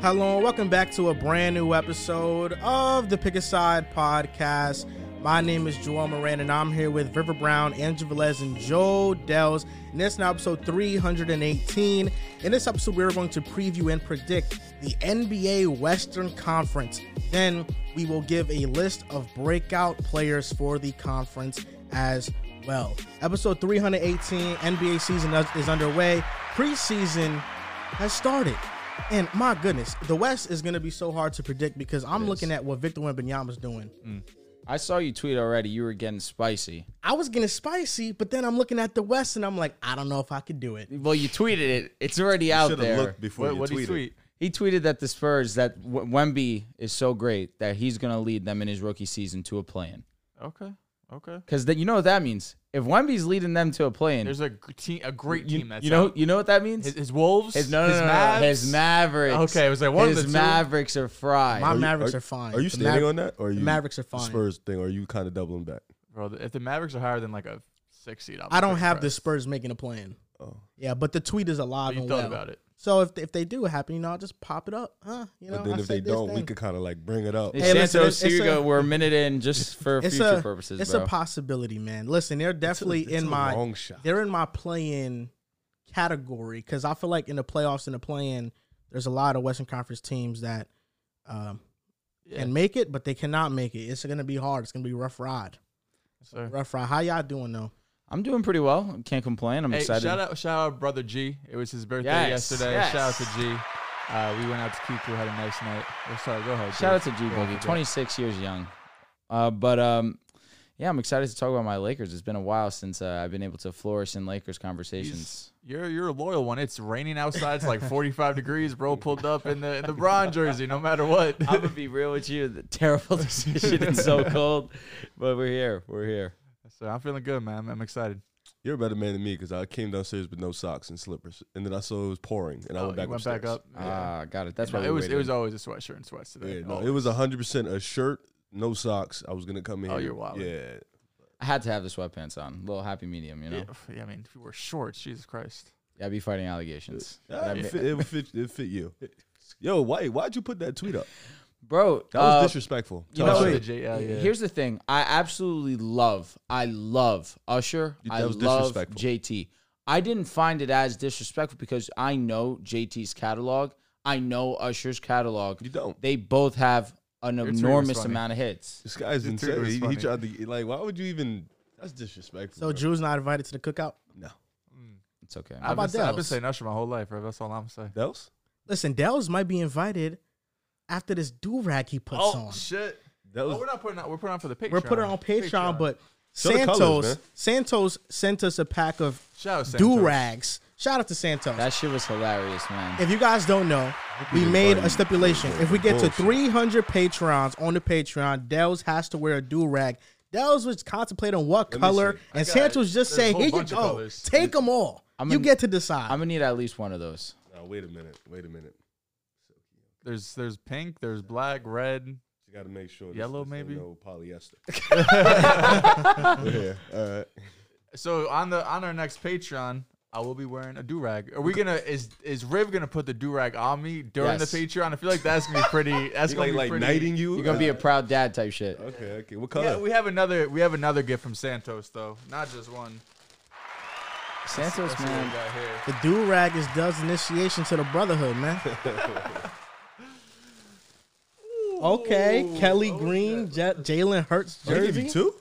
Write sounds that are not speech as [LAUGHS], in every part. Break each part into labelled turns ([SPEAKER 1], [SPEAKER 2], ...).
[SPEAKER 1] Hello, and welcome back to a brand new episode of the Pick a Side podcast. My name is Joel Moran, and I'm here with River Brown, Angela Velez, and Joe Dells. And this is now episode 318. In this episode, we are going to preview and predict the NBA Western Conference. Then we will give a list of breakout players for the conference as well. Episode 318, NBA season is underway. Preseason has started. And my goodness, the West is going to be so hard to predict because I'm
[SPEAKER 2] It is.
[SPEAKER 1] looking at what Victor Wembanyama's doing.
[SPEAKER 2] I saw you tweet already. You were getting spicy.
[SPEAKER 1] I was getting spicy, but then I'm looking at the West and I'm like, I don't know if I could do it.
[SPEAKER 2] Well, you tweeted it. It's already out
[SPEAKER 3] should've
[SPEAKER 2] there.
[SPEAKER 3] looked before you
[SPEAKER 2] what'd he
[SPEAKER 3] tweeted.
[SPEAKER 2] tweet? He tweeted that the Spurs that w- Wemby is so great that he's going to lead them in his rookie season to a play-in.
[SPEAKER 4] Okay. Okay.
[SPEAKER 2] Because then you know what that means. If Wemby's leading them to a play-in,
[SPEAKER 4] There's a g- team, a great
[SPEAKER 2] you,
[SPEAKER 4] team. That's
[SPEAKER 2] you know
[SPEAKER 4] out.
[SPEAKER 2] you know what that means.
[SPEAKER 4] his, his Wolves.
[SPEAKER 2] His- no, no,
[SPEAKER 4] his
[SPEAKER 2] no, no,
[SPEAKER 4] Mavs.
[SPEAKER 2] no, his Mavericks.
[SPEAKER 4] Okay, it was like one of
[SPEAKER 2] his
[SPEAKER 4] the two.
[SPEAKER 2] Mavericks are fried.
[SPEAKER 1] My
[SPEAKER 3] you-
[SPEAKER 1] Mavericks are fine.
[SPEAKER 3] Are you
[SPEAKER 1] The
[SPEAKER 3] standing
[SPEAKER 1] Maver-
[SPEAKER 3] on that? Or are
[SPEAKER 1] the
[SPEAKER 3] you
[SPEAKER 1] Mavericks are fine.
[SPEAKER 3] Spurs thing? Or are you kind of doubling back?
[SPEAKER 4] bro. the- If the Mavericks are higher than like a six seed, I'm
[SPEAKER 1] I don't
[SPEAKER 4] pretty
[SPEAKER 1] have the
[SPEAKER 4] impressed.
[SPEAKER 1] Spurs making a plan.
[SPEAKER 3] Oh.
[SPEAKER 1] Yeah, but the tweet is alive
[SPEAKER 4] But you
[SPEAKER 1] and
[SPEAKER 4] thought
[SPEAKER 1] well.
[SPEAKER 4] about it.
[SPEAKER 1] So if, if they do happen, you know, I'll just pop it up. Huh? You know,
[SPEAKER 3] But then
[SPEAKER 1] I
[SPEAKER 3] if they
[SPEAKER 1] said this
[SPEAKER 3] don't, we
[SPEAKER 1] then.
[SPEAKER 3] could kind of like bring it up.
[SPEAKER 2] Hey,
[SPEAKER 1] Hey, listen, it's-
[SPEAKER 2] Santos,
[SPEAKER 1] it's
[SPEAKER 2] here you
[SPEAKER 1] a-
[SPEAKER 2] go. We're a minute in just for
[SPEAKER 1] It's
[SPEAKER 2] future
[SPEAKER 1] a
[SPEAKER 2] purposes,
[SPEAKER 1] it's
[SPEAKER 2] bro.
[SPEAKER 1] a possibility, man. Listen, they're definitely
[SPEAKER 3] it's
[SPEAKER 1] in
[SPEAKER 3] a
[SPEAKER 1] my
[SPEAKER 3] long shot.
[SPEAKER 1] they're in my play-in category because I feel like in the playoffs and the play-in, there's a lot of Western Conference teams that um,
[SPEAKER 4] Yeah.
[SPEAKER 1] can make it, but they cannot make it. It's gonna be hard. It's gonna be rough ride.
[SPEAKER 4] So,
[SPEAKER 1] Rough ride. How y'all doing though?
[SPEAKER 2] I'm doing pretty well. Can't complain. I'm
[SPEAKER 4] hey,
[SPEAKER 2] excited.
[SPEAKER 4] shout out, shout out, brother G. It was his birthday
[SPEAKER 2] Yes,
[SPEAKER 4] yesterday.
[SPEAKER 2] yes.
[SPEAKER 4] Shout out to G. Uh, we went out to Kiku, had a nice night. Oh, sorry, go ahead.
[SPEAKER 2] Shout out to
[SPEAKER 4] G.
[SPEAKER 2] G Boogie, 26 years young. Uh, but um, yeah, I'm excited to talk about my Lakers. It's been a while since uh, I've been able to flourish in Lakers conversations.
[SPEAKER 4] You're you're a loyal one. It's raining outside. It's like 45 degrees, bro. Pulled up in the in the Bron jersey, no matter what.
[SPEAKER 2] [LAUGHS] I'm gonna be real with you. The terrible [LAUGHS] decision. It's
[SPEAKER 4] [LAUGHS]
[SPEAKER 2] so cold, but we're here. We're here.
[SPEAKER 4] so I'm feeling good, man. I'm excited.
[SPEAKER 3] You're a better man than me because I came downstairs with no socks and slippers, and then I saw it was pouring, and I
[SPEAKER 4] Oh,
[SPEAKER 3] went back
[SPEAKER 4] you went
[SPEAKER 3] upstairs.
[SPEAKER 4] back up. Yeah.
[SPEAKER 2] Ah, got it. That's
[SPEAKER 4] No,
[SPEAKER 2] why
[SPEAKER 4] it
[SPEAKER 2] we
[SPEAKER 4] was. It
[SPEAKER 2] waited.
[SPEAKER 4] was always a sweatshirt and sweats today. Oh,
[SPEAKER 3] Yeah, no,
[SPEAKER 4] Always.
[SPEAKER 3] it was hundred percent a shirt, no socks. I was gonna come in.
[SPEAKER 4] Oh,
[SPEAKER 3] here.
[SPEAKER 4] you're wildin'.
[SPEAKER 3] Yeah,
[SPEAKER 2] I had to have the sweatpants on. little happy medium, you know.
[SPEAKER 4] Yeah, f- yeah, I mean, if you were short, Jesus Christ.
[SPEAKER 2] Yeah, I'd be fighting allegations.
[SPEAKER 3] Ah,
[SPEAKER 2] But I
[SPEAKER 3] it,
[SPEAKER 2] ma-
[SPEAKER 3] fit, it would fit. It fit
[SPEAKER 4] [LAUGHS]
[SPEAKER 3] you. Yo, why? Why'd you put that tweet up?
[SPEAKER 2] Bro,
[SPEAKER 3] That was
[SPEAKER 2] uh,
[SPEAKER 3] disrespectful.
[SPEAKER 2] you
[SPEAKER 3] Tell
[SPEAKER 2] know,
[SPEAKER 3] us
[SPEAKER 4] Usher
[SPEAKER 2] wait,
[SPEAKER 3] straight.
[SPEAKER 4] the J- yeah, yeah.
[SPEAKER 2] here's the thing. I absolutely love, I love Usher.
[SPEAKER 3] That
[SPEAKER 2] I
[SPEAKER 3] was
[SPEAKER 2] love
[SPEAKER 3] disrespectful.
[SPEAKER 2] JT. I didn't find it as disrespectful because I know JT's catalog. I know Usher's catalog.
[SPEAKER 3] you don't.
[SPEAKER 2] They both have an
[SPEAKER 4] tweet was
[SPEAKER 2] enormous
[SPEAKER 4] funny.
[SPEAKER 2] amount of hits.
[SPEAKER 3] This guy's
[SPEAKER 4] The tweet
[SPEAKER 3] insane.
[SPEAKER 4] was
[SPEAKER 3] He, he
[SPEAKER 4] funny.
[SPEAKER 3] tried to like. Why would you even? That's disrespectful.
[SPEAKER 1] So
[SPEAKER 3] bro.
[SPEAKER 1] Drew's not invited to the cookout.
[SPEAKER 2] It's okay.
[SPEAKER 4] I've
[SPEAKER 1] about
[SPEAKER 4] been, sa- I've been
[SPEAKER 1] Dells?
[SPEAKER 4] saying Usher my whole life, bro. That's all I'm saying.
[SPEAKER 3] Dells?
[SPEAKER 1] Listen, Dells might be invited after this do rag he puts on.
[SPEAKER 4] Oh, shit!
[SPEAKER 3] That was
[SPEAKER 4] we're not putting on. We're putting on for the Patreon.
[SPEAKER 1] We're putting it on Patreon, but
[SPEAKER 3] Show the
[SPEAKER 1] Santos
[SPEAKER 3] colours, man.
[SPEAKER 1] Santos sent us a pack of
[SPEAKER 4] shout out Santos.
[SPEAKER 1] do rags. Shout out to Santos.
[SPEAKER 2] That shit was hilarious, man.
[SPEAKER 1] if you guys don't know, we
[SPEAKER 3] didn't
[SPEAKER 1] made
[SPEAKER 3] buy
[SPEAKER 1] a
[SPEAKER 3] you
[SPEAKER 1] stipulation.
[SPEAKER 3] bullshit.
[SPEAKER 1] If we get to
[SPEAKER 3] Bullshit.
[SPEAKER 1] 300 patrons on the Patreon, Dells has to wear a do rag. Dells was contemplating what
[SPEAKER 3] me
[SPEAKER 1] color,
[SPEAKER 3] see.
[SPEAKER 1] and
[SPEAKER 4] got-
[SPEAKER 1] Santos just
[SPEAKER 4] there's
[SPEAKER 1] said,
[SPEAKER 4] a whole
[SPEAKER 1] "Here you
[SPEAKER 4] bunch of
[SPEAKER 1] go,
[SPEAKER 4] colours.
[SPEAKER 1] take them all.
[SPEAKER 2] I'm
[SPEAKER 1] you
[SPEAKER 2] an-
[SPEAKER 1] get to decide."
[SPEAKER 2] I'm gonna need at least one of those.
[SPEAKER 3] Now, wait a minute. Wait a minute.
[SPEAKER 4] There's there's pink, there's black, red.
[SPEAKER 3] You got to make sure.
[SPEAKER 4] Yellow,
[SPEAKER 3] ain't
[SPEAKER 4] maybe?
[SPEAKER 3] No [LAUGHS] polyester. yeah. All right.
[SPEAKER 4] So on the on our next Patreon, I will be wearing a do rag. Are we gonna is is Riv gonna put the do rag on me during
[SPEAKER 2] Yes.
[SPEAKER 4] the Patreon? I feel like that's gonna be pretty. That's
[SPEAKER 3] He
[SPEAKER 4] gonna
[SPEAKER 3] like
[SPEAKER 4] be
[SPEAKER 3] like
[SPEAKER 4] pretty.
[SPEAKER 3] knighting you.
[SPEAKER 2] You're gonna be a proud dad type shit.
[SPEAKER 3] Okay. Okay. What
[SPEAKER 4] Yeah,
[SPEAKER 3] color?
[SPEAKER 4] we have another we have another gift from Santos though, not just one.
[SPEAKER 2] Santos,
[SPEAKER 4] Let's see what we
[SPEAKER 2] man.
[SPEAKER 4] got here.
[SPEAKER 1] the do rag is Dells' initiation to the brotherhood,
[SPEAKER 4] [LAUGHS]
[SPEAKER 1] man. okay,
[SPEAKER 4] oh,
[SPEAKER 1] Kelly Green, J- Jalen Hurts
[SPEAKER 3] They give
[SPEAKER 1] jersey.
[SPEAKER 3] you two.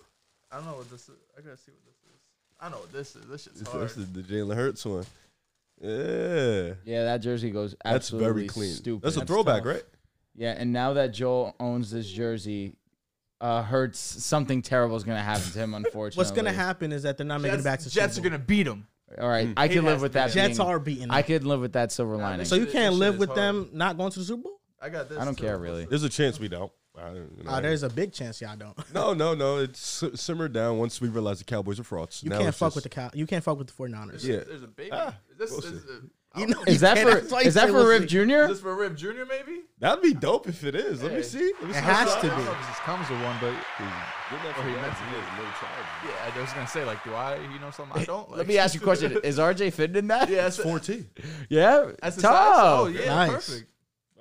[SPEAKER 4] I don't know what this is. I gotta see what this is. I know what this is. This shit's
[SPEAKER 3] This,
[SPEAKER 4] hard.
[SPEAKER 3] this is the Jalen Hurts one. Yeah.
[SPEAKER 2] Yeah, that jersey goes
[SPEAKER 3] That's
[SPEAKER 2] absolutely
[SPEAKER 3] very clean.
[SPEAKER 2] Stupid.
[SPEAKER 3] That's a throwback, right?
[SPEAKER 2] Yeah, and now that Joel owns this jersey, uh, hurts something terrible is gonna happen to him. Unfortunately,
[SPEAKER 1] What's gonna happen is that they're not making it back to
[SPEAKER 4] Jets,
[SPEAKER 1] the
[SPEAKER 4] Jets are
[SPEAKER 1] Super Bowl.
[SPEAKER 4] gonna beat them.
[SPEAKER 2] All right, I can
[SPEAKER 4] has
[SPEAKER 2] live
[SPEAKER 4] to
[SPEAKER 2] with
[SPEAKER 4] be
[SPEAKER 2] that.
[SPEAKER 1] Jets
[SPEAKER 2] being-
[SPEAKER 1] are beating.
[SPEAKER 2] I
[SPEAKER 1] Them.
[SPEAKER 2] could live with that silver lining.
[SPEAKER 1] So you
[SPEAKER 4] This
[SPEAKER 1] can't
[SPEAKER 4] shit
[SPEAKER 1] live
[SPEAKER 4] is
[SPEAKER 1] with
[SPEAKER 4] hard.
[SPEAKER 1] them not going to the Super Bowl?
[SPEAKER 4] I got this.
[SPEAKER 2] I don't care really.
[SPEAKER 3] There's a chance we don't. I don't you know.
[SPEAKER 1] Oh, there's a big chance y'all don't.
[SPEAKER 3] no, no, no. It's s- simmered down once we realize the Cowboys are frauds.
[SPEAKER 1] You
[SPEAKER 3] Now
[SPEAKER 1] can't
[SPEAKER 3] it's
[SPEAKER 1] fuck
[SPEAKER 3] just-
[SPEAKER 1] with the cow. You can't fuck with the 49ers.
[SPEAKER 3] Yeah.
[SPEAKER 4] There's a baby.
[SPEAKER 3] Ah,
[SPEAKER 4] is this,
[SPEAKER 3] we'll
[SPEAKER 4] this is,
[SPEAKER 3] see.
[SPEAKER 1] You
[SPEAKER 4] [LAUGHS]
[SPEAKER 1] know [LAUGHS] you
[SPEAKER 2] Is that
[SPEAKER 1] can't.
[SPEAKER 2] for
[SPEAKER 1] [LAUGHS] That's why you
[SPEAKER 2] is that
[SPEAKER 1] say
[SPEAKER 2] for
[SPEAKER 1] we'll
[SPEAKER 2] Rip
[SPEAKER 1] see.
[SPEAKER 2] Junior?
[SPEAKER 4] this for Rib Junior maybe?
[SPEAKER 3] That'd be dope if it is. Let me see. Let me see.
[SPEAKER 1] It has
[SPEAKER 3] what's
[SPEAKER 1] to
[SPEAKER 3] up.
[SPEAKER 1] be.
[SPEAKER 4] I don't know if this comes with one, but
[SPEAKER 3] Good enough
[SPEAKER 4] Oh,
[SPEAKER 3] for
[SPEAKER 4] he
[SPEAKER 3] that.
[SPEAKER 4] meant to
[SPEAKER 3] Yeah, no charge.
[SPEAKER 4] yeah, I was gonna say like, do I, you know, something I don't like?
[SPEAKER 2] Let me ask you a question: Is RJ fitting in that?
[SPEAKER 4] [LAUGHS] yeah, that's,
[SPEAKER 3] It's 4T.
[SPEAKER 2] yeah.
[SPEAKER 4] that's the size?
[SPEAKER 2] Tough.
[SPEAKER 4] Oh yeah,
[SPEAKER 1] Nice.
[SPEAKER 4] perfect.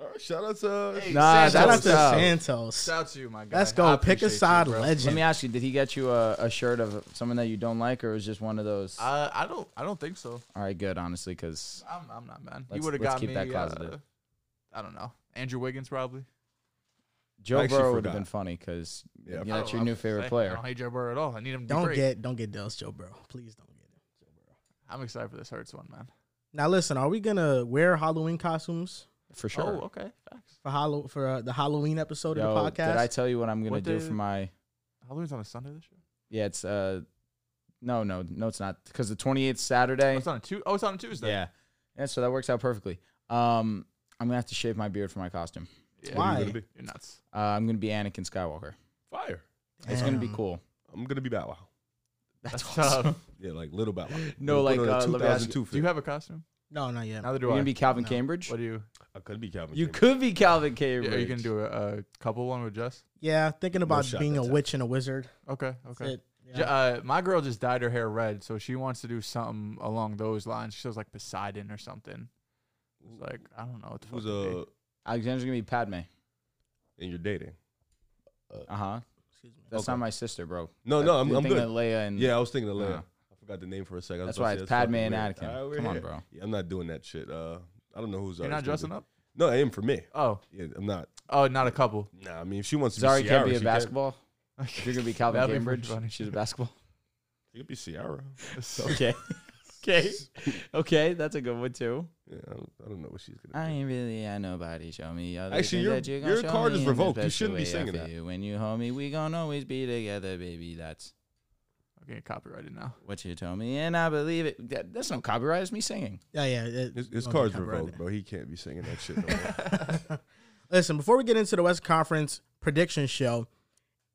[SPEAKER 3] All right. Shout out to. uh,
[SPEAKER 4] Hey,
[SPEAKER 2] Nah,
[SPEAKER 4] Santos,
[SPEAKER 1] Shout out to
[SPEAKER 2] what's up.
[SPEAKER 1] Santos.
[SPEAKER 4] Shout out to you, my guy.
[SPEAKER 1] Let's
[SPEAKER 4] I
[SPEAKER 1] go. Pick a
[SPEAKER 4] appreciate you,
[SPEAKER 1] side
[SPEAKER 4] bro.
[SPEAKER 2] Let me
[SPEAKER 1] legend.
[SPEAKER 2] ask you, did he get you a, a shirt of someone that you don't like, or was just one of those?
[SPEAKER 4] Uh, I don't. I don't think so.
[SPEAKER 2] All right, good, honestly, because
[SPEAKER 4] I'm. I'm not mad. He
[SPEAKER 2] Let's-
[SPEAKER 4] would have
[SPEAKER 2] let's
[SPEAKER 4] got
[SPEAKER 2] keep
[SPEAKER 4] me.
[SPEAKER 2] that
[SPEAKER 4] uh,
[SPEAKER 2] closeted.
[SPEAKER 4] I don't know. Andrew Wiggins probably.
[SPEAKER 2] Joe
[SPEAKER 3] actually
[SPEAKER 2] Burrow would have
[SPEAKER 3] forgot.
[SPEAKER 2] been funny because
[SPEAKER 3] Yeah, I
[SPEAKER 2] you know, that's your
[SPEAKER 4] I don't know.
[SPEAKER 2] new favorite
[SPEAKER 4] Say, I
[SPEAKER 2] player.
[SPEAKER 4] don't hate Joe Burrow at all. I need him. To be
[SPEAKER 1] Don't
[SPEAKER 4] great.
[SPEAKER 1] get don't get Dell's Joe Burrow. Please don't get him.
[SPEAKER 4] I'm excited for this Hurts one,
[SPEAKER 1] Oh,
[SPEAKER 4] man.
[SPEAKER 1] Now listen, are we gonna wear Halloween costumes
[SPEAKER 2] For sure.
[SPEAKER 4] Oh, okay. Facts.
[SPEAKER 1] for Hall- for uh, the Halloween episode
[SPEAKER 2] Yo,
[SPEAKER 1] of the podcast?
[SPEAKER 2] Did I tell you what I'm gonna
[SPEAKER 4] What
[SPEAKER 2] do
[SPEAKER 4] the-
[SPEAKER 2] for my?
[SPEAKER 4] Halloween's on a Sunday this year.
[SPEAKER 2] Yeah, it's uh, no, no, no, it's not because the 28th Saturday.
[SPEAKER 4] Oh, it's on a two. Oh, it's on a Tuesday.
[SPEAKER 2] yeah, yeah. So that works out perfectly. Um, I'm gonna have to shave my beard for my costume.
[SPEAKER 4] Yeah,
[SPEAKER 1] Why?
[SPEAKER 4] You're, gonna be-
[SPEAKER 2] [LAUGHS]
[SPEAKER 4] you're nuts.
[SPEAKER 2] Uh, I'm gonna be Anakin Skywalker.
[SPEAKER 3] Fire.
[SPEAKER 2] It's gonna be
[SPEAKER 1] Damn.
[SPEAKER 2] cool.
[SPEAKER 3] I'm gonna be Bow Wow.
[SPEAKER 4] [LAUGHS]
[SPEAKER 2] [LAUGHS]
[SPEAKER 4] That's,
[SPEAKER 2] awesome.
[SPEAKER 4] tough.
[SPEAKER 3] Yeah, like little Bow Wow.
[SPEAKER 2] No,
[SPEAKER 3] Put
[SPEAKER 2] like,
[SPEAKER 3] on a
[SPEAKER 2] uh, let me ask you-
[SPEAKER 3] 2002
[SPEAKER 4] Do you
[SPEAKER 3] fit.
[SPEAKER 4] have a costume?
[SPEAKER 1] No, not yet.
[SPEAKER 4] Neither do
[SPEAKER 2] You're
[SPEAKER 4] I.
[SPEAKER 2] gonna be Calvin
[SPEAKER 1] No.
[SPEAKER 2] Cambridge.
[SPEAKER 4] what
[SPEAKER 2] [LAUGHS]
[SPEAKER 4] do you?
[SPEAKER 3] I could be Calvin.
[SPEAKER 2] You
[SPEAKER 3] Campbell.
[SPEAKER 2] could be Calvin Cambridge.
[SPEAKER 4] Yeah, are you gonna do a, a couple one with Jess?
[SPEAKER 1] Yeah, thinking about
[SPEAKER 3] shot
[SPEAKER 1] being a
[SPEAKER 3] that time.
[SPEAKER 1] witch and a wizard.
[SPEAKER 4] Okay.
[SPEAKER 1] That's
[SPEAKER 4] Okay.
[SPEAKER 1] it.
[SPEAKER 4] J- Uh, my girl just dyed her hair red, so she wants to do something along those lines. She was like Poseidon or something. It's like I don't know. What the fuck
[SPEAKER 3] Who's
[SPEAKER 4] it'd be.
[SPEAKER 3] uh
[SPEAKER 2] Alexander's gonna be Padme.
[SPEAKER 4] Uh,
[SPEAKER 3] in your dating?
[SPEAKER 2] Uh huh.
[SPEAKER 1] Excuse me.
[SPEAKER 2] That's
[SPEAKER 3] Okay.
[SPEAKER 2] not my sister, bro.
[SPEAKER 4] Oh,
[SPEAKER 3] No, no, I'm,
[SPEAKER 2] The
[SPEAKER 3] I'm
[SPEAKER 2] thing
[SPEAKER 3] good.
[SPEAKER 2] that Leia and
[SPEAKER 3] Yeah, I was thinking of Leia.
[SPEAKER 2] Uh-huh.
[SPEAKER 3] I forgot the name for a second. I
[SPEAKER 2] That's
[SPEAKER 3] was about
[SPEAKER 2] why
[SPEAKER 3] to say,
[SPEAKER 2] it's Padme and
[SPEAKER 3] fucking weird.
[SPEAKER 2] Anakin.
[SPEAKER 3] All right, we're
[SPEAKER 2] Come on,
[SPEAKER 3] here.
[SPEAKER 2] bro.
[SPEAKER 3] Yeah, I'm not doing that shit. Uh, I don't know who's.
[SPEAKER 4] You're not dressing up?
[SPEAKER 3] No, I am for me.
[SPEAKER 4] Oh,
[SPEAKER 3] Yeah, I'm not.
[SPEAKER 4] oh, not a couple.
[SPEAKER 3] Nah, I mean, if she wants to
[SPEAKER 2] Zari
[SPEAKER 3] be Ciara,
[SPEAKER 2] can't be
[SPEAKER 3] she
[SPEAKER 2] a basketball. You're
[SPEAKER 4] [LAUGHS]
[SPEAKER 2] gonna be Calvin
[SPEAKER 4] That'd be pretty
[SPEAKER 2] Cambridge.
[SPEAKER 4] funny.
[SPEAKER 2] She's a
[SPEAKER 4] [LAUGHS]
[SPEAKER 2] basketball.
[SPEAKER 3] She could be Ciara.
[SPEAKER 2] Okay. [LAUGHS] okay. Okay, that's a good one too.
[SPEAKER 3] Yeah, I don't, I don't know what she's gonna.
[SPEAKER 2] I ain't really a nobody. Show me other
[SPEAKER 3] Actually,
[SPEAKER 2] things
[SPEAKER 3] your-
[SPEAKER 2] that you gonna
[SPEAKER 3] your
[SPEAKER 2] show
[SPEAKER 3] card
[SPEAKER 2] me
[SPEAKER 3] is
[SPEAKER 2] in the
[SPEAKER 3] revoked. You
[SPEAKER 2] best
[SPEAKER 3] shouldn't be
[SPEAKER 2] way I
[SPEAKER 3] singing
[SPEAKER 2] feel
[SPEAKER 3] that.
[SPEAKER 2] you. When you hold me, we gonna always be together, baby. That's
[SPEAKER 4] I'm getting copyrighted now.
[SPEAKER 2] what you told me, and I believe it. That, that's no copyright. It's me singing.
[SPEAKER 1] Yeah, yeah. it-
[SPEAKER 3] His, his
[SPEAKER 1] don't get
[SPEAKER 3] card's
[SPEAKER 1] copyrighted.
[SPEAKER 3] revoked, bro. He can't be singing that shit. No more.
[SPEAKER 1] Listen, before we get into the West Conference prediction show,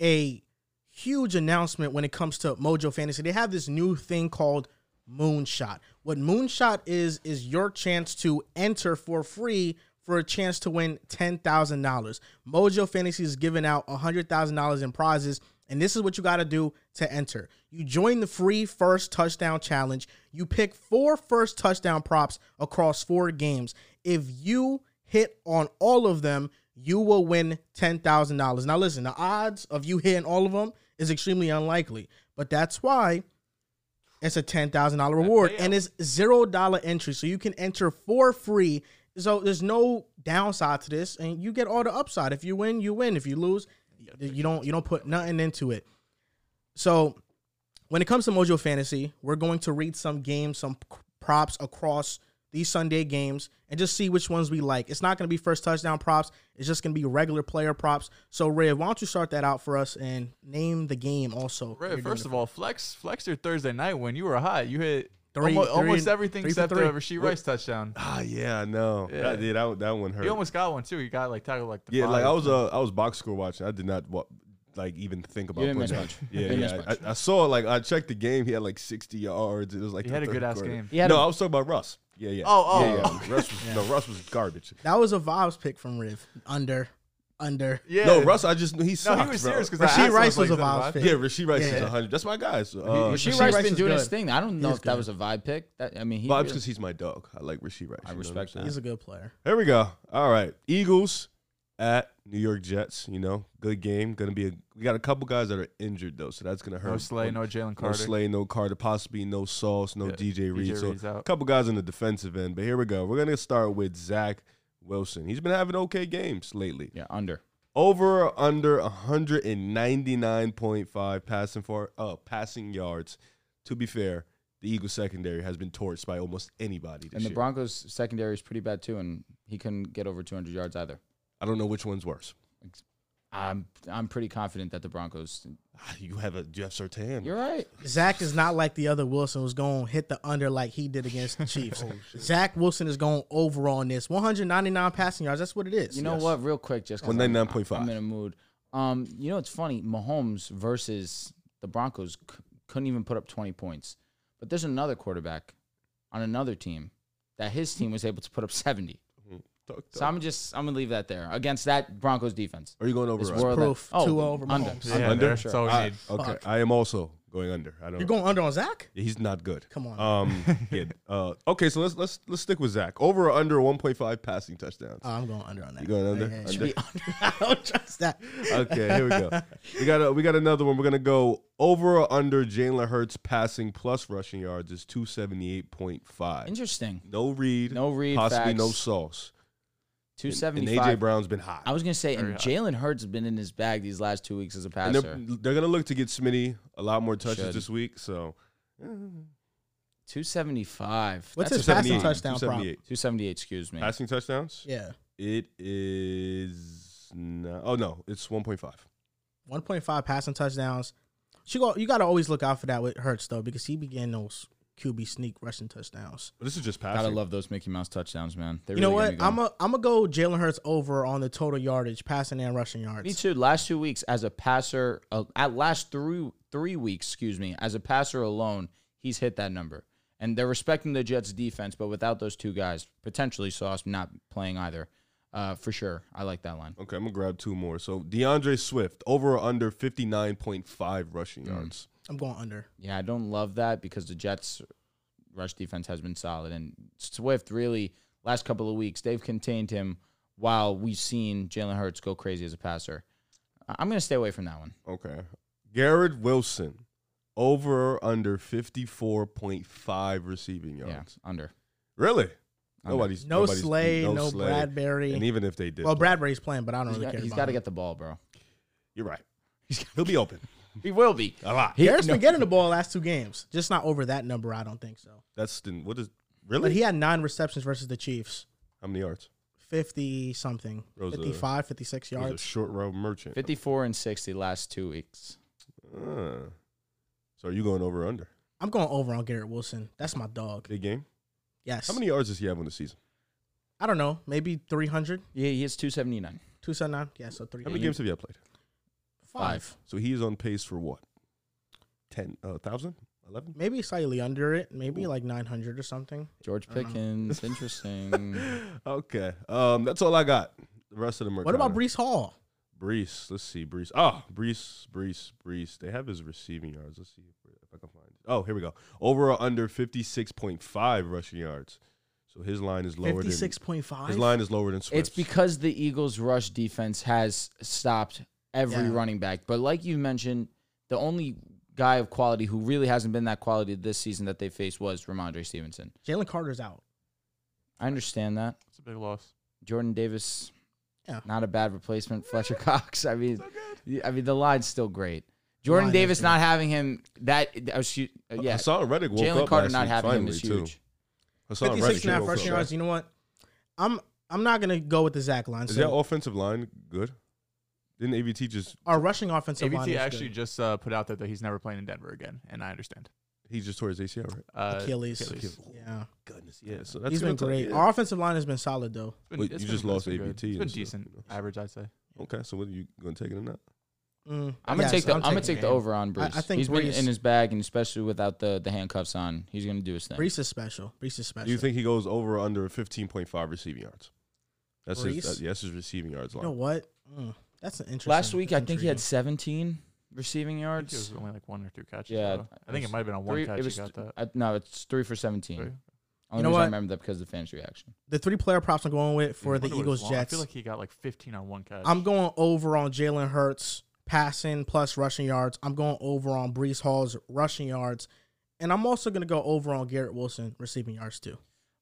[SPEAKER 1] a huge announcement when it comes to Mojo Fantasy. They have this new thing called Moonshot. What Moonshot is is your chance to enter for free for a chance to win $10,000. Mojo Fantasy is giving out $100,000 in prizes, and this is what you got to do to enter. You join the free first touchdown challenge. You pick four first touchdown props across four games. If you hit on all of them, you will win $10,000. Now, listen, the odds of you hitting all of them is extremely unlikely, but that's why it's a $10,000 reward and it's $0 entry. So you can enter for free. So there's no downside to this and you get all the upside. If you win, you win. If you lose, you don't you don't put nothing into it. So when it comes to Mojo Fantasy, we're going to read some games, some c- props across these Sunday games and just see which ones we like. It's not going to be first touchdown props, it's just going to be regular player props. So, Riv, why don't you start that out for us and name the game also?
[SPEAKER 4] Ray, first of all, flex flex your Thursday night when you were hot. You hit
[SPEAKER 1] Three-
[SPEAKER 4] almo-
[SPEAKER 1] three-
[SPEAKER 4] almost everything
[SPEAKER 1] three for
[SPEAKER 4] except
[SPEAKER 1] three.
[SPEAKER 4] the Rasheed Rice touchdown.
[SPEAKER 3] ah, yeah, I know. That, yeah, that, that one hurt.
[SPEAKER 4] You almost got one too. You got like tackled like the
[SPEAKER 3] Yeah, like
[SPEAKER 4] five.
[SPEAKER 3] I was uh, I was box score watching. I did not wa- like even think about
[SPEAKER 2] didn't miss
[SPEAKER 3] putting
[SPEAKER 2] much.
[SPEAKER 3] that.
[SPEAKER 2] You
[SPEAKER 3] [LAUGHS] Yeah,
[SPEAKER 2] didn't
[SPEAKER 3] yeah.
[SPEAKER 2] miss
[SPEAKER 3] I, I saw like I checked the game. He had like sixty yards. It was like
[SPEAKER 4] He
[SPEAKER 3] the
[SPEAKER 4] had a
[SPEAKER 3] third
[SPEAKER 4] good-ass
[SPEAKER 3] quarter.
[SPEAKER 4] game.
[SPEAKER 2] He had
[SPEAKER 3] no,
[SPEAKER 2] a-
[SPEAKER 3] I was talking about Russ. Yeah, yeah.
[SPEAKER 4] Oh, oh,
[SPEAKER 3] yeah, yeah.
[SPEAKER 4] oh.
[SPEAKER 3] Russ was, no, Russ was garbage.
[SPEAKER 1] that was a vibes pick from Riv. Under, under.
[SPEAKER 4] yeah.
[SPEAKER 3] No, Russ. I just knew he
[SPEAKER 4] No,
[SPEAKER 3] sucked.
[SPEAKER 4] he was
[SPEAKER 3] bro.
[SPEAKER 4] serious because
[SPEAKER 1] Rasheed Rice was a wild pick.
[SPEAKER 3] Yeah, Rasheed Rice is
[SPEAKER 1] Yeah.
[SPEAKER 3] is hundred. That's my guy. So,
[SPEAKER 4] He-
[SPEAKER 3] uh,
[SPEAKER 4] he
[SPEAKER 2] Rasheed,
[SPEAKER 1] Rasheed
[SPEAKER 2] Rice
[SPEAKER 1] Rice
[SPEAKER 2] been
[SPEAKER 1] is
[SPEAKER 2] doing
[SPEAKER 1] good.
[SPEAKER 2] his thing. I don't know
[SPEAKER 1] He's
[SPEAKER 2] if that
[SPEAKER 1] good.
[SPEAKER 2] was a vibe pick. That I mean, he
[SPEAKER 3] vibes
[SPEAKER 2] really-
[SPEAKER 3] because he's my dog. I like Rasheed
[SPEAKER 2] I
[SPEAKER 3] Rice. you know what I'm
[SPEAKER 2] respect
[SPEAKER 3] saying?
[SPEAKER 2] that.
[SPEAKER 1] He's a good player.
[SPEAKER 3] Here we go. All right, Eagles at New York Jets. You know, good game. Going to be a. We got a couple guys that are injured though, so that's going to hurt.
[SPEAKER 4] no Slay, no Jalen
[SPEAKER 3] No
[SPEAKER 4] Carter.
[SPEAKER 3] Slay, no Carter, possibly no Sauce, no
[SPEAKER 4] Yeah,
[SPEAKER 3] DJ Reed.
[SPEAKER 4] DJ
[SPEAKER 3] so
[SPEAKER 4] Reed's out.
[SPEAKER 3] a couple guys on the defensive end. But here we go. We're gonna start with Zach Wilson. He's been having okay games lately.
[SPEAKER 2] yeah under.
[SPEAKER 3] Over or under 199.5 passing for uh passing yards. To be fair, the Eagles secondary has been torched by almost anybody this
[SPEAKER 2] And the
[SPEAKER 3] year.
[SPEAKER 2] Broncos secondary is pretty bad too, and he couldn't get over 200 yards either.
[SPEAKER 3] I don't know which one's worse.
[SPEAKER 2] I'm I'm pretty confident that the Broncos.
[SPEAKER 3] Ah, You have a Jeff Sertan.
[SPEAKER 2] You're right.
[SPEAKER 1] Zach is not like the other Wilson who's going to hit the under like he did against
[SPEAKER 3] [LAUGHS]
[SPEAKER 1] the Chiefs.
[SPEAKER 3] Oh,
[SPEAKER 1] Zach Wilson is going over on this. 199 passing yards. That's what it is.
[SPEAKER 2] You know what? Real quick, just 'cause I'm-
[SPEAKER 3] 199.5.
[SPEAKER 2] I'm in a mood. Um, you know it's funny. Mahomes versus the Broncos c- couldn't even put up 20 points, but there's another quarterback on another team that his team was able to put up 70.
[SPEAKER 3] Talk-
[SPEAKER 2] So
[SPEAKER 3] talk.
[SPEAKER 2] I'm just I'm gonna leave that there against that Broncos defense.
[SPEAKER 3] Are you going over?
[SPEAKER 2] It's
[SPEAKER 3] us?
[SPEAKER 2] world
[SPEAKER 1] proof.
[SPEAKER 2] that- Oh,
[SPEAKER 1] Two over
[SPEAKER 2] under.
[SPEAKER 1] Mahomes.
[SPEAKER 4] yeah,
[SPEAKER 3] Under?
[SPEAKER 4] that's all we
[SPEAKER 3] I-
[SPEAKER 4] need.
[SPEAKER 3] okay,
[SPEAKER 1] Fuck.
[SPEAKER 3] I am also going under. I don't.
[SPEAKER 1] You're going under on Zach?
[SPEAKER 3] He's not good.
[SPEAKER 1] Come on.
[SPEAKER 3] Um.
[SPEAKER 2] [LAUGHS]
[SPEAKER 3] yeah. Uh. Okay. So let's let's let's stick with Zach. Over or under 1.5 passing touchdowns.
[SPEAKER 2] Uh,
[SPEAKER 1] Oh, I'm going under on that.
[SPEAKER 3] You going under?
[SPEAKER 1] Yeah, yeah,
[SPEAKER 3] Under?
[SPEAKER 1] yeah. [LAUGHS] I don't trust that.
[SPEAKER 3] [LAUGHS] okay. Here we go. We got a, we got another one. We're gonna go over or under Jalen Hurts passing plus rushing yards is 278.5.
[SPEAKER 2] Interesting.
[SPEAKER 3] No read.
[SPEAKER 2] No read,
[SPEAKER 3] Possibly
[SPEAKER 2] facts.
[SPEAKER 3] no sauce.
[SPEAKER 2] Two
[SPEAKER 3] And-
[SPEAKER 2] seventy
[SPEAKER 3] And AJ
[SPEAKER 2] five.
[SPEAKER 3] Brown's been hot.
[SPEAKER 2] I was gonna say,
[SPEAKER 4] Very
[SPEAKER 2] and
[SPEAKER 4] hot.
[SPEAKER 2] Jalen Hurts has been in his bag these last two weeks as a
[SPEAKER 3] and
[SPEAKER 2] passer.
[SPEAKER 3] they're, they're gonna look to get Smitty a lot more touches
[SPEAKER 2] Should.
[SPEAKER 3] this week. So. eh,
[SPEAKER 2] 275.
[SPEAKER 1] What's
[SPEAKER 2] That's
[SPEAKER 1] his passing
[SPEAKER 3] 278,
[SPEAKER 1] touchdown prop.
[SPEAKER 3] 278.
[SPEAKER 2] 278, excuse me.
[SPEAKER 3] Passing touchdowns.
[SPEAKER 1] [LAUGHS] Yeah.
[SPEAKER 3] It is. No, oh no, it's 1.5.
[SPEAKER 1] 1.5 passing touchdowns. She go, you got to always look out for that with Hurts, though, because he began those QB sneak rushing touchdowns.
[SPEAKER 3] But this is just passing.
[SPEAKER 2] Gotta love those Mickey Mouse touchdowns, man. They
[SPEAKER 1] you know
[SPEAKER 2] really
[SPEAKER 1] what?
[SPEAKER 2] get me
[SPEAKER 1] I'm
[SPEAKER 2] going.
[SPEAKER 1] a I'm gonna go Jalen Hurts over on the total yardage, passing and rushing yards.
[SPEAKER 2] Me too. Last two weeks as a passer, uh, at last three three weeks, excuse me, as a passer alone, he's hit that number. And they're respecting the Jets' defense, but without those two guys, potentially Sauce not playing either, uh, for sure. I like that line.
[SPEAKER 3] Okay, I'm gonna grab two more. So DeAndre Swift over or under 59.5 rushing yards.
[SPEAKER 1] I'm going under.
[SPEAKER 2] Yeah, I don't love that because the Jets' rush defense has been solid, and Swift really last couple of weeks they've contained him while we've seen Jalen Hurts go crazy as a passer. I- I'm gonna stay away from that one.
[SPEAKER 3] Okay, Garrett Wilson over or under 54.5 receiving
[SPEAKER 2] Yeah,
[SPEAKER 3] yards.
[SPEAKER 2] under.
[SPEAKER 3] Really?
[SPEAKER 2] Under.
[SPEAKER 3] Nobody's
[SPEAKER 1] No
[SPEAKER 3] nobody's-
[SPEAKER 1] Slay, no,
[SPEAKER 3] Slay.
[SPEAKER 1] Bradbury.
[SPEAKER 3] And even if they did,
[SPEAKER 1] well,
[SPEAKER 3] play,
[SPEAKER 1] Bradbury's playing, but I don't
[SPEAKER 2] He's
[SPEAKER 1] really
[SPEAKER 2] got,
[SPEAKER 1] care.
[SPEAKER 2] he's
[SPEAKER 1] about
[SPEAKER 2] got to
[SPEAKER 1] him.
[SPEAKER 2] get the ball, bro.
[SPEAKER 3] you're right.
[SPEAKER 1] [LAUGHS]
[SPEAKER 3] He'll be open
[SPEAKER 2] He will be.
[SPEAKER 3] a lot.
[SPEAKER 2] He-
[SPEAKER 1] Garrett's
[SPEAKER 2] no.
[SPEAKER 1] been getting the ball last two games, just not over that number. I don't think so.
[SPEAKER 3] That's the- what is
[SPEAKER 1] But
[SPEAKER 3] really
[SPEAKER 1] he had nine receptions versus the Chiefs,
[SPEAKER 3] how many yards?
[SPEAKER 1] 50 something,
[SPEAKER 3] Rosa-
[SPEAKER 1] 55, 56
[SPEAKER 3] He was a
[SPEAKER 1] yards.
[SPEAKER 3] short row merchant.
[SPEAKER 2] 54 and 60 last two weeks.
[SPEAKER 3] Uh, so are you going over or under
[SPEAKER 1] I'm going over on Garrett Wilson. That's my dog.
[SPEAKER 3] big game?
[SPEAKER 1] Yes.
[SPEAKER 3] How many yards does he have on the season?
[SPEAKER 1] I don't know. Maybe 300,
[SPEAKER 2] Yeah, he has 279.
[SPEAKER 1] 279. Yeah, so
[SPEAKER 3] How
[SPEAKER 1] 300.
[SPEAKER 3] many games have you played?
[SPEAKER 1] Five.
[SPEAKER 3] So he is on pace for what? 10, uh, 1,000? 11?
[SPEAKER 1] Maybe slightly under it. Maybe
[SPEAKER 3] Ooh.
[SPEAKER 1] like 900 or something.
[SPEAKER 2] George
[SPEAKER 1] I don't know. [LAUGHS]
[SPEAKER 2] Pickens. Interesting.
[SPEAKER 3] [LAUGHS] Okay. Um, that's all I got. The rest of them are.
[SPEAKER 1] What about
[SPEAKER 3] kinda-
[SPEAKER 1] Brees Hall?
[SPEAKER 3] Brees? Let's see. Brees. Ah, Brees, Brees, Brees. They have his receiving yards. Let's see if, if I can find it. Oh, here we go. Over or under 56.5 rushing yards. So his line is lower than. His
[SPEAKER 1] 56.5.
[SPEAKER 3] line is lower than Swift's.
[SPEAKER 2] it's because the Eagles' rush defense has stopped every
[SPEAKER 1] Yeah.
[SPEAKER 2] running back. But like you mentioned, the only guy of quality who really hasn't been that quality this season that they faced was Ramondre Stevenson.
[SPEAKER 1] Jalen Carter's out.
[SPEAKER 2] I understand that.
[SPEAKER 4] It's a big loss.
[SPEAKER 2] Jordan Davis,
[SPEAKER 1] Yeah.
[SPEAKER 2] not a bad replacement. Fletcher Cox. [LAUGHS] I mean, yeah, I mean the line's still great. Jordan
[SPEAKER 1] line is
[SPEAKER 2] Davis
[SPEAKER 1] great.
[SPEAKER 2] not having him that. that was, shoot- uh, yeah,
[SPEAKER 3] Hassan Reddick woke
[SPEAKER 2] Jalen
[SPEAKER 3] up
[SPEAKER 2] Carter
[SPEAKER 3] last
[SPEAKER 2] not
[SPEAKER 3] week
[SPEAKER 2] having him
[SPEAKER 3] finally,
[SPEAKER 2] is
[SPEAKER 3] too.
[SPEAKER 2] huge.
[SPEAKER 3] Hassan
[SPEAKER 1] 56 and a
[SPEAKER 3] Reddick
[SPEAKER 1] half
[SPEAKER 3] woke
[SPEAKER 1] rushing
[SPEAKER 3] up.
[SPEAKER 1] yards. You know what? I'm I'm not going to go with the Zach line.
[SPEAKER 3] Is
[SPEAKER 1] so
[SPEAKER 3] that offensive line good? Didn't ABT just
[SPEAKER 1] our rushing offensive line
[SPEAKER 4] ABT
[SPEAKER 1] is
[SPEAKER 4] actually
[SPEAKER 1] good.
[SPEAKER 4] just uh, put out there that he's never playing in Denver again, and I understand.
[SPEAKER 3] he just tore his ACL right? oh,
[SPEAKER 4] Uh,
[SPEAKER 1] Achilles.
[SPEAKER 4] Achilles.
[SPEAKER 1] Yeah.
[SPEAKER 3] Goodness, yeah. So that's
[SPEAKER 1] He's been
[SPEAKER 3] gonna take-
[SPEAKER 1] great.
[SPEAKER 3] yeah.
[SPEAKER 1] Our offensive line has been solid, though.
[SPEAKER 4] It's been-
[SPEAKER 3] Wait,
[SPEAKER 4] it's
[SPEAKER 3] you
[SPEAKER 4] been-
[SPEAKER 3] just lost
[SPEAKER 4] it's been good.
[SPEAKER 3] ABT
[SPEAKER 4] It's been
[SPEAKER 3] and stuff,
[SPEAKER 4] decent,
[SPEAKER 3] you know.
[SPEAKER 4] average, I'd say.
[SPEAKER 3] Okay, so what are you gonna take it or not?
[SPEAKER 1] Mm,
[SPEAKER 2] I'm gonna
[SPEAKER 1] yes,
[SPEAKER 2] take the I'm, gonna
[SPEAKER 1] taking
[SPEAKER 2] take the
[SPEAKER 1] him.
[SPEAKER 2] over on Brees.
[SPEAKER 1] I think
[SPEAKER 2] he's been
[SPEAKER 1] Brees-
[SPEAKER 2] in his bag, and especially without the the handcuffs on, he's gonna do his thing.
[SPEAKER 1] Brees is special. Brees is special.
[SPEAKER 3] Do you think he goes over or under 15.5 receiving yards? That's his.
[SPEAKER 1] Brees?
[SPEAKER 3] That, yes, his receiving yards
[SPEAKER 1] You
[SPEAKER 3] line.
[SPEAKER 1] know what? Mm, that's an interesting.
[SPEAKER 2] Last week, I
[SPEAKER 1] that's
[SPEAKER 2] think he had
[SPEAKER 1] intriguing. 17
[SPEAKER 2] receiving
[SPEAKER 4] I think it
[SPEAKER 2] yards.
[SPEAKER 4] was only like one or two catches.
[SPEAKER 2] Yeah,
[SPEAKER 4] though. I
[SPEAKER 2] it
[SPEAKER 4] think
[SPEAKER 2] was
[SPEAKER 4] it might have been on one
[SPEAKER 2] three-
[SPEAKER 4] catch.
[SPEAKER 2] it
[SPEAKER 4] He
[SPEAKER 2] was
[SPEAKER 4] got that.
[SPEAKER 2] I- no, it's three for 17.
[SPEAKER 4] Three.
[SPEAKER 2] Only
[SPEAKER 1] You know
[SPEAKER 2] reason I
[SPEAKER 1] what?
[SPEAKER 2] remember that because of the fans' reaction.
[SPEAKER 1] the three player props I'm going with for
[SPEAKER 4] I
[SPEAKER 1] the
[SPEAKER 4] wonder what it was
[SPEAKER 1] Eagles
[SPEAKER 4] long. I
[SPEAKER 1] Jets.
[SPEAKER 4] feel like he got like 15 on one catch.
[SPEAKER 1] I'm going over on Jalen Hurts passing plus rushing yards. I'm going over on Brees Hall's rushing yards, and I'm also going to go over on Garrett Wilson receiving yards too.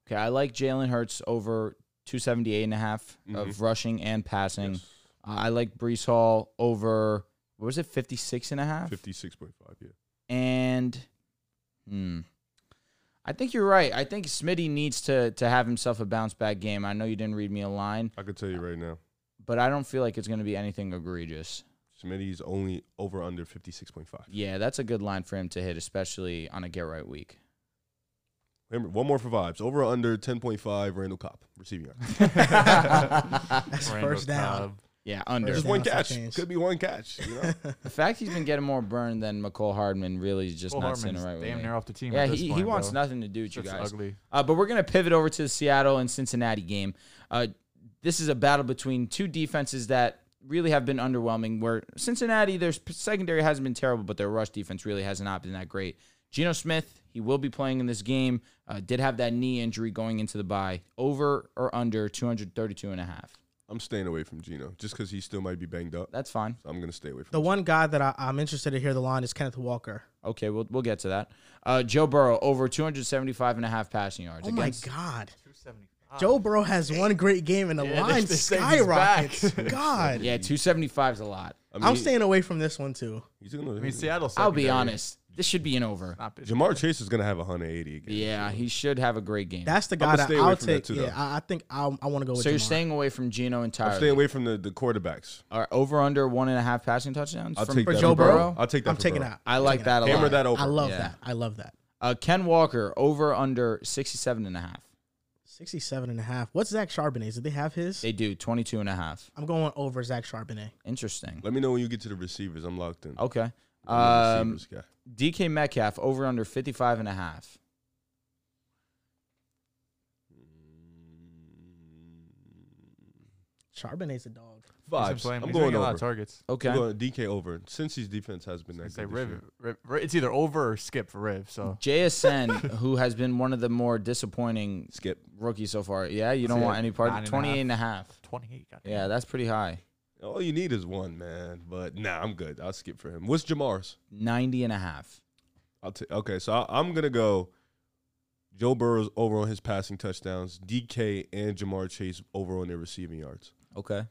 [SPEAKER 2] Okay, I like Jalen Hurts over 278 and a half of
[SPEAKER 3] Mhm.
[SPEAKER 2] rushing and passing.
[SPEAKER 3] Yes.
[SPEAKER 2] Uh, I like Brees Hall over what was it 56 and a half?
[SPEAKER 3] 56.5. Yeah.
[SPEAKER 2] and hmm, I think you're right. I think Smitty needs to to have himself a bounce back game. I know you didn't read me a line,
[SPEAKER 3] I could tell you right now,
[SPEAKER 2] but I don't feel like it's going to be anything egregious.
[SPEAKER 3] Smitty's only over under 56.5.
[SPEAKER 2] Yeah, that's a good line for him to hit, especially on a get right week.
[SPEAKER 3] Remember, one more for vibes. Over or under 10.5. Randall Cobb receiving yards.
[SPEAKER 1] That's
[SPEAKER 4] Randall
[SPEAKER 1] first down.
[SPEAKER 4] Cobb.
[SPEAKER 2] Yeah, under.
[SPEAKER 1] First
[SPEAKER 3] Just one
[SPEAKER 1] down, some
[SPEAKER 3] catch.
[SPEAKER 1] change.
[SPEAKER 3] Could be one catch. You
[SPEAKER 1] [LAUGHS]
[SPEAKER 3] know?
[SPEAKER 2] The fact he's been getting more burn than McCole Hardman really is just
[SPEAKER 4] Cole
[SPEAKER 2] not sitting
[SPEAKER 4] Hardman's
[SPEAKER 2] right with
[SPEAKER 4] damn
[SPEAKER 2] me.
[SPEAKER 4] near off the team.
[SPEAKER 2] Yeah,
[SPEAKER 4] at this
[SPEAKER 2] he, he
[SPEAKER 4] point,
[SPEAKER 2] wants
[SPEAKER 4] though.
[SPEAKER 2] nothing to do with you
[SPEAKER 4] That's
[SPEAKER 2] guys.
[SPEAKER 4] ugly.
[SPEAKER 2] Uh, but we're going to pivot over to the Seattle and Cincinnati game. Uh, this is a battle between two defenses that really have been underwhelming. Where Cincinnati, their sp- secondary hasn't been terrible, but their rush defense really has not been that great. Geno Smith, he will be playing in this game. Uh, did have that knee injury going into the bye. Over or under 232 and a half.
[SPEAKER 3] I'm staying away from Gino just because he still might be banged up.
[SPEAKER 2] That's fine.
[SPEAKER 3] So I'm gonna stay away from.
[SPEAKER 1] The
[SPEAKER 3] him.
[SPEAKER 1] one guy that I, I'm interested to hear the line is Kenneth Walker.
[SPEAKER 2] Okay, we'll, we'll get to that. Uh, Joe Burrow, over 275 and a half passing yards.
[SPEAKER 1] Oh my
[SPEAKER 2] against,
[SPEAKER 1] God.
[SPEAKER 4] 275.
[SPEAKER 1] Joe Burrow has one great game and the
[SPEAKER 4] Yeah,
[SPEAKER 1] line
[SPEAKER 4] they- they say he's
[SPEAKER 1] skyrockets.
[SPEAKER 4] back.
[SPEAKER 1] God.
[SPEAKER 2] Yeah, 275 is a lot.
[SPEAKER 3] I
[SPEAKER 1] I'm staying away from this one too.
[SPEAKER 3] He's gonna.
[SPEAKER 4] I mean, Seattle.
[SPEAKER 2] I'll be
[SPEAKER 4] secondary,
[SPEAKER 2] honest. This should be an over.
[SPEAKER 4] Not big.
[SPEAKER 3] Jamar Chase is gonna have 180 again.
[SPEAKER 2] Yeah, he should have a great game.
[SPEAKER 1] That's the guy
[SPEAKER 3] I'ma
[SPEAKER 1] that
[SPEAKER 3] stay away
[SPEAKER 1] I'll
[SPEAKER 3] from that
[SPEAKER 1] take.
[SPEAKER 3] too,
[SPEAKER 1] yeah,
[SPEAKER 3] though.
[SPEAKER 1] I, I think I'll, I want to go with.
[SPEAKER 2] so you're
[SPEAKER 1] Jamar.
[SPEAKER 2] staying away from Gino
[SPEAKER 3] I'm staying
[SPEAKER 2] entirely.
[SPEAKER 3] away from the, the quarterbacks.
[SPEAKER 2] All right, over under one and a half passing touchdowns.
[SPEAKER 3] I'll
[SPEAKER 2] from-
[SPEAKER 3] take
[SPEAKER 1] for
[SPEAKER 3] that
[SPEAKER 1] Joe
[SPEAKER 3] Burrow.
[SPEAKER 2] Burrow?
[SPEAKER 3] I'll take that.
[SPEAKER 1] I'm
[SPEAKER 3] for
[SPEAKER 1] taking
[SPEAKER 3] Burrow.
[SPEAKER 1] that.
[SPEAKER 2] I like that a
[SPEAKER 3] Hammer
[SPEAKER 2] lot.
[SPEAKER 3] that over.
[SPEAKER 1] I love
[SPEAKER 2] Yeah.
[SPEAKER 1] that. I love that.
[SPEAKER 2] Uh, Ken Walker over under 67 and a half.
[SPEAKER 1] 67 and a half. What's Zach Charbonnet? Did they have his?
[SPEAKER 2] They do 22 and a half.
[SPEAKER 1] I'm going over Zach Charbonnet.
[SPEAKER 2] Interesting.
[SPEAKER 3] Let me know when you get to the receivers. I'm locked in.
[SPEAKER 2] Okay.
[SPEAKER 3] I'm a
[SPEAKER 2] Um,
[SPEAKER 3] receivers guy.
[SPEAKER 2] DK Metcalf over under 55 and a half.
[SPEAKER 1] Charbonnet's a dog.
[SPEAKER 4] He's
[SPEAKER 3] Vibes.
[SPEAKER 4] playing-
[SPEAKER 3] I'm
[SPEAKER 4] he's
[SPEAKER 3] going
[SPEAKER 4] getting a lot
[SPEAKER 3] over.
[SPEAKER 4] of targets.
[SPEAKER 3] I'm
[SPEAKER 2] Okay.
[SPEAKER 3] going DK over. Since his defense has been
[SPEAKER 4] I
[SPEAKER 3] that
[SPEAKER 4] say
[SPEAKER 3] good this year.
[SPEAKER 4] Riv, Riv, Riv- it's either over or skip for Riv. So
[SPEAKER 2] Hmm.
[SPEAKER 3] [LAUGHS]
[SPEAKER 2] JSN, who has been one of the more disappointing
[SPEAKER 3] Skip.
[SPEAKER 2] rookies so far. Yeah, you don't
[SPEAKER 4] Yeah,
[SPEAKER 2] want any part
[SPEAKER 4] nine
[SPEAKER 2] of
[SPEAKER 4] and a
[SPEAKER 2] 28 and a half.
[SPEAKER 4] 28. goddamn.
[SPEAKER 2] Yeah, that's pretty high.
[SPEAKER 3] All you need is one man, but nah, I'm good. I'll skip for him. What's Jamar's?
[SPEAKER 2] 90 and a half.
[SPEAKER 3] I'll t- okay, so I- I'm gonna go. Joe Burrow's over on his passing touchdowns. DK and Jamar Chase over on their receiving yards.
[SPEAKER 2] Okay.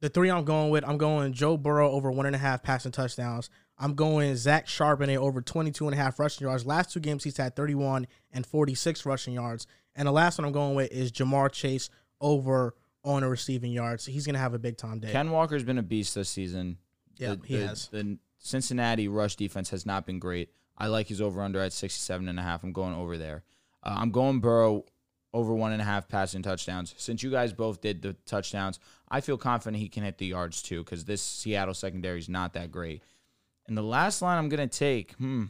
[SPEAKER 1] The three I'm going with, I'm going Joe Burrow over one and a half passing touchdowns. I'm going Zach Charbonnet over 22 and a half rushing yards. Last two games, he's had 31 and 46 rushing yards. And the last one I'm going with is Jamar Chase over on a receiving yards. he's going to have a big time day.
[SPEAKER 2] Ken Walker's been a beast this season.
[SPEAKER 1] yeah,
[SPEAKER 2] the,
[SPEAKER 1] he
[SPEAKER 2] the-
[SPEAKER 1] has.
[SPEAKER 2] The Cincinnati rush defense has not been great. I like his over under at 67 and a half. I'm going over there. Uh, I'm going Burrow over one and a half passing touchdowns. Since you guys both did the touchdowns, I feel confident he can hit the yards too because this Seattle secondary is not that great. And the last line I'm going to take, hmm.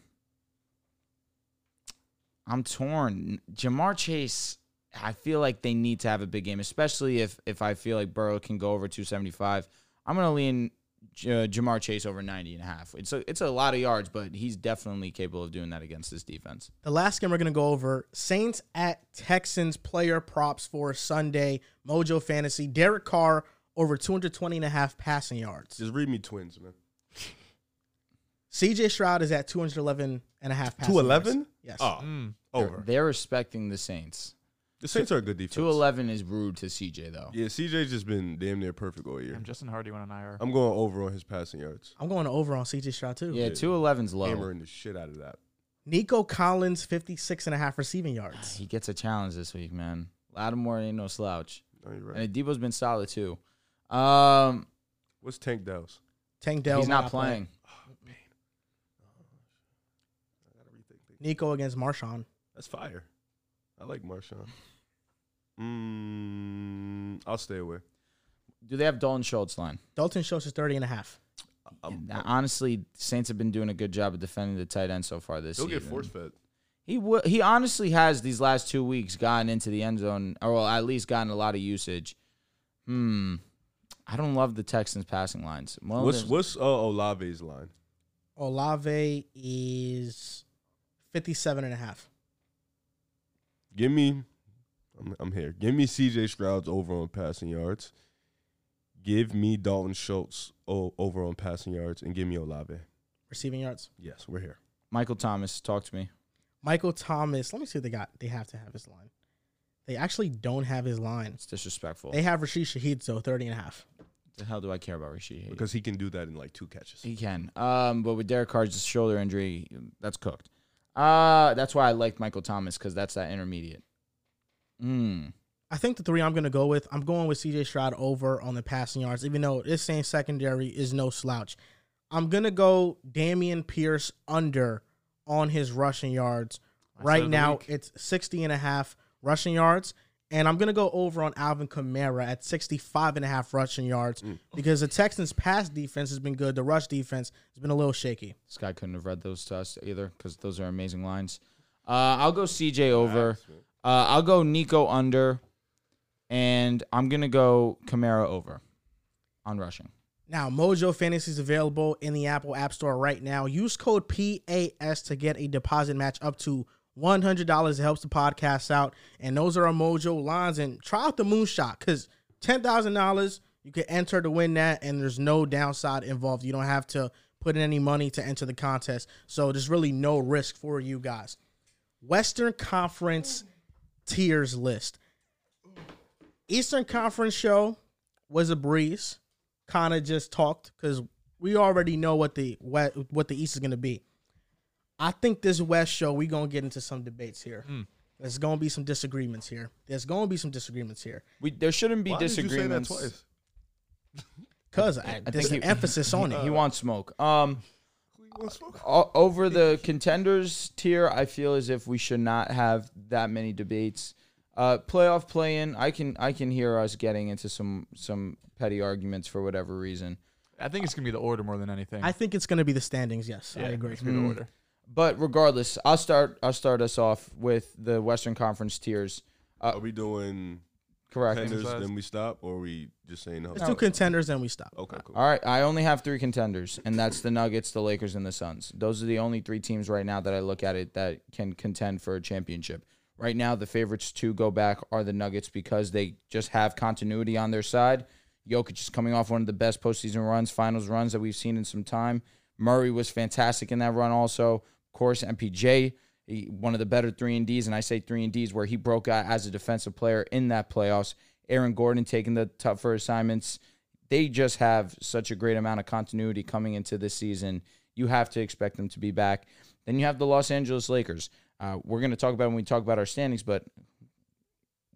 [SPEAKER 2] I'm torn. Jamar Chase, I feel like they need to have a big game, especially if if I feel like Burrow can go over 275. I'm going to lean J- Jamar Chase over 90 and a half. It's a, it's a lot of yards, but he's definitely capable of doing that against this defense.
[SPEAKER 1] The last game we're going to go over Saints at Texans player props for Sunday, Mojo Fantasy, Derek Carr over 220 and a half passing yards.
[SPEAKER 3] Just read me twins, man.
[SPEAKER 1] CJ Stroud is at 211 and a half passing yards.
[SPEAKER 3] 211?
[SPEAKER 1] Yes.
[SPEAKER 3] Oh,
[SPEAKER 2] Hmm.
[SPEAKER 4] Mm.
[SPEAKER 3] over.
[SPEAKER 2] They're respecting the Saints.
[SPEAKER 3] The Saints are a good defense.
[SPEAKER 2] 211 is rude to CJ, though.
[SPEAKER 3] Yeah, CJ's just been damn near perfect all year.
[SPEAKER 4] Damn, Justin Hardy went on IR.
[SPEAKER 3] I'm going over on his passing yards.
[SPEAKER 1] I'm going over on CJ Stroud too.
[SPEAKER 2] Yeah, 211's low.
[SPEAKER 3] Hammering the shit out of that.
[SPEAKER 1] Nico Collins, 56 and a half receiving yards.
[SPEAKER 2] He gets a challenge this week, man. Lattimore ain't no slouch.
[SPEAKER 3] No, you're right.
[SPEAKER 2] And Adibo's been solid, too. Um,
[SPEAKER 3] What's Tank Dell's?
[SPEAKER 1] Tank Dell.
[SPEAKER 2] he's not playing.
[SPEAKER 1] Nico against Marshawn.
[SPEAKER 3] That's fire. I like Marshawn. Mm, I'll stay away.
[SPEAKER 2] Do they have Dalton Schultz line?
[SPEAKER 1] Dalton Schultz is 30 and a half.
[SPEAKER 3] I'm,
[SPEAKER 2] Now, honestly, Saints have been doing a good job of defending the tight end so far this
[SPEAKER 3] he'll
[SPEAKER 2] season.
[SPEAKER 3] get force fed.
[SPEAKER 2] He w- he honestly has these last two weeks gotten into the end zone, or well, at least gotten a lot of usage. Hmm. I don't love the Texans passing lines. Well,
[SPEAKER 3] What's
[SPEAKER 2] there's-
[SPEAKER 3] what's uh, Olave's line?
[SPEAKER 1] Olave is 57 and a half.
[SPEAKER 3] Give me, I'm, I'm here. Give me CJ Stroud's over on passing yards. Give me Dalton Schultz o- over on passing yards, and give me Olave.
[SPEAKER 1] Receiving yards.
[SPEAKER 3] Yes, we're here.
[SPEAKER 2] Michael Thomas? Talk to me.
[SPEAKER 1] Michael Thomas. Let me see what they got. They have to have his line. They actually don't have his line.
[SPEAKER 2] It's disrespectful.
[SPEAKER 1] They have Rashid Shaheed, so 30 and a half.
[SPEAKER 2] the hell do I care about Rishi? Hayes?
[SPEAKER 3] Because he can do that in like two catches.
[SPEAKER 2] He can. Um, but with Derek Carr's shoulder injury, that's cooked. Uh, that's why I liked Michael Thomas because that's that intermediate. Hmm.
[SPEAKER 1] I think the three I'm going to go with, I'm going with CJ Stroud over on the passing yards, even though this same secondary is no slouch. I'm going to go Damian Pierce under on his rushing yards.
[SPEAKER 4] I said it
[SPEAKER 1] right
[SPEAKER 4] the
[SPEAKER 1] now,
[SPEAKER 4] week.
[SPEAKER 1] it's 60 and a half rushing yards. And I'm going to go over on Alvin Kamara at 65 and a half rushing yards because the Texans' pass defense has been good. The rush defense has been a little shaky.
[SPEAKER 2] This guy couldn't have read those to us either because those are amazing lines. Uh, I'll go CJ over. Uh, I'll go Nico under. And I'm going to go Camaro over on rushing.
[SPEAKER 1] Now, Mojo Fantasy is available in the Apple App Store right now. Use code PAS to get a deposit match up to $100. It helps the podcast out. And those are our Mojo lines. And try out the Moonshot because $10,000, you can enter to win that, and there's no downside involved. You don't have to put in any money to enter the contest. So there's really no risk for you guys. Western Conference tiers list. Eastern Conference show was a breeze. Kind of just talked because we already know what the what, what the East is going to be. I think this West show we gonna get into some debates here.
[SPEAKER 3] Hmm.
[SPEAKER 1] There's gonna be some disagreements here. There's gonna be some disagreements here
[SPEAKER 2] We, there shouldn't be
[SPEAKER 3] Why did you say that
[SPEAKER 2] disagreements.
[SPEAKER 3] twice?
[SPEAKER 1] because there's
[SPEAKER 3] [LAUGHS]
[SPEAKER 1] an
[SPEAKER 2] think he-
[SPEAKER 1] emphasis on
[SPEAKER 3] Uh,
[SPEAKER 1] it.
[SPEAKER 2] He wants smoke. Um, o- over the contenders tier, I feel as if we should not have that many debates. Uh, playoff play-in, I can I can hear us getting into some some petty arguments for whatever reason.
[SPEAKER 4] I think it's gonna be the order more than anything.
[SPEAKER 1] I think it's gonna be the standings. Yes, I agree.
[SPEAKER 4] It's gonna be the order.
[SPEAKER 2] But regardless, I'll start I'll start us off with the Western Conference tiers.
[SPEAKER 3] Are we doing
[SPEAKER 2] Correct.
[SPEAKER 3] contenders,
[SPEAKER 4] last-
[SPEAKER 3] then we stop, or are we just saying no? Oh,
[SPEAKER 1] It's two contenders and we stop.
[SPEAKER 3] Okay, cool.
[SPEAKER 2] All right, I only have three contenders, and that's the Nuggets, the Lakers, and the Suns. Those are the only three teams right now that I look at it that can contend for a championship. Right now, the favorites to go back are the Nuggets because they just have continuity on their side. Jokic is coming off one of the best postseason runs, finals runs that we've seen in some time. Murray was fantastic in that run, also. Of course, MPJ, he, one of the better three and Ds, and I say three and Ds where he broke out as a defensive player in that playoffs. Aaron Gordon taking the tougher assignments they just have such a great amount of continuity coming into this season. You have to expect them to be back. Then you have the Los Angeles Lakers. Uh, we're going to talk about when we talk about our standings, but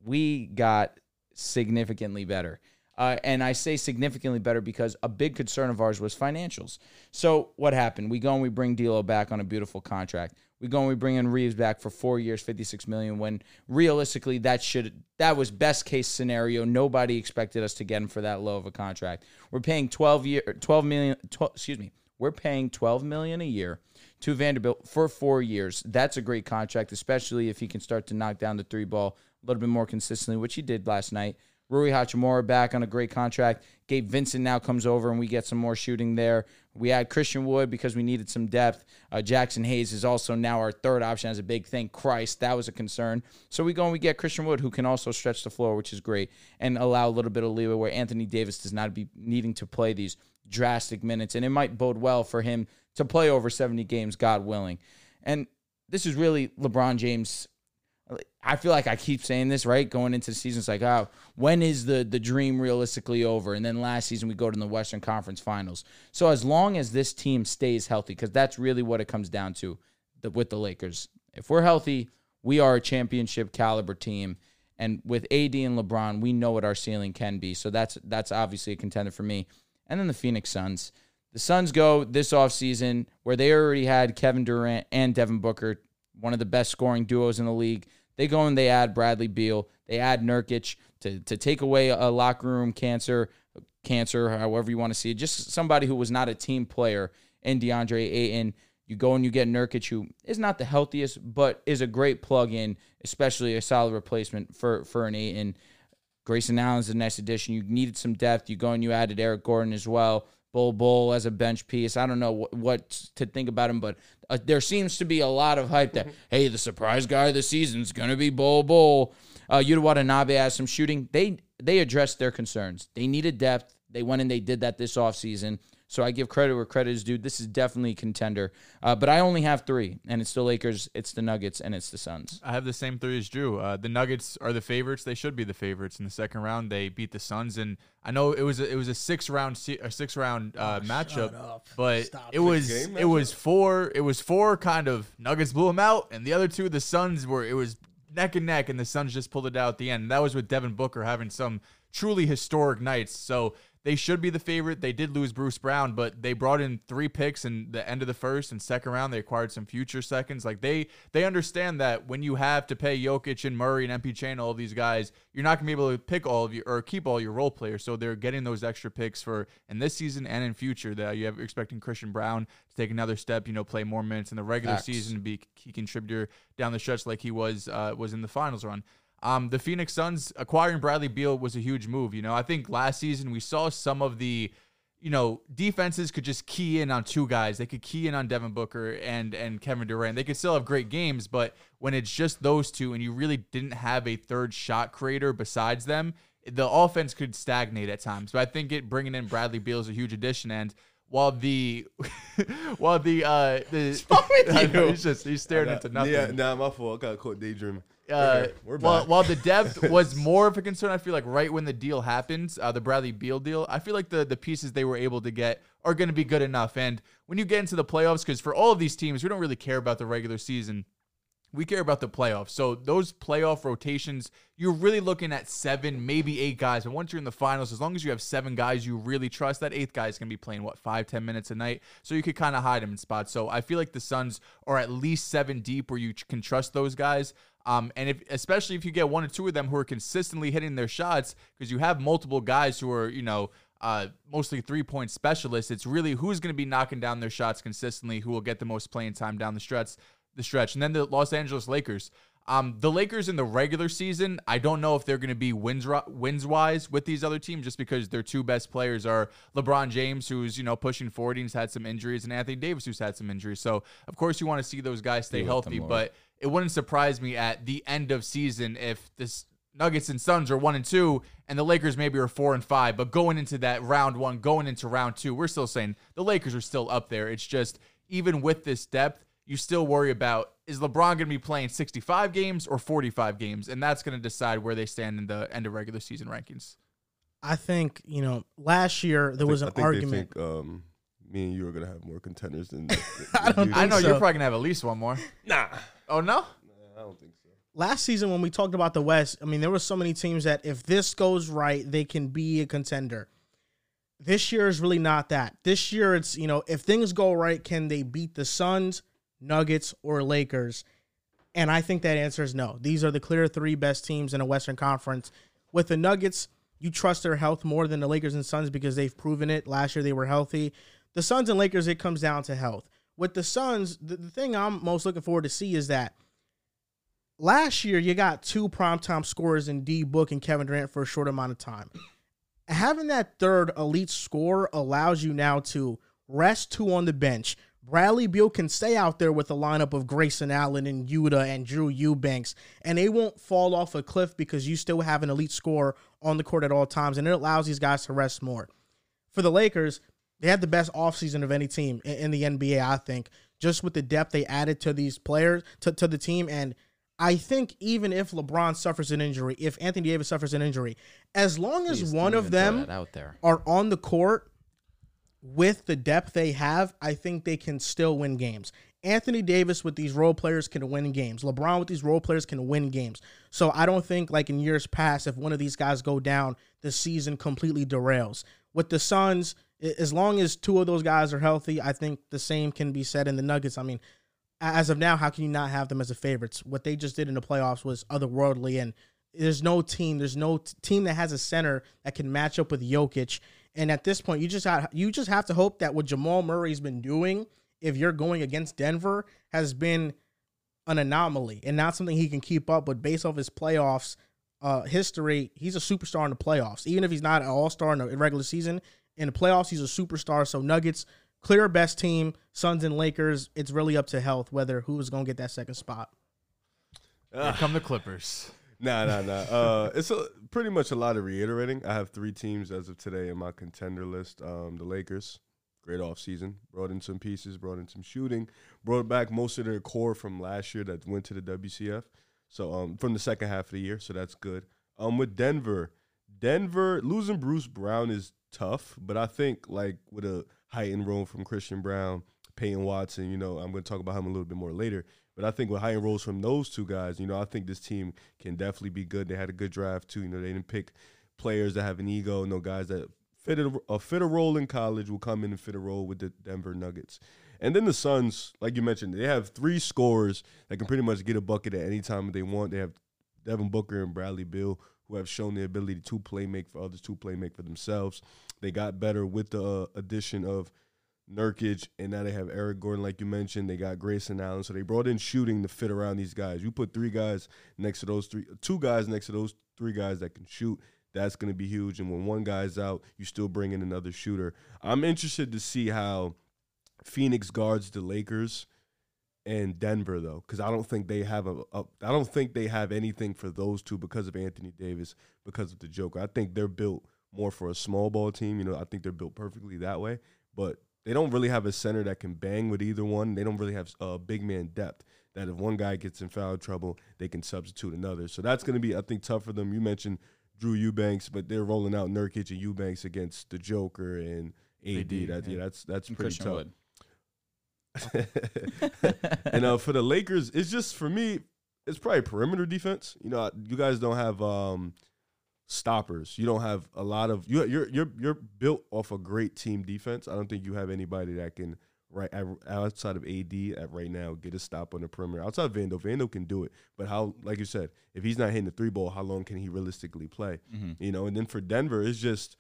[SPEAKER 2] we got significantly better. Uh, and I say significantly better because a big concern of ours was financials. So what happened? We go and we bring D'Lo back on a beautiful contract. We go and we bring in Reeves back for four years, fifty-six million. When realistically, that should that was best case scenario. Nobody expected us to get him for that low of a contract. We're paying twelve year, twelve million. 12, excuse me. We're paying twelve million a year to Vanderbilt for four years. That's a great contract, especially if he can start to knock down the three ball a little bit more consistently, which he did last night. Rui Hachimura back on a great contract. Gabe Vincent now comes over and we get some more shooting there. We add Christian Wood because we needed some depth. Uh, Jackson Hayes is also now our third option as a big thing. Christ, that was a concern. So we go and we get Christian Wood, who can also stretch the floor, which is great, and allow a little bit of leeway where Anthony Davis does not be needing to play these drastic minutes. And it might bode well for him to play over 70 games, God willing. And this is really LeBron James I feel like I keep saying this, right? Going into the season, it's like, oh, when is the the dream realistically over? And then last season we go to the Western Conference Finals. So as long as this team stays healthy, because that's really what it comes down to the, with the Lakers. If we're healthy, we are a championship caliber team. And with AD and LeBron, we know what our ceiling can be. So that's that's obviously a contender for me. And then the Phoenix Suns. The Suns go this offseason where they already had Kevin Durant and Devin Booker, one of the best scoring duos in the league. They go and they add Bradley Beal, they add Nurkic to to take away a locker room cancer, cancer, however you want to see it. Just somebody who was not a team player in DeAndre Ayton. You go and you get Nurkic, who is not the healthiest, but is a great plug in, especially a solid replacement for for an Ayton. Grayson Allen's the next addition. You needed some depth. You go and you added Eric Gordon as well. Bull Bull as a bench piece. I don't know what, what to think about him, but uh, there seems to be a lot of hype that, hey, the surprise guy of the season's going to be Bull Bull. Uh, Yuta Watanabe has some shooting. They they addressed their concerns. They needed depth. They went and they did that this offseason. So I give credit where credit is due. This is definitely a contender. Uh, but I only have three, and it's the Lakers, it's the Nuggets, and it's the Suns.
[SPEAKER 4] I have the same three as Drew. Uh, the Nuggets are the favorites. They should be the favorites in the second round. They beat the Suns, and I know it was a, it was a six round se- a six round uh, matchup,
[SPEAKER 1] up.
[SPEAKER 4] but
[SPEAKER 1] Stop
[SPEAKER 4] it
[SPEAKER 1] it.
[SPEAKER 4] was
[SPEAKER 3] Game
[SPEAKER 4] it was four it was four kind of Nuggets blew them out, and the other two the Suns were it was neck and neck, and the Suns just pulled it out at the end. And that was with Devin Booker having some truly historic nights. So they should be the favorite. They did lose Bruce Brown, but they brought in three picks in the end of the first and second round. They acquired some future seconds. Like they they understand that when you have to pay Jokic and Murray and MPJ and all of these guys, you're not gonna be able to pick all of you or keep all your role players. So they're getting those extra picks for in this season and in future that you have you're expecting Christian Brown to take another step, you know, play more minutes in the regular
[SPEAKER 2] Facts.
[SPEAKER 4] season and be a key contributor down the stretch like he was uh, was in the finals run. Um, the Phoenix Suns acquiring Bradley Beal was a huge move. You know, I think last season we saw some of the you know, defenses could just key in on two guys. They could key in on Devin Booker and and Kevin Durant. They could still have great games, but when it's just those two and you really didn't have a third shot creator besides them, the offense could stagnate at times. But I think it bringing in Bradley Beal is a huge addition. And while the [LAUGHS] while the uh the [LAUGHS] I know, he's just he's staring into nothing
[SPEAKER 3] Yeah, nah, my fault. I got caught daydreaming.
[SPEAKER 4] uh,
[SPEAKER 3] we're back.
[SPEAKER 4] while, while
[SPEAKER 3] [LAUGHS]
[SPEAKER 4] the depth was more of a concern, I feel like right when the deal happens, uh, the Bradley Beal deal, I feel like the the pieces they were able to get are going to be good enough. And when you get into the playoffs, because for all of these teams, we don't really care about the regular season. We care about the playoffs. So those playoff rotations, you're really looking at seven, maybe eight guys. And once you're in the finals, as long as you have seven guys you really trust, that eighth guy is going to be playing, what, five, ten minutes a night? So you could kind of hide him in spots. So I feel like the Suns are at least seven deep where you ch- can trust those guys. Um, and if, especially if you get one or two of them who are consistently hitting their shots, because you have multiple guys who are, you know, uh, mostly three point specialists. It's really who's going to be knocking down their shots consistently, who will get the most playing time down the stretch, the stretch, and then the Los Angeles Lakers. Um, the Lakers in the regular season, I don't know if they're going to be wins wins wise with these other teams, just because their two best players are LeBron James, who's you know pushing forty and has had some injuries, and Anthony Davis, who's had some injuries. So of course you want to see those guys stay
[SPEAKER 2] Deal with
[SPEAKER 4] healthy,
[SPEAKER 2] them, Lord.
[SPEAKER 4] but it wouldn't surprise me at the end of season if this Nuggets and Suns are one and two, and the Lakers maybe are four and five. But going into that round one, going into round two, we're still saying the Lakers are still up there. It's just even with this depth, you still worry about is LeBron going to be playing 65 games or 45 games, and that's going to decide where they stand in the end of regular season rankings.
[SPEAKER 1] I think you know. Last year there was
[SPEAKER 3] I
[SPEAKER 1] an
[SPEAKER 3] think they
[SPEAKER 1] argument.
[SPEAKER 3] think, um, me and you are gonna have more contenders than.
[SPEAKER 1] I don't
[SPEAKER 3] you.
[SPEAKER 4] I know
[SPEAKER 1] so.
[SPEAKER 4] you're probably going to have at least one more.
[SPEAKER 3] [LAUGHS] Nah,
[SPEAKER 4] Oh no,
[SPEAKER 3] I don't think so.
[SPEAKER 1] last season when we talked about the West, I mean, there were so many teams that if this goes right, they can be a contender. This year is really not that. This year, it's, you know, if things go right, can they beat the Suns, Nuggets, or Lakers? And I think that answer is no. These are the clear three best teams in the Western Conference. With the Nuggets, you trust their health more than the Lakers and Suns because they've proven it. Last year they were healthy. The Suns and Lakers, it comes down to health. With the Suns, the, the thing I'm most looking forward to see is that last year you got two primetime scorers in D Book and Kevin Durant for a short amount of time. Having that third elite scorer allows you now to rest two on the bench. Bradley Beal can stay out there with a lineup of Grayson Allen and Yuta and Drew Eubanks, and they won't fall off a cliff because you still have an elite scorer on the court at all times, and it allows these guys to rest more for the Lakers, they had the best offseason of any team in, in the NBA, I think, just with the depth they added to these players, to, to the team. And I think even if LeBron suffers an injury, if Anthony Davis suffers an injury, as long as
[SPEAKER 2] Please,
[SPEAKER 1] one
[SPEAKER 2] don't
[SPEAKER 1] of
[SPEAKER 2] even throw
[SPEAKER 1] them
[SPEAKER 2] that out there.
[SPEAKER 1] are on the court with the depth they have, I think they can still win games. Anthony Davis with these role players can win games. LeBron with these role players can win games. So I don't think like in years past, if one of these guys go down, the season completely derails. With the Suns, a- as long as two of those guys are healthy, I think the same can be said in the Nuggets. I mean, a- as of now, how can you not have them as the favorites? What they just did in the playoffs was otherworldly, and there's no team, there's no t- team that has a center that can match up with Jokic. And at this point, you just have, you just have to hope that what Jamal Murray's been doing, if you're going against Denver, has been an anomaly and not something he can keep up with based off his playoffs uh, history. He's a superstar in the playoffs, even if he's not an all star in the regular season. In the playoffs, he's a superstar. So Nuggets clear best team. Suns and Lakers. It's really up to health whether who's going to get that second spot.
[SPEAKER 3] Ah,
[SPEAKER 4] here come the Clippers.
[SPEAKER 3] Nah, nah, nah. Uh, it's a, pretty much a lot of reiterating. I have three teams as of today in my contender list. Um, the Lakers, great offseason. Brought in some pieces, brought in some shooting, brought back most of their core from last year that went to the WCF. So um, from the second half of the year, so that's good. Um, with Denver, Denver losing Bruce Brown is tough, but I think like with a heightened role from Christian Brown, Peyton Watson, you know, I'm going to talk about him a little bit more later. But I think with heightened roles from those two guys, you know, I think this team can definitely be good. They had a good draft too. You know, they didn't pick players that have an ego. No guys that fit a, a fit a role in college will come in and fit a role with the Denver Nuggets. And then the Suns, like you mentioned, they have three scorers that can pretty much get a bucket at any time they want. They have Devin Booker and Bradley Bill, who have shown the ability to play make for others, to play make for themselves. They got better with the uh, addition of Nurkic, and now they have Eric Gordon, like you mentioned. They got Grayson Allen, so they brought in shooting to fit around these guys. You put three guys next to those three, two guys next to those three guys that can shoot. That's going to be huge. And when one guy's out, you still bring in another shooter. I'm interested to see how Phoenix guards the Lakers and Denver though, because I don't think they have a, a. I don't think they have anything for those two because of Anthony Davis, because of the Joker. I think they're built more for a small ball team. You know, I think they're built perfectly that way. But they don't really have a center that can bang with either one. They don't really have a uh, big man depth that if one guy gets in foul trouble, they can substitute another. So that's going to be, I think, tough for them. You mentioned Drew Eubanks, but they're rolling out Nurkic and Eubanks against the Joker and AD.
[SPEAKER 4] AD,
[SPEAKER 3] That-
[SPEAKER 4] yeah.
[SPEAKER 3] yeah, that's that's
[SPEAKER 2] And
[SPEAKER 3] pretty
[SPEAKER 2] Christian
[SPEAKER 3] tough.
[SPEAKER 2] Wood.
[SPEAKER 3] [LAUGHS] and uh, for the Lakers, it's just for me, it's probably perimeter defense. You know, you guys don't have um, stoppers. You don't have a lot of you. You're you're you're built off a great team defense. I don't think you have anybody that can right outside of AD at right now get a stop on the perimeter. Outside of Vando, Vando can do it, but how? Like you said, if he's not hitting the three ball, how long can he realistically play?
[SPEAKER 2] Mhm.
[SPEAKER 3] You know, and then for Denver, it's just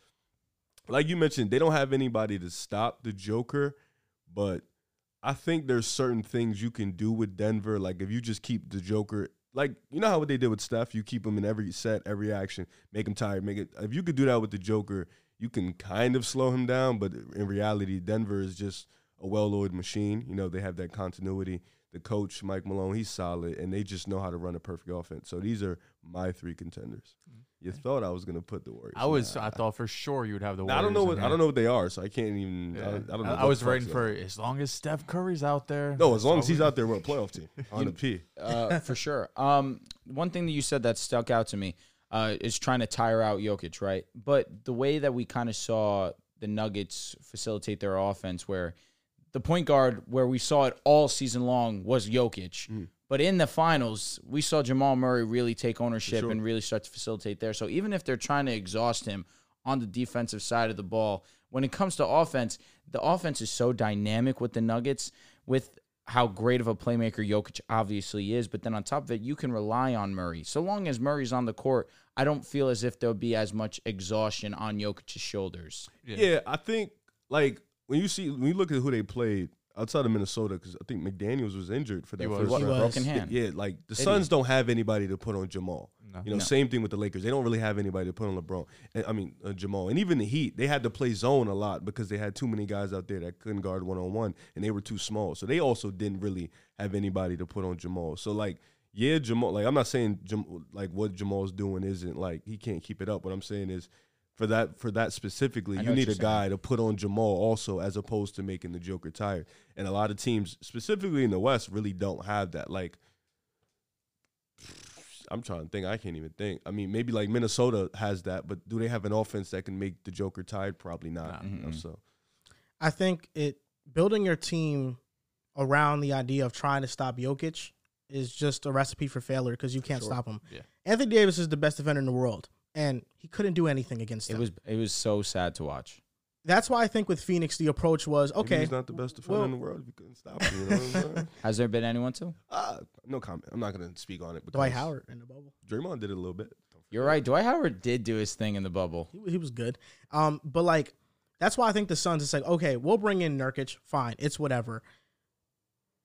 [SPEAKER 3] like you mentioned, they don't have anybody to stop the Joker, but I think there's certain things you can do with Denver. Like if you just keep the Joker, like you know how what they did with Steph, you keep him in every set, every action, make him tired, make it. If you could do that with the Joker, you can kind of slow him down, but in reality, Denver is just a well-oiled machine. You know they have that continuity. The coach Mike Malone, he's solid, and they just know how to run a perfect offense. So these are my three contenders. You thought I was gonna put the Warriors.
[SPEAKER 4] Mm-hmm. I was.
[SPEAKER 3] Nah.
[SPEAKER 4] I thought for sure you would have the.
[SPEAKER 3] I don't know what
[SPEAKER 4] Warriors in
[SPEAKER 3] I don't
[SPEAKER 4] here.
[SPEAKER 3] know what they are, so I can't even. I,
[SPEAKER 4] Yeah.
[SPEAKER 3] don't- I don't know.
[SPEAKER 4] I, I
[SPEAKER 3] what
[SPEAKER 4] was
[SPEAKER 3] the fuck's
[SPEAKER 4] writing
[SPEAKER 3] up.
[SPEAKER 4] for as long as Steph Curry's out there.
[SPEAKER 3] No, as long as
[SPEAKER 4] always-
[SPEAKER 3] he's out there, we're a playoff team on the P.
[SPEAKER 2] uh, for sure. Um, one thing that you said that stuck out to me uh, is trying to tire out Jokic, right? But the way that we kind of saw the Nuggets facilitate their offense, where the point guard, where we saw it all season long, was Jokic. But in the finals, we saw Jamal Murray really take ownership
[SPEAKER 3] sure.
[SPEAKER 2] and really start to facilitate there. So even if they're trying to exhaust him on the defensive side of the ball, when it comes to offense, the offense is so dynamic with the Nuggets with how great of a playmaker Jokic obviously is, but then on top of it, you can rely on Murray. So long as Murray's on the court, I don't feel as if there'll be as much exhaustion on Jokic's shoulders.
[SPEAKER 3] Yeah. I think like when you see when you look at who they played outside of Minnesota, because I think McDaniel's was injured for that
[SPEAKER 4] He was.
[SPEAKER 3] first
[SPEAKER 1] He
[SPEAKER 3] round.
[SPEAKER 1] was.
[SPEAKER 2] Broken hand.
[SPEAKER 3] Yeah, like the Suns don't have anybody to put on Jamal.
[SPEAKER 4] No.
[SPEAKER 3] You know, same thing with the Lakers. They don't really have anybody to put on LeBron. And, I mean, uh, Jamal. And even the Heat, they had to play zone a lot because they had too many guys out there that couldn't guard one on one, and they were too small. So they also didn't really have anybody to put on Jamal. So like, yeah, Jamal. Like I'm not saying Jam- like what Jamal's doing isn't like he can't keep it up. What I'm saying is. For that, for that specifically,
[SPEAKER 2] I know
[SPEAKER 3] you
[SPEAKER 2] what
[SPEAKER 3] need
[SPEAKER 2] you're
[SPEAKER 3] a guy to put on Jamal also, as opposed to making the Joker tired. And a lot of teams, specifically in the West, really don't have that. Like I'm trying to think. I can't even think. I mean, maybe like Minnesota has that, but do they have an offense that can make the Joker tired? Probably not.
[SPEAKER 4] Nah.
[SPEAKER 3] you know,
[SPEAKER 2] Mhm.
[SPEAKER 3] so
[SPEAKER 1] I think it building your team around the idea of trying to stop Jokic is just a recipe for failure because you can't
[SPEAKER 3] Sure.
[SPEAKER 1] stop him.
[SPEAKER 4] Yeah.
[SPEAKER 1] Anthony Davis is the best defender in the world, and he couldn't do anything against him.
[SPEAKER 2] It was it was so sad to watch.
[SPEAKER 1] That's why I think with Phoenix the approach was
[SPEAKER 3] maybe
[SPEAKER 1] okay.
[SPEAKER 3] he's not the best defender
[SPEAKER 1] well-
[SPEAKER 3] in the world. If you couldn't stop him, you know what
[SPEAKER 1] [LAUGHS]
[SPEAKER 3] I'm saying?
[SPEAKER 2] Has there been anyone to?
[SPEAKER 3] Ah, no comment. I'm not gonna speak on it. Because
[SPEAKER 1] Dwight Howard in the bubble.
[SPEAKER 3] Draymond did it a little bit.
[SPEAKER 2] You're right. Dwight Howard did do his thing in the bubble.
[SPEAKER 1] He, he was good. Um, but like that's why I think the Suns is like, okay, we'll bring in Nurkic, fine, it's whatever.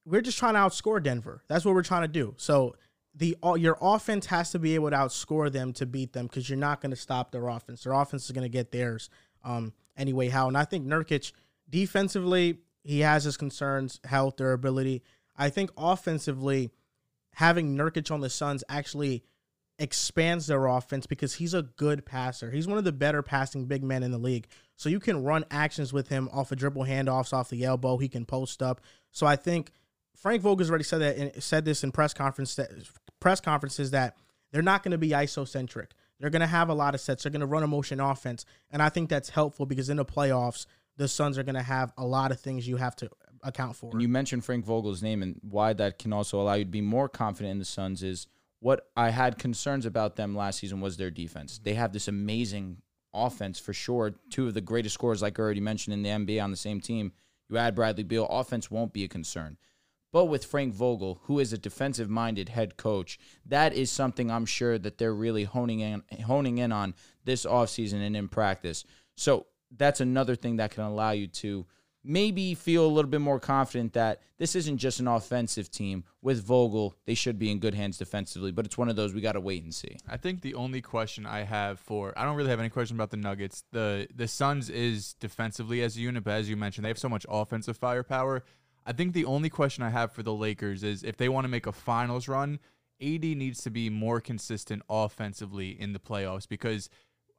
[SPEAKER 1] We're just trying to outscore Denver. That's what we're trying to do. So the all, your offense has to be able to outscore them to beat them because you're not going to stop their offense. Their offense is going to get theirs um, anyway. How and I think Nurkic defensively he has his concerns, health, durability. I think offensively having Nurkic on the Suns actually expands their offense because he's a good passer. He's one of the better passing big men in the league. So you can run actions with him off of dribble handoffs, off the elbow. He can post up. So I think Frank Vogel's already said that and said this in press conference that, press conferences that they're not going to be isocentric. They're going to have a lot of sets. They're going to run a motion offense, and I think that's helpful because in the playoffs, the Suns are going to have a lot of things you have to account for.
[SPEAKER 2] And you mentioned Frank Vogel's name and why that can also allow you to be more confident in the Suns is what I had concerns about them last season was their defense. They have this amazing offense for sure. Two of the greatest scorers, like I already mentioned, in the NBA on the same team. You add Bradley Beal, offense won't be a concern. But with Frank Vogel, who is a defensive minded head coach, that is something I'm sure that they're really honing in honing in on this offseason and in practice. So that's another thing that can allow you to maybe feel a little bit more confident that this isn't just an offensive team with Vogel. They should be in good hands defensively, but it's one of those we got to wait and see.
[SPEAKER 4] I think the only question I have for I don't really have any question about the Nuggets. The the Suns is defensively as a unit, but as you mentioned, they have so much offensive firepower. I think the only question I have for the Lakers is if they want to make a finals run, AD needs to be more consistent offensively in the playoffs because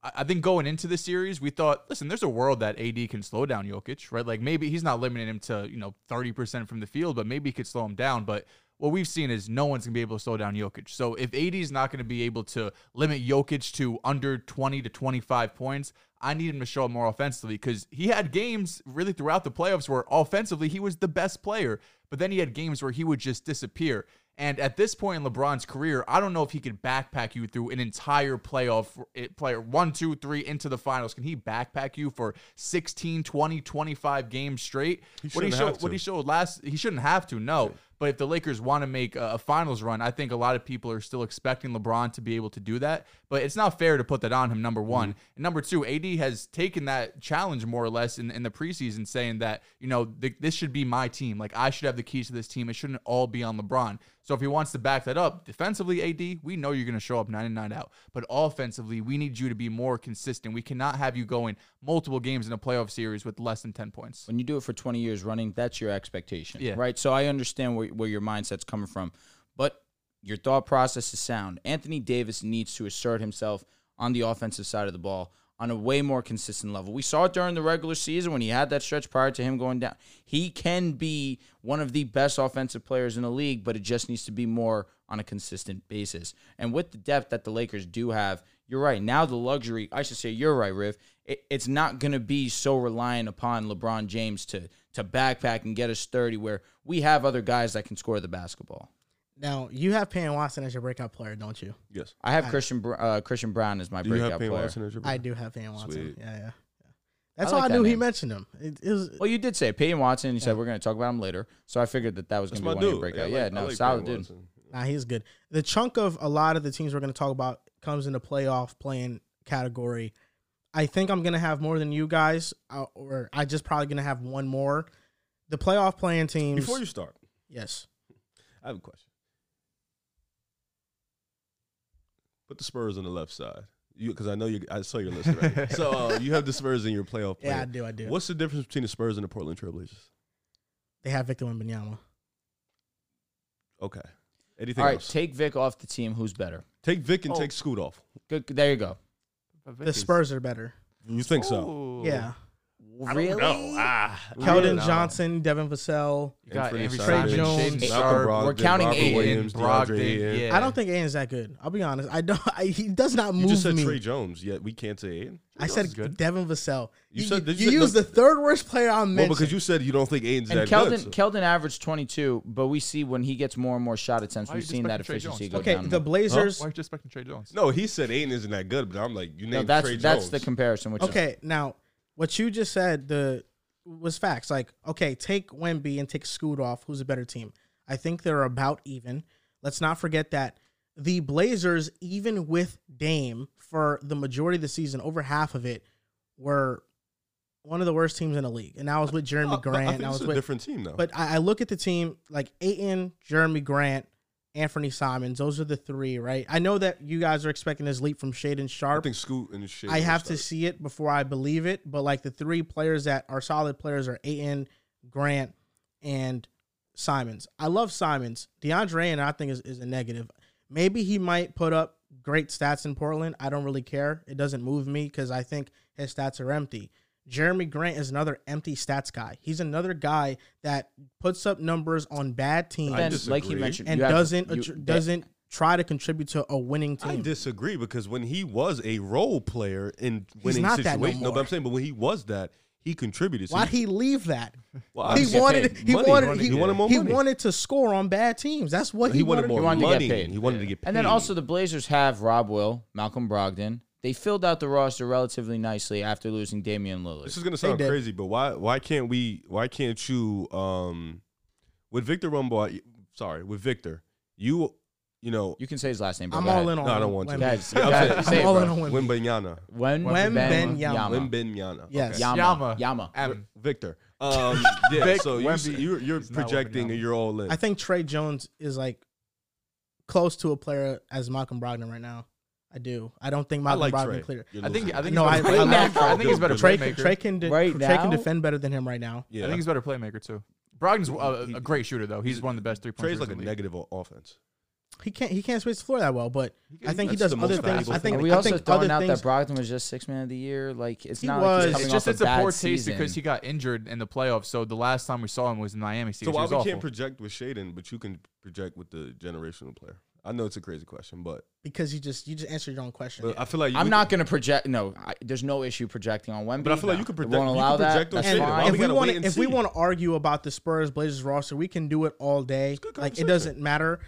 [SPEAKER 4] I I think going into the series, we thought, listen, there's a world that AD can slow down Jokic, right? Like maybe he's not limiting him to, you know, 30% from the field, but maybe he could slow him down. But what we've seen is no one's going to be able to slow down Jokic. So if AD is not going to be able to limit Jokic to under 20 to 25 points, I need him to show up more offensively because he had games really throughout the playoffs where offensively he was the best player, but then he had games where he would just disappear. And at this point in LeBron's career, I don't know if he could backpack you through an entire playoff it- player one, two, three into the finals. Can he backpack you for 16, 20, 25 games straight?
[SPEAKER 3] He
[SPEAKER 4] what he
[SPEAKER 3] shouldn't
[SPEAKER 4] showed,
[SPEAKER 3] have to.
[SPEAKER 4] what he showed last, he shouldn't have to. No, but if the Lakers want to make a, a finals run, I think a lot of people are still expecting LeBron to be able to do that. But it's not fair to put that on him. Number one, and number two, AD has taken that challenge more or less in, in the preseason, saying that you know th- this should be my team. Like I should have the keys to this team. It shouldn't all be on LeBron. So if he wants to back that up defensively, AD, we know you're going to show up nine and nine out. But offensively, we need you to be more consistent. We cannot have you going multiple games in a playoff series with less than ten points.
[SPEAKER 2] When you do it for 20 years running, that's your expectation,
[SPEAKER 4] Yeah.
[SPEAKER 2] right? So I understand where, where your mindset's coming from, but your thought process is sound. Anthony Davis needs to assert himself on the offensive side of the ball on a way more consistent level. We saw it during the regular season when he had that stretch prior to him going down. He can be one of the best offensive players in the league, but it just needs to be more on a consistent basis. And with the depth that the Lakers do have, you're right. Now the luxury, I should say, you're right, Riff. It, it's not going to be so reliant upon LeBron James to to backpack and get us 30 where we have other guys that can score the basketball.
[SPEAKER 1] Now you have Payne Watson as your breakout player, don't you?
[SPEAKER 3] Yes.
[SPEAKER 2] I have Christian Br- uh, Christian Brown as my
[SPEAKER 3] Do you
[SPEAKER 2] breakout
[SPEAKER 3] have Payne
[SPEAKER 2] player.
[SPEAKER 3] Watson as your
[SPEAKER 1] I do have Payne Watson.
[SPEAKER 3] Sweet.
[SPEAKER 1] Yeah, yeah, yeah. That's
[SPEAKER 2] I
[SPEAKER 1] how
[SPEAKER 2] like
[SPEAKER 1] I
[SPEAKER 2] that
[SPEAKER 1] knew he
[SPEAKER 2] name.
[SPEAKER 1] mentioned him. It, it was,
[SPEAKER 2] Well, you did say Peyton Watson. You said we're going to talk about him later, so I figured that that was going
[SPEAKER 3] That's
[SPEAKER 2] to be
[SPEAKER 3] my
[SPEAKER 2] one of your
[SPEAKER 3] dude.
[SPEAKER 2] breakout.
[SPEAKER 3] I
[SPEAKER 2] yeah,
[SPEAKER 3] like- I
[SPEAKER 2] no,
[SPEAKER 3] like
[SPEAKER 2] solid
[SPEAKER 3] Payne
[SPEAKER 2] dude.
[SPEAKER 3] Watson.
[SPEAKER 1] nah, he's good. The chunk of a lot of the teams we're going to talk about comes in the playoff playing category. I think I'm going to have more than you guys, uh, or I just probably going to have one more. The playoff playing teams.
[SPEAKER 3] Before you start,
[SPEAKER 1] yes.
[SPEAKER 3] I have a question. Put the Spurs on the left side, you because I know you. I saw your list.
[SPEAKER 2] [LAUGHS]
[SPEAKER 3] Right so uh, you have the Spurs in your playoff.
[SPEAKER 1] Yeah, I
[SPEAKER 3] player.
[SPEAKER 1] do. I do.
[SPEAKER 3] What's the difference between the Spurs and the Portland Trailblazers?
[SPEAKER 1] They have Victor Wembanyama.
[SPEAKER 3] Okay. Anything
[SPEAKER 2] All right,
[SPEAKER 3] else?
[SPEAKER 2] take Vic off the team. Who's better?
[SPEAKER 3] take Vic and
[SPEAKER 4] Oh.
[SPEAKER 3] take Scoot off.
[SPEAKER 2] Good. There you go.
[SPEAKER 1] The Spurs are better.
[SPEAKER 3] You think so?
[SPEAKER 1] Yeah.
[SPEAKER 2] Really?
[SPEAKER 3] Ah.
[SPEAKER 1] Keldon
[SPEAKER 4] know.
[SPEAKER 1] Johnson, Devin Vassell.
[SPEAKER 4] You got
[SPEAKER 3] Anthony
[SPEAKER 4] Avery
[SPEAKER 3] Simons,
[SPEAKER 1] Jones,
[SPEAKER 4] Simon, Shaden
[SPEAKER 1] Malcolm
[SPEAKER 4] Sharp,
[SPEAKER 3] Brogdon,
[SPEAKER 2] We're counting
[SPEAKER 3] Robert
[SPEAKER 2] Aiden,
[SPEAKER 3] Williams, DeAndre Ayton.
[SPEAKER 1] I don't think Aiden's that good. I'll be honest. I don't. [LAUGHS] I, he does not
[SPEAKER 3] You
[SPEAKER 1] move
[SPEAKER 3] just said
[SPEAKER 1] me.
[SPEAKER 3] Trey Jones, yet we can't say Aiden.
[SPEAKER 1] I
[SPEAKER 4] Jones is
[SPEAKER 1] said
[SPEAKER 4] good.
[SPEAKER 1] Devin Vassell.
[SPEAKER 3] You said-
[SPEAKER 1] you,
[SPEAKER 3] you said
[SPEAKER 1] used
[SPEAKER 3] the-
[SPEAKER 1] the third worst player I
[SPEAKER 3] Well,
[SPEAKER 1] mentioned.
[SPEAKER 3] because you said you don't think Aiden's
[SPEAKER 2] And
[SPEAKER 3] that
[SPEAKER 2] Keldon
[SPEAKER 3] good. so-
[SPEAKER 2] Keldon averaged 22, but we see when he gets more and more shot attempts,
[SPEAKER 4] Why are
[SPEAKER 2] we've
[SPEAKER 4] you
[SPEAKER 2] seen that
[SPEAKER 4] disrespecting Trey
[SPEAKER 2] efficiency
[SPEAKER 4] Jones?
[SPEAKER 2] go
[SPEAKER 1] okay,
[SPEAKER 2] down.
[SPEAKER 1] the
[SPEAKER 2] more.
[SPEAKER 1] Blazers.
[SPEAKER 4] Why are you expecting Trey Jones?
[SPEAKER 3] no, he said Aiden isn't that good, but I'm like, you
[SPEAKER 2] no,
[SPEAKER 3] named
[SPEAKER 2] that's
[SPEAKER 3] Trey
[SPEAKER 2] that's
[SPEAKER 3] Jones.
[SPEAKER 2] the comparison. Which is,
[SPEAKER 1] Okay, now what you just said the was facts. Like, okay, take Wemby and take Scoot off. Who's a better team? I think they're about even. Let's not forget that the Blazers, even with Dame for the majority of the season, over half of it, were one of the worst teams in the league. And I was with Jeremy
[SPEAKER 3] Oh, but [LAUGHS] I
[SPEAKER 1] Grant.
[SPEAKER 3] think
[SPEAKER 1] I
[SPEAKER 3] it's
[SPEAKER 1] was
[SPEAKER 3] a
[SPEAKER 1] with
[SPEAKER 3] different team though.
[SPEAKER 1] But I, I look at the team like Aiton, Jeremy Grant, Anthony Simons. Those are the three, right? I know that you guys are expecting this leap from Shaden
[SPEAKER 3] I
[SPEAKER 1] Sharp.
[SPEAKER 3] think Scoot and shit.
[SPEAKER 1] I
[SPEAKER 3] will
[SPEAKER 1] have to
[SPEAKER 3] start.
[SPEAKER 1] see it before I believe it. But like the three players that are solid players are Aiton, Grant, and Simons. I love Simons. DeAndre Ayton, I think, is, is a negative. Maybe he might put up great stats in Portland. I don't really care. It doesn't move me because I think his stats are empty. Jeremy Grant is another empty stats guy. He's another guy that puts up numbers on bad teams
[SPEAKER 3] I
[SPEAKER 2] Then,
[SPEAKER 3] just-
[SPEAKER 2] like he
[SPEAKER 3] disagree.
[SPEAKER 2] mentioned,
[SPEAKER 1] and
[SPEAKER 2] you have-
[SPEAKER 1] doesn't
[SPEAKER 2] you-
[SPEAKER 1] attr-
[SPEAKER 2] they-
[SPEAKER 1] doesn't try to contribute to a winning
[SPEAKER 3] I
[SPEAKER 1] team.
[SPEAKER 3] disagree because when he was a role player in winning
[SPEAKER 1] not that no
[SPEAKER 3] situations, no,
[SPEAKER 1] more.
[SPEAKER 3] but I'm saying, but when he was that, he contributed. So
[SPEAKER 1] Why'd
[SPEAKER 3] you-
[SPEAKER 1] he leave that?
[SPEAKER 3] Well,
[SPEAKER 1] he
[SPEAKER 3] obviously-
[SPEAKER 1] wanted
[SPEAKER 3] Okay,
[SPEAKER 1] he
[SPEAKER 3] money.
[SPEAKER 1] wanted he,
[SPEAKER 3] He wanted more
[SPEAKER 1] he
[SPEAKER 3] money.
[SPEAKER 1] wanted to score on bad teams. That's what he,
[SPEAKER 3] he wanted more
[SPEAKER 2] wanted to get
[SPEAKER 3] money.
[SPEAKER 2] paid.
[SPEAKER 3] He wanted to get paid.
[SPEAKER 2] And
[SPEAKER 1] Hmm.
[SPEAKER 2] then also the Blazers have Rob Will, Malcolm Brogdon. They filled out the roster relatively nicely after losing Damian Lillard.
[SPEAKER 3] This is gonna sound
[SPEAKER 1] did.
[SPEAKER 3] crazy, but why why can't we why can't you um with Victor Rumbaugh sorry, with Victor, you you know,
[SPEAKER 2] You can say his last name. Bro.
[SPEAKER 1] I'm
[SPEAKER 2] Go
[SPEAKER 1] all
[SPEAKER 2] ahead.
[SPEAKER 1] in on.
[SPEAKER 3] No, I don't want to.
[SPEAKER 1] Wemby.
[SPEAKER 3] [LAUGHS]
[SPEAKER 2] Guys,
[SPEAKER 3] I'm
[SPEAKER 2] guys,
[SPEAKER 3] saying-
[SPEAKER 2] say it,
[SPEAKER 1] I'm all
[SPEAKER 2] bro.
[SPEAKER 1] in on Wemby.
[SPEAKER 3] Wembenyana.
[SPEAKER 2] When
[SPEAKER 1] Wembenyama.
[SPEAKER 3] Wembenyana.
[SPEAKER 1] Yes.
[SPEAKER 3] Okay.
[SPEAKER 2] Yama. Yama.
[SPEAKER 4] Yama.
[SPEAKER 2] Yama.
[SPEAKER 4] M.
[SPEAKER 3] Victor. Um, yeah.
[SPEAKER 4] Vic
[SPEAKER 3] so you, s-
[SPEAKER 4] Wemby.
[SPEAKER 3] you're, you're
[SPEAKER 4] He's not
[SPEAKER 3] projecting.
[SPEAKER 4] Wembenyama.
[SPEAKER 3] You're all in.
[SPEAKER 1] I think Trey Jones is like close to a player as Malcolm Brogdon right now. I do. I don't think
[SPEAKER 3] I
[SPEAKER 1] Malcolm
[SPEAKER 3] like
[SPEAKER 1] Brogdon
[SPEAKER 3] Trey.
[SPEAKER 1] cleared.
[SPEAKER 3] You're
[SPEAKER 4] I think.
[SPEAKER 3] losing.
[SPEAKER 4] I think.
[SPEAKER 1] No,
[SPEAKER 4] he's
[SPEAKER 1] I-
[SPEAKER 4] a better
[SPEAKER 1] I like
[SPEAKER 4] playmaker. I think he's a better
[SPEAKER 1] Trey,
[SPEAKER 4] playmaker.
[SPEAKER 1] can- Trey can de-
[SPEAKER 2] Right
[SPEAKER 1] Trey can
[SPEAKER 2] now?
[SPEAKER 1] defend better than him right now.
[SPEAKER 3] Yeah.
[SPEAKER 4] I think he's a better playmaker too. Brogdon's a, a great shooter though. He's one of the best three point
[SPEAKER 3] Trey's like
[SPEAKER 4] shooters.
[SPEAKER 3] a
[SPEAKER 4] in the league.
[SPEAKER 3] negative o- offense.
[SPEAKER 1] He can't he can't space the floor that well, but I think he does
[SPEAKER 3] That's the
[SPEAKER 1] other
[SPEAKER 3] most
[SPEAKER 1] things.
[SPEAKER 3] valuable
[SPEAKER 1] I
[SPEAKER 3] thing.
[SPEAKER 1] think
[SPEAKER 2] And we
[SPEAKER 1] I
[SPEAKER 2] also
[SPEAKER 1] think
[SPEAKER 2] throwing
[SPEAKER 1] other
[SPEAKER 2] out
[SPEAKER 1] things.
[SPEAKER 2] that Brogdon was just six man of the year. Like it's
[SPEAKER 1] He
[SPEAKER 2] not
[SPEAKER 1] was.
[SPEAKER 2] like
[SPEAKER 1] It's
[SPEAKER 2] he's coming
[SPEAKER 4] It's just
[SPEAKER 2] off
[SPEAKER 4] it's
[SPEAKER 2] a
[SPEAKER 4] a
[SPEAKER 2] bad
[SPEAKER 4] poor taste
[SPEAKER 2] season.
[SPEAKER 4] because he got injured in the playoffs. So the last time we saw him was in the Miami
[SPEAKER 3] So
[SPEAKER 4] series.
[SPEAKER 3] why
[SPEAKER 4] He was
[SPEAKER 3] we can't
[SPEAKER 4] awful.
[SPEAKER 3] project with Shaden, but you can project with the generational player? I know it's a crazy question, but,
[SPEAKER 1] because you just you just answered your own question.
[SPEAKER 3] but I feel like you
[SPEAKER 2] I'm
[SPEAKER 3] could-
[SPEAKER 2] not going to project. No, I, there's no issue projecting on Wemby.
[SPEAKER 3] But I feel like you could
[SPEAKER 2] They
[SPEAKER 3] project.
[SPEAKER 2] Won't allow
[SPEAKER 3] you could
[SPEAKER 2] that.
[SPEAKER 3] project on
[SPEAKER 2] That's
[SPEAKER 1] and
[SPEAKER 3] Shaden. Why
[SPEAKER 2] fine.
[SPEAKER 1] if we
[SPEAKER 3] gotta
[SPEAKER 1] want
[SPEAKER 3] wait and
[SPEAKER 1] if we
[SPEAKER 3] see?
[SPEAKER 1] want to argue about the Spurs Blazers roster, we can do it all day.
[SPEAKER 3] good
[SPEAKER 1] Like it
[SPEAKER 3] conversation.
[SPEAKER 1] doesn't matter.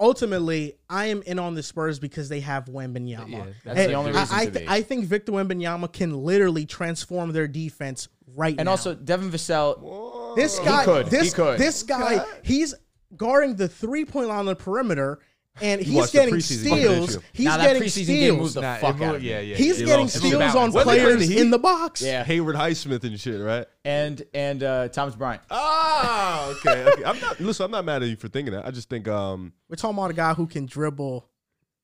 [SPEAKER 1] Ultimately, I am in on the Spurs because they have Wembenyama.
[SPEAKER 4] Yeah,
[SPEAKER 2] that's the only
[SPEAKER 1] I-
[SPEAKER 2] reason
[SPEAKER 1] I,
[SPEAKER 2] to
[SPEAKER 1] th-
[SPEAKER 2] be.
[SPEAKER 1] I think Victor Wembanyama can literally transform their defense right
[SPEAKER 2] and
[SPEAKER 1] now.
[SPEAKER 2] also Devin Vassell.
[SPEAKER 3] Whoa.
[SPEAKER 1] this guy,
[SPEAKER 2] could, he
[SPEAKER 1] this
[SPEAKER 2] could.
[SPEAKER 1] this guy, he's guarding the three point line on the perimeter, and he's
[SPEAKER 3] watched the
[SPEAKER 1] getting
[SPEAKER 3] preseason game,
[SPEAKER 1] steals.
[SPEAKER 3] didn't
[SPEAKER 1] He's
[SPEAKER 2] Now that
[SPEAKER 1] getting
[SPEAKER 2] preseason game
[SPEAKER 1] steals.
[SPEAKER 2] moved the
[SPEAKER 4] Nah,
[SPEAKER 2] fuck
[SPEAKER 4] it-
[SPEAKER 2] out. of me.
[SPEAKER 4] yeah, yeah.
[SPEAKER 1] He's
[SPEAKER 4] yeah.
[SPEAKER 1] getting
[SPEAKER 3] lost. It's
[SPEAKER 1] steals
[SPEAKER 4] balanced.
[SPEAKER 1] on
[SPEAKER 3] Wasn't it
[SPEAKER 1] players
[SPEAKER 3] crazy?
[SPEAKER 1] in the box.
[SPEAKER 2] Yeah.
[SPEAKER 3] Hayward Highsmith and shit, right?
[SPEAKER 2] And and uh, Thomas Bryant.
[SPEAKER 3] Ah, [LAUGHS] okay, okay. I'm not listen. I'm not mad at you for thinking that. I just think um,
[SPEAKER 1] We're talking about a guy who can dribble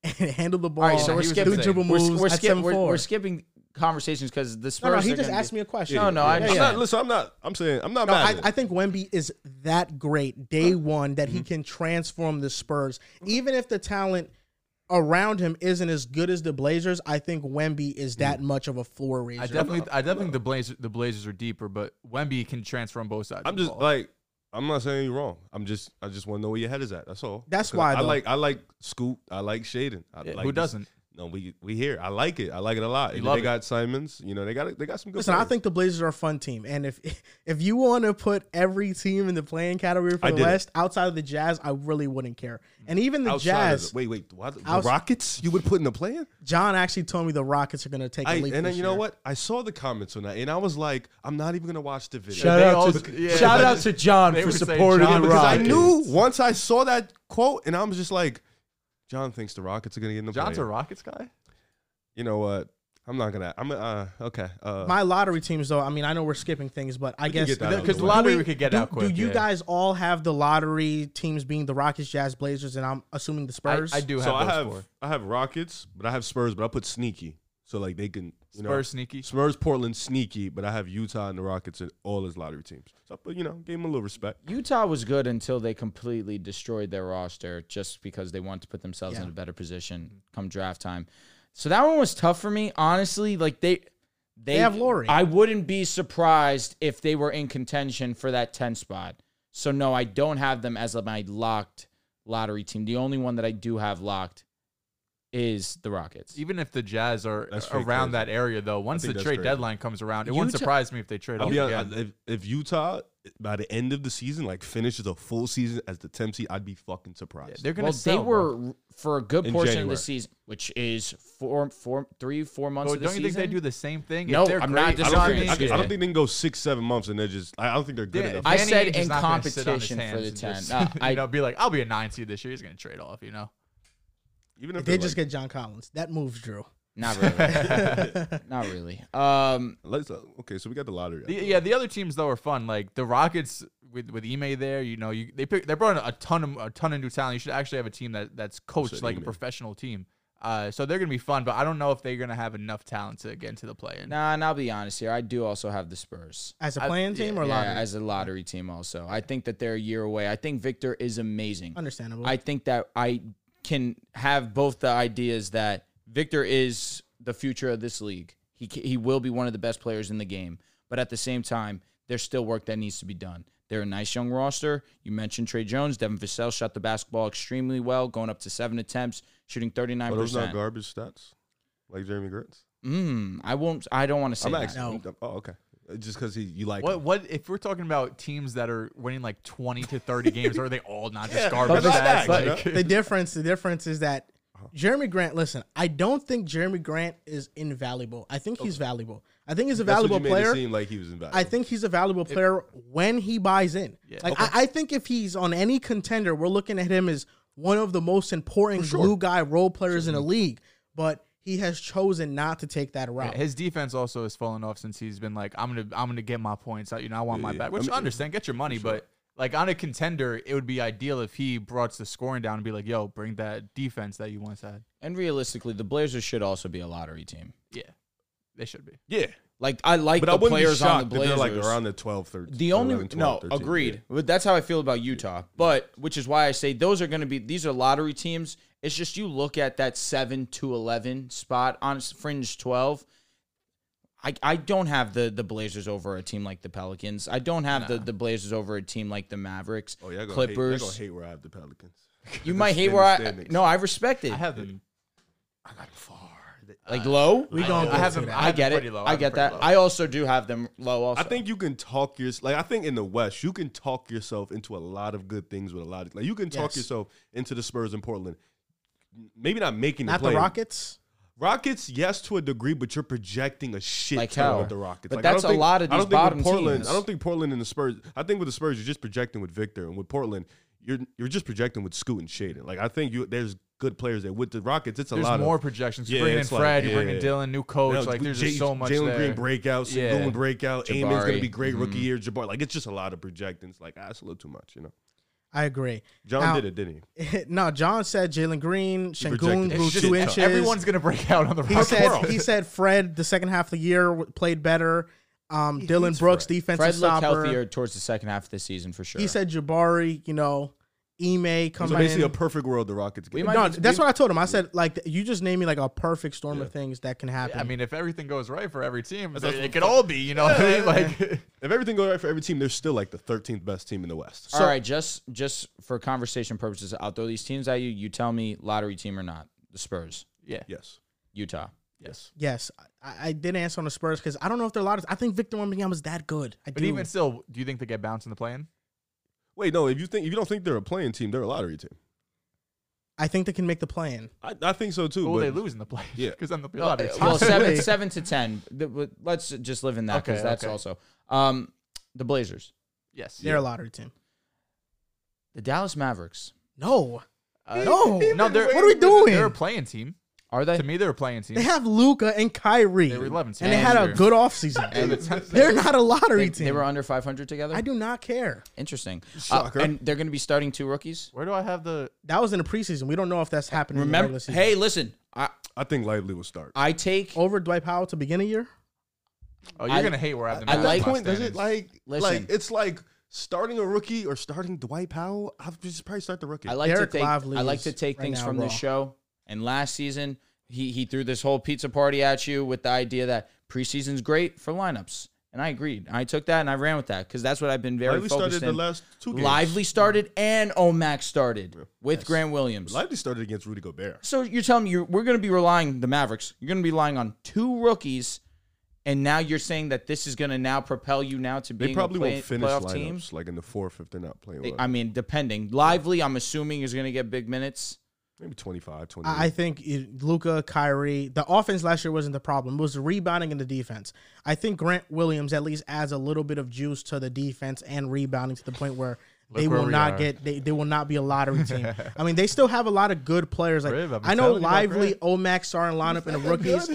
[SPEAKER 1] and [LAUGHS] handle the ball.
[SPEAKER 2] All right, so
[SPEAKER 4] oh, he
[SPEAKER 2] we're
[SPEAKER 4] was
[SPEAKER 2] skipping.
[SPEAKER 4] insane.
[SPEAKER 1] dribble
[SPEAKER 2] we're,
[SPEAKER 1] moves
[SPEAKER 2] s- we're,
[SPEAKER 1] at
[SPEAKER 2] skipping we're,
[SPEAKER 1] 7'4".
[SPEAKER 2] we're skipping conversations because the Spurs.
[SPEAKER 1] No, no, he
[SPEAKER 2] are
[SPEAKER 1] just
[SPEAKER 2] gonna
[SPEAKER 1] asked
[SPEAKER 2] be-
[SPEAKER 1] me a question.
[SPEAKER 2] No, no, I
[SPEAKER 3] I'm
[SPEAKER 1] Yeah, yeah.
[SPEAKER 3] not. Listen, I'm not. I'm saying I'm not
[SPEAKER 1] No,
[SPEAKER 3] mad.
[SPEAKER 1] I,
[SPEAKER 3] at
[SPEAKER 1] I
[SPEAKER 3] it.
[SPEAKER 1] think Wemby is that great day one that
[SPEAKER 2] Mm-hmm.
[SPEAKER 1] he can transform the Spurs. Even if the talent around him isn't as good as the Blazers, I think Wemby is
[SPEAKER 2] Mm.
[SPEAKER 1] that much of a floor raiser.
[SPEAKER 4] I definitely, I definitely think the Blazers, the Blazers are deeper, but Wemby can transfer on both sides.
[SPEAKER 3] I'm
[SPEAKER 4] of the
[SPEAKER 3] just
[SPEAKER 4] ball.
[SPEAKER 3] like I'm not saying you're wrong. I'm just I just want to know where your head is at. That's all.
[SPEAKER 1] That's
[SPEAKER 3] 'Cause
[SPEAKER 1] why,
[SPEAKER 3] I
[SPEAKER 1] though.
[SPEAKER 3] like I like Scoop. I like Shaden. I
[SPEAKER 4] Yeah,
[SPEAKER 3] like
[SPEAKER 4] who
[SPEAKER 3] this-
[SPEAKER 4] doesn't?
[SPEAKER 3] No, we we here. I like it. I like it a lot. And
[SPEAKER 4] love
[SPEAKER 3] they
[SPEAKER 4] it.
[SPEAKER 3] got Simons. You know they got they got some good.
[SPEAKER 1] Listen, I
[SPEAKER 3] players.
[SPEAKER 1] think the Blazers are a fun team, and if [LAUGHS] if you want to put every team in the playing category for
[SPEAKER 3] I
[SPEAKER 1] the
[SPEAKER 3] did it.
[SPEAKER 1] West outside of the Jazz, I really wouldn't care. And even the
[SPEAKER 3] Outside of
[SPEAKER 1] Jazz,
[SPEAKER 3] the- wait, wait, why, the
[SPEAKER 1] Outs-
[SPEAKER 3] Rockets? You would put in a plan?
[SPEAKER 1] John actually told me the Rockets are going to take a
[SPEAKER 3] I,
[SPEAKER 1] leap.
[SPEAKER 3] and then
[SPEAKER 1] this
[SPEAKER 3] you know
[SPEAKER 1] year.
[SPEAKER 3] what? I saw the comments on that, and I was like, I'm not even gonna watch the video.
[SPEAKER 4] Shut They up. out all- to- yeah. shout out
[SPEAKER 2] [LAUGHS] to John
[SPEAKER 4] They for were saying supporting John the
[SPEAKER 3] because I
[SPEAKER 4] Rockets.
[SPEAKER 3] knew once I saw that quote, and I was just like, John thinks the Rockets are gonna get in the
[SPEAKER 4] John's a
[SPEAKER 3] play.
[SPEAKER 4] Rockets guy.
[SPEAKER 3] You know what? I'm not gonna. I'm uh okay. Uh,
[SPEAKER 1] My lottery teams, though, I mean, I know we're skipping things, but I
[SPEAKER 3] can
[SPEAKER 1] guess
[SPEAKER 3] get that out of
[SPEAKER 4] Because
[SPEAKER 3] the
[SPEAKER 4] the
[SPEAKER 3] way.
[SPEAKER 4] lottery
[SPEAKER 1] Do
[SPEAKER 4] we could get
[SPEAKER 1] do,
[SPEAKER 4] out quick.
[SPEAKER 1] Do you
[SPEAKER 4] yeah.
[SPEAKER 1] guys all have the lottery teams being the Rockets, Jazz, Blazers, and I'm assuming the
[SPEAKER 4] I,
[SPEAKER 1] Spurs?
[SPEAKER 4] I do have
[SPEAKER 3] so I
[SPEAKER 4] those
[SPEAKER 3] have
[SPEAKER 4] four.
[SPEAKER 3] I have Rockets, but I have Spurs, but I put sneaky. So like they can you know,
[SPEAKER 4] Spurs sneaky.
[SPEAKER 3] Spurs, Portland sneaky, but I have Utah and the Rockets and all his lottery teams. So I put you know gave him a little respect.
[SPEAKER 2] Utah was good until they completely destroyed their roster just because they wanted to put themselves in
[SPEAKER 1] Yeah.
[SPEAKER 2] a better position come draft time. So that one was tough for me, honestly. Like they, they,
[SPEAKER 1] have Lowry.
[SPEAKER 2] I wouldn't be surprised if they were in contention for that ten spot. So no, I don't have them as my locked lottery team. The only one that I do have locked is the Rockets.
[SPEAKER 4] Even if the Jazz are
[SPEAKER 3] That's pretty
[SPEAKER 4] around
[SPEAKER 3] crazy.
[SPEAKER 4] that area, though, once
[SPEAKER 3] think
[SPEAKER 4] the
[SPEAKER 3] that's
[SPEAKER 4] trade
[SPEAKER 3] crazy.
[SPEAKER 4] deadline comes around, it wouldn't
[SPEAKER 2] Utah-
[SPEAKER 4] surprise me if they trade
[SPEAKER 3] I'll
[SPEAKER 4] off
[SPEAKER 3] be
[SPEAKER 4] again.
[SPEAKER 3] honest, if, Oh, if Utah by the end of the season like finishes a full season as the 10th seed, I'd be fucking surprised.
[SPEAKER 4] They're gonna
[SPEAKER 2] Well,
[SPEAKER 4] sell.
[SPEAKER 2] they
[SPEAKER 4] bro.
[SPEAKER 2] were for a good
[SPEAKER 3] In
[SPEAKER 2] portion of
[SPEAKER 3] January.
[SPEAKER 2] the season, which is four, four, three, four months.
[SPEAKER 4] So
[SPEAKER 2] of the
[SPEAKER 4] don't you think they
[SPEAKER 2] season.
[SPEAKER 4] do the same thing?
[SPEAKER 2] No,
[SPEAKER 4] if they're
[SPEAKER 2] I'm not
[SPEAKER 4] great, you
[SPEAKER 3] I
[SPEAKER 4] know what
[SPEAKER 3] don't,
[SPEAKER 4] I
[SPEAKER 2] disagreeing.
[SPEAKER 3] think, I, I
[SPEAKER 4] mean?
[SPEAKER 2] Yeah.
[SPEAKER 3] don't think they can go six, seven months and they're just. I don't think they're good
[SPEAKER 4] Yeah,
[SPEAKER 3] enough.
[SPEAKER 2] I
[SPEAKER 4] Danny
[SPEAKER 2] said
[SPEAKER 4] Ainge is
[SPEAKER 2] in
[SPEAKER 4] not gonna sit on his
[SPEAKER 2] competition
[SPEAKER 4] hands
[SPEAKER 2] for the
[SPEAKER 4] and
[SPEAKER 2] 10.
[SPEAKER 4] just, [LAUGHS]
[SPEAKER 2] Uh, I-
[SPEAKER 4] you know, be like, I'll be a nine seed this year. He's gonna trade off. You know,
[SPEAKER 3] Even
[SPEAKER 1] They
[SPEAKER 3] if
[SPEAKER 1] did
[SPEAKER 3] they're
[SPEAKER 1] just
[SPEAKER 3] like,
[SPEAKER 1] get John Collins. That moves Drew.
[SPEAKER 2] Not really.
[SPEAKER 1] [LAUGHS]
[SPEAKER 2] Not really. Um,
[SPEAKER 3] let's, uh, okay, so we got the lottery.
[SPEAKER 4] The- yeah, the other teams though are fun. Like the Rockets with with Ime there, you know, you they pick, they brought in a ton of a ton of new talent. You should actually have a team that that's coached
[SPEAKER 3] said
[SPEAKER 4] like a
[SPEAKER 3] Ime?
[SPEAKER 4] professional team. Uh, so they're gonna be fun, but I don't know if they're gonna have enough talent to get into the play. in.
[SPEAKER 2] nah, and I'll be honest here. I do also have the Spurs.
[SPEAKER 1] As a
[SPEAKER 4] I-
[SPEAKER 1] playing
[SPEAKER 4] yeah,
[SPEAKER 1] team or
[SPEAKER 2] Yeah,
[SPEAKER 1] lottery?
[SPEAKER 2] as a lottery team also. I think that they're a year away. I think Victor is amazing.
[SPEAKER 1] Understandable.
[SPEAKER 2] I think that I can have both the ideas that Victor is the future of this league. He ca- he will be one of the best players in the game, but at the same time, there's still work that needs to be done. They're a nice young roster. You mentioned Trey Jones, Devin Vassell shot the basketball extremely well, going up to seven attempts, shooting thirty nine
[SPEAKER 3] Are those not
[SPEAKER 2] percent.
[SPEAKER 3] garbage stats? Like Jeremy Grant's?
[SPEAKER 2] Mm, I won't. I don't want to say
[SPEAKER 3] I'm
[SPEAKER 2] that.
[SPEAKER 3] actually.
[SPEAKER 1] No.
[SPEAKER 3] I'm- Oh, okay. Uh, Just because you like.
[SPEAKER 4] What
[SPEAKER 3] him.
[SPEAKER 4] what if we're talking about teams that are winning like twenty to thirty games? Are they all not just
[SPEAKER 2] but
[SPEAKER 4] garbage?
[SPEAKER 2] this-
[SPEAKER 4] bags?
[SPEAKER 2] but-
[SPEAKER 4] Like-
[SPEAKER 1] [LAUGHS] the difference, the difference is that Jeremy Grant, listen, I don't think Jeremy Grant is invaluable. I think he's valuable. I think he's a
[SPEAKER 3] That's what
[SPEAKER 1] valuable
[SPEAKER 3] you made it
[SPEAKER 1] player.
[SPEAKER 3] seem like he was invaluable.
[SPEAKER 1] I think he's a valuable player when he buys in. like I, I think if he's on any contender, we're looking at him as one of the most important
[SPEAKER 3] For sure.
[SPEAKER 1] glue guy role players in the league, but he has chosen not to take that route.
[SPEAKER 4] [LAUGHS] His defense also has fallen off since he's been like, I'm gonna, I'm gonna get my points. You know, I want
[SPEAKER 3] Yeah,
[SPEAKER 4] my
[SPEAKER 3] yeah.
[SPEAKER 4] back,
[SPEAKER 3] I
[SPEAKER 4] which I,
[SPEAKER 3] mean,
[SPEAKER 4] understand. Get your money, but like on a contender, it would be ideal if he brought the scoring down and be like, yo, bring that defense that you once had.
[SPEAKER 2] And realistically, the Blazers should also be a lottery team.
[SPEAKER 4] Yeah, they should be.
[SPEAKER 3] Yeah,
[SPEAKER 2] Like I like
[SPEAKER 3] but I
[SPEAKER 2] the
[SPEAKER 3] wouldn't be
[SPEAKER 2] players on the
[SPEAKER 3] shocked if
[SPEAKER 2] Blazers.
[SPEAKER 3] they're like around the 12, 13.
[SPEAKER 2] the only
[SPEAKER 3] 11, 12,
[SPEAKER 2] no
[SPEAKER 3] 13,
[SPEAKER 2] agreed,
[SPEAKER 3] yeah.
[SPEAKER 2] but that's how I feel about Utah. But which is why I say those are going to be these are lottery teams. It's just you look at that seven to eleven spot on fringe twelve. I, I don't have the, the Blazers over a team like the Pelicans. I don't have the, the Blazers over a team like the Mavericks,
[SPEAKER 3] Oh yeah, Clippers.
[SPEAKER 2] Clippers.
[SPEAKER 3] Hate, y'all gonna hate where I have the Pelicans.
[SPEAKER 2] You might hate
[SPEAKER 3] Stand-
[SPEAKER 2] where I
[SPEAKER 3] standings.
[SPEAKER 2] no, I respect it.
[SPEAKER 4] I have them.
[SPEAKER 3] I got far.
[SPEAKER 2] like low.
[SPEAKER 1] We gonna
[SPEAKER 4] I
[SPEAKER 1] get
[SPEAKER 4] have
[SPEAKER 1] to
[SPEAKER 4] them-
[SPEAKER 1] that.
[SPEAKER 4] I
[SPEAKER 2] I
[SPEAKER 4] have
[SPEAKER 2] get
[SPEAKER 4] them
[SPEAKER 2] it.
[SPEAKER 4] pretty low. I
[SPEAKER 2] I
[SPEAKER 4] have
[SPEAKER 2] get
[SPEAKER 4] them
[SPEAKER 2] that.
[SPEAKER 4] pretty low.
[SPEAKER 2] I also do have them low. Also,
[SPEAKER 3] I think you can talk your like I think in the West you can talk yourself into a lot of good things with a lot of like you can talk
[SPEAKER 1] Yes.
[SPEAKER 3] yourself into the Spurs in Portland. Maybe not making the
[SPEAKER 1] not the
[SPEAKER 3] play.
[SPEAKER 1] Rockets.
[SPEAKER 3] Rockets, yes, to a degree, but you're projecting a shit
[SPEAKER 2] Like
[SPEAKER 3] ton
[SPEAKER 2] how?
[SPEAKER 3] with the Rockets.
[SPEAKER 2] But
[SPEAKER 3] Like, I
[SPEAKER 2] that's a
[SPEAKER 3] don't think-
[SPEAKER 2] lot of
[SPEAKER 3] I don't
[SPEAKER 2] these
[SPEAKER 3] think with
[SPEAKER 2] bottom
[SPEAKER 3] Portland,
[SPEAKER 2] teams.
[SPEAKER 3] I don't think Portland and the Spurs. I think with the Spurs, you're just projecting with Victor, and with Portland, you're you're just projecting with Scoot and Shaden. Like I think you there's good players there. With the Rockets, it's a
[SPEAKER 4] There's
[SPEAKER 3] lot
[SPEAKER 4] more
[SPEAKER 3] of
[SPEAKER 4] projections.
[SPEAKER 3] Yeah,
[SPEAKER 4] You're bringing in
[SPEAKER 3] it's like-
[SPEAKER 4] Fred. you're bringing
[SPEAKER 3] yeah.
[SPEAKER 4] Dylan, new coach.
[SPEAKER 3] Now,
[SPEAKER 4] like,
[SPEAKER 3] with
[SPEAKER 4] there's
[SPEAKER 3] Jay-
[SPEAKER 4] just so much.
[SPEAKER 3] Jalen
[SPEAKER 4] there.
[SPEAKER 3] Green breakout,
[SPEAKER 4] Yeah.
[SPEAKER 3] Sengun breakout, Amon's gonna
[SPEAKER 2] Jabari.
[SPEAKER 3] be great rookie year. Jabari, like it's just a lot of projecting. It's like ah, it's a little too much, you know.
[SPEAKER 1] I agree.
[SPEAKER 3] John
[SPEAKER 1] Now-
[SPEAKER 3] did it, didn't he?
[SPEAKER 1] [LAUGHS] no, John said Jalen Green, Shangoon
[SPEAKER 3] projected
[SPEAKER 1] grew
[SPEAKER 3] it.
[SPEAKER 4] It's
[SPEAKER 1] two
[SPEAKER 4] just-
[SPEAKER 1] inches.
[SPEAKER 4] Everyone's gonna break out on the
[SPEAKER 1] he
[SPEAKER 4] Rockets.
[SPEAKER 1] said he said Fred the second half of the year w- played better. Um, Dylan Brooks defensive
[SPEAKER 2] Fred looked
[SPEAKER 1] stopper.
[SPEAKER 2] healthier towards the second half of the season for sure.
[SPEAKER 1] He said Jabari, you know, Ime come
[SPEAKER 3] So
[SPEAKER 1] in.
[SPEAKER 3] basically, a perfect world the Rockets get.
[SPEAKER 2] might-
[SPEAKER 1] no,
[SPEAKER 2] be-
[SPEAKER 1] that's what I told him. I said like you just named me like a perfect storm of things that can happen.
[SPEAKER 4] I mean, if everything goes right for every team, it it could all be. You know what I mean? Like,
[SPEAKER 3] if everything goes right for every team, they're still like the 13th best team in the West.
[SPEAKER 2] All right, just just for conversation purposes, I'll throw these teams at you. You tell me lottery team or not. The Spurs,
[SPEAKER 4] [LAUGHS] yeah.
[SPEAKER 3] Yes,
[SPEAKER 2] Utah.
[SPEAKER 3] yes.
[SPEAKER 1] yes, I, I did answer on the Spurs because I don't know if there are a lot of. I think Victor Wembanyama was that good. I
[SPEAKER 4] But
[SPEAKER 1] do.
[SPEAKER 4] even still, do you think they get bounced in the play-in?
[SPEAKER 3] Wait, no. If you think if you don't think they're a playing team, they're a lottery team.
[SPEAKER 1] I think they can make the play-in.
[SPEAKER 3] I, I think so too.
[SPEAKER 4] Or will
[SPEAKER 3] but
[SPEAKER 4] they lose in the [LAUGHS] play-in?
[SPEAKER 3] Yeah.
[SPEAKER 4] because then they'll be a
[SPEAKER 2] Well,
[SPEAKER 4] lot of
[SPEAKER 2] well,
[SPEAKER 4] teams. [LAUGHS]
[SPEAKER 2] seven
[SPEAKER 1] Possibly.
[SPEAKER 2] seven to ten. The- w- Let's just live in that because
[SPEAKER 4] Okay,
[SPEAKER 2] that's
[SPEAKER 4] okay.
[SPEAKER 2] also um, the Blazers,
[SPEAKER 4] Yes.
[SPEAKER 1] They're a lottery team.
[SPEAKER 2] the Dallas Mavericks.
[SPEAKER 1] No,
[SPEAKER 4] Uh,
[SPEAKER 1] no,
[SPEAKER 4] No, [LAUGHS] they're.
[SPEAKER 1] What are we doing?
[SPEAKER 4] They're a playing team.
[SPEAKER 2] Are they?
[SPEAKER 4] To me, they're a playing team. [LAUGHS]
[SPEAKER 1] They have Luca and Kyrie.
[SPEAKER 4] They were 11th
[SPEAKER 1] and they
[SPEAKER 4] last
[SPEAKER 1] had a
[SPEAKER 4] year.
[SPEAKER 1] good offseason. they're not a lottery
[SPEAKER 2] they,
[SPEAKER 1] team.
[SPEAKER 2] they were under five hundred together.
[SPEAKER 1] I do not care.
[SPEAKER 2] Interesting. Uh,
[SPEAKER 3] Shocker.
[SPEAKER 2] and they're going to be starting two rookies.
[SPEAKER 4] Where do I have the?
[SPEAKER 1] That was in the preseason. We don't know if that's happening. in the
[SPEAKER 2] Remember,
[SPEAKER 1] regular season.
[SPEAKER 2] hey, listen, I
[SPEAKER 3] I think Lively will start.
[SPEAKER 2] I take
[SPEAKER 1] over Dwight Powell to begin a year.
[SPEAKER 4] Oh, you're
[SPEAKER 2] I-
[SPEAKER 4] gonna hate where I have the.
[SPEAKER 2] I
[SPEAKER 4] Mavs
[SPEAKER 2] like-
[SPEAKER 4] lost
[SPEAKER 3] point does it
[SPEAKER 4] standings.
[SPEAKER 3] like
[SPEAKER 2] Listen.
[SPEAKER 3] like it's like starting a rookie or starting Dwight Powell. I'll just probably start the rookie.
[SPEAKER 2] I like
[SPEAKER 1] Derek
[SPEAKER 2] to take
[SPEAKER 1] Lively
[SPEAKER 2] I like
[SPEAKER 1] is
[SPEAKER 2] to take
[SPEAKER 1] right
[SPEAKER 2] things
[SPEAKER 1] now
[SPEAKER 2] from this
[SPEAKER 1] raw.
[SPEAKER 2] show. And last season, he he threw this whole pizza party at you with the idea that preseason's great for lineups, and I agreed. I took that and I ran with that because that's what I've been very
[SPEAKER 3] Lively
[SPEAKER 2] focused
[SPEAKER 3] started the
[SPEAKER 2] in.
[SPEAKER 3] last two games.
[SPEAKER 2] Lively started and Omax started with Grant Williams.
[SPEAKER 3] Lively started against Rudy Gobert.
[SPEAKER 2] So you're telling me you're, we're going to be relying the Mavericks. You're going to be relying on two rookies, and now you're saying that this is going to now propel you now to being
[SPEAKER 3] They probably
[SPEAKER 2] a play,
[SPEAKER 3] won't finish
[SPEAKER 2] playoff
[SPEAKER 3] lineups
[SPEAKER 2] team.
[SPEAKER 3] like in the fourth if they're not playing.
[SPEAKER 2] They-
[SPEAKER 3] well.
[SPEAKER 2] I mean, depending. Lively, I'm assuming is going to get big minutes.
[SPEAKER 3] Maybe 25, 20.
[SPEAKER 1] I I think Luca, Kyrie, the offense last year wasn't the problem. It was the rebounding and the defense. I think Grant Williams at least adds a little bit of juice to the defense and rebounding to the point
[SPEAKER 4] [LAUGHS]
[SPEAKER 1] where they
[SPEAKER 4] where
[SPEAKER 1] will
[SPEAKER 4] we
[SPEAKER 1] not
[SPEAKER 4] are.
[SPEAKER 1] get they, they will not be a lottery
[SPEAKER 4] [LAUGHS]
[SPEAKER 1] team. I mean, they still have a lot of good players. Like
[SPEAKER 4] Riv, I've been
[SPEAKER 1] I know
[SPEAKER 4] telling you about
[SPEAKER 1] Lively, Omax, starting lineup, and the rookies.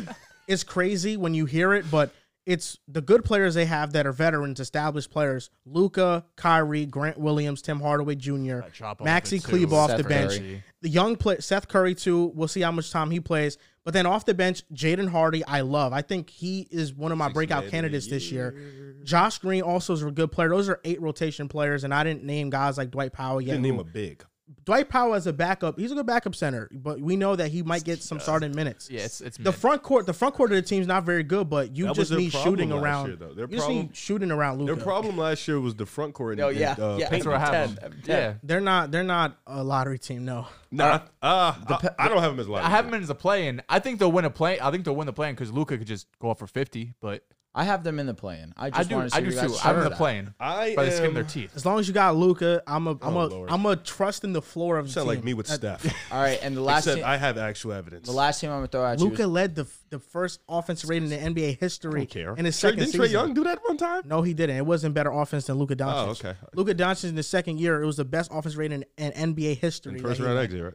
[SPEAKER 1] It's crazy when you hear it, but it's the good players they have that are veterans, established players. Luca, Kyrie, Grant Williams, Tim Hardaway Jr.,
[SPEAKER 4] drop off
[SPEAKER 1] Maxi
[SPEAKER 4] it too.
[SPEAKER 1] Kleba off
[SPEAKER 2] Seth
[SPEAKER 1] the bench.
[SPEAKER 2] Curry.
[SPEAKER 1] The young play Seth Curry too. We'll see how much time he plays. But then off the bench, Jaden Hardy, I love. I think he is one of my breakout candidates this year. Josh Green also is a good player. Those are eight rotation players, and I didn't name guys like Dwight Powell yet.
[SPEAKER 3] didn't
[SPEAKER 1] who-
[SPEAKER 3] name a big.
[SPEAKER 1] Dwight Powell as a backup, he's a good backup center, but we know that he might get some starting minutes.
[SPEAKER 4] Yeah, it's it's
[SPEAKER 1] The
[SPEAKER 4] mid.
[SPEAKER 1] front court, the front court of the team's not very good, but you
[SPEAKER 3] That was
[SPEAKER 1] just
[SPEAKER 3] their
[SPEAKER 1] need
[SPEAKER 3] problem
[SPEAKER 1] shooting
[SPEAKER 3] last
[SPEAKER 1] around.
[SPEAKER 3] year, though. Their
[SPEAKER 1] you just
[SPEAKER 3] problem-
[SPEAKER 1] need shooting around
[SPEAKER 3] Their
[SPEAKER 1] Luka.
[SPEAKER 3] problem last year was the front court. And, and, uh,
[SPEAKER 4] That's where I have them. Yeah,
[SPEAKER 1] They're not. They're not a lottery team. No.
[SPEAKER 3] Nah, uh, I, I don't have him as
[SPEAKER 4] I
[SPEAKER 3] live.
[SPEAKER 4] have them as a play-in. I think they'll win a play. I think they'll win the play-in because Luca could just go off for 50. But
[SPEAKER 2] I have them in the play-in. I
[SPEAKER 4] I
[SPEAKER 2] just
[SPEAKER 4] do.
[SPEAKER 2] want to see
[SPEAKER 4] I
[SPEAKER 2] what
[SPEAKER 4] do
[SPEAKER 2] you guys
[SPEAKER 4] too.
[SPEAKER 2] think
[SPEAKER 4] I'm
[SPEAKER 2] of
[SPEAKER 4] in the
[SPEAKER 2] that.
[SPEAKER 4] plane
[SPEAKER 3] I
[SPEAKER 4] by the skin
[SPEAKER 3] am,
[SPEAKER 4] of their teeth.
[SPEAKER 1] As long as you got Luca, I'm a I'm a
[SPEAKER 3] Oh, Lord.
[SPEAKER 1] am a trust in the floor of the
[SPEAKER 3] sound like
[SPEAKER 1] team.
[SPEAKER 3] me with
[SPEAKER 1] Uh,
[SPEAKER 3] Steph.
[SPEAKER 2] All right, and the last
[SPEAKER 3] Except
[SPEAKER 2] team,
[SPEAKER 3] I have actual evidence.
[SPEAKER 2] the last team I'm gonna throw at you.
[SPEAKER 1] Luca
[SPEAKER 2] is-
[SPEAKER 1] led the the first offense rate in the NBA history
[SPEAKER 3] don't care.
[SPEAKER 1] in his
[SPEAKER 3] Trey-
[SPEAKER 1] second
[SPEAKER 3] didn't
[SPEAKER 1] season.
[SPEAKER 3] Trey Young do that one time?
[SPEAKER 1] No, he didn't. It wasn't better offense than Luka Doncic.
[SPEAKER 3] Oh, okay.
[SPEAKER 1] Luka Doncic in the second year, it was the best offense rate in, in NBA history.
[SPEAKER 3] In first
[SPEAKER 1] that he-
[SPEAKER 3] round exit, Hmm. right?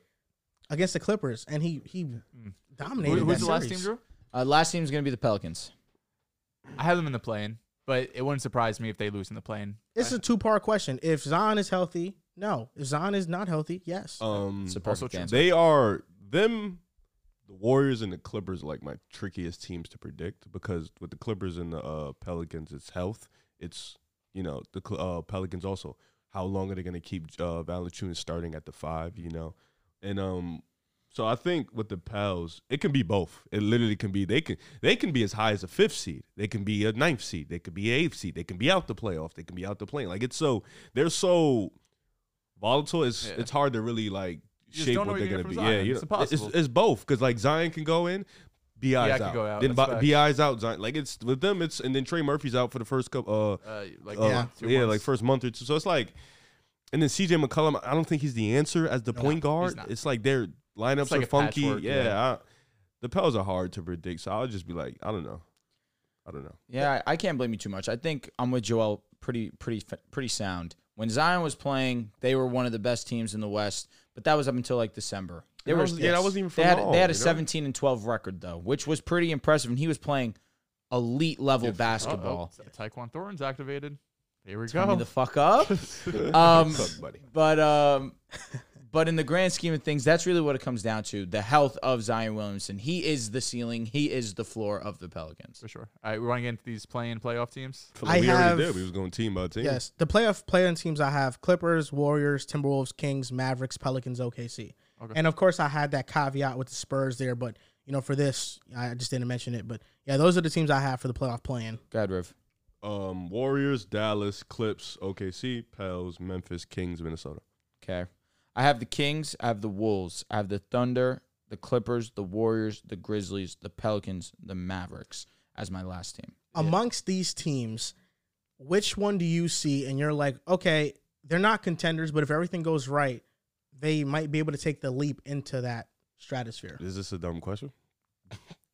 [SPEAKER 1] against the Clippers, and he he
[SPEAKER 4] Who,
[SPEAKER 1] dominated. that
[SPEAKER 4] who's the last team,
[SPEAKER 1] series.
[SPEAKER 4] Drew?
[SPEAKER 2] uh, last team's gonna be the Pelicans.
[SPEAKER 4] I have them in the plane, but it wouldn't surprise me if they lose in the plane.
[SPEAKER 1] It's a two part question. If Zion is healthy, no. If Zion is not healthy, yes.
[SPEAKER 3] Um,
[SPEAKER 2] It's a
[SPEAKER 4] Also
[SPEAKER 2] perfect
[SPEAKER 4] true.
[SPEAKER 2] answer.
[SPEAKER 3] they are them. The Warriors and the Clippers are like my trickiest teams to predict because with the Clippers and the uh, Pelicans, it's health. It's you know the Cl- uh, Pelicans also. How long are they going to keep uh, Valanciunas starting at the five? You know, and um, so I think with the Pels, it can be both. It literally can be they can they can be as high as a fifth seed. They can be a ninth seed. They could be eighth seed. They can be out the playoff. They can be out the plane. Like it's so they're so volatile. It's
[SPEAKER 4] Yeah.
[SPEAKER 3] it's hard to really like
[SPEAKER 4] just
[SPEAKER 3] shape what,
[SPEAKER 4] don't know what
[SPEAKER 3] they're
[SPEAKER 4] you're
[SPEAKER 3] gonna be.
[SPEAKER 4] gonna get from
[SPEAKER 3] Yeah,
[SPEAKER 4] Zion.
[SPEAKER 3] you
[SPEAKER 4] It's
[SPEAKER 3] know, it's,
[SPEAKER 4] impossible.
[SPEAKER 3] it's both because like Zion can go in, Bi's
[SPEAKER 4] could
[SPEAKER 3] out.
[SPEAKER 4] go out,
[SPEAKER 3] Then
[SPEAKER 4] that's
[SPEAKER 3] Bi-
[SPEAKER 4] facts.
[SPEAKER 3] Bi's out. Zion, like it's with them. It's and then Trey Murphy's out for the first couple. Uh,
[SPEAKER 4] Uh, like
[SPEAKER 3] uh,
[SPEAKER 4] one, two
[SPEAKER 3] yeah,
[SPEAKER 4] months.
[SPEAKER 3] like first month or two. So it's like, and then CJ McCollum. I don't think he's the answer as the point guard.
[SPEAKER 4] not.
[SPEAKER 3] It's like their lineups
[SPEAKER 4] It's like
[SPEAKER 3] are
[SPEAKER 4] a
[SPEAKER 3] funky.
[SPEAKER 4] patchwork,
[SPEAKER 3] yeah,
[SPEAKER 4] yeah.
[SPEAKER 3] I, the Pels are hard to predict. So I'll just be like, I don't know, I don't know.
[SPEAKER 2] Yeah, I, I can't blame you too much. I think I'm with Joel. Pretty, pretty, f- pretty sound. When Zion was playing, they were one of the best teams in the West, but that was up until like December. They
[SPEAKER 3] And
[SPEAKER 2] were,
[SPEAKER 3] I was- yeah, that wasn't even for
[SPEAKER 2] they had,
[SPEAKER 3] long,
[SPEAKER 2] they had a
[SPEAKER 3] you know?
[SPEAKER 2] 17 and 12 record though, which was pretty impressive. And he was playing elite level basketball.
[SPEAKER 4] Uh-oh. Tyquan Thornton's activated. Here we
[SPEAKER 2] Turn me
[SPEAKER 4] go.
[SPEAKER 2] the fuck up. um,
[SPEAKER 3] What's up, buddy?
[SPEAKER 2] but [LAUGHS] um, but in the grand scheme of things, that's really what it comes down to: the health of Zion Williamson. He is the ceiling. He is the floor of the Pelicans.
[SPEAKER 4] for sure. All right, we want to get into these playing playoff teams.
[SPEAKER 3] Feel like
[SPEAKER 1] I
[SPEAKER 3] we
[SPEAKER 1] have-
[SPEAKER 3] already did. We was going team by team.
[SPEAKER 1] Yes, the playoff playing teams I have: Clippers, Warriors, Timberwolves, Kings, Mavericks, Pelicans, OKC.
[SPEAKER 4] Okay.
[SPEAKER 1] And of course, I had that caveat with the Spurs there, but you know, for this, I just didn't mention it. But yeah, those are the teams I have for the playoff playing.
[SPEAKER 2] Go ahead, Riv.
[SPEAKER 3] Um, Warriors, Dallas, Clips, OKC, Pels, Memphis, Kings, Minnesota.
[SPEAKER 2] Okay. I have the Kings, I have the Wolves, I have the Thunder, the Clippers, the Warriors, the Grizzlies, the Pelicans, the Mavericks as my last team.
[SPEAKER 1] Amongst these teams, which one do you see? And you're like, okay, they're not contenders, but if everything goes right, they might be able to take the leap into that stratosphere.
[SPEAKER 3] Is this a dumb question?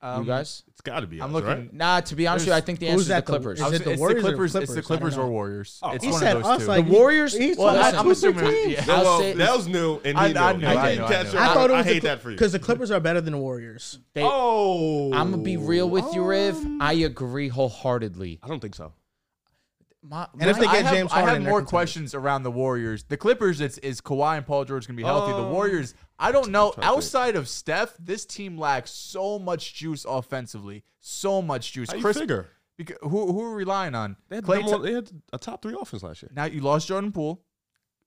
[SPEAKER 4] Um,
[SPEAKER 2] you guys?
[SPEAKER 3] It's got to be.
[SPEAKER 4] I'm
[SPEAKER 3] us, right?
[SPEAKER 4] looking-
[SPEAKER 2] Nah, to be honest with you, I
[SPEAKER 4] There's-
[SPEAKER 2] think the
[SPEAKER 1] who's
[SPEAKER 2] answer is the
[SPEAKER 1] that, the-
[SPEAKER 2] Clippers.
[SPEAKER 1] is
[SPEAKER 4] I was-
[SPEAKER 1] it the
[SPEAKER 4] it's
[SPEAKER 1] Warriors or
[SPEAKER 4] the Clippers,
[SPEAKER 1] Clippers?
[SPEAKER 4] It's
[SPEAKER 1] I
[SPEAKER 4] the
[SPEAKER 1] don't
[SPEAKER 4] Clippers
[SPEAKER 1] know.
[SPEAKER 4] or Warriors.
[SPEAKER 3] Oh,
[SPEAKER 4] it's
[SPEAKER 1] he
[SPEAKER 4] one
[SPEAKER 1] said
[SPEAKER 4] of those
[SPEAKER 1] us,
[SPEAKER 4] two.
[SPEAKER 1] like-
[SPEAKER 2] the Warriors?
[SPEAKER 1] He's
[SPEAKER 4] well, I,
[SPEAKER 1] talking
[SPEAKER 2] listen,
[SPEAKER 4] I'm
[SPEAKER 1] about two
[SPEAKER 4] assuming.
[SPEAKER 1] teams.
[SPEAKER 4] Yeah,
[SPEAKER 3] No,
[SPEAKER 2] I'll
[SPEAKER 3] well,
[SPEAKER 2] say-
[SPEAKER 3] that was new, and
[SPEAKER 4] I-
[SPEAKER 3] he knew.
[SPEAKER 4] I knew,
[SPEAKER 3] I,
[SPEAKER 4] I
[SPEAKER 3] didn't
[SPEAKER 4] knew, I
[SPEAKER 3] catch
[SPEAKER 4] knew.
[SPEAKER 3] her.
[SPEAKER 4] I
[SPEAKER 3] I,
[SPEAKER 1] thought it
[SPEAKER 3] I
[SPEAKER 1] was the
[SPEAKER 3] hate
[SPEAKER 1] Cl-
[SPEAKER 3] that for you.
[SPEAKER 1] Because the Clippers are better than the Warriors.
[SPEAKER 2] they-
[SPEAKER 3] oh,
[SPEAKER 2] I'm going to be real with you, Riv. I
[SPEAKER 1] Um,
[SPEAKER 2] agree wholeheartedly.
[SPEAKER 3] I don't think so.
[SPEAKER 2] My,
[SPEAKER 1] And if
[SPEAKER 2] my-
[SPEAKER 1] they
[SPEAKER 4] I
[SPEAKER 1] get
[SPEAKER 4] have,
[SPEAKER 1] James
[SPEAKER 4] I have
[SPEAKER 1] Harden, they're
[SPEAKER 4] more
[SPEAKER 1] contenders.
[SPEAKER 4] questions around the Warriors. The Clippers, it's is Kawhi and Paul George gonna be healthy. the
[SPEAKER 3] Um,
[SPEAKER 4] Warriors, I don't know.
[SPEAKER 3] trying to think.
[SPEAKER 4] Outside of Steph, this team lacks so much juice offensively. So much juice.
[SPEAKER 3] How you
[SPEAKER 4] Chris,
[SPEAKER 3] figure?
[SPEAKER 4] beca- who who are we relying on?
[SPEAKER 3] They had,
[SPEAKER 4] Klay
[SPEAKER 3] number
[SPEAKER 4] Thom-
[SPEAKER 3] one- they had a top three offense last year.
[SPEAKER 4] Now you lost Jordan Poole.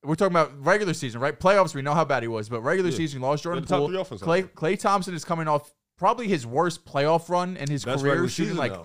[SPEAKER 4] We're talking about regular season, right? Playoffs, we know how bad he was, but regular
[SPEAKER 3] Yeah.
[SPEAKER 4] season, you lost Jordan
[SPEAKER 3] the top
[SPEAKER 4] Poole.
[SPEAKER 3] three offense
[SPEAKER 4] Clay,
[SPEAKER 3] last
[SPEAKER 4] Clay Thompson is coming off probably his worst playoff run in his
[SPEAKER 3] Best
[SPEAKER 4] career,
[SPEAKER 3] regular
[SPEAKER 4] shooting
[SPEAKER 3] season,
[SPEAKER 4] like
[SPEAKER 3] though.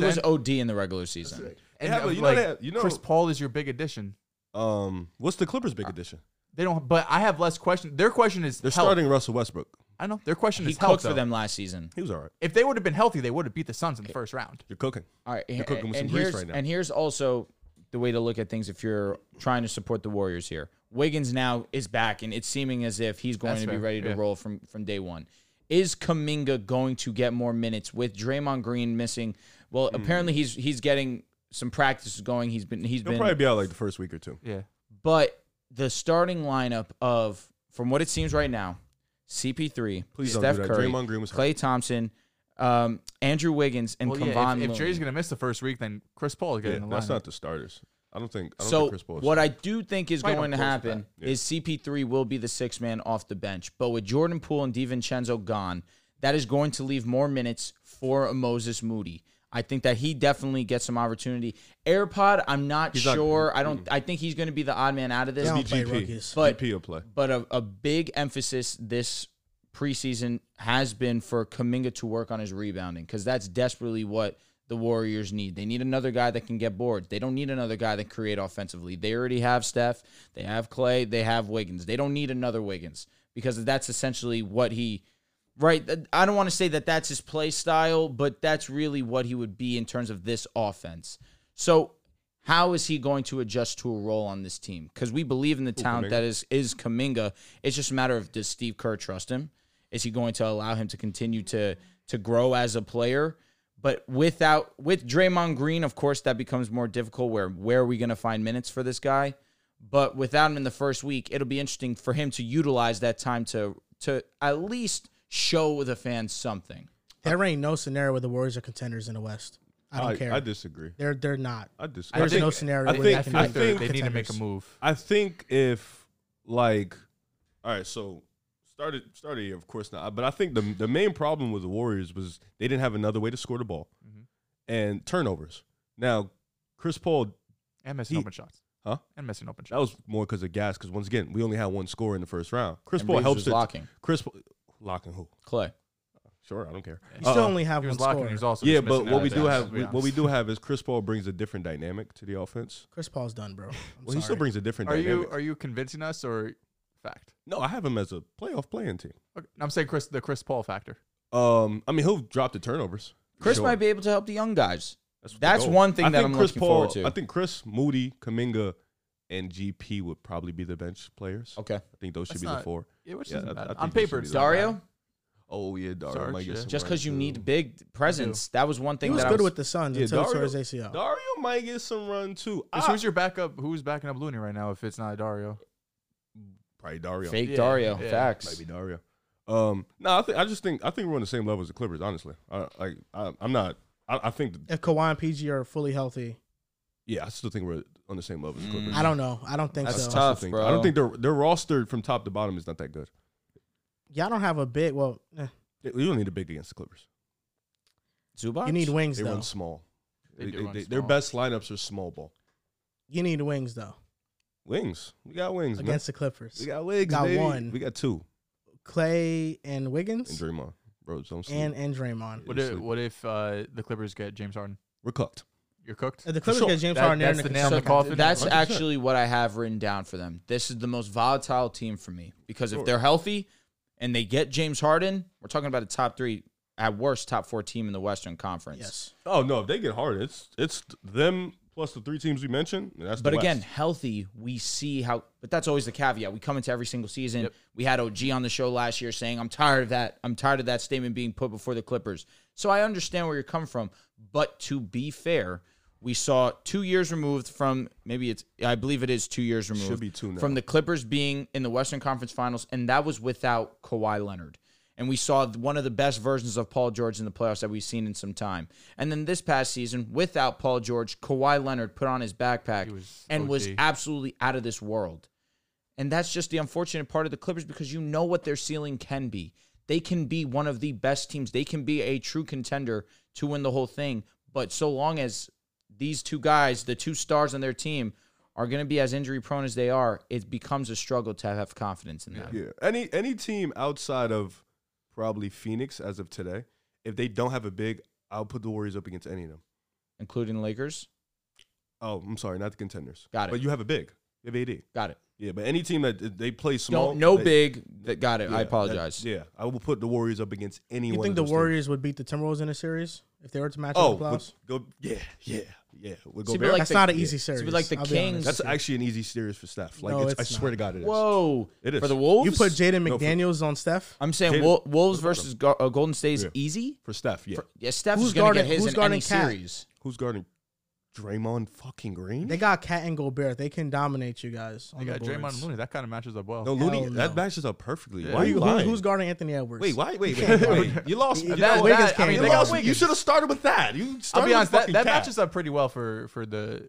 [SPEAKER 2] he was OD in the regular season.
[SPEAKER 4] and
[SPEAKER 3] Yeah, but
[SPEAKER 4] uh,
[SPEAKER 3] you know
[SPEAKER 4] like,
[SPEAKER 3] that- you know-
[SPEAKER 4] Chris Paul is your big addition.
[SPEAKER 3] Um, what's the Clippers' big addition?
[SPEAKER 4] They don't, but I have less question. Their question is
[SPEAKER 3] They're
[SPEAKER 4] health.
[SPEAKER 3] starting Russell Westbrook.
[SPEAKER 4] I know their question
[SPEAKER 2] He
[SPEAKER 4] is health.
[SPEAKER 2] cooked for
[SPEAKER 4] though.
[SPEAKER 2] them last season.
[SPEAKER 3] He was all right.
[SPEAKER 4] If they would have been healthy, they would have beat the Suns in the first round.
[SPEAKER 3] You're cooking.
[SPEAKER 2] All right, and,
[SPEAKER 3] cooking with some
[SPEAKER 2] and
[SPEAKER 3] grease
[SPEAKER 2] here's,
[SPEAKER 3] right now.
[SPEAKER 2] And here's also the way to look at things if you're trying to support the Warriors here. Wiggins now is back, and it's seeming as if he's going
[SPEAKER 4] That's
[SPEAKER 2] to be
[SPEAKER 4] fair,
[SPEAKER 2] ready to
[SPEAKER 4] yeah.
[SPEAKER 2] roll from, from day one. Is Kaminga going to get more minutes with Draymond Green missing? Well, apparently he's he's getting some practices going. He's been he's
[SPEAKER 3] He'll
[SPEAKER 2] been
[SPEAKER 3] probably be out like the first week or two.
[SPEAKER 4] Yeah,
[SPEAKER 2] but the starting lineup of, from what it seems right now, CP3,
[SPEAKER 3] Please don't
[SPEAKER 2] Steph
[SPEAKER 3] do that.
[SPEAKER 2] Curry,
[SPEAKER 3] Draymond Green was hurt.
[SPEAKER 2] Clay Thompson, um, Andrew Wiggins, and Kevon
[SPEAKER 4] well, yeah. If, if
[SPEAKER 2] Looney.
[SPEAKER 4] Dre's gonna miss the first week, then Chris Paul is
[SPEAKER 3] Yeah,
[SPEAKER 4] getting the
[SPEAKER 3] that's
[SPEAKER 4] lineup.
[SPEAKER 3] not the starters. I don't think. I don't
[SPEAKER 2] So
[SPEAKER 3] think Chris Paul. is-
[SPEAKER 2] what I do think is
[SPEAKER 4] Probably
[SPEAKER 2] going to
[SPEAKER 4] don't close with
[SPEAKER 2] happen is CP3 will be the sixth man off the bench, but with Jordan Poole and DiVincenzo gone, that is going to leave more minutes for Moses Moody. I think that he definitely gets some opportunity. AirPod, I'm not
[SPEAKER 3] not-
[SPEAKER 2] sure. I don't. I think he's going to be the odd man out of
[SPEAKER 1] They
[SPEAKER 2] this.
[SPEAKER 1] don't play
[SPEAKER 3] GP.
[SPEAKER 1] rookies.
[SPEAKER 2] But
[SPEAKER 3] GP will play.
[SPEAKER 2] but a, a big emphasis this preseason has been for Kaminga to work on his rebounding because that's desperately what the Warriors need. They need another guy that can get boards. They don't need another guy that create offensively. They already have Steph, they have Clay, they have Wiggins. They don't need another Wiggins because that's essentially what he right? Th- I don't want to say that that's his play style, but that's really what he would be in terms of this offense. So, how is he going to adjust to a role on this team? Because we believe in the talent
[SPEAKER 3] Kuminga.
[SPEAKER 2] that is is Kaminga. It's just a matter of does Steve Kerr trust him? Is he going to allow him to continue to to grow as a player? But without with Draymond Green, of course, that becomes more difficult. Where where are we going to find minutes for this guy? But without him in the first week, it'll be interesting for him to utilize that time to to at least show the fans something.
[SPEAKER 1] There ain't no scenario where the Warriors are contenders in the West. I don't care.
[SPEAKER 3] I disagree.
[SPEAKER 1] they're they're not.
[SPEAKER 3] I disagree.
[SPEAKER 1] There's
[SPEAKER 3] I think-
[SPEAKER 1] no scenario
[SPEAKER 3] I
[SPEAKER 1] where
[SPEAKER 3] think-
[SPEAKER 1] they
[SPEAKER 4] I
[SPEAKER 1] can
[SPEAKER 4] feel
[SPEAKER 1] be
[SPEAKER 4] like they're-
[SPEAKER 3] think
[SPEAKER 4] they need to make a
[SPEAKER 1] contenders.
[SPEAKER 4] move.
[SPEAKER 3] I think if like all right, so started started here, of course not. But I think the the main problem with the Warriors was they didn't have another way to score the ball and turnovers. Now, Chris Paul,
[SPEAKER 4] And missing
[SPEAKER 3] He-
[SPEAKER 4] open shots.
[SPEAKER 3] Huh?
[SPEAKER 4] And missing open shots.
[SPEAKER 3] that was more because of gas. Because once again, we only had one score in the first round. Chris
[SPEAKER 2] And
[SPEAKER 3] Paul
[SPEAKER 2] Reeves
[SPEAKER 3] helps
[SPEAKER 2] was
[SPEAKER 3] to
[SPEAKER 2] locking
[SPEAKER 3] Chris Paul, locking who?
[SPEAKER 2] Clay.
[SPEAKER 3] Sure, I don't care.
[SPEAKER 1] You still
[SPEAKER 3] Uh,
[SPEAKER 1] only have
[SPEAKER 4] he
[SPEAKER 1] one
[SPEAKER 4] was locking.
[SPEAKER 1] score.
[SPEAKER 4] He was also
[SPEAKER 3] yeah,
[SPEAKER 4] just
[SPEAKER 3] but
[SPEAKER 4] missing
[SPEAKER 3] what we
[SPEAKER 4] open
[SPEAKER 3] do
[SPEAKER 4] shots,
[SPEAKER 3] have,
[SPEAKER 4] to be
[SPEAKER 3] what we
[SPEAKER 4] honest.
[SPEAKER 3] do have is Chris Paul brings a different dynamic to the offense.
[SPEAKER 1] Chris Paul's done, bro. I'm
[SPEAKER 3] Well, he still
[SPEAKER 1] sorry.
[SPEAKER 3] brings a different
[SPEAKER 4] Are
[SPEAKER 3] dynamic.
[SPEAKER 4] you are you convincing us or fact?
[SPEAKER 3] no, I have him as a playoff playing team.
[SPEAKER 4] Okay, I'm saying Chris the Chris Paul factor.
[SPEAKER 3] Um, I mean, he'll drop the turnovers.
[SPEAKER 2] Chris
[SPEAKER 3] Sure.
[SPEAKER 2] might be able to help the young guys.
[SPEAKER 3] the
[SPEAKER 2] That's
[SPEAKER 3] goal.
[SPEAKER 2] one thing that I'm
[SPEAKER 3] Chris
[SPEAKER 2] looking
[SPEAKER 3] Paul,
[SPEAKER 2] forward to.
[SPEAKER 3] I think Chris Moody, Kaminga, and GP would probably be the bench players.
[SPEAKER 2] Okay.
[SPEAKER 3] I think those should
[SPEAKER 4] That's
[SPEAKER 3] be the
[SPEAKER 4] not-
[SPEAKER 3] four.
[SPEAKER 4] Yeah, which
[SPEAKER 3] Yeah,
[SPEAKER 4] isn't
[SPEAKER 3] I-
[SPEAKER 4] bad.
[SPEAKER 3] I
[SPEAKER 4] On
[SPEAKER 3] think they should
[SPEAKER 4] paper,
[SPEAKER 3] be
[SPEAKER 4] it's
[SPEAKER 3] the
[SPEAKER 4] not
[SPEAKER 2] Dario,
[SPEAKER 4] bad.
[SPEAKER 3] Oh yeah, Dario
[SPEAKER 4] Sarge,
[SPEAKER 3] might get
[SPEAKER 4] yeah.
[SPEAKER 3] some
[SPEAKER 2] just
[SPEAKER 3] run,
[SPEAKER 2] because you
[SPEAKER 3] too.
[SPEAKER 2] need big presence, that was one
[SPEAKER 1] He
[SPEAKER 2] thing
[SPEAKER 1] was
[SPEAKER 2] that
[SPEAKER 1] good
[SPEAKER 2] I was.
[SPEAKER 1] with the Suns
[SPEAKER 3] Yeah,
[SPEAKER 1] until he tore
[SPEAKER 3] Dario-
[SPEAKER 1] his ACL.
[SPEAKER 3] Dario might get some run too.
[SPEAKER 4] Because
[SPEAKER 3] Ah,
[SPEAKER 4] who's your backup? Who's backing up Looney right now? If it's not Dario,
[SPEAKER 3] probably Dario.
[SPEAKER 2] Fake
[SPEAKER 4] Yeah,
[SPEAKER 2] Dario.
[SPEAKER 4] yeah.
[SPEAKER 2] Facts.
[SPEAKER 3] Might be Dario. Um, no, I think I just think I think we're on the same level as the Clippers. Honestly, I, like I, I'm not. I, I think
[SPEAKER 1] If Kawhi and PG are fully healthy,
[SPEAKER 3] yeah, I still think we're on the same level as the
[SPEAKER 2] Mm.
[SPEAKER 3] Clippers.
[SPEAKER 1] I don't know. I don't think
[SPEAKER 2] That's
[SPEAKER 1] so.
[SPEAKER 3] I
[SPEAKER 2] tough.
[SPEAKER 3] still think- I
[SPEAKER 2] bro.
[SPEAKER 3] don't think their their roster from top to bottom is not that good.
[SPEAKER 1] Y'all don't have a big. Well, eh,
[SPEAKER 3] You don't need a big against the Clippers.
[SPEAKER 2] Zubac.
[SPEAKER 1] you need wings
[SPEAKER 3] They
[SPEAKER 1] though.
[SPEAKER 3] run small.
[SPEAKER 4] They
[SPEAKER 3] They-
[SPEAKER 4] do
[SPEAKER 3] they-
[SPEAKER 4] run
[SPEAKER 3] they- Their
[SPEAKER 4] small.
[SPEAKER 3] best lineups are small ball.
[SPEAKER 1] You need wings though
[SPEAKER 3] Wings. We got wings. man.
[SPEAKER 1] against the Clippers.
[SPEAKER 3] We got wigs.
[SPEAKER 1] Got
[SPEAKER 3] baby.
[SPEAKER 1] one.
[SPEAKER 3] We got two.
[SPEAKER 1] Clay and Wiggins
[SPEAKER 3] And Draymond. Bro, don't sleep.
[SPEAKER 1] and and Draymond.
[SPEAKER 4] what
[SPEAKER 3] He's
[SPEAKER 4] if,
[SPEAKER 3] sleeping.
[SPEAKER 4] what if uh, the Clippers get James Harden?
[SPEAKER 3] We're cooked.
[SPEAKER 4] You're cooked.
[SPEAKER 1] If Uh, the Clippers
[SPEAKER 3] sure.
[SPEAKER 1] get James
[SPEAKER 4] That-
[SPEAKER 1] Harden, they're
[SPEAKER 4] that's
[SPEAKER 1] in
[SPEAKER 4] the nail in the
[SPEAKER 1] contender.
[SPEAKER 2] So
[SPEAKER 4] coffin.
[SPEAKER 2] That's
[SPEAKER 3] 100%.
[SPEAKER 2] actually what I have written down for them. This is the most volatile team for me because if they're healthy and they get James Harden, we're talking about a top three, at worst, top four team in the Western Conference.
[SPEAKER 1] Yes.
[SPEAKER 3] Oh no, if they get hard, it's it's them plus the three teams we mentioned. and that's the
[SPEAKER 2] But again,
[SPEAKER 3] West.
[SPEAKER 2] healthy, we see how. But that's always the caveat. We come into every single season.
[SPEAKER 4] Yep.
[SPEAKER 2] We had OG on the show last year saying, "I'm tired of that. I'm tired of that statement being put before the Clippers." So I understand where you're coming from. But to be fair, we saw two years removed from maybe it's I believe it is two years removed
[SPEAKER 3] be two now.
[SPEAKER 2] from the Clippers being in the Western Conference Finals, and that was without Kawhi Leonard. And we saw one of the best versions of Paul George in the playoffs that we've seen in some time. And then this past season, without Paul George, Kawhi Leonard put on his backpack
[SPEAKER 4] was
[SPEAKER 2] and was
[SPEAKER 4] OG.
[SPEAKER 2] absolutely out of this world. And that's just the unfortunate part of the Clippers because you know what their ceiling can be. They can be one of the best teams. They can be a true contender to win the whole thing. But so long as these two guys, the two stars on their team, are going to be as injury prone as they are, it becomes a struggle to have confidence in them.
[SPEAKER 3] Yeah. Any any team outside of probably Phoenix as of today, if they don't have a big, I'll put the Warriors up against any of them.
[SPEAKER 2] Including the Lakers.
[SPEAKER 3] Oh, I'm sorry, not the contenders.
[SPEAKER 2] Got it.
[SPEAKER 3] But you have a big. You have AD.
[SPEAKER 2] Got it.
[SPEAKER 3] Yeah, but any team that they play small,
[SPEAKER 2] Don't, no
[SPEAKER 3] they-
[SPEAKER 2] big. That got it.
[SPEAKER 3] yeah,
[SPEAKER 2] I
[SPEAKER 3] that-
[SPEAKER 2] apologize.
[SPEAKER 3] yeah, I will put the Warriors up against anyone.
[SPEAKER 1] You think the Warriors would beat the Timberwolves in a series if they were to match up
[SPEAKER 3] Oh,
[SPEAKER 1] in the playoffs?
[SPEAKER 3] with- go yeah, yeah, yeah. With
[SPEAKER 2] See, but
[SPEAKER 3] Gobert.
[SPEAKER 2] like
[SPEAKER 1] That's
[SPEAKER 2] the-
[SPEAKER 1] not an
[SPEAKER 3] yeah.
[SPEAKER 1] easy
[SPEAKER 2] be
[SPEAKER 1] series.
[SPEAKER 2] like the
[SPEAKER 1] I'll be
[SPEAKER 2] Kings-
[SPEAKER 1] honest.
[SPEAKER 3] That's actually an easy series for Steph. Like
[SPEAKER 1] No,
[SPEAKER 3] it's,
[SPEAKER 1] it's
[SPEAKER 3] I
[SPEAKER 1] not.
[SPEAKER 3] swear to God, it is.
[SPEAKER 2] Whoa.
[SPEAKER 3] It is.
[SPEAKER 2] For the Wolves?
[SPEAKER 1] you put Jaden
[SPEAKER 3] No, for-
[SPEAKER 1] McDaniels on Steph.
[SPEAKER 2] I'm saying
[SPEAKER 3] Jaden-
[SPEAKER 2] Wol- Wolves versus Go- uh, Golden State is
[SPEAKER 3] Yeah.
[SPEAKER 2] easy.
[SPEAKER 3] for Steph. Yeah.
[SPEAKER 2] For, yeah, Steph
[SPEAKER 1] Who's
[SPEAKER 2] is going to get
[SPEAKER 1] guarding-
[SPEAKER 2] his
[SPEAKER 1] who's
[SPEAKER 2] in
[SPEAKER 1] guarding
[SPEAKER 2] any
[SPEAKER 1] Kat?
[SPEAKER 2] series.
[SPEAKER 3] Who's guarding Draymond fucking Green?
[SPEAKER 1] They got Cat and Gobert. They can dominate you guys.
[SPEAKER 4] They
[SPEAKER 1] On
[SPEAKER 4] got
[SPEAKER 1] the
[SPEAKER 4] Draymond
[SPEAKER 1] boards.
[SPEAKER 4] and Looney. That kind of matches up well.
[SPEAKER 3] no, Looney.
[SPEAKER 1] Oh, Hell no.
[SPEAKER 3] That matches up perfectly.
[SPEAKER 4] Yeah.
[SPEAKER 3] Why are you
[SPEAKER 1] Who-
[SPEAKER 3] lying?
[SPEAKER 1] Who's guarding Anthony Edwards?
[SPEAKER 3] wait, why,
[SPEAKER 1] You
[SPEAKER 3] wait, wait,
[SPEAKER 1] can't
[SPEAKER 3] wait,
[SPEAKER 1] guard
[SPEAKER 3] wait.
[SPEAKER 1] him.
[SPEAKER 3] You lost.
[SPEAKER 1] You
[SPEAKER 3] You,
[SPEAKER 1] got
[SPEAKER 3] know what?
[SPEAKER 1] Wiggins
[SPEAKER 4] that- I
[SPEAKER 1] came
[SPEAKER 4] mean,
[SPEAKER 3] You
[SPEAKER 1] in.
[SPEAKER 4] they
[SPEAKER 3] lost.
[SPEAKER 4] got
[SPEAKER 3] You
[SPEAKER 4] Wiggins.
[SPEAKER 3] should have started with that. You started
[SPEAKER 4] I'll be honest.
[SPEAKER 3] With
[SPEAKER 4] That,
[SPEAKER 3] fucking
[SPEAKER 4] that
[SPEAKER 3] Cat.
[SPEAKER 4] matches up pretty well for for the.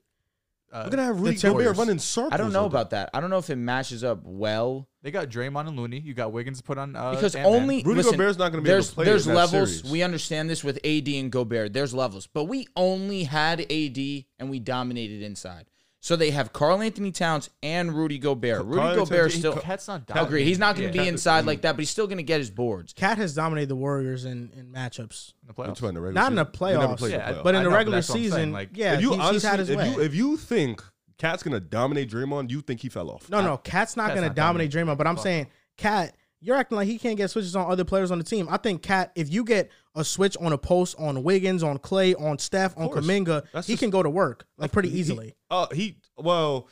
[SPEAKER 4] Uh,
[SPEAKER 3] We're gonna have Rudy
[SPEAKER 2] the
[SPEAKER 3] Gobert
[SPEAKER 2] Warriors.
[SPEAKER 3] running circles.
[SPEAKER 2] I don't know
[SPEAKER 3] with them.
[SPEAKER 2] about that. I don't know if it matches up well
[SPEAKER 4] They got Draymond and Looney. You got Wiggins to put on uh,
[SPEAKER 2] because
[SPEAKER 4] Ant-Man.
[SPEAKER 2] only
[SPEAKER 3] Rudy
[SPEAKER 2] listen,
[SPEAKER 3] Gobert's not gonna be able to
[SPEAKER 2] there's
[SPEAKER 3] play
[SPEAKER 2] there's
[SPEAKER 3] in that
[SPEAKER 2] levels.
[SPEAKER 3] series.
[SPEAKER 2] We understand this with AD and Gobert. There's levels, but we only had AD and we dominated inside. So they have Carl Anthony Towns and Rudy Gobert. Rudy
[SPEAKER 3] Karl-Anthony
[SPEAKER 2] Gobert is
[SPEAKER 3] Towns-
[SPEAKER 2] still
[SPEAKER 4] Cat's not down.
[SPEAKER 2] agreed. He's not going to
[SPEAKER 3] Yeah.
[SPEAKER 2] be inside like that, but he's still going to get his boards.
[SPEAKER 1] Cat has dominated the Warriors in, in matchups,
[SPEAKER 4] in the
[SPEAKER 3] We're
[SPEAKER 4] playoffs.
[SPEAKER 3] talking about
[SPEAKER 1] Not in the
[SPEAKER 3] regular season. We never
[SPEAKER 1] playoffs.
[SPEAKER 3] played the
[SPEAKER 4] Yeah,
[SPEAKER 3] playoffs.
[SPEAKER 1] but in
[SPEAKER 4] I
[SPEAKER 1] the
[SPEAKER 4] know, but
[SPEAKER 1] regular
[SPEAKER 4] that's what I'm saying,
[SPEAKER 1] season,
[SPEAKER 4] like,
[SPEAKER 1] yeah,
[SPEAKER 3] if you
[SPEAKER 1] he's, he's
[SPEAKER 3] honestly,
[SPEAKER 1] had his
[SPEAKER 3] if
[SPEAKER 1] way.
[SPEAKER 3] you if you think Cat's gonna dominate Draymond, you think he fell off.
[SPEAKER 1] no, no, Cat's not
[SPEAKER 4] Cat's
[SPEAKER 1] going to
[SPEAKER 4] not
[SPEAKER 1] dominate
[SPEAKER 4] dominating.
[SPEAKER 1] Draymond. But I'm saying Cat You're acting like he can't get switches on other players on the team. I think Cat, if you get a switch on a post on Wiggins, on Clay, on Steph, on
[SPEAKER 3] course.
[SPEAKER 1] Kaminga,
[SPEAKER 3] That's
[SPEAKER 1] he
[SPEAKER 3] just-
[SPEAKER 1] can go to work like pretty
[SPEAKER 3] He-
[SPEAKER 1] easily.
[SPEAKER 3] Uh, he well,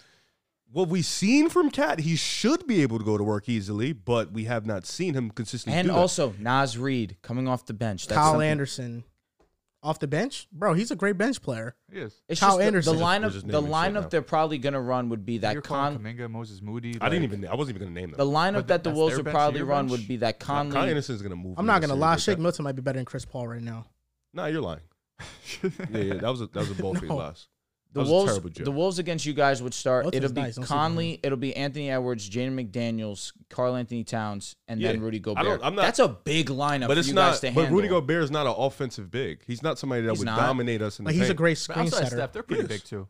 [SPEAKER 3] what we've seen from Cat, he should be able to go to work easily, but we have not seen him consistently.
[SPEAKER 2] And
[SPEAKER 3] do that.
[SPEAKER 2] also Nas Reed coming off the bench. That's
[SPEAKER 1] Kyle
[SPEAKER 2] something-
[SPEAKER 1] Anderson off the bench, bro. He's a great bench player.
[SPEAKER 4] Yes.
[SPEAKER 2] It's
[SPEAKER 1] Kyle
[SPEAKER 2] just the-
[SPEAKER 1] Anderson.
[SPEAKER 2] The
[SPEAKER 1] We're
[SPEAKER 3] just- we're
[SPEAKER 2] lineup,
[SPEAKER 3] just
[SPEAKER 2] the
[SPEAKER 3] naming shit now.
[SPEAKER 2] lineup they're probably gonna run would be
[SPEAKER 4] You're
[SPEAKER 2] that
[SPEAKER 4] calling
[SPEAKER 2] Con.
[SPEAKER 4] Kaminga, Moses Moody.
[SPEAKER 3] I didn't
[SPEAKER 4] like- [LAUGHS]
[SPEAKER 3] even. I wasn't even gonna name them.
[SPEAKER 2] The lineup
[SPEAKER 4] But
[SPEAKER 2] that the
[SPEAKER 4] that's
[SPEAKER 2] Wolves
[SPEAKER 4] their
[SPEAKER 2] would
[SPEAKER 4] bench,
[SPEAKER 2] probably
[SPEAKER 4] your
[SPEAKER 2] run
[SPEAKER 4] bench.
[SPEAKER 2] would be that
[SPEAKER 3] Nah, Kyle
[SPEAKER 2] Conley.
[SPEAKER 3] Anderson's gonna move.
[SPEAKER 1] I'm
[SPEAKER 3] in
[SPEAKER 1] not
[SPEAKER 3] this
[SPEAKER 1] gonna
[SPEAKER 3] series
[SPEAKER 1] lie,
[SPEAKER 3] like
[SPEAKER 1] Shake
[SPEAKER 3] that.
[SPEAKER 1] Milton might be better than Chris Paul right now.
[SPEAKER 3] Nah, you're lying. Yeah, yeah, that was a that was a bullshit
[SPEAKER 1] No.
[SPEAKER 3] loss. That
[SPEAKER 2] The
[SPEAKER 3] was a
[SPEAKER 2] Wolves,
[SPEAKER 3] terrible joke.
[SPEAKER 2] the Wolves against you guys would start.
[SPEAKER 1] Milton's
[SPEAKER 2] it'll be
[SPEAKER 1] nice, don't sleep on
[SPEAKER 2] Conley. It'll be Anthony Edwards, Jaden McDaniels, Carl Anthony Towns, and then
[SPEAKER 3] Yeah.
[SPEAKER 2] Rudy
[SPEAKER 3] I don't-
[SPEAKER 2] Gobert.
[SPEAKER 3] I'm not-
[SPEAKER 2] That's a big lineup.
[SPEAKER 3] but
[SPEAKER 2] for
[SPEAKER 3] it's
[SPEAKER 2] you
[SPEAKER 3] not.
[SPEAKER 2] Guys to
[SPEAKER 3] But Rudy
[SPEAKER 2] handle.
[SPEAKER 3] Gobert is not an offensive big. He's not somebody that
[SPEAKER 2] He's
[SPEAKER 3] would
[SPEAKER 2] not.
[SPEAKER 3] dominate us in the
[SPEAKER 1] Like he's a
[SPEAKER 3] paint.
[SPEAKER 1] great
[SPEAKER 4] But
[SPEAKER 1] screen
[SPEAKER 4] outside of
[SPEAKER 1] setter.
[SPEAKER 4] Steph, they're pretty
[SPEAKER 3] Yes.
[SPEAKER 4] big too.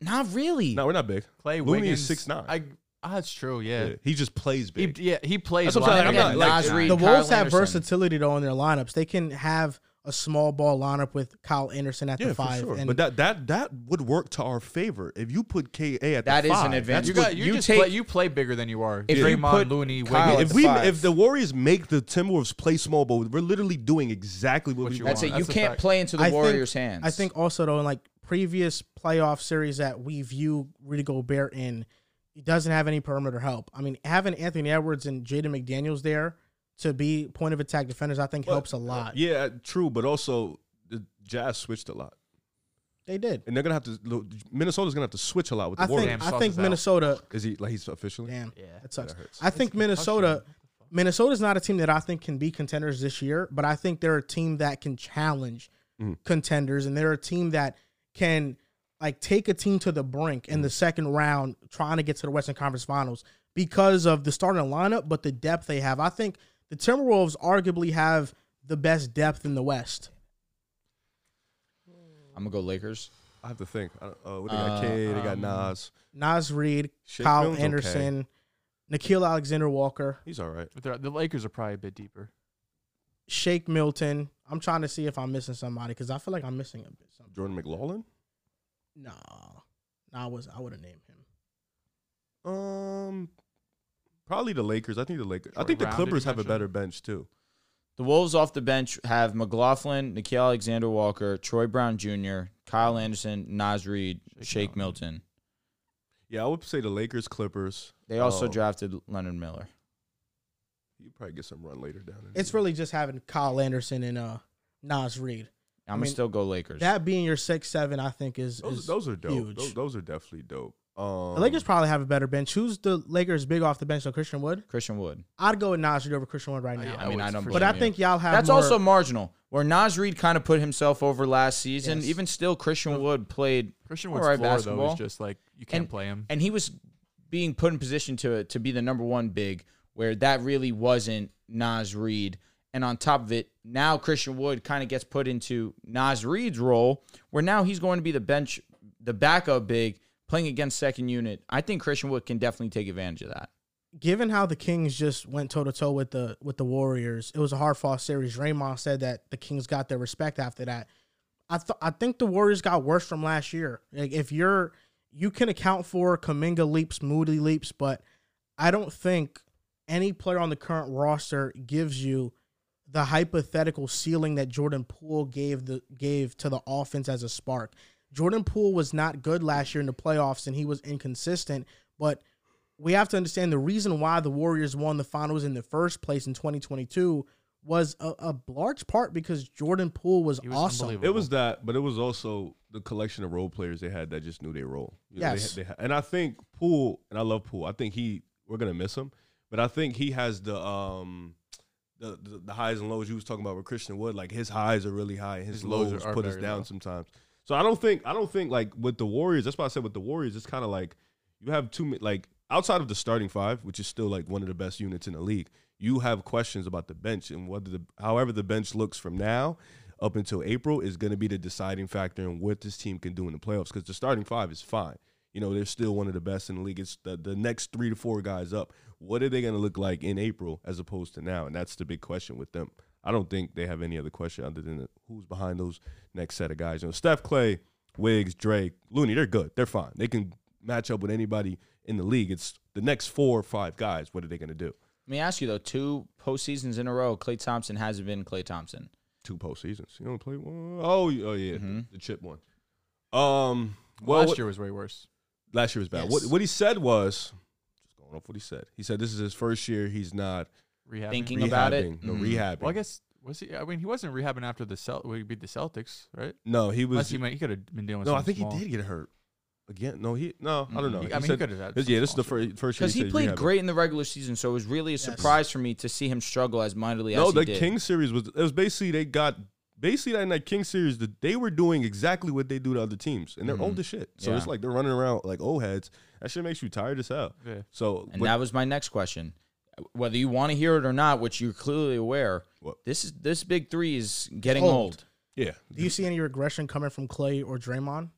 [SPEAKER 2] Not really.
[SPEAKER 3] No, we're not big.
[SPEAKER 4] Clay
[SPEAKER 3] Looney
[SPEAKER 4] Wiggins
[SPEAKER 3] is six nine.
[SPEAKER 4] I, ah, that's true. Yeah.
[SPEAKER 3] Yeah, he just plays
[SPEAKER 4] He,
[SPEAKER 3] big.
[SPEAKER 4] yeah, he plays.
[SPEAKER 3] That's what I'm
[SPEAKER 4] wide.
[SPEAKER 3] saying, I'm not, like,
[SPEAKER 2] Nas Reed,
[SPEAKER 1] The
[SPEAKER 2] Kyle
[SPEAKER 1] Wolves have
[SPEAKER 2] Anderson.
[SPEAKER 1] versatility though in their lineups. They can have a small ball lineup with Kyle Anderson at
[SPEAKER 3] yeah,
[SPEAKER 1] the
[SPEAKER 3] for
[SPEAKER 1] five.
[SPEAKER 3] sure.
[SPEAKER 1] And
[SPEAKER 3] But that that that would work to our favor if you put Ka at
[SPEAKER 2] That
[SPEAKER 3] the
[SPEAKER 2] is an
[SPEAKER 3] five,
[SPEAKER 2] advantage.
[SPEAKER 4] You
[SPEAKER 3] that's
[SPEAKER 4] got you,
[SPEAKER 2] You
[SPEAKER 4] just
[SPEAKER 2] take-
[SPEAKER 4] play, you play bigger than you are.
[SPEAKER 2] If you put
[SPEAKER 4] Draymond, Looney,
[SPEAKER 2] Kyle
[SPEAKER 4] Wiggins.
[SPEAKER 2] at
[SPEAKER 3] if
[SPEAKER 2] the
[SPEAKER 3] we
[SPEAKER 2] five.
[SPEAKER 3] if the Warriors make the Timberwolves play small, but we're literally doing exactly what,
[SPEAKER 4] What
[SPEAKER 3] we
[SPEAKER 4] you
[SPEAKER 3] want.
[SPEAKER 2] That's
[SPEAKER 4] want.
[SPEAKER 2] it. You
[SPEAKER 4] That's a
[SPEAKER 2] can't
[SPEAKER 4] fact.
[SPEAKER 2] play into the
[SPEAKER 1] I think-
[SPEAKER 2] Warriors' hands.
[SPEAKER 1] I think also though in like previous playoff series that we view Rudy Gobert in, he doesn't have any perimeter help. I mean, having Anthony Edwards and Jaden McDaniels there to be point of attack defenders, I think
[SPEAKER 3] But-
[SPEAKER 1] helps a lot.
[SPEAKER 3] Yeah, true, but also the Jazz switched a lot,
[SPEAKER 1] They did.
[SPEAKER 3] and they're gonna have to. Minnesota's gonna have to switch a lot with the
[SPEAKER 1] I think
[SPEAKER 3] Warriors.
[SPEAKER 4] Damn,
[SPEAKER 1] I
[SPEAKER 4] Suns
[SPEAKER 1] think
[SPEAKER 4] is out.
[SPEAKER 1] Minnesota
[SPEAKER 3] Is he like he's officially?
[SPEAKER 1] damn
[SPEAKER 4] Yeah.
[SPEAKER 1] that sucks.
[SPEAKER 3] That hurts.
[SPEAKER 1] I think Minnesota Minnesota's not a team that I think can be contenders this year, but I think they're a team that can challenge contenders and they're a team that can like take a team to the brink in the second round trying to get to the Western Conference Finals because of the starting lineup but the depth they have. I think the Timberwolves arguably have the best depth in the West.
[SPEAKER 2] I'm gonna go Lakers.
[SPEAKER 3] I have to think. I don't, uh, what they got? K. They
[SPEAKER 1] um,
[SPEAKER 3] got Nas.
[SPEAKER 1] Nas Reed,
[SPEAKER 3] Shake
[SPEAKER 1] Kyle
[SPEAKER 3] Milton's okay.
[SPEAKER 1] Anderson, Nikhil Alexander Walker,
[SPEAKER 3] He's all right.
[SPEAKER 4] But they're- the Lakers are probably a bit deeper.
[SPEAKER 1] Shake Milton. I'm trying to see if I'm missing somebody because I feel like I'm missing a bit something.
[SPEAKER 3] Jordan McLaughlin.
[SPEAKER 1] No, no, I was. I would have named him.
[SPEAKER 3] Um, probably the Lakers. I think the Lakers. I
[SPEAKER 4] Short
[SPEAKER 3] think the
[SPEAKER 4] rounded,
[SPEAKER 3] Clippers
[SPEAKER 4] you
[SPEAKER 3] have a
[SPEAKER 4] mentioned.
[SPEAKER 3] better bench too.
[SPEAKER 2] The Wolves off the bench have McLaughlin, Nikhil Alexander Walker, Troy Brown Jr., Kyle Anderson, Nas Reed, Shake, Milton.
[SPEAKER 3] Yeah, I would say the Lakers, Clippers.
[SPEAKER 2] They also
[SPEAKER 3] Um,
[SPEAKER 2] drafted Leonard Miller.
[SPEAKER 3] You probably get some run later down. in-
[SPEAKER 1] It's really just having Kyle Anderson and uh Nas Reed.
[SPEAKER 2] I'm
[SPEAKER 1] mean,
[SPEAKER 2] gonna still go Lakers.
[SPEAKER 1] That being your six seven, I think is
[SPEAKER 3] those.
[SPEAKER 1] is
[SPEAKER 3] Those are dope.
[SPEAKER 1] huge.
[SPEAKER 3] Those, those are definitely dope. Um,
[SPEAKER 1] the Lakers probably have a better bench. Who's the Lakers big off the bench? So Christian Wood.
[SPEAKER 2] Christian Wood.
[SPEAKER 1] I'd go with Nas Reed over Christian Wood right now.
[SPEAKER 2] Uh, I mean,
[SPEAKER 4] would
[SPEAKER 2] I don't.
[SPEAKER 4] for
[SPEAKER 1] but
[SPEAKER 2] blame
[SPEAKER 1] I
[SPEAKER 2] you.
[SPEAKER 1] think y'all have.
[SPEAKER 2] that's
[SPEAKER 1] more-
[SPEAKER 2] also marginal. Where Nas Reed kind of put himself over last season.
[SPEAKER 1] Yes.
[SPEAKER 2] Even still, Christian Wood played
[SPEAKER 4] Christian
[SPEAKER 2] all
[SPEAKER 4] Wood's
[SPEAKER 2] right
[SPEAKER 4] floor though
[SPEAKER 2] basketball.
[SPEAKER 4] is just like you can't
[SPEAKER 2] And-
[SPEAKER 4] play him.
[SPEAKER 2] and he was being put in position to to be the number one big, where that really wasn't Nas Reed. And on top of it, now Christian Wood kind of gets put into Nas Reed's role, where now he's going to be the bench, the backup big, playing against second unit. I think Christian Wood can definitely take advantage of that.
[SPEAKER 1] given how the Kings just went toe to toe with the with the Warriors. It was a hard fought series. Draymond said that the Kings got their respect after that. I th- I think the Warriors got worse from last year. Like if you're you can account for Kaminga leaps, Moody leaps, but I don't think any player on the current roster gives you the hypothetical ceiling that Jordan Poole gave the gave to the offense as a spark. Jordan Poole was not good last year in the playoffs and he was inconsistent, but we have to understand the reason why the Warriors won the finals in the first place in 2022 was a, a large part because Jordan Poole was,
[SPEAKER 4] He was
[SPEAKER 1] awesome.
[SPEAKER 4] unbelievable.
[SPEAKER 3] It was that, but it was also the collection of role players they had that just knew their role. You know, they-
[SPEAKER 1] Yes.
[SPEAKER 3] they, ha- and I think Poole, and I love Poole. I think he we're gonna miss him, but I think he has the um the the, the highs and lows you was talking about with Christian Wood. Like his highs are really high, and his,
[SPEAKER 4] His
[SPEAKER 3] lows,
[SPEAKER 4] lows are- are
[SPEAKER 3] put us
[SPEAKER 4] very
[SPEAKER 3] down
[SPEAKER 4] low.
[SPEAKER 3] sometimes. So I don't think I don't think like with the Warriors. That's why I said with the Warriors, it's kind of like you have too many like outside of the starting five, which is still like one of the best units in the league. You have questions about the bench and whether the however the bench looks from now up until April is going to be the deciding factor in what this team can do in the playoffs because the starting five is fine. You know, they're still one of the best in the league. It's the, the next three to four guys up. What are they going to look like in April as opposed to now? And that's the big question with them. I don't think they have any other question other than who's behind those next set of guys. You know, Steph Clay, Wiggs, Drake, Looney, they're good. They're fine. They can match up with anybody in the league. It's the next four or five guys. What are they going to do?
[SPEAKER 2] Let me ask you though: two postseasons in a row, Clay Thompson hasn't been Clay Thompson.
[SPEAKER 3] Two postseasons. You don't play one. Oh, y- oh yeah,
[SPEAKER 2] Mhm.
[SPEAKER 3] the chip one. Um, well,
[SPEAKER 4] Mm-hmm. Last
[SPEAKER 3] what-
[SPEAKER 4] year was way worse.
[SPEAKER 3] last year was bad. What
[SPEAKER 2] Yes.
[SPEAKER 3] what he said was, just going off what he said. He said this is his first year. He's not
[SPEAKER 4] Rehab.
[SPEAKER 2] Thinking-
[SPEAKER 3] rehabbing.
[SPEAKER 2] Thinking about it?
[SPEAKER 3] No
[SPEAKER 2] Mhm.
[SPEAKER 3] rehabbing.
[SPEAKER 4] Mm-hmm. Well, I guess was he? I mean, he wasn't rehabbing after the Celt. We beat the Celtics, right?
[SPEAKER 3] no, he was.
[SPEAKER 4] Unless he, might, he could have been dealing with.
[SPEAKER 3] no, I
[SPEAKER 4] something
[SPEAKER 3] think
[SPEAKER 4] small. Mm-hmm.
[SPEAKER 3] he did get hurt again. No, he no. I don't know.
[SPEAKER 4] He- I mean, he
[SPEAKER 3] said-
[SPEAKER 4] could have had.
[SPEAKER 3] this- yeah, this is the
[SPEAKER 4] something
[SPEAKER 3] first first year
[SPEAKER 2] Because he
[SPEAKER 3] said
[SPEAKER 2] played
[SPEAKER 3] rehabbing.
[SPEAKER 2] great in the regular season, so it was really a surprise for me to see him struggle as mightily
[SPEAKER 3] No,
[SPEAKER 2] as he
[SPEAKER 3] the
[SPEAKER 2] did.
[SPEAKER 3] King series was it was basically they got basically that night King series that they were doing exactly what they do to other teams and they're old as shit. So it's
[SPEAKER 2] Mm-hmm. Yeah.
[SPEAKER 3] like they're running around like old heads. That shit makes you tired as hell.
[SPEAKER 4] small. Yeah.
[SPEAKER 3] So
[SPEAKER 2] and
[SPEAKER 3] but-
[SPEAKER 2] that was my next question. Whether you want to hear it or not, which you're clearly aware,
[SPEAKER 3] What?
[SPEAKER 2] this is this big three is getting
[SPEAKER 1] Old.
[SPEAKER 2] old.
[SPEAKER 3] yeah,
[SPEAKER 1] Do you see any regression coming from Clay or
[SPEAKER 3] [SIGHS]
[SPEAKER 1] Draymond?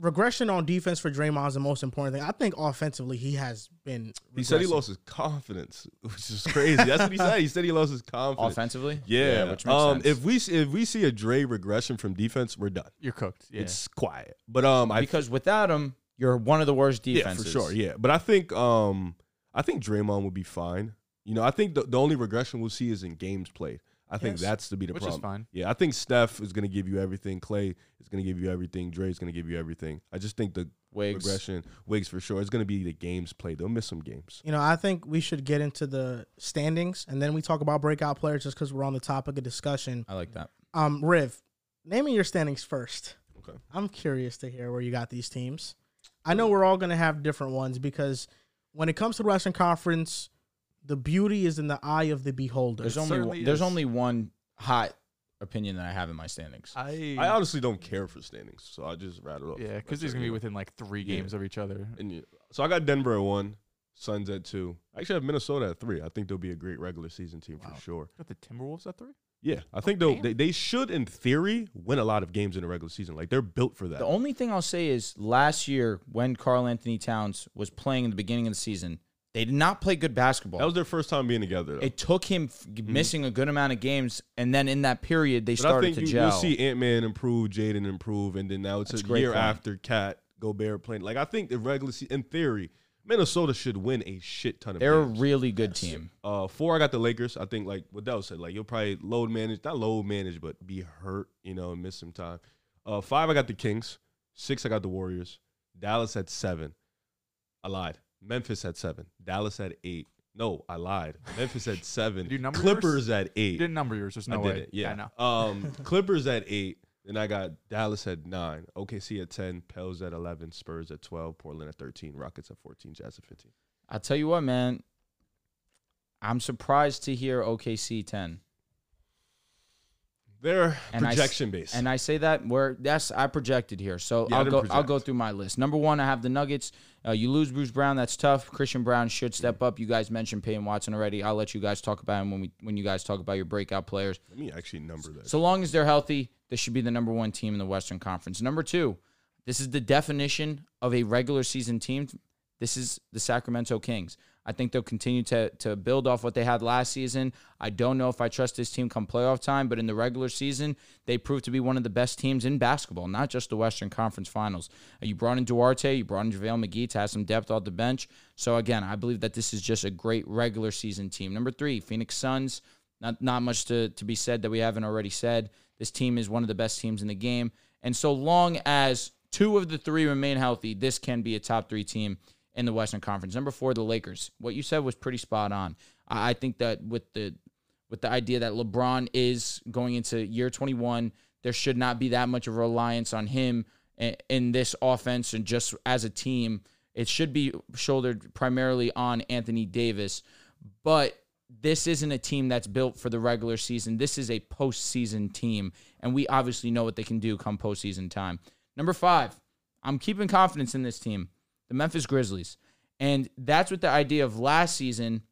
[SPEAKER 1] regression on defense for Draymond is the most important thing. I think offensively he has been.
[SPEAKER 3] he said he
[SPEAKER 1] regressing.
[SPEAKER 3] lost his confidence, [LAUGHS] which is crazy. That's what he said. He said he lost his confidence.
[SPEAKER 2] offensively.
[SPEAKER 3] Yeah.
[SPEAKER 2] which makes
[SPEAKER 3] um,
[SPEAKER 2] sense.
[SPEAKER 3] if we see- if we see a Dre regression from defense, we're done.
[SPEAKER 4] You're cooked. Yeah.
[SPEAKER 3] It's quiet. But um, I
[SPEAKER 2] because without him, you're one of the worst
[SPEAKER 3] Yeah,
[SPEAKER 2] defenses.
[SPEAKER 3] for sure. Yeah, but I think um I think Draymond would be fine. You know, I think the, the only regression we'll see is in games played. I think
[SPEAKER 1] Yes.
[SPEAKER 3] that's to be the
[SPEAKER 4] Which is
[SPEAKER 3] problem.
[SPEAKER 4] fine.
[SPEAKER 3] Yeah, I think Steph is going to give you everything. Clay is going to give you everything. Dre is going to give you everything. I just think the
[SPEAKER 2] Wigs.
[SPEAKER 3] regression, Wigs for sure, it's going to be the games played. They'll miss some games.
[SPEAKER 1] You know, I think we should get into the standings and then we talk about breakout players just because we're on the topic of discussion.
[SPEAKER 2] I like that.
[SPEAKER 1] Um, Riv, naming your standings first.
[SPEAKER 3] Okay.
[SPEAKER 1] I'm curious to hear where you got these teams. I know we're all going to have different ones because when it comes to the Western Conference, the beauty is in the eye of the beholder.
[SPEAKER 2] There's only
[SPEAKER 4] certainly
[SPEAKER 2] one, there's
[SPEAKER 4] is.
[SPEAKER 2] only one hot opinion that I have in my standings.
[SPEAKER 4] I.
[SPEAKER 3] I honestly don't care for standings, so I just rattle off.
[SPEAKER 4] yeah,
[SPEAKER 3] That's
[SPEAKER 4] because he's
[SPEAKER 3] right.
[SPEAKER 4] gonna be within like three
[SPEAKER 3] Yeah.
[SPEAKER 4] games of each other.
[SPEAKER 3] And yeah. So I got Denver at one, Suns at two. I actually have Minnesota at three. I think they'll be a great regular season team
[SPEAKER 4] Wow.
[SPEAKER 3] for sure.
[SPEAKER 4] Got the Timberwolves at three.
[SPEAKER 3] Yeah, I think they'll,
[SPEAKER 4] damn.
[SPEAKER 3] they they should in theory win a lot of games in the regular season. Like they're built for that.
[SPEAKER 2] The only thing I'll say is last year when Carl Anthony Towns was playing in the beginning of the season, they did not play good basketball.
[SPEAKER 3] that was their first time being together. Though. Mm-hmm.
[SPEAKER 2] it took him f- missing a good amount of games, and then in that period they
[SPEAKER 3] but I
[SPEAKER 2] started
[SPEAKER 3] think
[SPEAKER 2] to
[SPEAKER 3] you,
[SPEAKER 2] gel.
[SPEAKER 3] you'll see Ant Man improve, Jaden improve, and then now it's
[SPEAKER 2] That's a
[SPEAKER 3] a
[SPEAKER 2] great
[SPEAKER 3] year
[SPEAKER 2] point.
[SPEAKER 3] after Cat Gobert playing. Like I think the regular season in theory, Minnesota should win a shit ton of.
[SPEAKER 2] They're a
[SPEAKER 3] games.
[SPEAKER 2] really good team.
[SPEAKER 3] Uh, four, I got the Lakers. I think like what Dell said, like you'll probably load manage, not load manage, but be hurt, you know, and miss some time. Uh, five, I got the Kings. Six, I got the Warriors. Dallas at seven. I lied. Memphis at seven. Dallas at eight. No,
[SPEAKER 2] [LAUGHS]
[SPEAKER 3] I lied. Memphis at seven.
[SPEAKER 4] Did you number
[SPEAKER 3] Clippers at
[SPEAKER 4] You
[SPEAKER 3] eight.
[SPEAKER 4] didn't number yours. There's no
[SPEAKER 3] I
[SPEAKER 4] way.
[SPEAKER 3] did it. Yeah.
[SPEAKER 4] I know.
[SPEAKER 3] [LAUGHS]
[SPEAKER 4] [LAUGHS]
[SPEAKER 3] Um, Clippers at eight. Then I got Dallas at nine, OKC at ten, Pels at eleven, Spurs at twelve, Portland at thirteen, Rockets at fourteen, Jazz at fifteen.
[SPEAKER 2] I'll tell you what, man. I'm surprised to hear OKC 10.
[SPEAKER 3] They're
[SPEAKER 2] And I s-
[SPEAKER 3] projection based.
[SPEAKER 2] And I say that where that's I projected here. So
[SPEAKER 3] Yeah, I
[SPEAKER 2] I'll
[SPEAKER 3] didn't
[SPEAKER 2] go I'll
[SPEAKER 3] project.
[SPEAKER 2] go through my list. Number one, I have the Nuggets. Uh, you lose Bruce Brown, that's tough. Christian Brown should step
[SPEAKER 3] Mm.
[SPEAKER 2] up. You guys mentioned Peyton Watson already. I'll let you guys talk about him when we when you guys talk about your breakout players.
[SPEAKER 3] Let me actually number that.
[SPEAKER 2] So long as they're healthy, they should be the number one team in the Western Conference. Number two, this is the definition of a regular season team. This is the Sacramento Kings. I think they'll continue to, to build off what they had last season. I don't know if I trust this team come playoff time, but in the regular season, they proved to be one of the best teams in basketball, not just the Western Conference Finals. Uh, You brought in Duarte, you brought in JaVale McGee to have some depth off the bench. So again, I believe that this is just a great regular season team. Number three, Phoenix Suns. Not not much to, to be said that we haven't already said. This team is one of the best teams in the game. And so long as two of the three remain healthy, this can be a top three team in the Western Conference. Number four, the Lakers. What you said was pretty spot on. I, I think that with the with the idea that LeBron is going into year 21, there should not be that much of a reliance on him in, in this offense and just as a team. It should be shouldered primarily on Anthony Davis, but this isn't a team that's built for the regular season. This is a postseason team, and we obviously know what they can do come postseason time. Number five, I'm keeping confidence in this team, the Memphis Grizzlies. And that's with the idea of last season.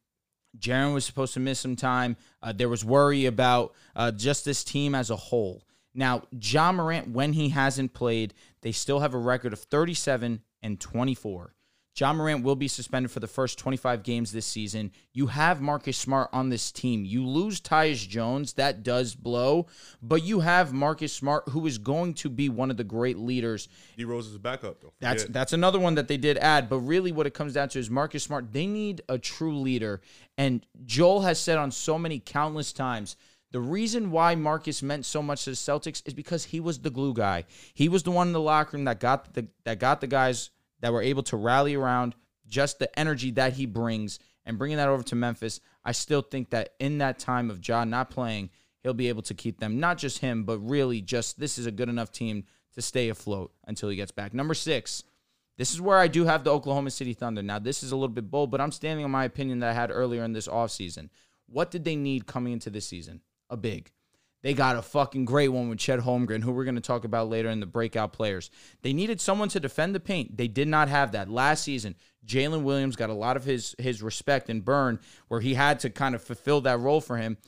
[SPEAKER 2] Jaron was supposed to miss some time. Uh, there was worry about uh, just this team as a whole. Now, John Morant, when he hasn't played, they still have a record of 37 and 24. John Morant will be suspended for the first 25 games this season. You have Marcus Smart on this team. You lose Tyus Jones. That does blow. But you have Marcus Smart, who is going to be one of the great leaders
[SPEAKER 3] D Rose is a backup though.
[SPEAKER 2] that's
[SPEAKER 3] Yeah.
[SPEAKER 2] that's another one that they did add, but really what it comes down to is Marcus Smart. They need a true leader, and Joel has said on so many countless times. The reason why Marcus meant so much to the Celtics is because he was the glue guy. He was the one in the locker room that got the that got the guys that were able to rally around just the energy that he brings and bringing that over to Memphis. I still think that in that time of John not playing, he'll be able to keep them not just him, but really just this is a good enough team to stay afloat until he gets back. Number 6. This is where I do have the Oklahoma City Thunder. Now, this is a little bit bold, but I'm standing on my opinion that I had earlier in this offseason. What did they need coming into this season? A big. They got a fucking great one with Chet Holmgren, who we're going to talk about later in the breakout players. They needed someone to defend the paint. They did not have that last season. Jalen Williams got a lot of his his respect and burn, where he had to kind of fulfill that role for him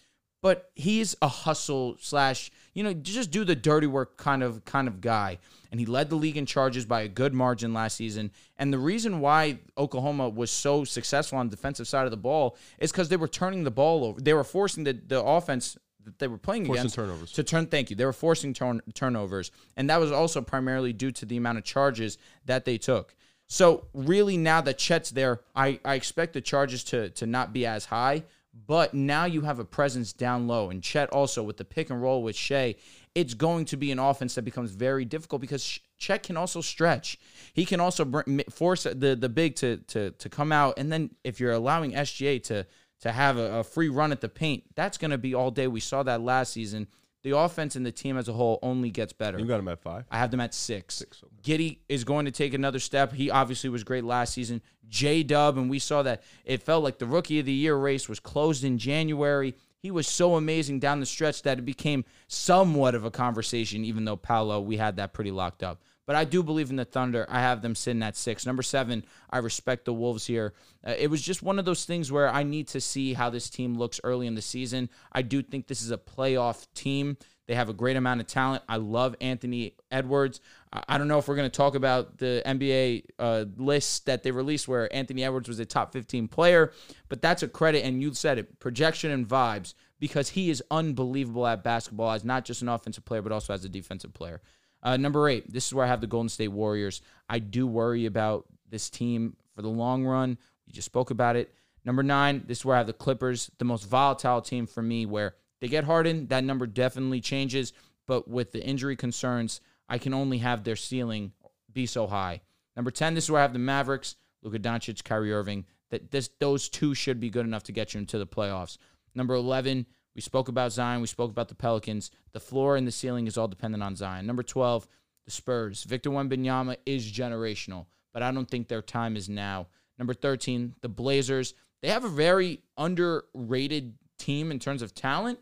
[SPEAKER 2] but he's a hustle slash you know just do the dirty work kind of kind of guy and he led the league in charges by a good margin last season and the reason why oklahoma was so successful on the defensive side of the ball is because they were turning the ball over they were forcing the, the offense that they were playing
[SPEAKER 3] Forcing
[SPEAKER 2] against
[SPEAKER 3] turnovers.
[SPEAKER 2] to turn thank you they were forcing turn, turnovers and that was also primarily due to the amount of charges that they took so really now that chet's there i, I expect the charges to, to not be as high but now you have a presence down low. And Chet also with the pick and roll with Shea, it's going to be an offense that becomes very difficult because Sh- Chet can also stretch. He can also br- m- force the the big to to to come out. And then if you're allowing SGA to to have a, a free run at the paint, that's going to be all day. We saw that last season. The offense and the team as a whole only gets better.
[SPEAKER 3] You got him at five.
[SPEAKER 2] I have them at six. Giddy is going to take another step. He obviously was great last season. J Dub, and we saw that it felt like the rookie of the year race was closed in January. He was so amazing down the stretch that it became somewhat of a conversation, even though Paolo, we had that pretty locked up. But I do believe in the Thunder. I have them sitting at six. Number seven, I respect the Wolves here. Uh, it was just one of those things where I need to see how this team looks early in the season. I do think this is a playoff team. They have a great amount of talent. I love Anthony Edwards. I I don't know if we're going to talk about the NBA uh, list that they released where Anthony Edwards was a top 15 player, but that's a credit. And you said it projection and vibes because he is unbelievable at basketball as not just an offensive player, but also as a defensive player. Uh, number eight, this is where I have the Golden State Warriors. I do worry about this team for the long run. We just spoke about it. Number nine, this is where I have the Clippers, the most volatile team for me, where they get Harden. That number definitely changes, but with the injury concerns, I can only have their ceiling be so high. Number 10, this is where I have the Mavericks, Luka Doncic, Kyrie Irving. That this those two should be good enough to get you into the playoffs. Number 11, we spoke about Zion, we spoke about the Pelicans. The floor and the ceiling is all dependent on Zion. Number 12, the Spurs. Victor Wembanyama is generational, but I don't think their time is now. Number 13, the Blazers. They have a very underrated team in terms of talent,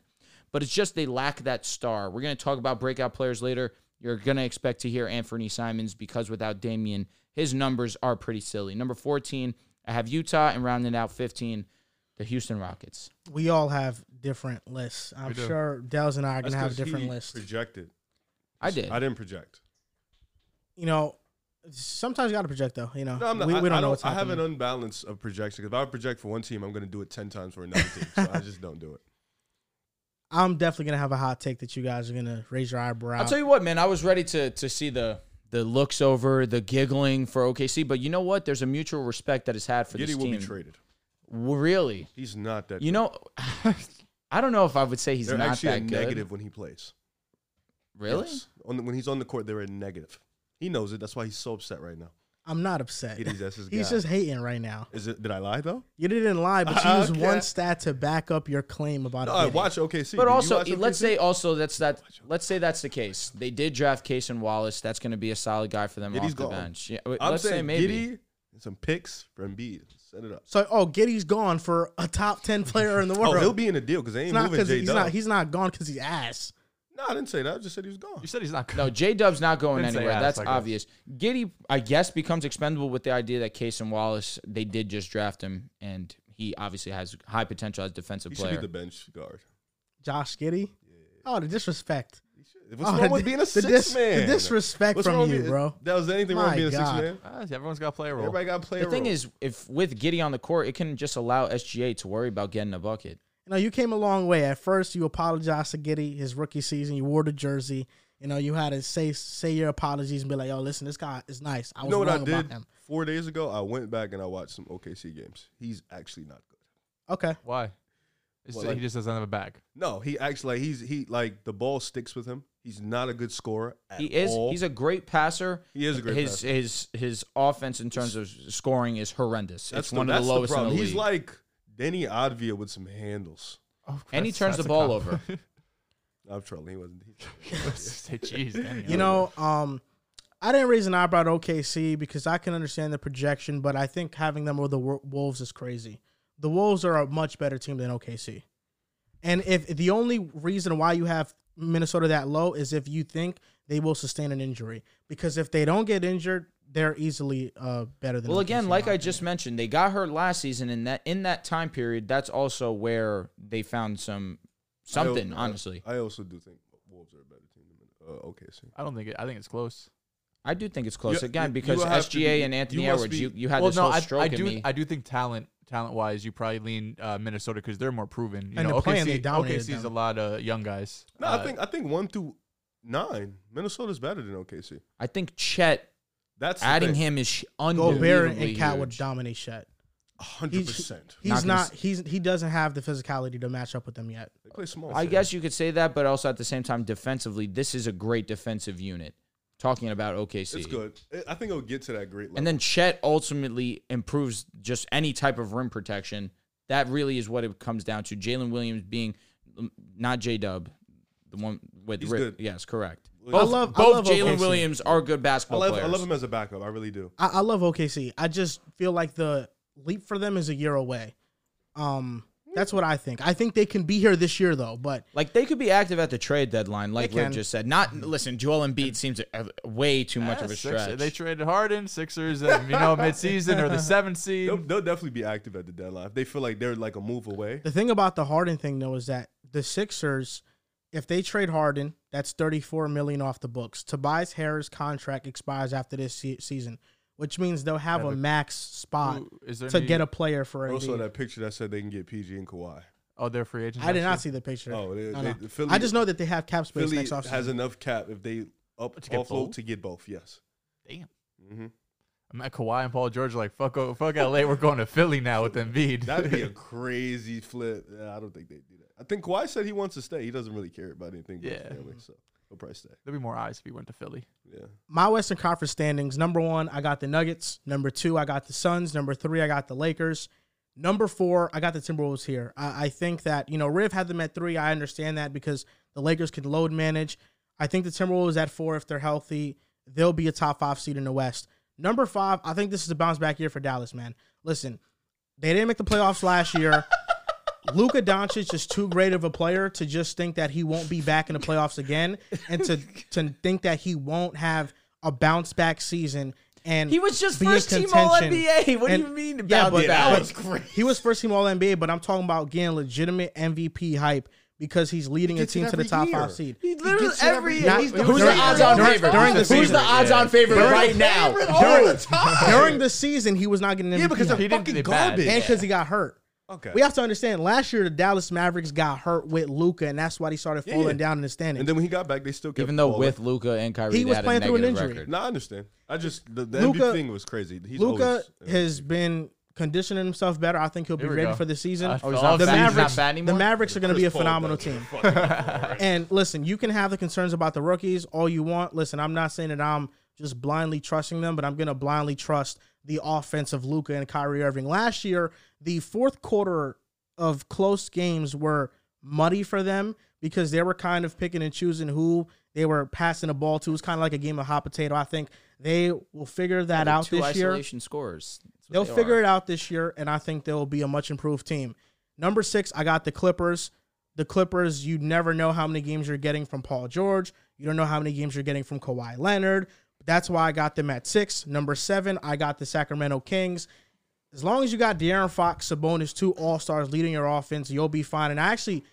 [SPEAKER 2] but it's just they lack that star. We're going to talk about breakout players later. You're going to expect to hear Anthony Simons because without Damian, his numbers are pretty silly. Number 14, I have Utah, and rounding out 15, the Houston Rockets.
[SPEAKER 1] We all have different lists. I'm
[SPEAKER 4] We do.
[SPEAKER 1] sure Dels and I are
[SPEAKER 3] That's
[SPEAKER 1] gonna have
[SPEAKER 3] 'cause
[SPEAKER 1] different
[SPEAKER 3] he
[SPEAKER 1] lists.
[SPEAKER 3] Projected.
[SPEAKER 2] I did.
[SPEAKER 3] I didn't project.
[SPEAKER 1] you know, sometimes you gotta project though.
[SPEAKER 2] Uh,
[SPEAKER 1] You know,
[SPEAKER 3] No, I'm not,
[SPEAKER 1] we,
[SPEAKER 3] I-
[SPEAKER 1] we
[SPEAKER 3] I
[SPEAKER 1] don't know
[SPEAKER 3] don't-
[SPEAKER 1] what's
[SPEAKER 3] I have
[SPEAKER 1] happening.
[SPEAKER 3] an unbalance of projection. If I project for one team, I'm going to do it ten times for another team. So I just don't do it.
[SPEAKER 1] I'm definitely gonna have a hot take that you guys are gonna raise your eyebrow.
[SPEAKER 2] I'll tell you what, man. I was ready to to see the the looks over, the giggling for OKC, but you know what? There's a mutual respect that is had [LAUGHS] for
[SPEAKER 3] Giddy
[SPEAKER 2] this
[SPEAKER 3] will
[SPEAKER 2] team.
[SPEAKER 3] be traded.
[SPEAKER 2] W- Really,
[SPEAKER 3] He's not that.
[SPEAKER 2] you know, [LAUGHS] I don't know if I would say he's
[SPEAKER 3] they're
[SPEAKER 2] not
[SPEAKER 3] actually a
[SPEAKER 2] that good.
[SPEAKER 3] negative when he plays.
[SPEAKER 2] Really?
[SPEAKER 3] Yes. On the, when he's on the court, they're a negative. He knows it. That's why he's so upset right now.
[SPEAKER 1] I'm not upset.
[SPEAKER 3] Giddy, that's his
[SPEAKER 1] He's
[SPEAKER 3] guy.
[SPEAKER 1] just hating right now.
[SPEAKER 3] Is it? Did I lie though?
[SPEAKER 1] You didn't lie,
[SPEAKER 3] [LAUGHS]
[SPEAKER 1] but you used
[SPEAKER 3] Okay.
[SPEAKER 1] one stat to back up your claim about
[SPEAKER 3] No,
[SPEAKER 1] it.
[SPEAKER 3] I
[SPEAKER 1] hitting.
[SPEAKER 3] watch OKC.
[SPEAKER 2] But
[SPEAKER 3] Did you
[SPEAKER 2] also,
[SPEAKER 3] watch
[SPEAKER 2] let's
[SPEAKER 3] OKC?
[SPEAKER 2] say also that's that. Let's say that's the case. They did draft Case and Wallace. That's going to be a solid guy for them
[SPEAKER 3] Giddy's
[SPEAKER 2] off the
[SPEAKER 3] gone.
[SPEAKER 2] bench. Yeah,
[SPEAKER 3] I'm
[SPEAKER 2] let's say
[SPEAKER 3] saying
[SPEAKER 2] maybe.
[SPEAKER 3] Giddy and some picks for Embiid. Set it up.
[SPEAKER 1] So, oh, Giddy's gone for a top ten player in the world.
[SPEAKER 3] [LAUGHS] Oh, he'll be in a deal because they ain't
[SPEAKER 1] It's not
[SPEAKER 3] moving
[SPEAKER 1] because
[SPEAKER 3] J
[SPEAKER 1] he's not.
[SPEAKER 3] Dub.
[SPEAKER 1] He's not gone because he's ass.
[SPEAKER 3] No, I didn't say that. I just said he was gone.
[SPEAKER 4] You said he's not
[SPEAKER 2] [LAUGHS]
[SPEAKER 4] good.
[SPEAKER 2] No, J Dub's not going
[SPEAKER 4] Didn't say
[SPEAKER 2] anywhere.
[SPEAKER 4] ass,
[SPEAKER 2] That's
[SPEAKER 4] I guess.
[SPEAKER 2] obvious. Giddy, I guess, becomes expendable with the idea that Case and Wallace they did just draft him, and he obviously has high potential as defensive
[SPEAKER 3] He should
[SPEAKER 2] player.
[SPEAKER 3] be the bench guard.
[SPEAKER 1] Josh Giddy. Oh, the disrespect.
[SPEAKER 3] What's
[SPEAKER 1] Oh,
[SPEAKER 3] wrong with
[SPEAKER 1] the-
[SPEAKER 3] being a
[SPEAKER 1] the
[SPEAKER 3] six
[SPEAKER 1] dis-
[SPEAKER 3] man?
[SPEAKER 1] the disrespect
[SPEAKER 3] What's
[SPEAKER 1] from
[SPEAKER 3] wrong with
[SPEAKER 1] you,
[SPEAKER 3] being-
[SPEAKER 1] bro.
[SPEAKER 3] That was anything wrong
[SPEAKER 1] My
[SPEAKER 3] with being a six
[SPEAKER 1] God.
[SPEAKER 3] man.
[SPEAKER 4] Ah, everyone's got to play a role.
[SPEAKER 3] Everybody got to play.
[SPEAKER 2] The
[SPEAKER 3] a
[SPEAKER 2] thing
[SPEAKER 3] role.
[SPEAKER 2] is, if with Giddy on the court, it can just allow SGA to worry about getting a bucket.
[SPEAKER 1] You know, you came a long way. At first, you apologized to Giddy his rookie season. You wore the jersey. You know, you had to say say your apologies and be like, "Yo, listen, this guy is nice. I was
[SPEAKER 3] you know what I
[SPEAKER 1] wrong about
[SPEAKER 3] did
[SPEAKER 1] him."
[SPEAKER 3] four days ago? I went back and I watched some OKC games. He's actually not good.
[SPEAKER 1] Okay,
[SPEAKER 4] Why? It's-
[SPEAKER 3] Well, like-
[SPEAKER 4] he just doesn't have a back.
[SPEAKER 3] No, he acts like he's he like the ball sticks with him. He's not a good scorer. At
[SPEAKER 2] He is.
[SPEAKER 3] all.
[SPEAKER 2] He's a great passer.
[SPEAKER 3] He is a great
[SPEAKER 2] his,
[SPEAKER 3] passer.
[SPEAKER 2] His his offense in terms of scoring is horrendous.
[SPEAKER 3] that's
[SPEAKER 2] it's
[SPEAKER 3] the,
[SPEAKER 2] one of
[SPEAKER 3] that's
[SPEAKER 2] the lowest in the
[SPEAKER 3] problem.
[SPEAKER 2] league.
[SPEAKER 3] he's like Denny Advia with some handles.
[SPEAKER 2] And he turns the ball over.
[SPEAKER 3] I'm trolling. He wasn't. he-
[SPEAKER 4] [LAUGHS]
[SPEAKER 3] [LAUGHS]
[SPEAKER 4] Say, jeez, Danny,
[SPEAKER 1] you know, um, I didn't raise an eyebrow at OKC because I can understand the projection, but I think having them with the Wo- Wolves is crazy. The Wolves are a much better team than OKC, and if the only reason why you have Minnesota that low is if you think they will sustain an injury, because if they don't get injured, they're easily uh, better than.
[SPEAKER 2] Well,
[SPEAKER 1] OKC, in
[SPEAKER 2] again,
[SPEAKER 1] my
[SPEAKER 2] like I
[SPEAKER 1] opinion.
[SPEAKER 2] just mentioned, they got hurt last season, and that in that time period, that's also where they found some something.
[SPEAKER 3] I-
[SPEAKER 2] honestly,
[SPEAKER 3] I also do think Wolves are a better team than uh, OKC.
[SPEAKER 4] I don't think it. I think it's close.
[SPEAKER 2] I do think it's close
[SPEAKER 3] You-
[SPEAKER 2] again
[SPEAKER 3] you-
[SPEAKER 2] because
[SPEAKER 3] you have to
[SPEAKER 2] SGA
[SPEAKER 3] be-
[SPEAKER 2] and Anthony
[SPEAKER 3] you must
[SPEAKER 2] Edwards.
[SPEAKER 3] be-
[SPEAKER 2] you, you had
[SPEAKER 4] well,
[SPEAKER 2] this
[SPEAKER 4] no,
[SPEAKER 2] whole
[SPEAKER 4] I,
[SPEAKER 2] stroke
[SPEAKER 4] I
[SPEAKER 2] in
[SPEAKER 4] do.
[SPEAKER 2] me.
[SPEAKER 4] I do think talent, talent wise, you probably lean uh, Minnesota because they're more proven. You
[SPEAKER 1] And
[SPEAKER 4] know,
[SPEAKER 1] they're playing, they
[SPEAKER 4] OKC,
[SPEAKER 1] dominated
[SPEAKER 4] OKC's a
[SPEAKER 1] them.
[SPEAKER 4] lot of young guys.
[SPEAKER 3] No,
[SPEAKER 4] Uh,
[SPEAKER 3] I think I think one through nine. Minnesota's better than OKC.
[SPEAKER 2] I think Chet
[SPEAKER 3] That's the
[SPEAKER 2] adding
[SPEAKER 3] thing.
[SPEAKER 2] him is
[SPEAKER 1] Gobert
[SPEAKER 2] unbelievably
[SPEAKER 1] and Cat would
[SPEAKER 2] huge.
[SPEAKER 1] dominate Shet.
[SPEAKER 3] hundred
[SPEAKER 1] He's,
[SPEAKER 3] percent.
[SPEAKER 1] he's
[SPEAKER 2] Not
[SPEAKER 1] not,
[SPEAKER 2] gonna s-
[SPEAKER 1] he's he doesn't have the physicality to match up with them yet.
[SPEAKER 3] They play small.
[SPEAKER 2] I
[SPEAKER 3] shit.
[SPEAKER 2] guess you could say that, but also at the same time, defensively, this is a great defensive unit. Talking about OKC,
[SPEAKER 3] it's good. I- I think it'll get to that great level.
[SPEAKER 2] And then Chet ultimately improves just any type of rim protection. That really is what it comes down to. Jalen Williams being mm, not J Dub, the one with
[SPEAKER 3] He's
[SPEAKER 2] Rip.
[SPEAKER 3] good.
[SPEAKER 2] Yes, correct.
[SPEAKER 3] I
[SPEAKER 2] Both,
[SPEAKER 1] love- I love
[SPEAKER 2] both Jalen
[SPEAKER 1] OKC.
[SPEAKER 2] Williams are good
[SPEAKER 3] I
[SPEAKER 2] basketball
[SPEAKER 3] love
[SPEAKER 2] players.
[SPEAKER 3] I love him as a backup. I really do.
[SPEAKER 1] I, I love OKC. I just feel like the leap for them is a year away. Um, that's what I think. I think they can be here this year though, but
[SPEAKER 2] Like they could be active at the trade deadline, like
[SPEAKER 1] They
[SPEAKER 2] Rip
[SPEAKER 1] can.
[SPEAKER 2] just said. Not listen, Joel Embiid seems uh, way too much
[SPEAKER 4] yeah,
[SPEAKER 2] of a
[SPEAKER 4] Sixers-
[SPEAKER 2] stretch.
[SPEAKER 4] They traded Harden, Sixers, and, you know, midseason
[SPEAKER 1] [LAUGHS]
[SPEAKER 4] or the seventh seed.
[SPEAKER 3] They'll, they'll definitely be active at the deadline. If they feel like they're like a move away,
[SPEAKER 1] the thing about the Harden thing though is that the Sixers, if they trade Harden, that's thirty four million off the books. Tobias Harris contract expires after this se- season, which means they'll have a max spot
[SPEAKER 4] Who- Is there
[SPEAKER 1] to
[SPEAKER 4] any-
[SPEAKER 1] get a player for
[SPEAKER 3] I saw
[SPEAKER 1] Embiid.
[SPEAKER 3] that picture that said they can get PG and Kawhi.
[SPEAKER 4] Oh, they're free agents.
[SPEAKER 1] I did not
[SPEAKER 4] actually?
[SPEAKER 1] see the picture.
[SPEAKER 3] Oh, they-
[SPEAKER 1] No,
[SPEAKER 3] they-
[SPEAKER 1] no.
[SPEAKER 3] Philly-
[SPEAKER 1] I just know that they have cap space
[SPEAKER 3] Philly
[SPEAKER 1] next offseason.
[SPEAKER 3] has enough cap if they up
[SPEAKER 4] To get
[SPEAKER 3] offload
[SPEAKER 4] both?
[SPEAKER 3] to get both. Yes.
[SPEAKER 4] Damn.
[SPEAKER 3] Mhm.
[SPEAKER 4] I'm at Kawhi and Paul George. are Like fuck, o- fuck LA. We're going to Philly now with Embiid.
[SPEAKER 3] That'd be a [LAUGHS] crazy flip. Yeah, I don't think they do that. I think Kawhi said he wants to stay. He doesn't really care about anything. but his
[SPEAKER 4] Yeah.
[SPEAKER 3] Family, so he'll probably stay.
[SPEAKER 4] [LAUGHS] There'd be more eyes if he went to Philly.
[SPEAKER 3] Yeah.
[SPEAKER 1] my Western Conference standings number one, I got the Nuggets. Number two, I got the Suns. Number three, I got the Lakers. Number four, I got the Timberwolves here. I, I think that, you know, Riv had them at three. I understand that because the Lakers can load manage. I think the Timberwolves at four, if they're healthy, they'll be a top five seed in the West. Number five, I think this is a bounce back year for Dallas, man. Listen, they didn't make the playoffs last
[SPEAKER 2] [LAUGHS]
[SPEAKER 1] year. Luka Doncic is too great of a player to just think that he won't be back in the playoffs again, and to to think that he won't have a bounce back season. And
[SPEAKER 2] He was just
[SPEAKER 1] be in
[SPEAKER 2] first team All
[SPEAKER 1] contention.
[SPEAKER 2] NBA. What do
[SPEAKER 1] And-
[SPEAKER 2] you mean
[SPEAKER 1] Yeah,
[SPEAKER 2] about
[SPEAKER 1] but-
[SPEAKER 2] that?
[SPEAKER 1] but He was first team All NBA, but I'm talking about getting legitimate MVP hype because he's leading a
[SPEAKER 3] gets it
[SPEAKER 1] team to the
[SPEAKER 3] every
[SPEAKER 1] top
[SPEAKER 3] year.
[SPEAKER 1] five seed.
[SPEAKER 2] He literally
[SPEAKER 3] gets it every
[SPEAKER 2] every
[SPEAKER 3] year.
[SPEAKER 2] year.
[SPEAKER 1] He's the-
[SPEAKER 2] Who's
[SPEAKER 1] during-
[SPEAKER 2] the odds-on
[SPEAKER 1] during-
[SPEAKER 2] favorite?
[SPEAKER 1] during the
[SPEAKER 2] Who's
[SPEAKER 1] season.
[SPEAKER 2] the odds-on favorite right now?
[SPEAKER 3] all the time.
[SPEAKER 1] During the season, he was not getting MVP
[SPEAKER 3] yeah, because
[SPEAKER 1] hype.
[SPEAKER 3] they're
[SPEAKER 4] He didn't do
[SPEAKER 3] fucking
[SPEAKER 4] it bad.
[SPEAKER 3] garbage.
[SPEAKER 1] and because he got hurt.
[SPEAKER 3] okay.
[SPEAKER 1] We have to understand. Last year, the Dallas Mavericks got hurt with Luca, and that's why he started
[SPEAKER 3] Yeah,
[SPEAKER 1] falling
[SPEAKER 3] yeah.
[SPEAKER 1] down in the standings.
[SPEAKER 3] and then when he got back, they still kept
[SPEAKER 2] Even though
[SPEAKER 3] Kawhi.
[SPEAKER 2] with Luca and Kyrie,
[SPEAKER 1] He
[SPEAKER 2] they
[SPEAKER 1] was
[SPEAKER 2] had
[SPEAKER 1] playing
[SPEAKER 2] a
[SPEAKER 1] through an
[SPEAKER 2] negative
[SPEAKER 1] injury.
[SPEAKER 2] record.
[SPEAKER 3] No, I understand. I just the, the
[SPEAKER 1] Luka-
[SPEAKER 3] MVP thing was crazy. He's
[SPEAKER 1] Luca
[SPEAKER 3] always- uh,
[SPEAKER 1] has been conditioning himself better. I think he'll be
[SPEAKER 4] Here we
[SPEAKER 1] ready
[SPEAKER 4] go.
[SPEAKER 1] for the season.
[SPEAKER 4] Uh,
[SPEAKER 2] Oh, he's
[SPEAKER 4] Well,
[SPEAKER 2] not
[SPEAKER 1] the
[SPEAKER 4] he's not
[SPEAKER 2] fat- he's
[SPEAKER 1] Mavericks,
[SPEAKER 2] not fat
[SPEAKER 1] the
[SPEAKER 2] anymore?
[SPEAKER 1] Mavericks are going to be a
[SPEAKER 3] Chris Paul
[SPEAKER 1] phenomenal
[SPEAKER 3] does it
[SPEAKER 1] team. [LAUGHS]
[SPEAKER 3] fucking-
[SPEAKER 1] And listen, you can have the concerns about the rookies all you want. Listen, I'm not saying that I'm just blindly trusting them, but I'm going to blindly trust the offense of Luca and Kyrie Irving. Last year, the fourth quarter of close games were muddy for them because they were kind of picking and choosing who they were passing the ball to. It was kind of like a game of hot potato. I think they will figure that out
[SPEAKER 2] two
[SPEAKER 1] this year.
[SPEAKER 2] isolation scores.
[SPEAKER 1] They'll figure it out this year, and I think they'll be a much improved team. Number six, I got the Clippers. The Clippers, you never know how many games you're getting from Paul George. You don't know how many games you're getting from Kawhi Leonard. That's why I got them at six. Number seven, I got the Sacramento Kings. As long as you got De'Aaron Fox, Sabonis, two All Stars leading your offense, you'll be fine. And I actually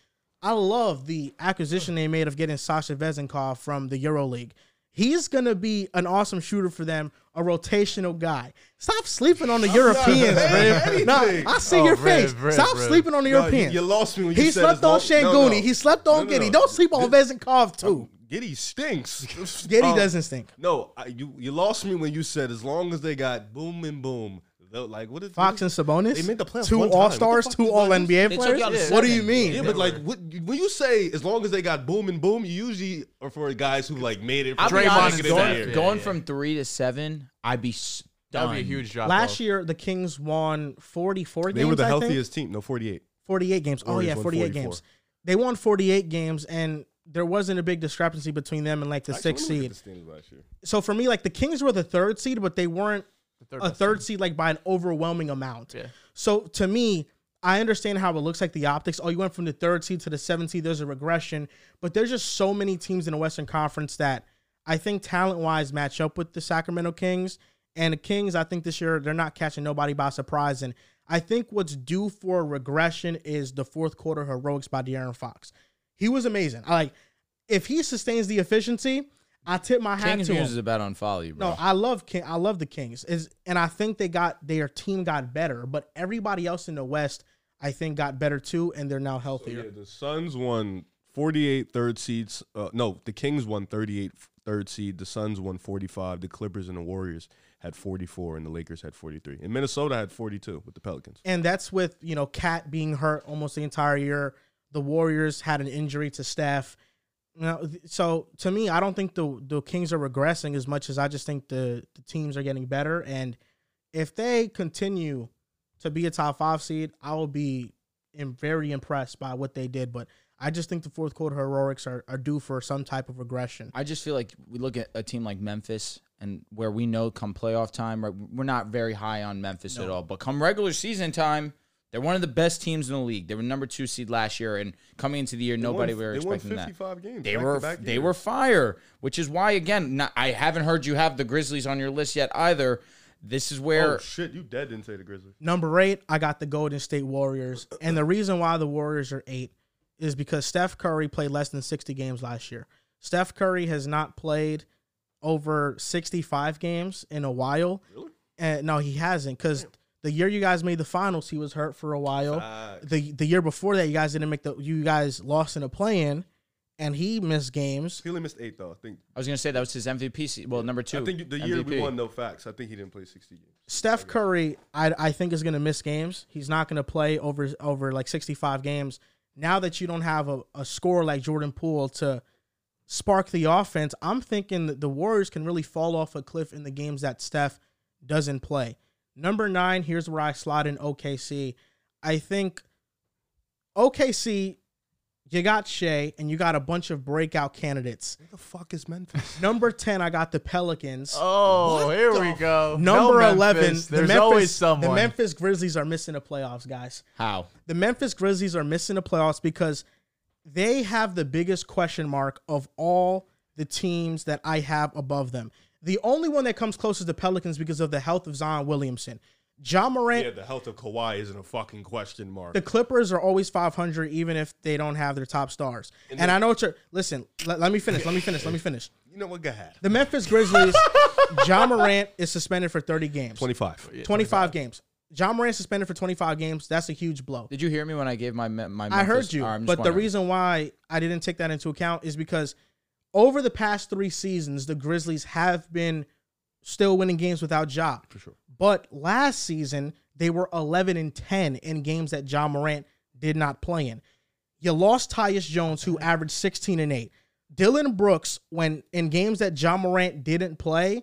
[SPEAKER 1] I love the acquisition they made of getting Sasha Vezenkov from the EuroLeague. He's gonna be an awesome shooter for them, a rotational guy. Stop sleeping on the Europeans, Riv.
[SPEAKER 3] saying
[SPEAKER 1] No,
[SPEAKER 3] anything.
[SPEAKER 1] I see
[SPEAKER 4] Oh,
[SPEAKER 1] your
[SPEAKER 4] Riv,
[SPEAKER 1] face.
[SPEAKER 4] Riv,
[SPEAKER 1] Stop
[SPEAKER 4] Riv.
[SPEAKER 1] sleeping on the
[SPEAKER 3] No, you-
[SPEAKER 1] Europeans.
[SPEAKER 3] you lost me when you
[SPEAKER 1] he
[SPEAKER 3] said
[SPEAKER 1] slept
[SPEAKER 3] his
[SPEAKER 1] on
[SPEAKER 3] lo- no,
[SPEAKER 1] Shanguni.
[SPEAKER 3] no.
[SPEAKER 1] He slept on
[SPEAKER 3] No, no,
[SPEAKER 1] Giddy.
[SPEAKER 3] no. Oh.
[SPEAKER 1] Don't sleep on Vezenkov too.
[SPEAKER 3] Giddy stinks. [LAUGHS]
[SPEAKER 1] Giddy
[SPEAKER 3] Um,
[SPEAKER 1] doesn't stink.
[SPEAKER 3] No, I, you you lost me when you said as long as they got boom and boom. Though, like what did
[SPEAKER 1] Fox and Sabonis.
[SPEAKER 3] They made the playoffs
[SPEAKER 1] Two
[SPEAKER 3] one time.
[SPEAKER 1] All Stars,
[SPEAKER 3] What the fuck
[SPEAKER 1] two
[SPEAKER 3] is
[SPEAKER 1] All
[SPEAKER 3] that? They
[SPEAKER 1] NBA
[SPEAKER 2] took
[SPEAKER 1] players.
[SPEAKER 2] you out of
[SPEAKER 1] What do you
[SPEAKER 2] seven.
[SPEAKER 1] mean?
[SPEAKER 3] Yeah, but like what, when you say as long as they got boom and boom, you usually are for guys who like made it.
[SPEAKER 2] I'll
[SPEAKER 3] from
[SPEAKER 2] be
[SPEAKER 4] Draymond
[SPEAKER 2] honest,
[SPEAKER 4] is
[SPEAKER 3] negative
[SPEAKER 2] going,
[SPEAKER 4] back.
[SPEAKER 3] year.
[SPEAKER 4] Yeah,
[SPEAKER 2] going
[SPEAKER 4] yeah.
[SPEAKER 2] from three to seven, I'd be stunned.
[SPEAKER 4] That would be a huge drop.
[SPEAKER 1] Last year, the Kings won 44 games.
[SPEAKER 3] They were the
[SPEAKER 1] I think.
[SPEAKER 3] healthiest team. No, forty-eight.
[SPEAKER 1] 48 games. Oh,
[SPEAKER 3] Warriors
[SPEAKER 1] yeah,
[SPEAKER 3] won
[SPEAKER 1] 48
[SPEAKER 3] 44.
[SPEAKER 1] games. They won 48 games, and there wasn't a big discrepancy between them and like the sixth seed.
[SPEAKER 3] Actually, let me look at the standings last year.
[SPEAKER 1] So for me, like the Kings were the third seed, but they weren't a third seed like by an overwhelming amount.
[SPEAKER 4] Yeah.
[SPEAKER 1] So to me, I understand how it looks like the optics. Oh, you went from the third seed to the seventh seed. There's a regression, but there's just so many teams in the Western Conference that I think talent wise match up with the Sacramento Kings. And the Kings, I think this year they're not catching nobody by surprise. And I think what's due for a regression is the fourth quarter heroics by De'Aaron Fox. He was amazing. I like if he sustains the efficiency, I tip my hat
[SPEAKER 2] Kings
[SPEAKER 1] to him.
[SPEAKER 2] is about on follow you, bro.
[SPEAKER 1] No, I love King. I love the Kings. Is and I think they got their team got better, but everybody else in the West, I think, got better too, and they're now healthier.
[SPEAKER 3] Yeah, the Suns won 48 third seeds. Uh, no, the Kings won 38 f- third seed. The Suns won 45. The Clippers and the Warriors had 44, and the Lakers had 43. And Minnesota had 42 with the Pelicans.
[SPEAKER 1] And that's with you know Cat being hurt almost the entire year. The Warriors had an injury to Steph. You know, th- so to me, I don't think the the Kings are regressing as much as I just think the the teams are getting better. And if they continue to be a top five seed, I will be am very impressed by what they did. But I just think the fourth quarter heroics are, are due for some type of regression.
[SPEAKER 2] I just feel like we look at a team like Memphis and where we know come playoff time, right, we're not very high on Memphis at all. But come regular season time, they're one of the best teams in the league. They were number two seed last year, and coming into the year, nobody
[SPEAKER 3] won,
[SPEAKER 2] were
[SPEAKER 3] they
[SPEAKER 2] expecting
[SPEAKER 3] won
[SPEAKER 2] that.
[SPEAKER 3] 55 games.
[SPEAKER 2] They
[SPEAKER 3] back to
[SPEAKER 2] were
[SPEAKER 3] back
[SPEAKER 2] they
[SPEAKER 3] years.
[SPEAKER 2] were fire, which is why again, not, I haven't heard you have the Grizzlies on your list yet either. This is where
[SPEAKER 3] Oh shit! You dead didn't say the Grizzlies.
[SPEAKER 1] Number eight, I got the Golden State Warriors. And the reason why the Warriors are eight is because Steph Curry played less than 60 games last year. Steph Curry has not played over 65 games in a while. Really? And no, he hasn't because the year you guys made the finals, he was hurt for a while. The the year before that, you guys didn't make the you guys lost in a play-in, and he missed games.
[SPEAKER 3] He only missed eight though. I think.
[SPEAKER 2] I was gonna say that was his MVP. se- Well, number two.
[SPEAKER 3] I think the year we
[SPEAKER 2] MVP.
[SPEAKER 3] won no facts. I think he didn't play 60 games.
[SPEAKER 1] Steph Curry, I, I think is going to miss games. He's not going to play over over like 65 games. Now that you don't have a, a scorer like Jordan Poole to spark the offense, I'm thinking that the Warriors can really fall off a cliff in the games that Steph doesn't play. Number nine, here's where I slot in OKC. I think OKC, you got Shea and you got a bunch of breakout candidates.
[SPEAKER 3] Where the fuck is
[SPEAKER 2] [LAUGHS]
[SPEAKER 3] Memphis?
[SPEAKER 1] Number 10, I got the Pelicans.
[SPEAKER 4] Oh, here we go.
[SPEAKER 1] Number
[SPEAKER 4] No
[SPEAKER 1] eleven,
[SPEAKER 4] Memphis.
[SPEAKER 1] the
[SPEAKER 4] There's
[SPEAKER 1] Memphis,
[SPEAKER 4] always someone.
[SPEAKER 1] The Memphis Grizzlies are missing the playoffs, guys.
[SPEAKER 2] How?
[SPEAKER 1] The Memphis Grizzlies are missing the playoffs because they have the biggest question mark of all the teams that I have above them. The only one that comes close is the Pelicans because of the health of Zion Williamson. John Morant,
[SPEAKER 3] yeah, the health of Kawhi isn't a fucking question mark.
[SPEAKER 1] the Clippers are always 500, even if they don't have their top stars. And, I know what you're. Listen, let, let me finish. Let me finish. Let me finish.
[SPEAKER 3] you know what? Go ahead.
[SPEAKER 1] The Memphis Grizzlies, John Morant is suspended for 30 games.
[SPEAKER 3] 25.
[SPEAKER 1] 25 games. John Moran suspended for 25 games. That's a huge blow.
[SPEAKER 2] Did you hear me when I gave my me- my?
[SPEAKER 1] I heard
[SPEAKER 2] Memphis-
[SPEAKER 1] you,
[SPEAKER 2] All right, I'm just
[SPEAKER 1] but the
[SPEAKER 2] wondering.
[SPEAKER 1] reason why I didn't take that into account is because over the past three seasons, the Grizzlies have been still winning games without Ja. For sure. But last season, they were 11 and 10 in games that John Morant did not play in. You lost Tyus Jones, who averaged 16 and 8. Dylan Brooks, when in games that John Morant didn't play,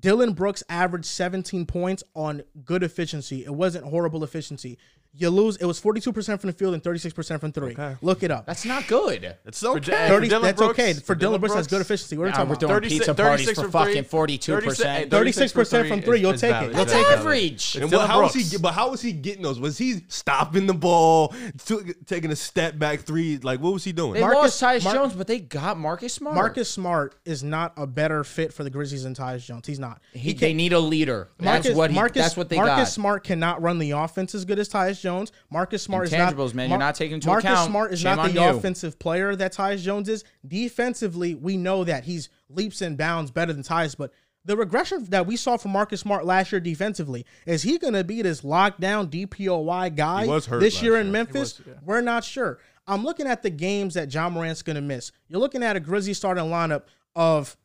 [SPEAKER 1] Dylan Brooks averaged 17 points on good efficiency. It wasn't horrible efficiency. You lose. It was 42% from the field and 36% from three. Look it up.
[SPEAKER 2] that's not good.
[SPEAKER 3] It's okay.
[SPEAKER 4] Hey, for
[SPEAKER 1] 30,
[SPEAKER 4] Dylan
[SPEAKER 1] that's
[SPEAKER 4] Brooks-
[SPEAKER 1] okay. For Dylan, Brooks, that's good efficiency. What are you
[SPEAKER 2] Nah,
[SPEAKER 1] talking
[SPEAKER 2] we're
[SPEAKER 1] about?
[SPEAKER 2] doing pizza parties for
[SPEAKER 4] from
[SPEAKER 2] fucking 42%.
[SPEAKER 1] 36% from three, you'll take it. You'll
[SPEAKER 2] That's
[SPEAKER 1] take it.
[SPEAKER 2] average.
[SPEAKER 3] And
[SPEAKER 4] Dylan
[SPEAKER 3] what, how was he?
[SPEAKER 4] Brooks.
[SPEAKER 3] get- But how was he getting those? Was he stopping the ball, t- taking a step back three? Like what was he doing?
[SPEAKER 2] They
[SPEAKER 1] Marcus-
[SPEAKER 2] lost Tyus
[SPEAKER 1] Mar-
[SPEAKER 2] Jones, but they got Marcus Smart.
[SPEAKER 1] Marcus Smart is not a better fit for the Grizzlies than Tyus Jones. He's not.
[SPEAKER 2] He, they need a leader. that's what he, That's what they
[SPEAKER 1] Marcus
[SPEAKER 2] got.
[SPEAKER 1] Smart cannot run the offense as good as Tyus Jones. Marcus Smart is not
[SPEAKER 2] Intangibles, man. You're not taking into
[SPEAKER 1] Marcus
[SPEAKER 2] account.
[SPEAKER 1] Smart is
[SPEAKER 2] Shame
[SPEAKER 1] not
[SPEAKER 2] on
[SPEAKER 1] the
[SPEAKER 2] you.
[SPEAKER 1] offensive player that Tyus Jones is. Defensively, we know that he's leaps and bounds better than Tyus, but the regression that we saw from Marcus Smart last year defensively, is he going to be this lockdown DPOY guy
[SPEAKER 3] He was hurt
[SPEAKER 1] this
[SPEAKER 3] last
[SPEAKER 1] year in
[SPEAKER 3] year.
[SPEAKER 1] Memphis? We're not sure. I'm looking at the games that John Morant's going to miss. You're looking at a Grizzly starting lineup of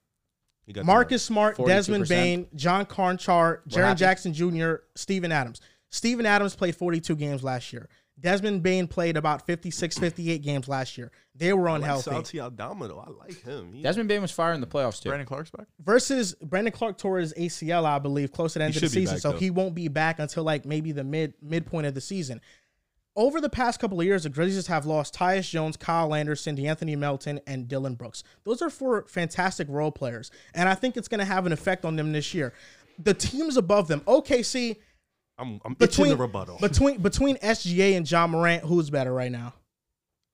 [SPEAKER 3] He got the
[SPEAKER 1] Marcus Smart, Desmond
[SPEAKER 2] 42%.
[SPEAKER 1] Bain, John Carnchar, Jaron
[SPEAKER 2] happened?
[SPEAKER 1] Jackson Jr., Steven Adams. Steven Adams played 42 games last year. Desmond Bain played about 56, 58 games last year. They were
[SPEAKER 3] ball.
[SPEAKER 1] unhealthy.
[SPEAKER 3] Salty Aldama, though. I like him. He-
[SPEAKER 2] Desmond Bain was fire in the playoffs too.
[SPEAKER 4] Brandon Clark's back.
[SPEAKER 1] Versus Brandon Clark tore his ACL, I believe, close to the end
[SPEAKER 3] He
[SPEAKER 1] of the
[SPEAKER 3] should be
[SPEAKER 1] season.
[SPEAKER 3] back,
[SPEAKER 1] so
[SPEAKER 3] though.
[SPEAKER 1] he won't be back until like maybe the mid midpoint of the season. Over the past couple of years, the Grizzlies have lost Tyus Jones, Kyle Anderson, DeAnthony Melton, and Dylan Brooks. Those are four fantastic role players, and I think it's going to have an effect on them this year. The teams above them, OKC,
[SPEAKER 3] I'm, I'm
[SPEAKER 1] between
[SPEAKER 3] itching the rebuttal.
[SPEAKER 1] between between SGA and John Morant, who's better right now?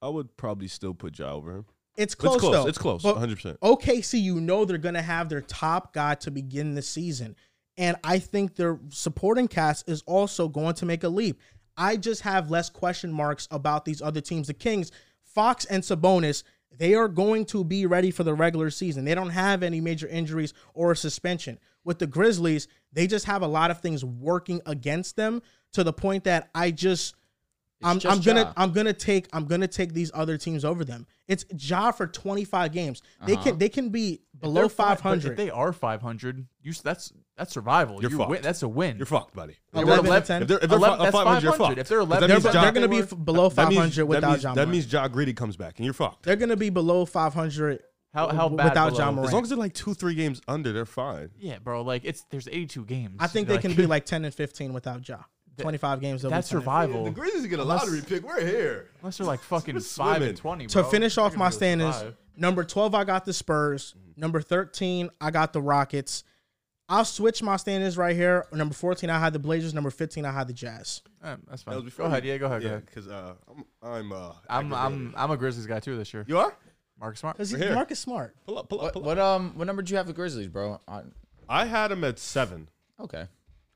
[SPEAKER 3] I would probably still put Ja over him.
[SPEAKER 1] It's close.
[SPEAKER 3] it's close.
[SPEAKER 1] Though.
[SPEAKER 3] It's close.
[SPEAKER 1] But
[SPEAKER 3] 100%.
[SPEAKER 1] OKC, you know they're going to have their top guy to begin the season. And I think their supporting cast is also going to make a leap. I just have less question marks about these other teams. The Kings, Fox, and Sabonis, they are going to be ready for the regular season. They don't have any major injuries or suspension. With the Grizzlies, they just have a lot of things working against them to the point that I just. I'm,
[SPEAKER 2] just
[SPEAKER 1] I'm gonna
[SPEAKER 2] Ja.
[SPEAKER 1] I'm gonna take I'm gonna take these other teams over them. It's Ja for 25 games. They can they can be below
[SPEAKER 4] Uh-huh. They're fi- but
[SPEAKER 1] 500.
[SPEAKER 4] If they are 500, you s- that's that's survival.
[SPEAKER 3] You're
[SPEAKER 4] you
[SPEAKER 3] fucked.
[SPEAKER 4] win, that's a win.
[SPEAKER 3] You're fucked, buddy.
[SPEAKER 1] Eleven
[SPEAKER 4] were
[SPEAKER 1] and
[SPEAKER 4] eleven-
[SPEAKER 1] 10.
[SPEAKER 3] If they're, if they're
[SPEAKER 4] 11
[SPEAKER 3] fi-
[SPEAKER 4] that's
[SPEAKER 3] 500, you're
[SPEAKER 4] 500.
[SPEAKER 3] fucked.
[SPEAKER 4] If they're
[SPEAKER 3] 'Cause
[SPEAKER 4] 11,
[SPEAKER 3] that means
[SPEAKER 4] they're
[SPEAKER 3] Ja-
[SPEAKER 1] they're gonna be
[SPEAKER 4] They were-
[SPEAKER 1] f- below
[SPEAKER 3] that means-
[SPEAKER 1] 500
[SPEAKER 3] that
[SPEAKER 1] without
[SPEAKER 3] means,
[SPEAKER 1] John.
[SPEAKER 3] That means Ja Greedy comes back and you're fucked.
[SPEAKER 1] they're gonna be below 500
[SPEAKER 4] How- how
[SPEAKER 1] w-
[SPEAKER 4] bad
[SPEAKER 1] without
[SPEAKER 4] below?
[SPEAKER 1] John
[SPEAKER 4] As
[SPEAKER 1] Morant.
[SPEAKER 3] As long as they're like two, three games under, they're fine.
[SPEAKER 4] yeah, bro. Like it's there's 82 games.
[SPEAKER 1] I think
[SPEAKER 4] You're
[SPEAKER 1] they can be like 10 and 15 without Ja. 25 games. they'll be
[SPEAKER 4] that's
[SPEAKER 1] 10 and
[SPEAKER 4] survival.
[SPEAKER 3] Grizzlies get a lottery pick. We're here.
[SPEAKER 4] Unless they're like fucking
[SPEAKER 3] We're
[SPEAKER 4] five
[SPEAKER 3] swimming.
[SPEAKER 4] and 20.
[SPEAKER 1] to
[SPEAKER 4] bro.
[SPEAKER 1] finish
[SPEAKER 4] They're
[SPEAKER 1] off
[SPEAKER 4] gonna
[SPEAKER 1] my
[SPEAKER 4] be
[SPEAKER 1] standings,
[SPEAKER 4] five. Mm-hmm.
[SPEAKER 1] number 12, I got the Spurs. Number 13, I got the Rockets. I'll switch my standings right here. Number 14, I had the Blazers. Number 15, I had the Jazz.
[SPEAKER 4] Alright, that's
[SPEAKER 3] That was
[SPEAKER 4] fine.
[SPEAKER 3] before
[SPEAKER 4] Go ahead.
[SPEAKER 3] you-
[SPEAKER 4] Yeah, go ahead. Go
[SPEAKER 3] Yeah,
[SPEAKER 4] ahead.
[SPEAKER 3] because uh, I'm I'm uh,
[SPEAKER 4] I'm
[SPEAKER 3] aggravated.
[SPEAKER 4] I'm I'm a Grizzlies guy too this year.
[SPEAKER 3] You are?
[SPEAKER 4] Mark Smart.
[SPEAKER 1] Because
[SPEAKER 3] We're here.
[SPEAKER 1] Marcus Smart.
[SPEAKER 3] Pull up, pull up,
[SPEAKER 2] What,
[SPEAKER 3] pull up.
[SPEAKER 2] what um what number do you have the Grizzlies, bro? I,
[SPEAKER 3] I had him at seven.
[SPEAKER 2] okay.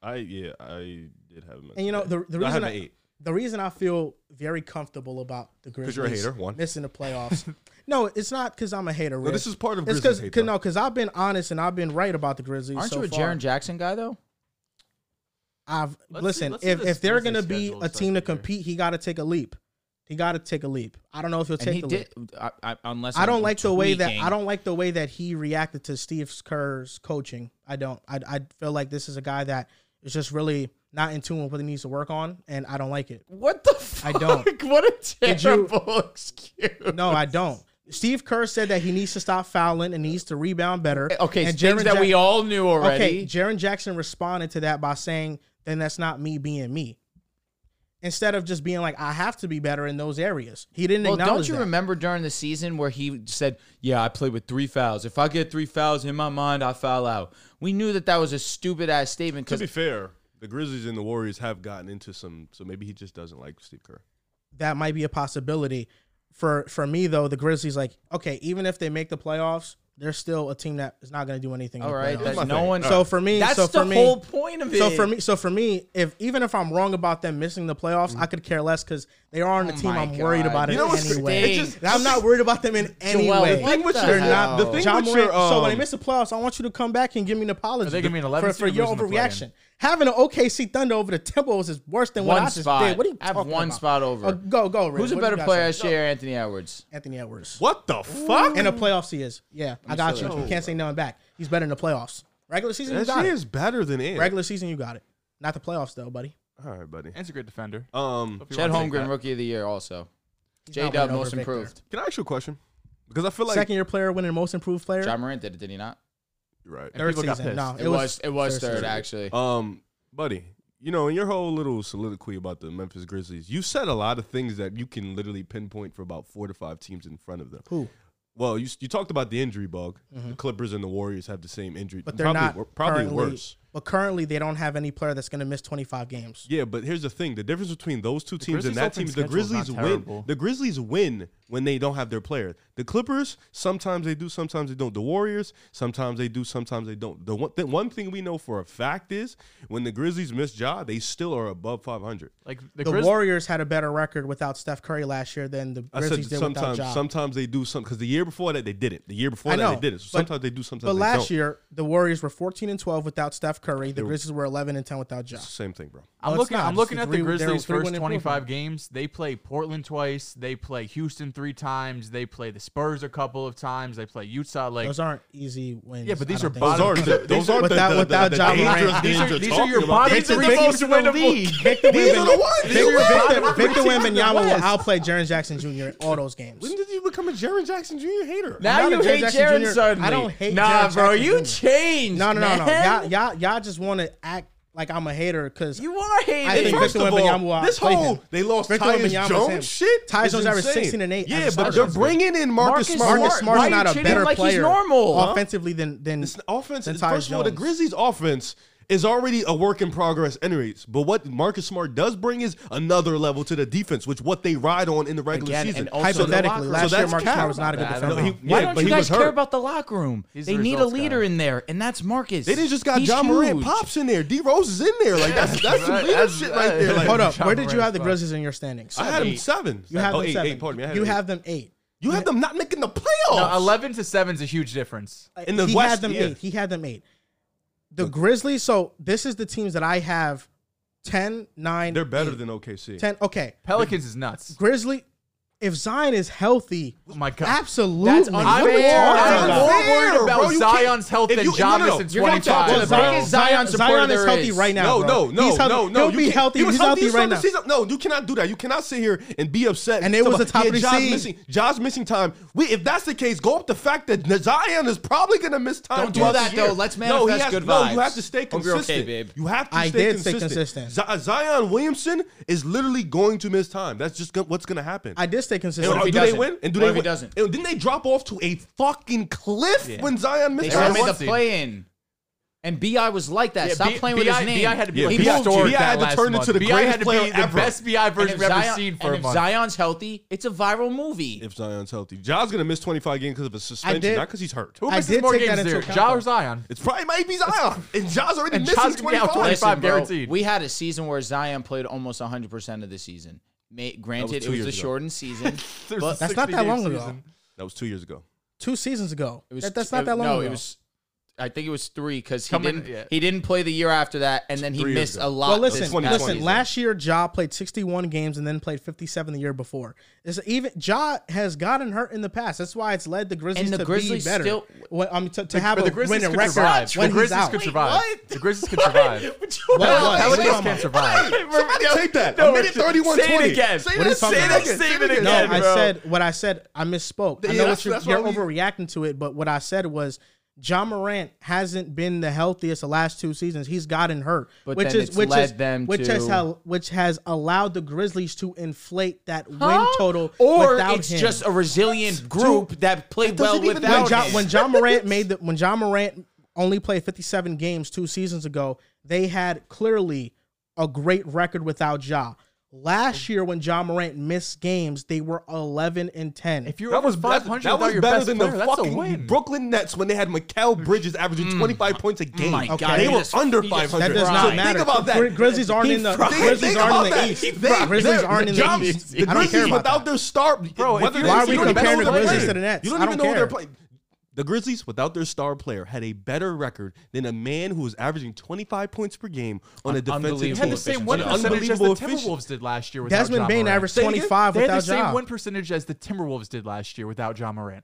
[SPEAKER 3] I yeah, I did have him. At
[SPEAKER 1] And you know the, the
[SPEAKER 3] I
[SPEAKER 1] reason
[SPEAKER 3] have
[SPEAKER 1] I,
[SPEAKER 3] an eight.
[SPEAKER 1] the reason I feel very comfortable about the Grizzlies
[SPEAKER 3] you're a hater, one.
[SPEAKER 1] missing the playoffs. [LAUGHS] no, it's not because I'm a hater.
[SPEAKER 3] No, this is part of
[SPEAKER 1] it's
[SPEAKER 3] Grizzlies
[SPEAKER 1] because
[SPEAKER 3] hate,
[SPEAKER 1] no, because I've been honest and I've been right about the Grizzlies.
[SPEAKER 2] Aren't
[SPEAKER 1] so
[SPEAKER 2] you a
[SPEAKER 1] far.
[SPEAKER 2] Jaron Jackson guy though?
[SPEAKER 1] I've
[SPEAKER 4] Let's see-
[SPEAKER 1] listen.
[SPEAKER 4] let's see
[SPEAKER 1] if
[SPEAKER 4] this
[SPEAKER 1] if they're
[SPEAKER 4] Grizzlies
[SPEAKER 1] gonna be
[SPEAKER 4] schedule
[SPEAKER 1] a
[SPEAKER 4] is
[SPEAKER 1] team to
[SPEAKER 4] like here.
[SPEAKER 1] compete, he got to take a leap. He got to take a leap. I don't know if he'll
[SPEAKER 2] And
[SPEAKER 1] take
[SPEAKER 2] he
[SPEAKER 1] the
[SPEAKER 2] did
[SPEAKER 1] leap.
[SPEAKER 2] I, I, unless
[SPEAKER 1] I don't
[SPEAKER 2] I'm
[SPEAKER 1] like the way that
[SPEAKER 2] tweaking.
[SPEAKER 1] I don't like the way that he reacted to Steve Kerr's coaching. I don't. I, I feel like this is a guy that is just really not in tune with what he needs to work on, and I don't like it.
[SPEAKER 2] What the fuck? [LAUGHS]
[SPEAKER 1] I don't.
[SPEAKER 2] What a
[SPEAKER 1] you-
[SPEAKER 2] terrible [LAUGHS] excuse.
[SPEAKER 1] No, I don't. Steve Kerr said that he needs to stop fouling and needs to rebound better.
[SPEAKER 2] Okay,
[SPEAKER 1] and
[SPEAKER 2] things that
[SPEAKER 1] Jack-
[SPEAKER 2] we all knew already.
[SPEAKER 1] Okay, Jaron Jackson responded to that by saying, "Then that's not me being me." Instead of just being like, "I have to be better in those areas," he didn't
[SPEAKER 2] well,
[SPEAKER 1] acknowledge
[SPEAKER 2] don't you
[SPEAKER 1] that.
[SPEAKER 2] remember during the season where he said, "Yeah, I play with three fouls. If I get three fouls in my mind, I foul out." We knew that that was a stupid ass statement
[SPEAKER 3] To
[SPEAKER 2] because
[SPEAKER 3] be fair, the Grizzlies and the Warriors have gotten into some, so maybe he just doesn't like Steve Kerr.
[SPEAKER 1] that might be a possibility. For for me though, the Grizzlies like, okay, even if they make the playoffs, they're still a team that is not going to do anything. in
[SPEAKER 2] all
[SPEAKER 1] the
[SPEAKER 2] right,
[SPEAKER 1] playoffs.
[SPEAKER 2] that
[SPEAKER 3] my
[SPEAKER 2] no
[SPEAKER 3] thing.
[SPEAKER 2] one.
[SPEAKER 1] so for me,
[SPEAKER 2] that's
[SPEAKER 1] so
[SPEAKER 2] the
[SPEAKER 1] for me,
[SPEAKER 2] whole point of it.
[SPEAKER 1] So for me, so for me, if even if I'm wrong about them missing the playoffs, I could care less because they are on the
[SPEAKER 2] Oh
[SPEAKER 1] team
[SPEAKER 2] my
[SPEAKER 1] I'm worried
[SPEAKER 2] God.
[SPEAKER 1] about
[SPEAKER 2] You
[SPEAKER 1] in
[SPEAKER 2] know
[SPEAKER 1] any
[SPEAKER 2] what's-
[SPEAKER 1] anyway.
[SPEAKER 2] it
[SPEAKER 1] Just,
[SPEAKER 2] just-
[SPEAKER 1] I'm not worried about them
[SPEAKER 2] [LAUGHS]
[SPEAKER 1] in any
[SPEAKER 2] Joel,
[SPEAKER 1] way.
[SPEAKER 2] the thing with
[SPEAKER 1] they're
[SPEAKER 2] your-
[SPEAKER 1] not.
[SPEAKER 2] the thing
[SPEAKER 1] John
[SPEAKER 3] with
[SPEAKER 1] Morant,
[SPEAKER 3] your,
[SPEAKER 1] so when they
[SPEAKER 3] um,
[SPEAKER 1] miss the playoffs, I want you to come back and give me an apology.
[SPEAKER 4] they gonna be an
[SPEAKER 1] for,
[SPEAKER 4] 11
[SPEAKER 1] for
[SPEAKER 4] seed
[SPEAKER 1] your
[SPEAKER 4] losing the
[SPEAKER 1] overreaction. Having an OKC Thunder over the Timberwolves is worse than what
[SPEAKER 2] one
[SPEAKER 1] I just
[SPEAKER 2] spot.
[SPEAKER 1] did. What are you
[SPEAKER 2] I have
[SPEAKER 1] talking
[SPEAKER 2] one
[SPEAKER 1] about?
[SPEAKER 2] spot over.
[SPEAKER 1] Uh, go go. Ray.
[SPEAKER 2] Who's a
[SPEAKER 1] What do you
[SPEAKER 2] better
[SPEAKER 1] got
[SPEAKER 2] player
[SPEAKER 1] saying?
[SPEAKER 2] this year, Anthony Edwards?
[SPEAKER 1] Anthony Edwards.
[SPEAKER 3] What the fuck?
[SPEAKER 1] In the playoffs, he is. Yeah, I got you.
[SPEAKER 2] still
[SPEAKER 1] You can't say nothing back. He's better in the playoffs. Regular season, you
[SPEAKER 3] that
[SPEAKER 1] got
[SPEAKER 3] shit
[SPEAKER 1] it.
[SPEAKER 3] is better than Ant.
[SPEAKER 1] Regular season, you got it. Not the playoffs though, budty.
[SPEAKER 3] All right, buddy.
[SPEAKER 4] Ant's a great defender.
[SPEAKER 3] Um,
[SPEAKER 4] If you
[SPEAKER 2] Chet
[SPEAKER 4] wanna take
[SPEAKER 2] Holmgren,
[SPEAKER 4] that.
[SPEAKER 2] rookie of the year, also.
[SPEAKER 1] He's
[SPEAKER 2] J
[SPEAKER 1] not
[SPEAKER 2] Dub,
[SPEAKER 1] winning over
[SPEAKER 2] most
[SPEAKER 1] Victor.
[SPEAKER 2] improved.
[SPEAKER 3] can I ask you a question? Because I feel like
[SPEAKER 1] Second year player winning most improved player.
[SPEAKER 2] John Morant did it, did he not?
[SPEAKER 3] you're right.
[SPEAKER 4] And
[SPEAKER 1] third
[SPEAKER 4] people got
[SPEAKER 1] season.
[SPEAKER 4] pissed.
[SPEAKER 1] No,
[SPEAKER 2] It, was, It was
[SPEAKER 1] season.
[SPEAKER 2] third, actually.
[SPEAKER 3] Um, buddy, you know, in your whole little soliloquy about the Memphis Grizzlies, you said a lot of things that you can literally pinpoint for about four to five teams in front of them.
[SPEAKER 1] Who? Mm-hmm.
[SPEAKER 3] Well, you, you talked about the injury bug. The Clippers and the Warriors have the same injury,
[SPEAKER 1] But they're
[SPEAKER 3] probably,
[SPEAKER 1] not
[SPEAKER 3] wor- probably
[SPEAKER 1] currently-
[SPEAKER 3] worse.
[SPEAKER 1] But currently, they don't have any player that's going to miss 25 games.
[SPEAKER 3] Yeah, but here's the thing: the difference between those two teams and
[SPEAKER 4] Grizzlies'
[SPEAKER 3] that
[SPEAKER 4] open
[SPEAKER 3] team is the
[SPEAKER 4] schedule's not
[SPEAKER 3] Grizzlies win.
[SPEAKER 4] terrible.
[SPEAKER 3] The Grizzlies win when they don't have their players. The Clippers, sometimes they do, sometimes they don't. The Warriors, sometimes they do, sometimes they don't. The one, the one thing we know for a fact is when the Grizzlies miss Ja, they still are above 500.
[SPEAKER 4] Like the,
[SPEAKER 1] The,
[SPEAKER 4] Grizz-
[SPEAKER 1] Warriors had a better record without Steph Curry last year than the
[SPEAKER 3] I
[SPEAKER 1] Grizzlies
[SPEAKER 3] said
[SPEAKER 1] did without
[SPEAKER 3] sometimes,
[SPEAKER 1] Ja.
[SPEAKER 3] sometimes they do something because the year before that they did it. The year before
[SPEAKER 1] I
[SPEAKER 3] that
[SPEAKER 1] know,
[SPEAKER 3] they did it. So
[SPEAKER 1] but-
[SPEAKER 3] sometimes they do, sometimes
[SPEAKER 1] but
[SPEAKER 3] they
[SPEAKER 1] last
[SPEAKER 3] don't.
[SPEAKER 1] year, the Warriors were 14 and 12 without Steph Curry. The
[SPEAKER 3] were-
[SPEAKER 1] Grizzlies were 11 and 10 without Ja.
[SPEAKER 3] it's the same thing, bro.
[SPEAKER 1] No,
[SPEAKER 4] I'm
[SPEAKER 1] it's
[SPEAKER 4] looking.
[SPEAKER 1] not.
[SPEAKER 4] I'm
[SPEAKER 1] It's
[SPEAKER 4] looking
[SPEAKER 1] the
[SPEAKER 4] at
[SPEAKER 1] three-
[SPEAKER 4] the
[SPEAKER 1] they're
[SPEAKER 4] Grizzlies'
[SPEAKER 1] three-win
[SPEAKER 4] first 25
[SPEAKER 1] improvement.
[SPEAKER 4] games. They play Portland twice. They play Houston three times. They play the Spurs a couple of times. They play Utah. Like
[SPEAKER 1] Those aren't easy wins.
[SPEAKER 4] Yeah, but these
[SPEAKER 1] I don't
[SPEAKER 4] are
[SPEAKER 1] think.
[SPEAKER 3] Those
[SPEAKER 4] bottom-
[SPEAKER 3] aren't the, those aren't the-
[SPEAKER 1] Without-
[SPEAKER 3] the, the,
[SPEAKER 1] without
[SPEAKER 3] the
[SPEAKER 1] Ja Morant.
[SPEAKER 3] dangerous
[SPEAKER 4] these
[SPEAKER 3] games
[SPEAKER 4] are,
[SPEAKER 3] you're
[SPEAKER 4] these are
[SPEAKER 3] talking
[SPEAKER 4] your
[SPEAKER 3] about.
[SPEAKER 4] bottom
[SPEAKER 3] These are
[SPEAKER 4] three
[SPEAKER 3] the
[SPEAKER 4] teams
[SPEAKER 3] most
[SPEAKER 4] to win the
[SPEAKER 3] winnable-
[SPEAKER 4] league.
[SPEAKER 1] Victor
[SPEAKER 3] These are the
[SPEAKER 1] Wembanyama.
[SPEAKER 3] ones. These
[SPEAKER 1] Victor,
[SPEAKER 3] are the
[SPEAKER 1] Victor,
[SPEAKER 3] ones.
[SPEAKER 1] Victor Wembanyama will outplay Jaron Jackson Jr. in all those games.
[SPEAKER 3] When did you become a Jaron Jackson Jr. hater?
[SPEAKER 1] Now that
[SPEAKER 2] Now you
[SPEAKER 1] Jaren
[SPEAKER 2] hate
[SPEAKER 1] Jackson
[SPEAKER 2] Jaron
[SPEAKER 1] Jr., I
[SPEAKER 2] suddenly.
[SPEAKER 1] don't hate
[SPEAKER 2] Nah,
[SPEAKER 1] Jaren
[SPEAKER 2] bro,
[SPEAKER 1] Jackson
[SPEAKER 2] you
[SPEAKER 1] Jr..
[SPEAKER 2] changed.
[SPEAKER 1] No, no, no, no. Y'all,
[SPEAKER 2] man.
[SPEAKER 1] y'all, y'all just want to act like I'm a hater because
[SPEAKER 2] You are hating.
[SPEAKER 1] I think
[SPEAKER 3] First
[SPEAKER 1] Victor
[SPEAKER 3] of all,
[SPEAKER 1] Wembanyama will
[SPEAKER 3] this
[SPEAKER 1] outplay
[SPEAKER 3] whole
[SPEAKER 1] him.
[SPEAKER 3] they lost
[SPEAKER 1] Victor
[SPEAKER 3] Tyus
[SPEAKER 1] Wembanyama's him.
[SPEAKER 3] Jones shit.
[SPEAKER 1] Tyus
[SPEAKER 3] is
[SPEAKER 1] Jones averaged
[SPEAKER 3] insane.
[SPEAKER 1] 16 and 8
[SPEAKER 3] Yeah,
[SPEAKER 1] as a
[SPEAKER 3] but
[SPEAKER 1] starter.
[SPEAKER 3] they're bringing in Marcus,
[SPEAKER 2] Marcus
[SPEAKER 3] Smart.
[SPEAKER 1] Marcus
[SPEAKER 2] Smart.
[SPEAKER 1] Smart's
[SPEAKER 2] Why
[SPEAKER 1] not
[SPEAKER 2] you
[SPEAKER 1] a
[SPEAKER 2] treating
[SPEAKER 1] better
[SPEAKER 2] him like he's
[SPEAKER 1] player
[SPEAKER 2] normal? Huh?
[SPEAKER 1] offensively than than
[SPEAKER 3] This offense
[SPEAKER 1] than
[SPEAKER 3] is
[SPEAKER 1] Tyus
[SPEAKER 3] first of all the
[SPEAKER 1] Jones.
[SPEAKER 3] Grizzlies' offense is already a work in progress, anyways. But what Marcus Smart does bring is another level to the defense, which what they ride on in the regular
[SPEAKER 2] Again,
[SPEAKER 3] season.
[SPEAKER 2] and also
[SPEAKER 3] So that-
[SPEAKER 1] Hypothetically,
[SPEAKER 2] So
[SPEAKER 1] last year
[SPEAKER 3] that's
[SPEAKER 1] Marcus
[SPEAKER 3] cap.
[SPEAKER 1] Smart was not a good
[SPEAKER 2] I don't
[SPEAKER 1] defender.
[SPEAKER 2] know.
[SPEAKER 3] he-
[SPEAKER 2] Why
[SPEAKER 3] yeah,
[SPEAKER 2] don't
[SPEAKER 3] but
[SPEAKER 2] you
[SPEAKER 3] he
[SPEAKER 2] guys
[SPEAKER 3] was
[SPEAKER 2] care
[SPEAKER 3] hurt.
[SPEAKER 2] about the locker room?
[SPEAKER 4] He's
[SPEAKER 2] they
[SPEAKER 4] the
[SPEAKER 2] need a
[SPEAKER 4] results guy.
[SPEAKER 2] leader in there, and that's Marcus.
[SPEAKER 3] they didn't just got
[SPEAKER 2] He's
[SPEAKER 3] John Morant
[SPEAKER 2] huge.
[SPEAKER 3] pops in there. D Rose is in there. Like that's that's some
[SPEAKER 4] Right,
[SPEAKER 3] leader
[SPEAKER 4] that's-
[SPEAKER 3] shit right there.
[SPEAKER 4] that's-
[SPEAKER 3] Like,
[SPEAKER 1] Hold up,
[SPEAKER 4] John
[SPEAKER 1] where did you
[SPEAKER 4] Morant's
[SPEAKER 1] have the
[SPEAKER 4] fine.
[SPEAKER 1] Grizzlies in your standings?
[SPEAKER 3] I had him
[SPEAKER 4] Eight.
[SPEAKER 3] seven.
[SPEAKER 1] You have
[SPEAKER 3] oh,
[SPEAKER 1] them
[SPEAKER 3] eight,
[SPEAKER 1] seven.
[SPEAKER 3] eight, pardon me. I had
[SPEAKER 1] you
[SPEAKER 3] eight.
[SPEAKER 1] have them eight.
[SPEAKER 3] you have them not making the playoffs.
[SPEAKER 4] No, Eleven to seven is a huge difference.
[SPEAKER 3] in the
[SPEAKER 1] he
[SPEAKER 3] West,
[SPEAKER 1] had them
[SPEAKER 3] yeah.
[SPEAKER 1] eight. He had them eight. The Grizzlies. So this is the teams that I have 10, 9.
[SPEAKER 3] They're better
[SPEAKER 1] eight.
[SPEAKER 3] than OKC.
[SPEAKER 1] 10. Okay.
[SPEAKER 4] Pelicans is nuts.
[SPEAKER 1] Grizzly, if Zion is healthy,
[SPEAKER 4] Oh my god.
[SPEAKER 1] absolutely.
[SPEAKER 2] That's
[SPEAKER 1] What
[SPEAKER 2] unfair.
[SPEAKER 1] are you
[SPEAKER 2] That's
[SPEAKER 1] talking
[SPEAKER 4] I'm
[SPEAKER 1] about?
[SPEAKER 3] unfair.
[SPEAKER 4] more worried about
[SPEAKER 3] bro, you can't-
[SPEAKER 4] Zion's health
[SPEAKER 3] if
[SPEAKER 4] than
[SPEAKER 3] you- no,
[SPEAKER 4] John
[SPEAKER 3] no, no.
[SPEAKER 4] missing
[SPEAKER 3] You're not
[SPEAKER 4] 25.
[SPEAKER 3] talking
[SPEAKER 1] Well,
[SPEAKER 3] about-
[SPEAKER 1] Zion,
[SPEAKER 2] Biggest Zion
[SPEAKER 1] Zion,
[SPEAKER 2] supporter
[SPEAKER 1] Zion is
[SPEAKER 2] there
[SPEAKER 1] healthy
[SPEAKER 2] is.
[SPEAKER 1] right now.
[SPEAKER 3] No,
[SPEAKER 1] bro.
[SPEAKER 3] no, no,
[SPEAKER 1] He's healthy.
[SPEAKER 3] no, no.
[SPEAKER 1] He'll
[SPEAKER 3] you
[SPEAKER 1] be
[SPEAKER 3] can't-
[SPEAKER 1] healthy.
[SPEAKER 3] He was
[SPEAKER 1] He's healthy
[SPEAKER 3] healthy
[SPEAKER 1] right
[SPEAKER 3] from the
[SPEAKER 1] now.
[SPEAKER 3] season. No, you cannot do that. You cannot sit here and be upset.
[SPEAKER 1] And it was
[SPEAKER 3] Somebody-
[SPEAKER 1] the top
[SPEAKER 3] yeah,
[SPEAKER 1] three
[SPEAKER 3] Ja's
[SPEAKER 1] seed.
[SPEAKER 3] missing. Ja's missing time. We, if that's the case, go up the fact that Zion is probably going to miss time.
[SPEAKER 2] Don't do
[SPEAKER 3] throughout
[SPEAKER 2] that,
[SPEAKER 3] the year.
[SPEAKER 2] though. Let's
[SPEAKER 3] no, he
[SPEAKER 2] manifest
[SPEAKER 3] has,
[SPEAKER 2] good
[SPEAKER 3] No, you
[SPEAKER 2] vibes.
[SPEAKER 3] have to stay
[SPEAKER 2] Hope you're okay,
[SPEAKER 3] consistent,
[SPEAKER 2] babe.
[SPEAKER 3] You have to
[SPEAKER 1] I
[SPEAKER 3] stay
[SPEAKER 1] did stay
[SPEAKER 3] consistent.
[SPEAKER 1] consistent.
[SPEAKER 3] Zi- Zion Williamson is literally going to miss time. That's just go- what's going to happen.
[SPEAKER 1] I did stay
[SPEAKER 3] And uh,
[SPEAKER 1] consistent.
[SPEAKER 2] What if he
[SPEAKER 3] do they
[SPEAKER 2] doesn't?
[SPEAKER 3] win? And do
[SPEAKER 2] What
[SPEAKER 3] they
[SPEAKER 2] if he
[SPEAKER 3] win?
[SPEAKER 2] doesn't?
[SPEAKER 3] And didn't they drop off to a fucking cliff when Zion
[SPEAKER 2] They
[SPEAKER 3] missed
[SPEAKER 2] should have
[SPEAKER 3] time?
[SPEAKER 2] made the
[SPEAKER 4] Seed.
[SPEAKER 2] play-in. And Bi was like that.
[SPEAKER 4] Yeah,
[SPEAKER 2] Stop
[SPEAKER 4] B-
[SPEAKER 2] playing with
[SPEAKER 4] BI
[SPEAKER 2] his name.
[SPEAKER 4] BI had to be
[SPEAKER 3] Yeah,
[SPEAKER 4] like
[SPEAKER 3] BI
[SPEAKER 4] historic
[SPEAKER 3] had
[SPEAKER 4] that
[SPEAKER 3] to
[SPEAKER 4] last
[SPEAKER 3] turn
[SPEAKER 4] month.
[SPEAKER 3] into the
[SPEAKER 4] BI had
[SPEAKER 3] greatest
[SPEAKER 4] to
[SPEAKER 3] player
[SPEAKER 4] be the
[SPEAKER 3] ever.
[SPEAKER 4] best BI
[SPEAKER 2] And
[SPEAKER 4] version
[SPEAKER 2] if,
[SPEAKER 4] we've ever
[SPEAKER 2] Zion-
[SPEAKER 4] seen
[SPEAKER 2] and
[SPEAKER 4] for a
[SPEAKER 2] if
[SPEAKER 4] month.
[SPEAKER 2] Zion's healthy, it's a viral movie.
[SPEAKER 3] if Zion's healthy. Ja's gonna miss 25 games because of a suspension,
[SPEAKER 1] did-
[SPEAKER 3] not because he's hurt.
[SPEAKER 4] Who
[SPEAKER 1] I
[SPEAKER 4] misses
[SPEAKER 1] did
[SPEAKER 4] more
[SPEAKER 1] take
[SPEAKER 4] games
[SPEAKER 1] that into
[SPEAKER 4] there,
[SPEAKER 1] account,
[SPEAKER 4] Ja
[SPEAKER 1] though.
[SPEAKER 4] or Zion?
[SPEAKER 3] It's probably might be Zion, and Ja's already
[SPEAKER 4] And
[SPEAKER 3] missing
[SPEAKER 4] Ja's gonna be
[SPEAKER 3] 25.
[SPEAKER 4] out 25.
[SPEAKER 2] Listen, bro,
[SPEAKER 4] guaranteed.
[SPEAKER 2] we had a season where Zion played almost 100% of the season. May, granted,
[SPEAKER 3] two
[SPEAKER 2] it was
[SPEAKER 3] years
[SPEAKER 2] a
[SPEAKER 3] ago.
[SPEAKER 2] shortened season.
[SPEAKER 4] There's
[SPEAKER 2] But
[SPEAKER 4] a
[SPEAKER 1] that's not that
[SPEAKER 4] 60
[SPEAKER 1] long
[SPEAKER 4] game
[SPEAKER 1] ago.
[SPEAKER 4] season.
[SPEAKER 3] That was two years ago.
[SPEAKER 1] Two seasons ago.
[SPEAKER 2] It was
[SPEAKER 1] That- that's not
[SPEAKER 2] it-
[SPEAKER 1] that long
[SPEAKER 2] no,
[SPEAKER 1] ago.
[SPEAKER 2] it was. I think it was three because he
[SPEAKER 4] Coming-
[SPEAKER 2] didn't.
[SPEAKER 4] yeah.
[SPEAKER 2] He didn't play the year after that, and then he
[SPEAKER 3] Three years
[SPEAKER 2] missed
[SPEAKER 3] ago.
[SPEAKER 2] a lot.
[SPEAKER 1] well,
[SPEAKER 2] this
[SPEAKER 1] listen,
[SPEAKER 3] 2020
[SPEAKER 2] past
[SPEAKER 1] listen.
[SPEAKER 2] season.
[SPEAKER 1] Last year, Ja played 61 games and then played 57 the year before. It's even Ja has gotten hurt in the past. That's why it's led the Grizzlies
[SPEAKER 2] And the
[SPEAKER 1] to
[SPEAKER 2] Grizzlies
[SPEAKER 1] be better.
[SPEAKER 2] still-
[SPEAKER 1] Well, I mean, to, to have
[SPEAKER 4] But
[SPEAKER 1] a
[SPEAKER 4] the Grizzlies
[SPEAKER 1] winning
[SPEAKER 4] could
[SPEAKER 1] record
[SPEAKER 4] survive.
[SPEAKER 1] when
[SPEAKER 4] the
[SPEAKER 1] he's
[SPEAKER 4] Grizzlies
[SPEAKER 1] out.
[SPEAKER 4] could survive.
[SPEAKER 2] what?
[SPEAKER 4] The Grizzlies could survive.
[SPEAKER 1] [LAUGHS] What? What?
[SPEAKER 4] Pelicans
[SPEAKER 1] What? [LAUGHS]
[SPEAKER 4] can survive.
[SPEAKER 3] Somebody take that.
[SPEAKER 4] no,
[SPEAKER 3] a minute
[SPEAKER 4] it's-
[SPEAKER 3] 31
[SPEAKER 4] say it again.
[SPEAKER 3] Say
[SPEAKER 4] What
[SPEAKER 1] are you
[SPEAKER 3] that,
[SPEAKER 1] talking
[SPEAKER 3] say
[SPEAKER 1] about?
[SPEAKER 3] that again. Say it
[SPEAKER 4] Say it
[SPEAKER 3] again.
[SPEAKER 1] No,
[SPEAKER 4] again,
[SPEAKER 1] I
[SPEAKER 4] bro.
[SPEAKER 1] said what I said. I misspoke. I know
[SPEAKER 3] Yeah, that's-
[SPEAKER 1] what you're,
[SPEAKER 3] that's why
[SPEAKER 1] you're
[SPEAKER 3] we-
[SPEAKER 1] overreacting to it, but what I said was John Morant hasn't been the healthiest the last two seasons. He's gotten hurt,
[SPEAKER 2] But
[SPEAKER 1] which
[SPEAKER 2] then
[SPEAKER 1] is
[SPEAKER 2] it's
[SPEAKER 1] which
[SPEAKER 2] led
[SPEAKER 1] is
[SPEAKER 2] them
[SPEAKER 1] which
[SPEAKER 2] to-
[SPEAKER 1] has hel- which has allowed the Grizzlies to inflate that win
[SPEAKER 2] Huh?
[SPEAKER 1] total.
[SPEAKER 2] or
[SPEAKER 1] without
[SPEAKER 2] it's
[SPEAKER 1] him.
[SPEAKER 2] just a resilient group that played well
[SPEAKER 3] doesn't even
[SPEAKER 1] when
[SPEAKER 2] without
[SPEAKER 3] matter.
[SPEAKER 1] John,
[SPEAKER 2] him.
[SPEAKER 1] when John Morant made the when John Morant only played 57 games two seasons ago, they had clearly a great record without Ja. Last year, when John Morant missed games, they were 11 and 10.
[SPEAKER 4] If you're
[SPEAKER 3] That
[SPEAKER 4] over
[SPEAKER 3] was, that,
[SPEAKER 4] 500
[SPEAKER 3] that was
[SPEAKER 4] without your
[SPEAKER 3] better
[SPEAKER 4] best
[SPEAKER 3] than
[SPEAKER 4] player,
[SPEAKER 3] the
[SPEAKER 4] that's a
[SPEAKER 3] fucking
[SPEAKER 4] win.
[SPEAKER 3] Brooklyn Nets when they had Mikel Bridges averaging 25 points a game.
[SPEAKER 2] my
[SPEAKER 1] God,
[SPEAKER 3] They
[SPEAKER 1] he
[SPEAKER 3] were
[SPEAKER 2] just-
[SPEAKER 3] under
[SPEAKER 2] he just
[SPEAKER 3] 500.
[SPEAKER 1] That does
[SPEAKER 2] Right.
[SPEAKER 1] not
[SPEAKER 3] so
[SPEAKER 1] matter.
[SPEAKER 3] Think about that.
[SPEAKER 1] Gri- Grizzlies aren't in the
[SPEAKER 3] Fried.
[SPEAKER 1] Grizzlies
[SPEAKER 3] Think
[SPEAKER 1] aren't
[SPEAKER 3] about
[SPEAKER 1] in
[SPEAKER 3] that.
[SPEAKER 1] the East.
[SPEAKER 3] They-
[SPEAKER 1] Grizzlies
[SPEAKER 3] they're-
[SPEAKER 1] aren't in
[SPEAKER 3] John-
[SPEAKER 1] the East.
[SPEAKER 3] The
[SPEAKER 1] I don't care
[SPEAKER 3] Grizzlies
[SPEAKER 1] about
[SPEAKER 3] without
[SPEAKER 1] that.
[SPEAKER 3] their star.
[SPEAKER 4] Bro, if
[SPEAKER 3] whether
[SPEAKER 4] you-
[SPEAKER 3] they-
[SPEAKER 4] why are we
[SPEAKER 3] you don't even
[SPEAKER 4] comparing
[SPEAKER 3] know
[SPEAKER 4] the
[SPEAKER 3] their
[SPEAKER 4] Grizzlies
[SPEAKER 3] player.
[SPEAKER 1] to the Nets?
[SPEAKER 3] You
[SPEAKER 1] I
[SPEAKER 3] don't even
[SPEAKER 1] don't
[SPEAKER 3] know who they're
[SPEAKER 1] care.
[SPEAKER 3] playing. The Grizzlies, without their star player, had a better record than a man who was averaging 25 points per game on a defensive
[SPEAKER 2] unbelievable
[SPEAKER 3] team.
[SPEAKER 4] They had the same win
[SPEAKER 2] Unbelievable
[SPEAKER 4] percentage as the
[SPEAKER 3] efficiency.
[SPEAKER 4] Timberwolves did last year without
[SPEAKER 1] Desmond
[SPEAKER 4] Ja
[SPEAKER 1] Bain
[SPEAKER 4] Morant.
[SPEAKER 1] averaged
[SPEAKER 3] Say it again?
[SPEAKER 1] 25
[SPEAKER 4] They had the
[SPEAKER 1] without
[SPEAKER 4] same
[SPEAKER 1] Ja.
[SPEAKER 4] win percentage as the Timberwolves did last year without John Morant.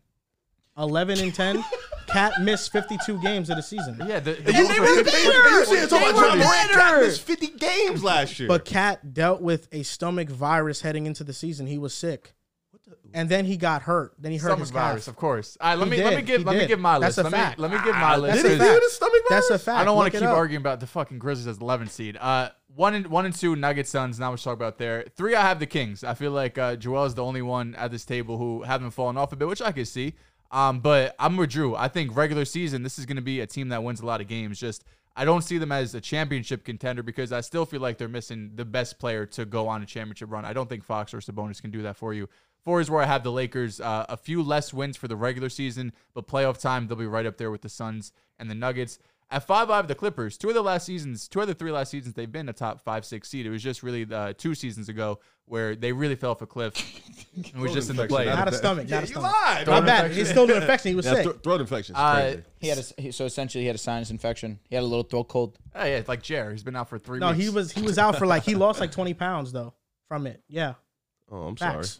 [SPEAKER 1] 11 and 10. Cat missed 52 games of the season.
[SPEAKER 4] Yeah, the,
[SPEAKER 3] You-
[SPEAKER 2] they were
[SPEAKER 3] if if You see
[SPEAKER 2] better.
[SPEAKER 3] it talking
[SPEAKER 2] They
[SPEAKER 3] about John
[SPEAKER 2] were
[SPEAKER 3] Morant got
[SPEAKER 2] better.
[SPEAKER 3] this 50 games last year.
[SPEAKER 1] But Cat dealt with a stomach virus heading into the season. He was sick. And then he got hurt. Then he hurt
[SPEAKER 4] stomach
[SPEAKER 1] his calf.
[SPEAKER 4] virus, of course. All right, let
[SPEAKER 1] He
[SPEAKER 4] me let
[SPEAKER 1] did.
[SPEAKER 4] me
[SPEAKER 1] He
[SPEAKER 4] give let me
[SPEAKER 1] did.
[SPEAKER 4] give my
[SPEAKER 1] That's
[SPEAKER 4] list.
[SPEAKER 1] a
[SPEAKER 4] Let
[SPEAKER 1] fact.
[SPEAKER 4] me let me give
[SPEAKER 2] Ah,
[SPEAKER 4] my list.
[SPEAKER 3] did
[SPEAKER 1] a
[SPEAKER 3] he
[SPEAKER 4] because-
[SPEAKER 1] fact.
[SPEAKER 3] deal with stomach virus?
[SPEAKER 1] That's a fact.
[SPEAKER 4] I don't want
[SPEAKER 1] Look
[SPEAKER 4] to
[SPEAKER 1] it
[SPEAKER 4] keep
[SPEAKER 1] up.
[SPEAKER 4] arguing about the fucking Grizzlies as 11 seed. Uh, one and one and two Nuggets Suns. Not much to talk about there. Three, I have the Kings. I feel like uh, Joel is the only one at this table who haven't fallen off a bit, which I could see. Um, but I'm with Drew. I think regular season, this is going to be a team that wins a lot of games. Just I don't see them as a championship contender because I still feel like they're missing the best player to go on a championship run. I don't think Fox or Sabonis can do that for you. Four is where I have the Lakers. Uh, a few less wins for the regular season, but playoff time they'll be right up there with the Suns and the Nuggets. At five, I have the Clippers. Two of the last seasons, two of the three last seasons, they've been a top five, six seed. It was just really uh, two seasons ago where they really fell off a cliff. It was just in the
[SPEAKER 3] infection,
[SPEAKER 4] play.
[SPEAKER 3] not
[SPEAKER 1] Not a
[SPEAKER 3] bad.
[SPEAKER 1] stomach. Not a
[SPEAKER 3] you
[SPEAKER 1] stomach.
[SPEAKER 3] lied.
[SPEAKER 1] My
[SPEAKER 3] man.
[SPEAKER 1] bad. He's still an infection. He was
[SPEAKER 3] Yeah,
[SPEAKER 1] sick.
[SPEAKER 3] thro- throat infections.
[SPEAKER 4] Uh,
[SPEAKER 3] crazy.
[SPEAKER 2] He had a he, so essentially he had a sinus infection. He had a little throat cold.
[SPEAKER 4] Oh, yeah, it's like Jer. He's been out for three
[SPEAKER 1] No,
[SPEAKER 4] weeks.
[SPEAKER 1] he was he was out for like he lost like twenty pounds though from it. Yeah,
[SPEAKER 3] Oh, I'm sorry.
[SPEAKER 1] facts,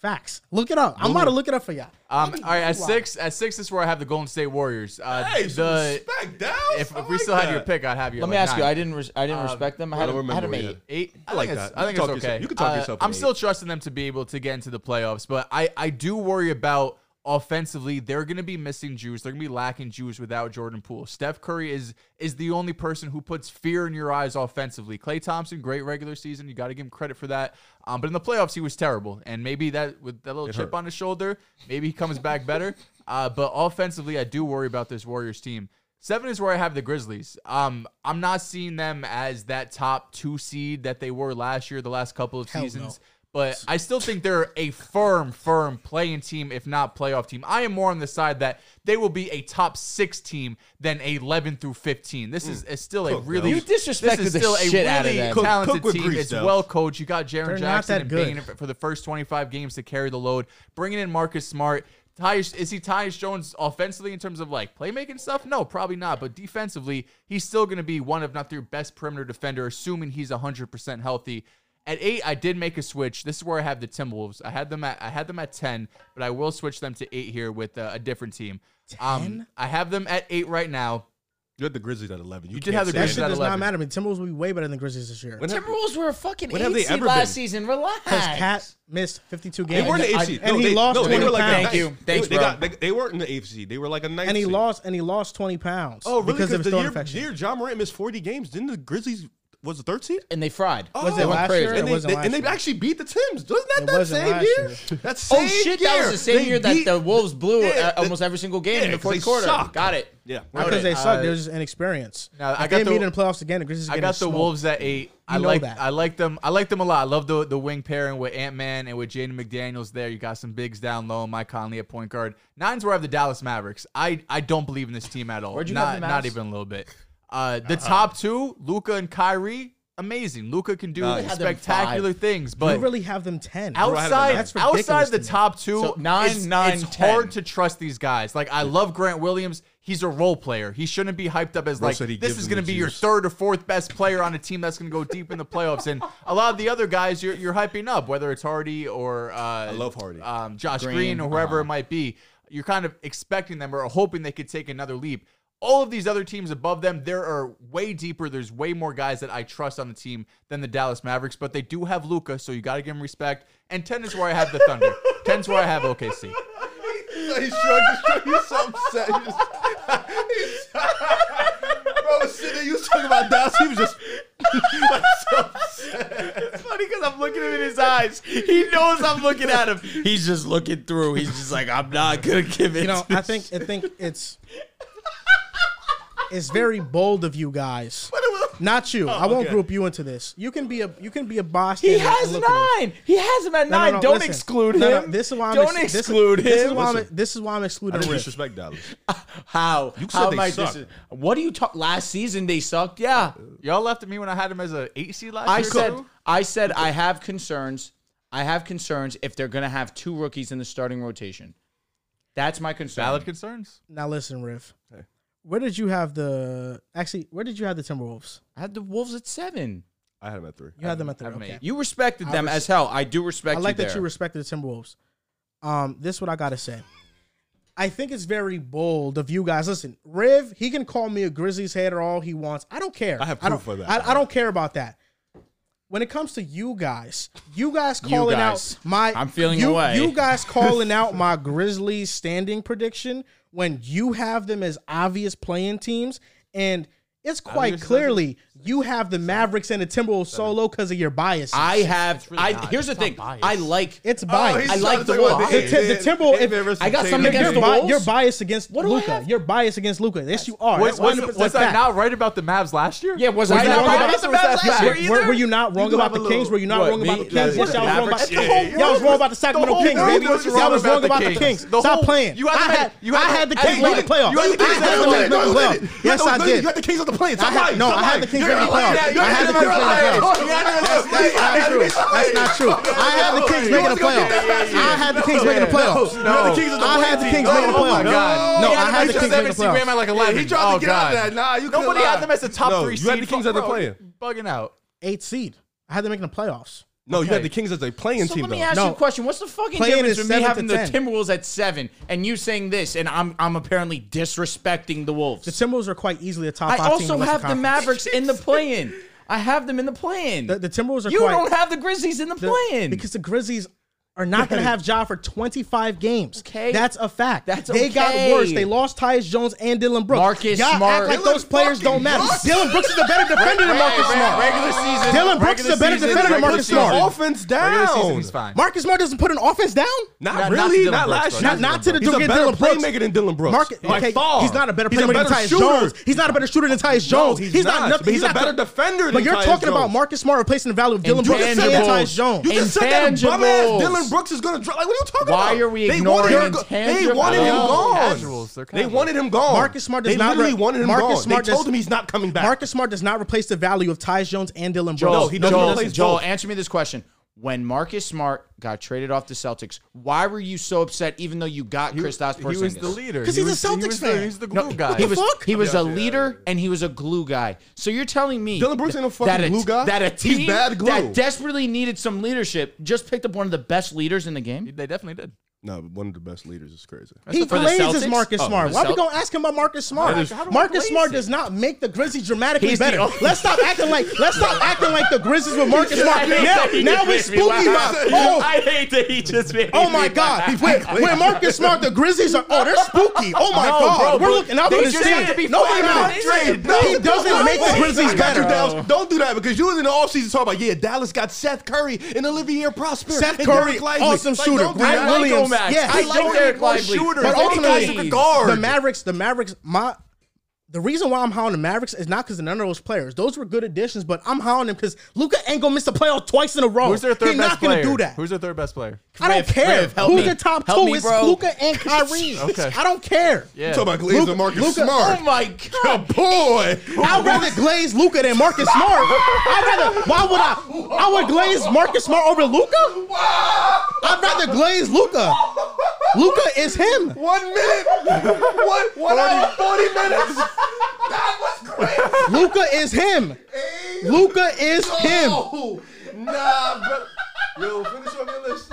[SPEAKER 1] facts. Look it up. I'm about to look it up for y'all.
[SPEAKER 4] Um, all right, at six, at six is where I have the Golden State Warriors. Uh,
[SPEAKER 3] Hey, some
[SPEAKER 4] the
[SPEAKER 3] respect, Dallas.
[SPEAKER 4] if,
[SPEAKER 3] I
[SPEAKER 4] if we
[SPEAKER 3] like
[SPEAKER 4] still had your
[SPEAKER 3] that.
[SPEAKER 4] pick, I'd have you.
[SPEAKER 2] Let
[SPEAKER 4] at
[SPEAKER 2] me
[SPEAKER 4] like
[SPEAKER 2] ask you.
[SPEAKER 4] nine.
[SPEAKER 2] I didn't res- I didn't respect them. I
[SPEAKER 3] I
[SPEAKER 2] had
[SPEAKER 3] don't
[SPEAKER 2] him- I had him
[SPEAKER 3] remember
[SPEAKER 2] eight.
[SPEAKER 3] either.
[SPEAKER 4] Eight. I,
[SPEAKER 3] I like
[SPEAKER 4] think it's-
[SPEAKER 3] that.
[SPEAKER 4] I think
[SPEAKER 3] You
[SPEAKER 4] it's
[SPEAKER 3] can talk
[SPEAKER 4] okay.
[SPEAKER 3] yourself- you can talk
[SPEAKER 4] Uh,
[SPEAKER 3] yourself
[SPEAKER 4] I'm
[SPEAKER 3] an
[SPEAKER 4] still trusting them to be able to get into the playoffs, but I I do worry about offensively. They're going to be missing Jews. They're going to be lacking Jews without Jordan Poole. Steph Curry is is the only person who puts fear in your eyes offensively. Clay Thompson, great regular season. You got to give him credit for that. Um, but in the playoffs, he was terrible, and maybe that with that little chip
[SPEAKER 3] hurt.
[SPEAKER 4] on his shoulder, maybe he comes back better. Uh, but offensively, I do worry about this Warriors team. Seven is where I have the Grizzlies. Um, I'm not seeing them as that top two seed that they were last year, the last couple of
[SPEAKER 1] Hell no.
[SPEAKER 4] seasons. But I still think they're a firm, firm playing team, if not playoff team. I am more on the side that they will be a top six team than a 11 through 15. This is, is still a
[SPEAKER 3] Mm. Cook,
[SPEAKER 4] really
[SPEAKER 3] yo.
[SPEAKER 2] You disrespected
[SPEAKER 4] this is
[SPEAKER 2] the
[SPEAKER 4] still
[SPEAKER 2] shit
[SPEAKER 4] a
[SPEAKER 2] out of
[SPEAKER 4] really
[SPEAKER 2] that.
[SPEAKER 3] Cook-
[SPEAKER 4] talented
[SPEAKER 3] cook with
[SPEAKER 4] team.
[SPEAKER 3] grease,
[SPEAKER 4] it's
[SPEAKER 3] though.
[SPEAKER 4] well coached. You got Jaron
[SPEAKER 1] They're not
[SPEAKER 4] Jackson
[SPEAKER 1] that
[SPEAKER 4] and
[SPEAKER 1] good.
[SPEAKER 4] Bain for the first 25 games to carry the load. Bringing in Marcus Smart. Tyus, is he Tyus Jones offensively in terms of like playmaking stuff? No, probably not. But defensively, he's still going to be one of not their best perimeter defender, assuming he's 100% healthy. At eight, I did make a switch. This is where I have the Timberwolves. I had them at I had them at ten, but I will switch them to eight here with uh, a different team. Um,
[SPEAKER 1] 10?
[SPEAKER 4] I have them at eight right now.
[SPEAKER 3] You had the Grizzlies at 11. You,
[SPEAKER 4] You did
[SPEAKER 3] can't
[SPEAKER 4] have the
[SPEAKER 3] say
[SPEAKER 1] That
[SPEAKER 4] Grizzlies
[SPEAKER 1] shit
[SPEAKER 4] at
[SPEAKER 1] does
[SPEAKER 4] 11.
[SPEAKER 1] not matter. I mean, Timberwolves will be way better than Grizzlies this year.
[SPEAKER 3] When have-
[SPEAKER 2] Timberwolves were a fucking
[SPEAKER 3] When have
[SPEAKER 2] eight
[SPEAKER 3] they
[SPEAKER 2] seed
[SPEAKER 3] ever
[SPEAKER 2] last
[SPEAKER 3] been?
[SPEAKER 2] season. Relax.
[SPEAKER 1] Because Cat missed 52
[SPEAKER 3] They
[SPEAKER 1] games.
[SPEAKER 3] were in the
[SPEAKER 2] I-
[SPEAKER 3] eighth seed.
[SPEAKER 1] and he
[SPEAKER 3] they,
[SPEAKER 1] lost
[SPEAKER 3] No, they were
[SPEAKER 1] 20
[SPEAKER 3] like
[SPEAKER 1] pounds.
[SPEAKER 3] a
[SPEAKER 2] Thank you.
[SPEAKER 3] ninth-
[SPEAKER 2] Thanks,
[SPEAKER 3] they,
[SPEAKER 2] bro.
[SPEAKER 3] Got, they, they weren't in the eighth seed. They were like a ninth.
[SPEAKER 1] and he
[SPEAKER 3] seed.
[SPEAKER 1] lost and he lost 20 pounds.
[SPEAKER 3] Oh, really?
[SPEAKER 1] Because of his
[SPEAKER 3] Because the
[SPEAKER 1] throat
[SPEAKER 3] year,
[SPEAKER 1] infection.
[SPEAKER 3] year John Morant missed 40 games. Didn't the Grizzlies was the third seed?
[SPEAKER 2] and they fried.
[SPEAKER 1] Was
[SPEAKER 2] They
[SPEAKER 1] it
[SPEAKER 2] went
[SPEAKER 1] last
[SPEAKER 2] crazy.
[SPEAKER 1] year?
[SPEAKER 3] And
[SPEAKER 1] It
[SPEAKER 3] they,
[SPEAKER 1] wasn't
[SPEAKER 3] they, and
[SPEAKER 1] last
[SPEAKER 3] they
[SPEAKER 1] year.
[SPEAKER 3] actually beat the Tims. Wasn't that
[SPEAKER 1] It
[SPEAKER 3] that
[SPEAKER 1] wasn't
[SPEAKER 3] same
[SPEAKER 1] last
[SPEAKER 3] year?
[SPEAKER 1] year.
[SPEAKER 3] That same
[SPEAKER 2] Oh shit!
[SPEAKER 3] year.
[SPEAKER 2] That was the same
[SPEAKER 3] They
[SPEAKER 2] year that
[SPEAKER 3] beat-
[SPEAKER 2] the Wolves blew
[SPEAKER 3] Yeah,
[SPEAKER 2] uh,
[SPEAKER 3] they-
[SPEAKER 2] almost every single game
[SPEAKER 3] yeah,
[SPEAKER 2] in the
[SPEAKER 3] 'cause
[SPEAKER 2] fourth
[SPEAKER 3] they
[SPEAKER 2] quarter.
[SPEAKER 3] suck.
[SPEAKER 2] Got [LAUGHS] it.
[SPEAKER 3] Yeah.
[SPEAKER 1] Not because they suck. They're just inexperienced.
[SPEAKER 4] Now, I
[SPEAKER 1] if
[SPEAKER 4] got
[SPEAKER 1] they
[SPEAKER 4] the-
[SPEAKER 1] meet in the playoffs again, the Grizzlies are
[SPEAKER 4] I
[SPEAKER 1] getting
[SPEAKER 4] got the
[SPEAKER 1] smoked.
[SPEAKER 4] Wolves at eight. I
[SPEAKER 1] know
[SPEAKER 4] like
[SPEAKER 1] that.
[SPEAKER 4] I like them. I like them a lot. I love the the wing pairing with Ant Man and with Jaden McDaniels there. You got some bigs down low. Mike Conley at point guard. Nine's where I have the Dallas Mavericks. I I don't believe in this team at all.
[SPEAKER 2] Where'd you
[SPEAKER 4] not,
[SPEAKER 2] have the
[SPEAKER 4] not
[SPEAKER 2] Mavs?
[SPEAKER 4] even a little bit. Uh, the top two, Luca and Kyrie, amazing. Luca can do
[SPEAKER 3] Nice. I
[SPEAKER 2] had them
[SPEAKER 4] spectacular
[SPEAKER 2] five.
[SPEAKER 4] things,
[SPEAKER 1] You
[SPEAKER 4] but
[SPEAKER 1] really have them 10.
[SPEAKER 3] nine.
[SPEAKER 4] outside
[SPEAKER 1] That's ridiculous
[SPEAKER 4] outside the
[SPEAKER 1] to me.
[SPEAKER 4] top two,
[SPEAKER 2] So nine,
[SPEAKER 4] it's,
[SPEAKER 2] nine,
[SPEAKER 4] it's
[SPEAKER 2] 10.
[SPEAKER 4] hard to trust these guys. Like I love Grant Williams. He's a role player. He shouldn't be hyped up as
[SPEAKER 3] Bro
[SPEAKER 4] like
[SPEAKER 3] said he
[SPEAKER 4] this
[SPEAKER 3] gives
[SPEAKER 4] is
[SPEAKER 3] them
[SPEAKER 4] going to
[SPEAKER 3] the
[SPEAKER 4] be your
[SPEAKER 3] juice.
[SPEAKER 4] third or fourth best player on a team that's going to go deep in the playoffs. And a lot of the other guys you're, you're hyping up, whether it's Hardy or uh, I
[SPEAKER 3] love Hardy.
[SPEAKER 4] um, Josh Green,
[SPEAKER 2] Green,
[SPEAKER 4] or whoever it
[SPEAKER 2] uh-huh.
[SPEAKER 4] might be. You're kind of expecting them or hoping they could take another leap. All of these other teams above them, there are way deeper. There's way more guys that I trust on the team than the Dallas Mavericks, but they do have Luca, so you got to give him respect. And ten is where I have the Thunder. ten is where I have
[SPEAKER 3] He
[SPEAKER 4] OKC.
[SPEAKER 3] shrugged his shrugged. He's so upset. He just, he's, bro, Sidney, you was talking about Dallas. He was just like, so upset.
[SPEAKER 2] It's funny because I'm looking him in his eyes. He knows I'm looking at him. He's just looking through. He's just like, I'm not gonna give it.
[SPEAKER 1] You know, I think I think it's it's very bold of you guys. Not you. I won't
[SPEAKER 3] okay.
[SPEAKER 1] group you into this. You can be a you can be a boss.
[SPEAKER 2] [LAUGHS] he has nine. He has him at
[SPEAKER 1] No, no,
[SPEAKER 2] nine.
[SPEAKER 1] no,
[SPEAKER 2] Don't
[SPEAKER 1] listen.
[SPEAKER 2] exclude him.
[SPEAKER 1] No, no, this is why I'm
[SPEAKER 2] Don't
[SPEAKER 1] ex- this-
[SPEAKER 2] exclude him.
[SPEAKER 1] This is why I'm, this is why I'm
[SPEAKER 3] I
[SPEAKER 1] excluding
[SPEAKER 3] didn't
[SPEAKER 1] Rip.
[SPEAKER 3] disrespect Dallas.
[SPEAKER 2] How?
[SPEAKER 3] You
[SPEAKER 2] How
[SPEAKER 3] said they
[SPEAKER 2] am I
[SPEAKER 3] suck.
[SPEAKER 2] dis- What do you talk? Last season they sucked. Yeah,
[SPEAKER 4] Y'all left at me when I had him as a eight seed last
[SPEAKER 2] I
[SPEAKER 4] year.
[SPEAKER 2] said.
[SPEAKER 4] too?
[SPEAKER 2] I said I have concerns. I have concerns if they're gonna have two rookies in the starting rotation. That's my concern.
[SPEAKER 4] valid concerns.
[SPEAKER 1] Now listen, Riff. Where did you have the actually? Where did you have the Timberwolves?
[SPEAKER 2] I had the Wolves at seven.
[SPEAKER 3] I had him at three.
[SPEAKER 1] You had them at the
[SPEAKER 4] I'm
[SPEAKER 1] okay.
[SPEAKER 4] eight.
[SPEAKER 2] You respected them as hell. I do respect.
[SPEAKER 1] I like
[SPEAKER 2] you
[SPEAKER 1] that you
[SPEAKER 2] there.
[SPEAKER 1] respected the Timberwolves. Um, this is what I gotta say. I think it's very bold of you guys. Listen, Riv, he can call me a Grizzlies hater all he wants. I don't care.
[SPEAKER 3] I have
[SPEAKER 1] I don't,
[SPEAKER 3] proof of that.
[SPEAKER 1] I, I don't care about that. When it comes to you guys, you guys
[SPEAKER 2] You
[SPEAKER 1] calling
[SPEAKER 2] guys.
[SPEAKER 1] out my
[SPEAKER 2] I'm feeling
[SPEAKER 1] you,
[SPEAKER 2] away.
[SPEAKER 1] You
[SPEAKER 2] [LAUGHS]
[SPEAKER 1] guys calling out my Grizzlies standing prediction when you have them as obvious playing teams, and it's quite
[SPEAKER 4] Obvious doesn't-
[SPEAKER 1] clearly You have the Mavericks and the Timberwolves solo because of your bias.
[SPEAKER 2] I have.
[SPEAKER 4] really
[SPEAKER 2] I
[SPEAKER 4] not.
[SPEAKER 2] here's the
[SPEAKER 4] It's not
[SPEAKER 2] thing.
[SPEAKER 4] biased.
[SPEAKER 2] I like.
[SPEAKER 1] it's
[SPEAKER 3] Oh,
[SPEAKER 1] bias.
[SPEAKER 3] he's
[SPEAKER 2] I
[SPEAKER 3] trying
[SPEAKER 2] like
[SPEAKER 3] to
[SPEAKER 2] the
[SPEAKER 3] talk about
[SPEAKER 2] Wolves.
[SPEAKER 1] The Tim- the
[SPEAKER 3] Dave-
[SPEAKER 1] Timberwolves-
[SPEAKER 3] Dave versus
[SPEAKER 2] I got
[SPEAKER 3] Tatum.
[SPEAKER 2] something
[SPEAKER 1] you're,
[SPEAKER 2] against the
[SPEAKER 1] bi-
[SPEAKER 2] Wolves?
[SPEAKER 1] you're biased against
[SPEAKER 2] What do I
[SPEAKER 1] Luca.
[SPEAKER 2] have?
[SPEAKER 1] You're biased against Luca. Yes, you are. That's
[SPEAKER 4] Was, was,
[SPEAKER 1] 100%
[SPEAKER 4] was I
[SPEAKER 1] fact.
[SPEAKER 4] not right about the Mavs last year?
[SPEAKER 2] Yeah,
[SPEAKER 1] Was
[SPEAKER 2] was I
[SPEAKER 1] that
[SPEAKER 2] not
[SPEAKER 1] wrong
[SPEAKER 2] right
[SPEAKER 1] about
[SPEAKER 2] about
[SPEAKER 1] the
[SPEAKER 2] the Mavs
[SPEAKER 4] Mavs last
[SPEAKER 2] last
[SPEAKER 4] year
[SPEAKER 2] year?
[SPEAKER 1] Were, were you not wrong
[SPEAKER 3] You
[SPEAKER 1] about
[SPEAKER 3] have a
[SPEAKER 1] the Kings?
[SPEAKER 3] little-
[SPEAKER 1] Were you not
[SPEAKER 2] What,
[SPEAKER 1] wrong about the
[SPEAKER 2] me?
[SPEAKER 1] Kings?
[SPEAKER 2] Yeah,
[SPEAKER 1] Yes, y'all was wrong about
[SPEAKER 2] Mavericks?
[SPEAKER 1] the
[SPEAKER 3] Yeah, yeah,
[SPEAKER 1] Kings.
[SPEAKER 3] yeah.
[SPEAKER 1] Y'all was wrong about the Sacramento
[SPEAKER 4] whole
[SPEAKER 1] Kings,
[SPEAKER 4] world
[SPEAKER 1] baby.
[SPEAKER 4] was wrong
[SPEAKER 1] Y'all was
[SPEAKER 4] about
[SPEAKER 1] wrong
[SPEAKER 4] the
[SPEAKER 1] about the
[SPEAKER 4] Kings.
[SPEAKER 1] Kings.
[SPEAKER 4] The
[SPEAKER 1] Stop
[SPEAKER 4] whole-
[SPEAKER 1] playing.
[SPEAKER 4] you had
[SPEAKER 1] I
[SPEAKER 4] the-
[SPEAKER 1] had
[SPEAKER 4] you
[SPEAKER 1] I
[SPEAKER 4] had the-
[SPEAKER 1] had the
[SPEAKER 4] Hey,
[SPEAKER 1] Kings made the
[SPEAKER 4] Lennon,
[SPEAKER 1] playoffs.
[SPEAKER 4] you had the
[SPEAKER 1] I
[SPEAKER 4] Kings
[SPEAKER 1] had
[SPEAKER 4] on
[SPEAKER 1] the
[SPEAKER 4] the
[SPEAKER 1] Kings made the
[SPEAKER 3] playoffs.
[SPEAKER 1] playoffs. Yes, I did.
[SPEAKER 3] You had the Kings on the plane.
[SPEAKER 1] I had, no, I had the Kings in the playoffs. I had the Kings making the playoffs. That's not true. That's not true. I had the Kings making the playoffs. I had the Kings making the playoffs.
[SPEAKER 4] No, no.
[SPEAKER 1] I had the Kings making the
[SPEAKER 4] Oh, my
[SPEAKER 1] playoffs.
[SPEAKER 4] God.
[SPEAKER 1] No,
[SPEAKER 4] He
[SPEAKER 1] I
[SPEAKER 4] them
[SPEAKER 1] had
[SPEAKER 4] at
[SPEAKER 1] the Kings making the
[SPEAKER 4] 17, we had them at
[SPEAKER 1] playoffs.
[SPEAKER 4] like 11.
[SPEAKER 3] he tried
[SPEAKER 4] oh,
[SPEAKER 3] to get
[SPEAKER 4] God.
[SPEAKER 3] out of that. Nah, you couldn't
[SPEAKER 4] Nobody
[SPEAKER 3] lie.
[SPEAKER 4] had them as the top
[SPEAKER 3] No,
[SPEAKER 4] three
[SPEAKER 3] you had
[SPEAKER 4] seed.
[SPEAKER 3] the Kings
[SPEAKER 4] Fuck,
[SPEAKER 3] as the
[SPEAKER 4] bro,
[SPEAKER 3] player.
[SPEAKER 4] Bugging out.
[SPEAKER 1] Eight seed. I had them making the playoffs.
[SPEAKER 3] No, you had
[SPEAKER 4] Okay.
[SPEAKER 3] the Kings as a playing
[SPEAKER 2] So
[SPEAKER 3] team
[SPEAKER 2] let me
[SPEAKER 3] though.
[SPEAKER 2] ask
[SPEAKER 1] No.
[SPEAKER 2] you a question. What's the fucking
[SPEAKER 1] Playing
[SPEAKER 2] difference
[SPEAKER 1] is
[SPEAKER 2] between
[SPEAKER 1] seven
[SPEAKER 2] me
[SPEAKER 1] to
[SPEAKER 2] having the
[SPEAKER 1] 10.
[SPEAKER 2] Timberwolves at seven and you saying this, and I'm I'm apparently disrespecting the Wolves?
[SPEAKER 1] The Timberwolves are quite easily a top
[SPEAKER 2] I
[SPEAKER 1] five team.
[SPEAKER 2] also
[SPEAKER 1] in Western
[SPEAKER 2] have the
[SPEAKER 1] Conference.
[SPEAKER 2] Mavericks
[SPEAKER 1] [LAUGHS]
[SPEAKER 2] in the play-in. I have them in the play-in.
[SPEAKER 1] The, the Timberwolves are
[SPEAKER 2] you
[SPEAKER 1] quite.
[SPEAKER 2] don't have the Grizzlies in the,
[SPEAKER 1] the-
[SPEAKER 2] play-in
[SPEAKER 1] because the Grizzlies are not going to have Ja for 25 games.
[SPEAKER 2] Okay.
[SPEAKER 1] that's a fact.
[SPEAKER 2] That's
[SPEAKER 1] they got
[SPEAKER 2] okay.
[SPEAKER 1] worse. They lost Tyus Jones and Dylan Brooks.
[SPEAKER 2] Marcus
[SPEAKER 1] Y'all
[SPEAKER 2] Smart.
[SPEAKER 1] act like those
[SPEAKER 3] Dylan
[SPEAKER 1] players don't
[SPEAKER 3] fucking
[SPEAKER 1] matter.
[SPEAKER 3] Brooks.
[SPEAKER 1] Dylan Brooks is a better defender than Marcus Smart.
[SPEAKER 4] Regular season.
[SPEAKER 1] Dylan Brooks is a better
[SPEAKER 4] season,
[SPEAKER 1] defender than
[SPEAKER 4] regular
[SPEAKER 1] Marcus
[SPEAKER 4] season.
[SPEAKER 1] Smart.
[SPEAKER 4] Off-
[SPEAKER 3] Offense
[SPEAKER 4] Regular
[SPEAKER 3] down.
[SPEAKER 4] season, he's fine.
[SPEAKER 1] Marcus Smart doesn't put an offense down.
[SPEAKER 3] Not,
[SPEAKER 4] Not- not
[SPEAKER 3] really.
[SPEAKER 4] to Dylan
[SPEAKER 3] Not,
[SPEAKER 4] Brooks,
[SPEAKER 3] last
[SPEAKER 4] though.
[SPEAKER 3] year.
[SPEAKER 1] Not, not to the
[SPEAKER 3] He's a
[SPEAKER 1] degree
[SPEAKER 3] better
[SPEAKER 1] Dylan Brooks.
[SPEAKER 3] playmaker than Dylan Brooks.
[SPEAKER 1] Marcus,
[SPEAKER 3] By
[SPEAKER 1] okay,
[SPEAKER 3] far.
[SPEAKER 1] he's not a better
[SPEAKER 3] He's
[SPEAKER 1] player than
[SPEAKER 3] better
[SPEAKER 1] Tyus
[SPEAKER 3] shooter.
[SPEAKER 1] Jones. He's not a better shooter than Tyus Jones. not.
[SPEAKER 3] he's not,
[SPEAKER 1] nothing.
[SPEAKER 3] but he's a
[SPEAKER 1] not
[SPEAKER 3] better
[SPEAKER 1] the-
[SPEAKER 3] defender than
[SPEAKER 1] But you're
[SPEAKER 3] Tyus
[SPEAKER 1] talking about
[SPEAKER 3] Jones.
[SPEAKER 1] Marcus Smart replacing the value of Dylan Brooks and
[SPEAKER 2] Intangibles.
[SPEAKER 1] Tyus Jones.
[SPEAKER 3] You just said that
[SPEAKER 2] Intangibles.
[SPEAKER 3] dumbass Dylan Brooks is gonna drop. Like, what are you talking
[SPEAKER 2] Why
[SPEAKER 3] about?
[SPEAKER 2] are we
[SPEAKER 3] They wanted
[SPEAKER 2] ignoring
[SPEAKER 3] him go- They wanted him
[SPEAKER 2] intangibles?
[SPEAKER 3] gone.
[SPEAKER 4] Casuals, they're
[SPEAKER 3] They
[SPEAKER 4] casuals.
[SPEAKER 3] wanted him gone.
[SPEAKER 1] Marcus Smart does
[SPEAKER 3] Oh, They
[SPEAKER 1] not
[SPEAKER 3] literally
[SPEAKER 1] re-
[SPEAKER 3] wanted him
[SPEAKER 1] Marcus
[SPEAKER 3] gone.
[SPEAKER 1] Smart
[SPEAKER 3] they
[SPEAKER 1] does-
[SPEAKER 3] told him he's not coming back.
[SPEAKER 1] Marcus Smart does not replace the value of Tyus Jones and Dylan Brooks.
[SPEAKER 2] Joel,
[SPEAKER 3] No, he doesn't
[SPEAKER 2] Joel,
[SPEAKER 3] replace
[SPEAKER 2] Joel,
[SPEAKER 3] both.
[SPEAKER 2] answer me this question. When Marcus Smart got traded off the Celtics, why were you so upset even though you got Kristaps
[SPEAKER 4] He was
[SPEAKER 2] Porzingis?
[SPEAKER 4] the leader.
[SPEAKER 1] 'Cause
[SPEAKER 4] He
[SPEAKER 1] he's a
[SPEAKER 4] was- he
[SPEAKER 1] Celtics
[SPEAKER 4] was the-
[SPEAKER 1] fan.
[SPEAKER 4] He's the
[SPEAKER 2] No,
[SPEAKER 4] glue guy.
[SPEAKER 2] He was
[SPEAKER 1] fuck?
[SPEAKER 2] he was
[SPEAKER 4] Yeah,
[SPEAKER 2] a
[SPEAKER 4] yeah,
[SPEAKER 2] leader and he was a glue guy. So you're telling me
[SPEAKER 3] Dylan Brooks ain't no
[SPEAKER 2] th-
[SPEAKER 3] fucking
[SPEAKER 2] that a,
[SPEAKER 3] glue guy.
[SPEAKER 2] That a
[SPEAKER 3] He's
[SPEAKER 2] team
[SPEAKER 3] bad glue.
[SPEAKER 2] that desperately needed some leadership just picked up one of the best leaders in the game.
[SPEAKER 4] They definitely did.
[SPEAKER 3] no, one of the best leaders is crazy.
[SPEAKER 1] He
[SPEAKER 2] For the
[SPEAKER 1] plays as
[SPEAKER 2] Celtics?
[SPEAKER 1] Marcus
[SPEAKER 2] Oh,
[SPEAKER 1] Smart.
[SPEAKER 2] the
[SPEAKER 1] Why are we
[SPEAKER 2] Celt-
[SPEAKER 1] gonna ask him about Marcus Smart?
[SPEAKER 3] That is- How
[SPEAKER 4] do I
[SPEAKER 1] Marcus
[SPEAKER 4] place
[SPEAKER 1] Smart
[SPEAKER 4] it?
[SPEAKER 1] does not make the Grizzlies dramatically
[SPEAKER 2] He's the
[SPEAKER 1] better.
[SPEAKER 2] only-
[SPEAKER 1] let's stop acting like let's stop acting like the Grizzlies with
[SPEAKER 2] [LAUGHS]
[SPEAKER 1] Marcus Smart.
[SPEAKER 2] hate
[SPEAKER 1] Now,
[SPEAKER 2] that he
[SPEAKER 1] now it's
[SPEAKER 2] just made me laugh.
[SPEAKER 1] spooky vibes. Oh,
[SPEAKER 2] I hate that he just made
[SPEAKER 1] oh
[SPEAKER 2] me
[SPEAKER 1] my
[SPEAKER 2] laugh.
[SPEAKER 1] God!
[SPEAKER 2] [LAUGHS]
[SPEAKER 1] When, when Marcus Smart, the Grizzlies are oh they're spooky. Oh my
[SPEAKER 4] No,
[SPEAKER 1] God!
[SPEAKER 4] bro,
[SPEAKER 1] We're
[SPEAKER 4] but
[SPEAKER 1] looking out
[SPEAKER 4] they
[SPEAKER 1] for the
[SPEAKER 4] just have to be
[SPEAKER 1] team. Oh, No, they're
[SPEAKER 4] flat
[SPEAKER 1] not.
[SPEAKER 4] out
[SPEAKER 3] Trade.
[SPEAKER 4] No,
[SPEAKER 1] He doesn't make the
[SPEAKER 3] wait,
[SPEAKER 1] Grizzlies
[SPEAKER 3] I got
[SPEAKER 1] better.
[SPEAKER 3] you, Dallas. Don't do that because you was in the offseason talking about, yeah, Dallas got Seth Curry and Olivier Prosper.
[SPEAKER 1] Seth
[SPEAKER 3] and
[SPEAKER 1] Curry,
[SPEAKER 3] Derrick Lively.
[SPEAKER 1] awesome
[SPEAKER 3] Like,
[SPEAKER 1] shooter,
[SPEAKER 3] don't do
[SPEAKER 1] great
[SPEAKER 3] that.
[SPEAKER 2] I like
[SPEAKER 1] Williams.
[SPEAKER 2] Omax.
[SPEAKER 1] Yes.
[SPEAKER 2] I
[SPEAKER 1] He's
[SPEAKER 2] like
[SPEAKER 3] only
[SPEAKER 2] Derek
[SPEAKER 3] more
[SPEAKER 2] Lively.
[SPEAKER 3] shooters.
[SPEAKER 1] But
[SPEAKER 3] But
[SPEAKER 1] ultimately,
[SPEAKER 3] ultimately- guard.
[SPEAKER 1] the Mavericks, the Mavericks, my the reason why I'm hounding the Mavericks is not because of none of those players. Those were good additions, but I'm hounding them because Luca ain't gonna miss the playoff twice in a row.
[SPEAKER 4] Who's their third
[SPEAKER 1] He's
[SPEAKER 4] best
[SPEAKER 1] not
[SPEAKER 4] player?
[SPEAKER 1] gonna do that.
[SPEAKER 4] Who's their third best player?
[SPEAKER 1] I don't
[SPEAKER 2] Riv,
[SPEAKER 1] care.
[SPEAKER 2] Riv, help
[SPEAKER 1] Who's
[SPEAKER 2] me.
[SPEAKER 1] the top
[SPEAKER 2] Help
[SPEAKER 1] two?
[SPEAKER 2] me,
[SPEAKER 1] it's
[SPEAKER 2] bro.
[SPEAKER 1] Luca
[SPEAKER 4] [LAUGHS]
[SPEAKER 1] and Kyrie.
[SPEAKER 4] Okay.
[SPEAKER 1] I don't care.
[SPEAKER 4] Yeah.
[SPEAKER 3] Talking about Glaze and Marcus
[SPEAKER 1] Luka-
[SPEAKER 3] Smart.
[SPEAKER 2] Oh my
[SPEAKER 3] Your
[SPEAKER 2] god.
[SPEAKER 3] boy.
[SPEAKER 1] I'd rather glaze Luca than Marcus
[SPEAKER 4] [LAUGHS]
[SPEAKER 1] Smart. I'd rather. Why would I? I would glaze Marcus Smart over Luca. I'd rather glaze Luca. Luca is him.
[SPEAKER 3] One minute. One, one hour, 40 minutes. [LAUGHS] That was crazy.
[SPEAKER 1] Luca is him. Luca is him.
[SPEAKER 3] him. Nah, bro. Yo, finish up your list.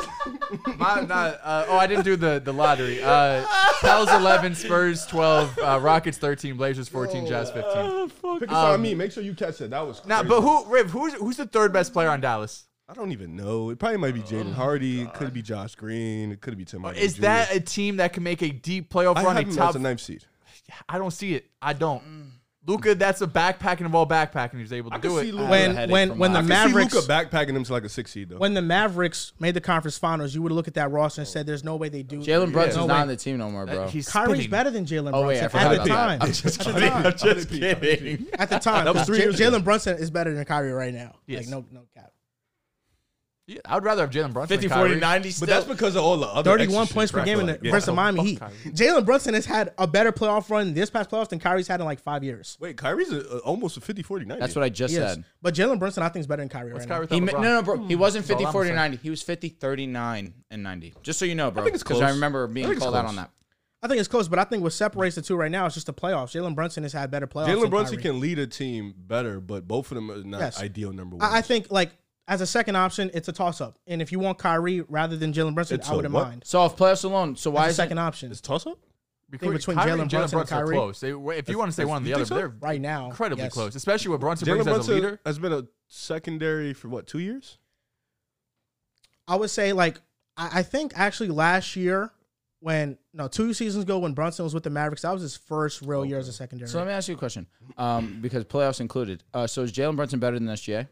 [SPEAKER 4] My, not, uh, oh, I didn't do the, the lottery. Uh, Pels 11, Spurs 12, uh, Rockets 13, Blazers 14, Jazz 15.
[SPEAKER 3] Pick a side on me. Make sure you catch it. That was crazy.
[SPEAKER 4] Now, but who, Riv, who's, who's the third best player on Dallas?
[SPEAKER 3] I don't even know. It probably might be Jaden Hardy. It could be Josh Green. It could be Tim. Hardaway
[SPEAKER 4] Is
[SPEAKER 3] Jr.
[SPEAKER 4] that a team that can make a deep playoff
[SPEAKER 3] I
[SPEAKER 4] run?
[SPEAKER 3] have
[SPEAKER 4] A
[SPEAKER 3] him
[SPEAKER 4] top,
[SPEAKER 3] as a ninth seed?
[SPEAKER 4] I don't see it. I don't. Luca, that's a backpacking of all backpacking. He was able to
[SPEAKER 3] I can
[SPEAKER 4] do
[SPEAKER 3] see
[SPEAKER 4] it.
[SPEAKER 3] Luka.
[SPEAKER 2] a
[SPEAKER 1] when
[SPEAKER 2] headache
[SPEAKER 1] when
[SPEAKER 2] from
[SPEAKER 1] when the
[SPEAKER 2] that.
[SPEAKER 3] I can
[SPEAKER 1] Mavericks
[SPEAKER 3] see Luka backpacking him to like a six seed though.
[SPEAKER 1] when the Mavericks made the conference finals, you would have looked at that roster and said, "There's no way they do."
[SPEAKER 2] Jalen Brunson's
[SPEAKER 1] No
[SPEAKER 2] not
[SPEAKER 1] way.
[SPEAKER 2] on the team no more, bro.
[SPEAKER 4] He's
[SPEAKER 1] Kyrie's
[SPEAKER 4] spitting.
[SPEAKER 1] better than Jalen
[SPEAKER 2] oh wait, I
[SPEAKER 1] Brunson
[SPEAKER 2] forgot
[SPEAKER 1] at the
[SPEAKER 2] about
[SPEAKER 1] time.
[SPEAKER 2] that.
[SPEAKER 1] [LAUGHS]
[SPEAKER 2] I'm just kidding. I'm just kidding. [LAUGHS]
[SPEAKER 1] At the time, because
[SPEAKER 3] three years ago.
[SPEAKER 1] Jalen Brunson is better than Kyrie right now.
[SPEAKER 4] Yes.
[SPEAKER 1] Like no no cap.
[SPEAKER 4] Yeah, I would rather have Jalen Brunson.
[SPEAKER 2] 50,
[SPEAKER 4] than Kyrie.
[SPEAKER 2] 40, 90
[SPEAKER 3] but
[SPEAKER 2] still.
[SPEAKER 3] that's because of all the other
[SPEAKER 1] Thirty-one
[SPEAKER 3] extra shit,
[SPEAKER 1] points per
[SPEAKER 3] right?
[SPEAKER 1] game in the
[SPEAKER 3] Like, yeah.
[SPEAKER 1] versus the Miami
[SPEAKER 4] fuck
[SPEAKER 1] Heat.
[SPEAKER 4] Kyrie.
[SPEAKER 1] Jalen Brunson has had a better playoff run this past playoff than Kyrie's had in like five years.
[SPEAKER 3] Wait, Kyrie's a, a, almost a 50 40 90.
[SPEAKER 2] That's what I just
[SPEAKER 1] Yes,
[SPEAKER 2] said.
[SPEAKER 1] but Jalen Brunson I think is better than Kyrie
[SPEAKER 4] What's
[SPEAKER 1] right
[SPEAKER 4] Kyrie
[SPEAKER 2] He,
[SPEAKER 4] without
[SPEAKER 2] ma-
[SPEAKER 4] LeBron?
[SPEAKER 2] no, no, bro. He wasn't 50,
[SPEAKER 4] I'm
[SPEAKER 2] 40,
[SPEAKER 4] saying.
[SPEAKER 2] 90. He was 50, 39, and 90. Just so you know, bro.
[SPEAKER 3] think it's
[SPEAKER 2] Because I
[SPEAKER 3] close.
[SPEAKER 2] remember
[SPEAKER 3] I
[SPEAKER 2] being
[SPEAKER 3] think it's
[SPEAKER 2] called out
[SPEAKER 3] close.
[SPEAKER 2] on that.
[SPEAKER 1] now. I think it's close, but I think what separates the two right now is just the playoffs. Jalen Brunson has had better playoffs.
[SPEAKER 3] Jalen
[SPEAKER 1] than
[SPEAKER 3] Brunson
[SPEAKER 1] Kyrie.
[SPEAKER 3] can lead a team better, but both of them are not
[SPEAKER 1] Yes.
[SPEAKER 3] ideal number one.
[SPEAKER 1] I, I think like as a second option, it's a toss up. And if you want Kyrie rather than Jalen Brunson,
[SPEAKER 3] It's
[SPEAKER 1] I
[SPEAKER 3] a
[SPEAKER 1] wouldn't
[SPEAKER 3] what?
[SPEAKER 1] mind.
[SPEAKER 2] So if playoffs alone, so why
[SPEAKER 1] Why
[SPEAKER 2] is
[SPEAKER 1] second
[SPEAKER 2] it,
[SPEAKER 1] option
[SPEAKER 3] it's toss up.
[SPEAKER 4] Because
[SPEAKER 1] between
[SPEAKER 4] Kyrie
[SPEAKER 1] Jalen
[SPEAKER 4] and
[SPEAKER 1] Brunson and
[SPEAKER 4] are
[SPEAKER 1] Kyrie?
[SPEAKER 4] close. They, if you want to say one or the
[SPEAKER 3] you
[SPEAKER 4] other,
[SPEAKER 3] think so?
[SPEAKER 4] but they're
[SPEAKER 1] right now?
[SPEAKER 4] incredibly
[SPEAKER 1] Yes.
[SPEAKER 4] close, especially what Brunson
[SPEAKER 3] Jalen
[SPEAKER 4] brings as a
[SPEAKER 3] Brunson
[SPEAKER 4] leader.
[SPEAKER 3] has been a secondary for what, two years?
[SPEAKER 1] I would say like I, I think actually last year when no two seasons ago when Brunson was with the Mavericks. That was his first real year as a secondary.
[SPEAKER 2] So let me ask you a question, um, because playoffs included. Uh, so is Jalen Brunson better than SGA?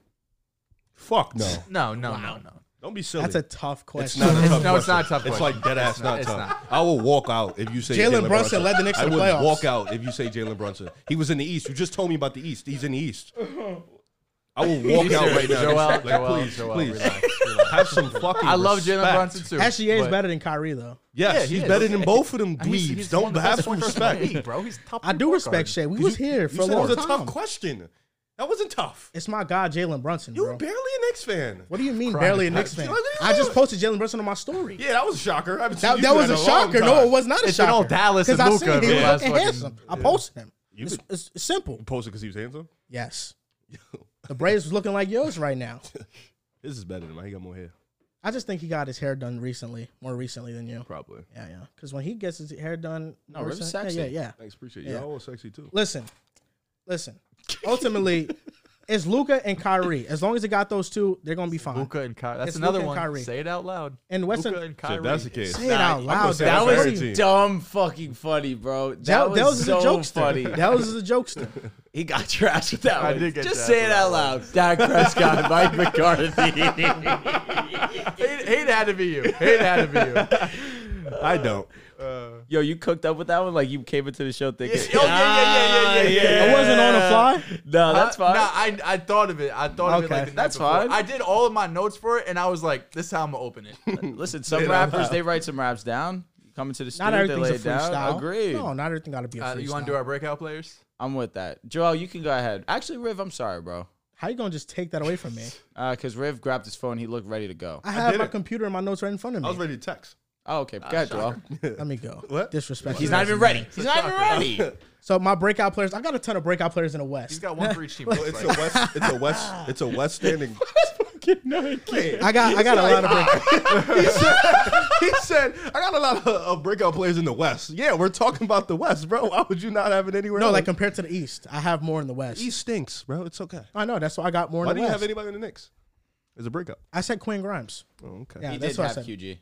[SPEAKER 1] [LAUGHS]
[SPEAKER 3] Fuck no.
[SPEAKER 4] No, no, no, no.
[SPEAKER 3] Don't be silly.
[SPEAKER 1] That's a tough question.
[SPEAKER 3] not
[SPEAKER 1] [LAUGHS]
[SPEAKER 3] a tough
[SPEAKER 4] no, it's
[SPEAKER 3] question.
[SPEAKER 4] not a tough
[SPEAKER 3] It's
[SPEAKER 4] question.
[SPEAKER 3] like dead ass not,
[SPEAKER 4] it's
[SPEAKER 3] tough.
[SPEAKER 4] not.
[SPEAKER 3] I will walk out if you say
[SPEAKER 1] Jalen Brunson led the Knicks
[SPEAKER 3] I
[SPEAKER 1] to the
[SPEAKER 3] would
[SPEAKER 1] playoffs.
[SPEAKER 3] walk out if you say Jalen Brunson. He was in the East. You just told me about the East. He's in the East. I will walk out right now.
[SPEAKER 4] Joel,
[SPEAKER 3] Like,
[SPEAKER 4] Joel,
[SPEAKER 3] please,
[SPEAKER 4] Joel,
[SPEAKER 3] please,
[SPEAKER 4] relax,
[SPEAKER 3] have some fucking.
[SPEAKER 4] I love
[SPEAKER 3] respect.
[SPEAKER 4] Jalen Brunson too.
[SPEAKER 1] SGA is
[SPEAKER 4] but-
[SPEAKER 1] better than Kyrie though.
[SPEAKER 3] Yes,
[SPEAKER 4] Yeah, he
[SPEAKER 3] he's
[SPEAKER 4] is.
[SPEAKER 3] better than both of them dweebs.
[SPEAKER 4] And he's- he's one
[SPEAKER 3] Don't
[SPEAKER 4] of the
[SPEAKER 3] have
[SPEAKER 4] best
[SPEAKER 3] some
[SPEAKER 4] pointers in the
[SPEAKER 3] respect.
[SPEAKER 4] league, bro. He's top.
[SPEAKER 1] I
[SPEAKER 4] three
[SPEAKER 1] do
[SPEAKER 4] point
[SPEAKER 1] respect
[SPEAKER 4] guards.
[SPEAKER 1] Shay. We
[SPEAKER 3] You-
[SPEAKER 1] was here
[SPEAKER 3] you
[SPEAKER 1] for a
[SPEAKER 3] said
[SPEAKER 1] long
[SPEAKER 3] it was a
[SPEAKER 1] time.
[SPEAKER 3] tough question. That wasn't tough.
[SPEAKER 1] It's my guy, Jalen Brunson,
[SPEAKER 3] You were
[SPEAKER 1] bro.
[SPEAKER 3] barely a Knicks fan.
[SPEAKER 1] What do you mean,
[SPEAKER 4] Crying.
[SPEAKER 1] barely a Knicks fan?
[SPEAKER 3] What are you
[SPEAKER 1] I just
[SPEAKER 3] doing?
[SPEAKER 1] posted Jalen Brunson on my story.
[SPEAKER 3] Yeah, that was a shocker. I haven't seen
[SPEAKER 1] That,
[SPEAKER 3] you
[SPEAKER 1] that
[SPEAKER 3] do
[SPEAKER 1] was a
[SPEAKER 3] in long
[SPEAKER 1] shocker. No,
[SPEAKER 3] time.
[SPEAKER 1] it was not a
[SPEAKER 4] It's been
[SPEAKER 1] shocker.
[SPEAKER 4] all Dallas and
[SPEAKER 1] I
[SPEAKER 4] Luka,
[SPEAKER 1] seen he
[SPEAKER 4] man.
[SPEAKER 1] was
[SPEAKER 4] That's
[SPEAKER 1] fucking
[SPEAKER 4] fucking-
[SPEAKER 1] handsome. I posted him.
[SPEAKER 3] You
[SPEAKER 1] It's,
[SPEAKER 3] could-
[SPEAKER 1] it's simple.
[SPEAKER 3] Posted because he was handsome.
[SPEAKER 4] [LAUGHS]
[SPEAKER 1] Yes. The braids was looking like yours right now.
[SPEAKER 3] This is better than mine. He got more hair.
[SPEAKER 1] I just think he got his hair done recently, more recently than you.
[SPEAKER 3] Probably.
[SPEAKER 1] Yeah, yeah. Because when he gets his hair done,
[SPEAKER 2] No, Riv's
[SPEAKER 1] recent- yeah,
[SPEAKER 2] sexy.
[SPEAKER 1] yeah, yeah.
[SPEAKER 3] Thanks, appreciate
[SPEAKER 1] Yeah.
[SPEAKER 3] Y'all all sexy too.
[SPEAKER 1] Listen, listen. Ultimately, it's Luca and Kyrie. As long as they got those two, they're gonna be fine.
[SPEAKER 4] Luka and Kyrie. That's
[SPEAKER 1] It's
[SPEAKER 4] another
[SPEAKER 1] Luka and
[SPEAKER 4] one.
[SPEAKER 1] Kyrie.
[SPEAKER 4] Say it out loud.
[SPEAKER 1] And Western-
[SPEAKER 4] Luka and
[SPEAKER 3] So
[SPEAKER 4] Kyrie.
[SPEAKER 3] if that's the case.
[SPEAKER 1] Say it out loud.
[SPEAKER 3] say
[SPEAKER 1] That
[SPEAKER 3] that's
[SPEAKER 1] was
[SPEAKER 3] fair team.
[SPEAKER 2] dumb fucking funny, bro. That,
[SPEAKER 1] Del-
[SPEAKER 2] was,
[SPEAKER 1] Dell's is
[SPEAKER 2] so
[SPEAKER 1] a jokester.
[SPEAKER 2] funny.
[SPEAKER 1] Dell's is a
[SPEAKER 4] [LAUGHS]
[SPEAKER 1] jokester.
[SPEAKER 2] He got [LAUGHS] trashed with that
[SPEAKER 4] I
[SPEAKER 2] one.
[SPEAKER 4] did get
[SPEAKER 2] Just
[SPEAKER 4] trashed
[SPEAKER 2] say
[SPEAKER 4] with
[SPEAKER 2] it
[SPEAKER 4] that
[SPEAKER 2] out loud. Dak Prescott, Mike McCarthy.
[SPEAKER 4] Hate, hate had to be you. Hate had to be you.
[SPEAKER 3] I don't.
[SPEAKER 2] Yo, you cooked up with that one? Like you came into the show thinking,
[SPEAKER 4] Yeah,
[SPEAKER 1] [LAUGHS]
[SPEAKER 4] oh, yeah, yeah, yeah, yeah, yeah,
[SPEAKER 2] "Ah,
[SPEAKER 4] yeah."
[SPEAKER 1] I wasn't on the fly.
[SPEAKER 2] No, that's
[SPEAKER 4] Uh,
[SPEAKER 2] fine.
[SPEAKER 4] nah, I, I thought of it. I thought of it
[SPEAKER 1] Okay.
[SPEAKER 4] like the night
[SPEAKER 2] That's
[SPEAKER 4] before.
[SPEAKER 2] fine.
[SPEAKER 4] I did all of my notes for it, and I was like, "This is how I'm gonna open it." [LAUGHS]
[SPEAKER 2] [LAUGHS] Listen, some rappers they write some raps down. You come into the studio,
[SPEAKER 1] Not
[SPEAKER 2] they lay
[SPEAKER 1] everything's
[SPEAKER 2] it
[SPEAKER 1] a freestyle.
[SPEAKER 2] down. Agreed.
[SPEAKER 1] No, not everything got to be a
[SPEAKER 4] Uh,
[SPEAKER 1] freestyle.
[SPEAKER 4] you want to do our breakout players?
[SPEAKER 2] I'm with that. Joel, you can go ahead. Actually, Riv, I'm sorry, bro.
[SPEAKER 1] How you gonna just take that away from
[SPEAKER 4] [LAUGHS]
[SPEAKER 1] me?
[SPEAKER 2] Because Riv grabbed his phone, he looked ready to go.
[SPEAKER 1] I have
[SPEAKER 3] did
[SPEAKER 1] my
[SPEAKER 3] it.
[SPEAKER 1] computer and my notes right in front of
[SPEAKER 3] I was
[SPEAKER 1] me.
[SPEAKER 3] ready to text.
[SPEAKER 2] Oh, okay. Go
[SPEAKER 4] Ah,
[SPEAKER 2] ahead, Joel.
[SPEAKER 1] Let me go.
[SPEAKER 3] What?
[SPEAKER 1] Disrespect.
[SPEAKER 2] He's not even ready. He's not even ready.
[SPEAKER 1] So my breakout players, I got a ton of breakout players in the
[SPEAKER 4] [LAUGHS] He's
[SPEAKER 1] West.
[SPEAKER 4] got one for each team.
[SPEAKER 3] It's a West. It's a [LAUGHS] West. It's a West standing. [LAUGHS]
[SPEAKER 1] I got I got a lot of break.
[SPEAKER 3] he, said, he said, "I got a lot of, of breakout players in the West." Yeah, we're talking about the West, bro. Why would you not have it anywhere?
[SPEAKER 2] "Ah."
[SPEAKER 1] No,
[SPEAKER 3] else?
[SPEAKER 1] like compared to the East, I have more in the West.
[SPEAKER 3] East stinks, bro. It's okay.
[SPEAKER 1] I know that's why I got more
[SPEAKER 3] Why
[SPEAKER 1] in
[SPEAKER 3] do
[SPEAKER 1] the
[SPEAKER 3] you
[SPEAKER 1] West.
[SPEAKER 3] have anybody in the Knicks? As a breakout.
[SPEAKER 1] I said Quinn Grimes.
[SPEAKER 3] Oh, okay.
[SPEAKER 1] Yeah,
[SPEAKER 2] He
[SPEAKER 1] that's
[SPEAKER 2] did
[SPEAKER 1] what I said.
[SPEAKER 2] have QG.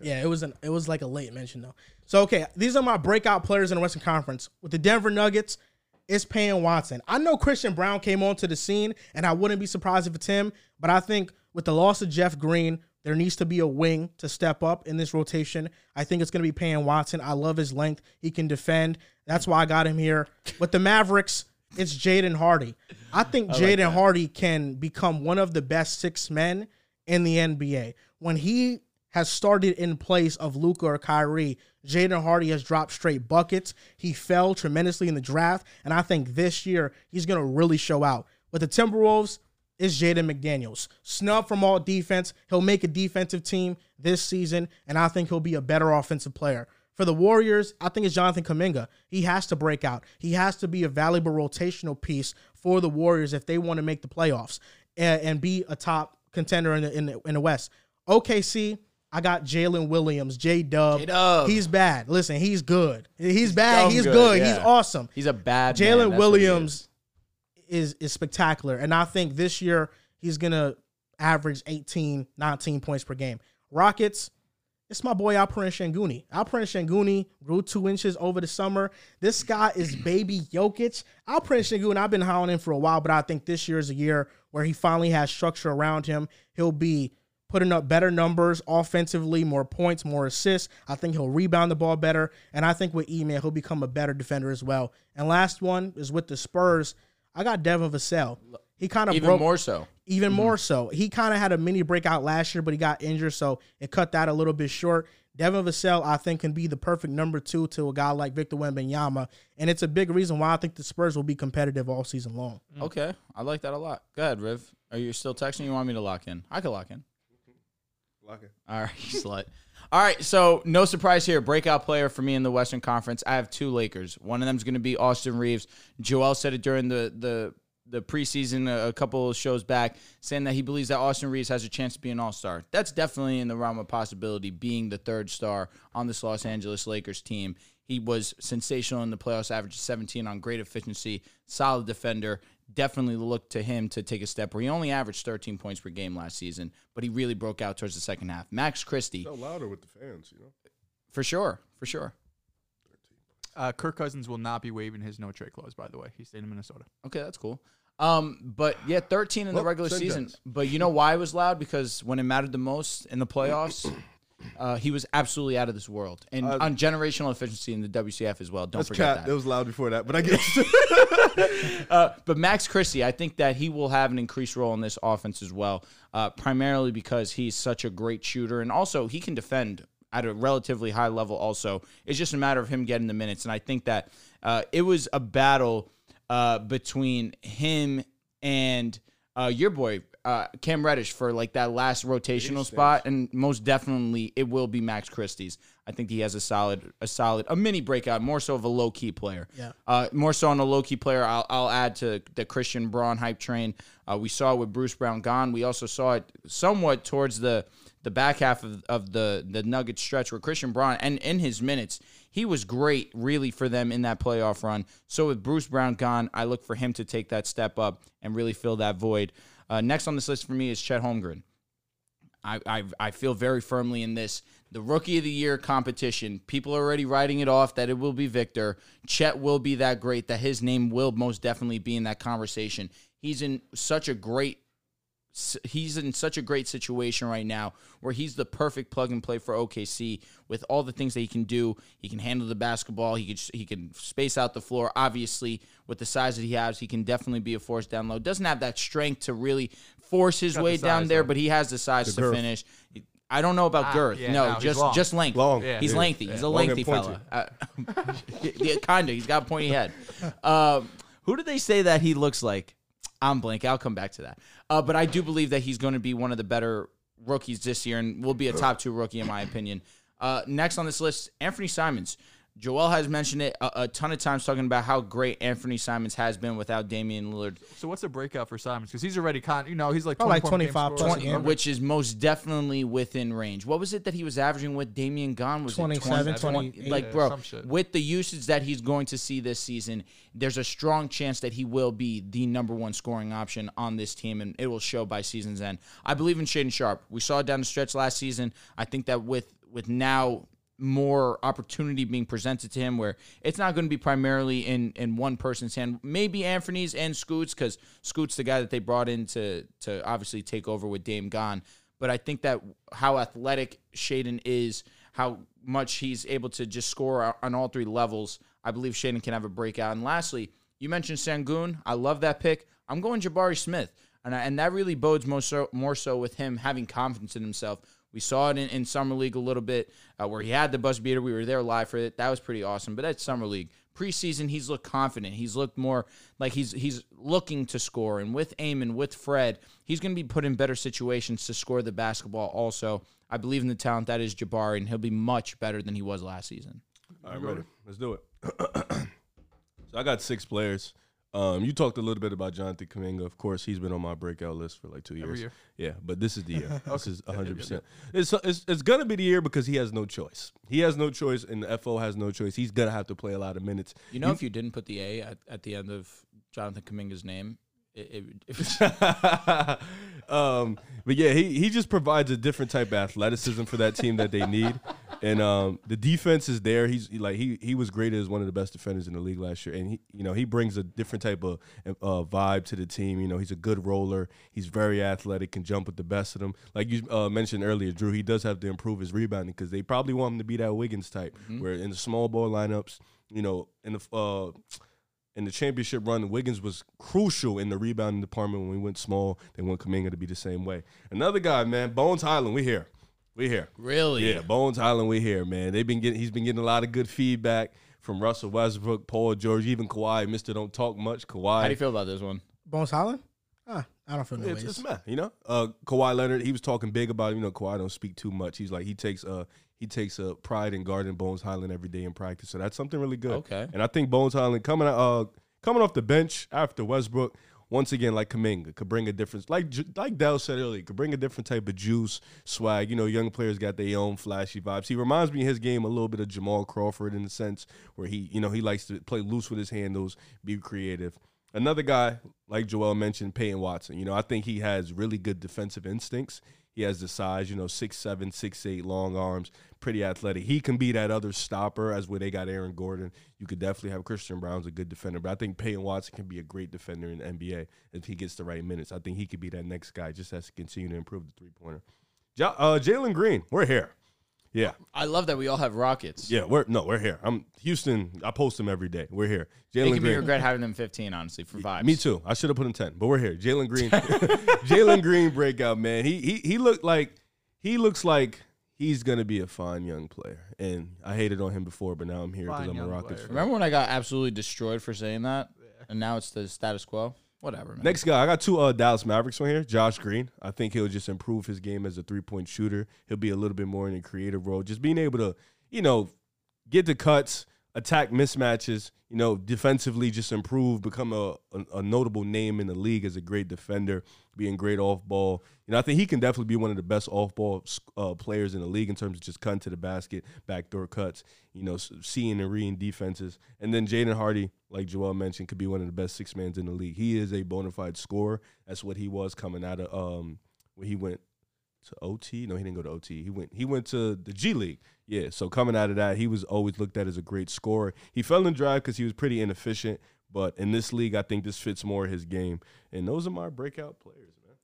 [SPEAKER 1] Yeah, it was an it was like a late mention though. So okay, these are my breakout players in the Western Conference with the Denver Nuggets. It's Payne Watson. I know Christian Brown came onto the scene, and I wouldn't be surprised if it's him. But I think with the loss of Jeff Green, there needs to be a wing to step up in this rotation. I think it's going to be Payne Watson. I love his length; he can defend. That's why I got him here. With the Mavericks, it's Jaden Hardy. I think Jaden Hardy can become one of the best six men in the NBA. When he has started in place of Luca or Kyrie, Jaden Hardy has dropped straight buckets. He fell tremendously in the draft, and I think this year he's going to really show out. With the Timberwolves, it's Jaden McDaniels. Snub from all defense. He'll make a defensive team this season, and I think he'll be a better offensive player. For the Warriors, I think it's Jonathan Kaminga. He has to break out. He has to be a valuable rotational piece for the Warriors if they want to make the playoffs and, and be a top contender in the, in the in the West. OKC, I got Jalen Williams, J Dub.
[SPEAKER 2] J-Dub.
[SPEAKER 1] He's bad. Listen, he's good. He's, bad.
[SPEAKER 2] dumb
[SPEAKER 1] He's
[SPEAKER 2] good,
[SPEAKER 1] good. He's
[SPEAKER 2] yeah.
[SPEAKER 1] awesome.
[SPEAKER 2] He's a bad man,
[SPEAKER 1] Jalen
[SPEAKER 2] that's what he
[SPEAKER 1] Williams is is spectacular. And I think this year he's gonna average 18, 19 points per game. Rockets, it's my boy Alperen Shanguni. Alperen Shanguni grew two inches over the summer. This guy is baby Jokic. Alperen Shanguni, I've been high on him for a while, but I think this year is a year where he finally has structure around him. He'll be putting up better numbers offensively, more points, more assists. I think he'll rebound the ball better. And I think with E-Man, he'll become a better defender as well. And last one is with the Spurs. I got Devin Vassell. He kind of
[SPEAKER 2] Even
[SPEAKER 1] broke
[SPEAKER 2] more so.
[SPEAKER 1] even
[SPEAKER 3] Mm-hmm.
[SPEAKER 1] more so. He kind of had a mini breakout last year, but he got injured, so it cut that a little bit short. Devin Vassell, I think, can be the perfect number two to a guy like Victor Wembanyama, and it's a big reason why I think the Spurs will be competitive all season long.
[SPEAKER 4] Mm.
[SPEAKER 2] Okay. I like that a lot. Go ahead, Riv. Are you still texting? You want me to lock in? I could lock in.
[SPEAKER 3] Lock it.
[SPEAKER 2] All right, [LAUGHS] you slut. All right, so no surprise here. Breakout player for me in the Western Conference. I have two Lakers. One of them's going to be Austin Reeves. Joel said it during the the the preseason a, a couple of shows back, saying that he believes that Austin Reeves has a chance to be an All Star. That's definitely in the realm of possibility, being the third star on this Los Angeles Lakers team. He was sensational in the playoffs, averaged 17 on great efficiency, solid defender. Definitely look to him to take a step where he only averaged 13 points per game last season, but he really broke out towards the second half. Max Christie,
[SPEAKER 3] Go louder with the fans, you know.
[SPEAKER 2] for sure, for sure.
[SPEAKER 4] Uh, Kirk Cousins will not be waiving his no trade clause, by the way. He's staying in Minnesota.
[SPEAKER 2] Okay, that's cool. Um, but yeah, 13 in the
[SPEAKER 3] Well,
[SPEAKER 2] regular
[SPEAKER 3] same
[SPEAKER 2] season.
[SPEAKER 3] guys.
[SPEAKER 2] But you know why it was loud? Because when it mattered the most in the playoffs, uh, he was absolutely out of this world. And
[SPEAKER 3] Uh,
[SPEAKER 2] on generational efficiency in the WCF as well. Don't
[SPEAKER 3] That's
[SPEAKER 2] forget
[SPEAKER 3] cat.
[SPEAKER 2] that.
[SPEAKER 3] That was loud before that, but
[SPEAKER 1] [LAUGHS]
[SPEAKER 3] I guess.
[SPEAKER 2] Uh, but Max Christie, I think that he will have an increased role in this offense as well, uh, primarily because he's such a great shooter and also he can defend at a relatively high level. Also, it's just a matter of him getting the minutes, and I think that uh, it was a battle uh, between him and uh, your boy uh, Cam Reddish for like that last rotational spot, and most definitely it will be Max Christie's. I think he has a solid, a solid, a mini breakout, more so of a low key player.
[SPEAKER 1] Yeah.
[SPEAKER 2] Uh, more so on a low key player, I'll, I'll add to the Christian Braun hype train. Uh, we saw it with Bruce Brown gone. We also saw it somewhat towards the the back half of, of the the Nuggets stretch where Christian Braun and in his minutes he was great really for them in that playoff run. So with Bruce Brown gone, I look for him to take that step up and really fill that void. Uh, next on this list for me is Chet Holmgren. I, I I feel very firmly in this. The rookie of the year competition. People are already writing it off that it will be Victor. Chet will be that great. That his name will most definitely be in that conversation. He's in such a great s- he's in such a great situation right now where he's the perfect plug and play for OKC with all the things that he can do. He can handle the basketball. He can he can space out the floor. Obviously, with the size that he has, he can definitely be a force down low. Doesn't have that strength to really force his way
[SPEAKER 4] size,
[SPEAKER 2] down there,
[SPEAKER 4] though.
[SPEAKER 2] but he has the size to
[SPEAKER 3] The girth.
[SPEAKER 2] finish. I don't know about
[SPEAKER 4] Ah,
[SPEAKER 2] girth.
[SPEAKER 4] yeah,
[SPEAKER 2] no,
[SPEAKER 4] no, he's
[SPEAKER 2] just
[SPEAKER 4] long.
[SPEAKER 2] just length.
[SPEAKER 3] Long.
[SPEAKER 4] Yeah.
[SPEAKER 2] He's
[SPEAKER 3] Yeah.
[SPEAKER 2] lengthy. He's a
[SPEAKER 3] Long and
[SPEAKER 2] lengthy
[SPEAKER 3] pointy.
[SPEAKER 2] fella. Uh, [LAUGHS] yeah, kinda. He's got a pointy head. Um, who did they say that he looks like? I'm blank. I'll come back to that. Uh, but I do believe that he's going to be one of the better rookies this year and will be a top two rookie in my opinion. Uh, next on this list, Anthony Simons. Joel has mentioned it a, a ton of times, talking about how great Anthony Simons has been without Damian Lillard,
[SPEAKER 4] So what's the breakout for Simons? Because he's already con. You know, he's like
[SPEAKER 1] Oh, like 25
[SPEAKER 4] 25
[SPEAKER 1] plus a game.
[SPEAKER 2] which is most definitely within range. What was it that he was averaging with Damian Gone? Was
[SPEAKER 1] 27,
[SPEAKER 2] it 20,
[SPEAKER 1] 28.
[SPEAKER 2] Like,
[SPEAKER 4] Yeah,
[SPEAKER 2] bro,
[SPEAKER 4] some shit.
[SPEAKER 2] with the usage that he's going to see this season, there's a strong chance that he will be the number one scoring option on this team, and it will show by season's end. I believe in Shaden Sharp. We saw it down the stretch last season. I think that with with now more opportunity being presented to him where it's not going to be primarily in in one person's hand maybe anthony's and scoots because scoots the guy that they brought in to to obviously take over with dame gone but i think that how athletic shaden is how much he's able to just score on all three levels i believe shaden can have a breakout and lastly you mentioned sangoon i love that pick i'm going jabari smith and, I, and that really bodes more so, more so with him having confidence in himself. We saw it in, in summer league a little bit, uh, where he had the buzz beater. We were there live for it. That was pretty awesome. But that's summer league. Preseason, he's looked confident. He's looked more like he's he's looking to score. And with Amon, with Fred, he's going to be put in better situations to score the basketball. Also, I believe in the talent that is Jabari, and he'll be much better than he was last season.
[SPEAKER 3] All right, ready. Let's do it. [CLEARS THROAT] so I got six players. Um, you talked a little bit about Jonathan Kaminga. Of course, he's been on my breakout list for like two years.
[SPEAKER 4] Every year.
[SPEAKER 3] Yeah, but this is the
[SPEAKER 4] [LAUGHS]
[SPEAKER 3] year. This is 100%. It's, it's, it's going to be the year because he has no choice. He has no choice, and the FO has no choice. He's going to have to play a lot of minutes.
[SPEAKER 2] You know, if you didn't put the A at, at the end of Jonathan Kaminga's name, it, it, [LAUGHS] it,
[SPEAKER 3] [LAUGHS] um, but yeah, he, he just provides a different type of athleticism for that team that they need. And um, the defense is there. He's like he he was graded as one of the best defenders in the league last year, and he you know he brings a different type of uh, vibe to the team. You know he's a good roller. He's very athletic, can jump with the best of them. Like you uh, mentioned earlier, Drew, he does have to improve his rebounding because they probably want him to be that Wiggins type, where in the small ball lineups, you know, in the uh, in the championship run, Wiggins was crucial in the rebounding department when we went small. They want Kaminga to be the same way. Another guy, man, Bones Highland, we here. We here.
[SPEAKER 2] really,
[SPEAKER 3] Yeah, Bones Highland, we here, man. They've been getting he's been getting a lot of good feedback from Russell Westbrook, Paul George, even Kawhi, Mr. Don't Talk Much, Kawhi.
[SPEAKER 2] How do you feel about this one?
[SPEAKER 1] Bones Holland? Huh, I don't feel no
[SPEAKER 3] It's,
[SPEAKER 1] ways.
[SPEAKER 3] it's meh, you know. Uh, Kawhi Leonard, he was talking big about it. you know Kawhi don't speak too much. He's like he takes uh he takes uh, pride in guarding Bones Highland every day in practice. So that's something really good.
[SPEAKER 2] Okay.
[SPEAKER 3] And I think Bones Highland coming uh coming off the bench after Westbrook once again like Kaminga could bring a difference. Like Ju- like Dell said earlier, could bring a different type of juice swag. You know, young players got their own flashy vibes. He reminds me of his game a little bit of Jamal Crawford in the sense where he you know he likes to play loose with his handles, be creative another guy like Joel mentioned, Peyton Watson. You know, I think he has really good defensive instincts. He has the size, you know, six seven, six eight, long arms, pretty athletic. He can be that other stopper as where they got Aaron Gordon. You could definitely have Christian Brown's a good defender, but I think Peyton Watson can be a great defender in the NBA if he gets the right minutes. I think he could be that next guy. Just has to continue to improve the three pointer. Ja, uh, Jalen Green, we're here. Yeah,
[SPEAKER 2] I love that we all have Rockets.
[SPEAKER 3] yeah, we're no, we're here. I'm Houston. I post him every day. We're here.
[SPEAKER 2] It
[SPEAKER 3] Jalen
[SPEAKER 2] can be
[SPEAKER 3] Green.
[SPEAKER 2] regret having them 15, honestly, for vibes.
[SPEAKER 3] Uh, Me too. I should have put him ten, but we're here. Jalen Green, [LAUGHS] Jalen Green breakout man. He he he looked like he looks like he's gonna be a fine young player. And I hated on him before, but now I'm here because
[SPEAKER 4] Fine
[SPEAKER 3] I'm a
[SPEAKER 4] young
[SPEAKER 3] Rockets
[SPEAKER 4] player.
[SPEAKER 3] fan.
[SPEAKER 2] Remember when I got absolutely destroyed for saying that? And now it's the status quo? Whatever, man.
[SPEAKER 3] Next guy, I got two uh, Dallas Mavericks on here. Josh Green. I think he'll just improve his game as a three point shooter. He'll be a little bit more in a creative role, just being able to, you know, get the cuts, attack mismatches, you know, defensively just improve, become a, a, a notable name in the league as a great defender, being great off ball. You know, I think he can definitely be one of the best off ball uh, players in the league in terms of just cutting to the basket, backdoor cuts, you know, s- seeing and reading defenses. And then Jaden Hardy, like Joel mentioned, could be one of the best six mans in the league. He is a bona fide scorer. That's what he was coming out of um, when he went to OT. No, he didn't go to OT. He went he went to the G League. Yeah, so coming out of that, he was always looked at as a great scorer. He fell in drive because he was pretty inefficient, but in this league, I think this fits more his game. And those are my breakout players, man.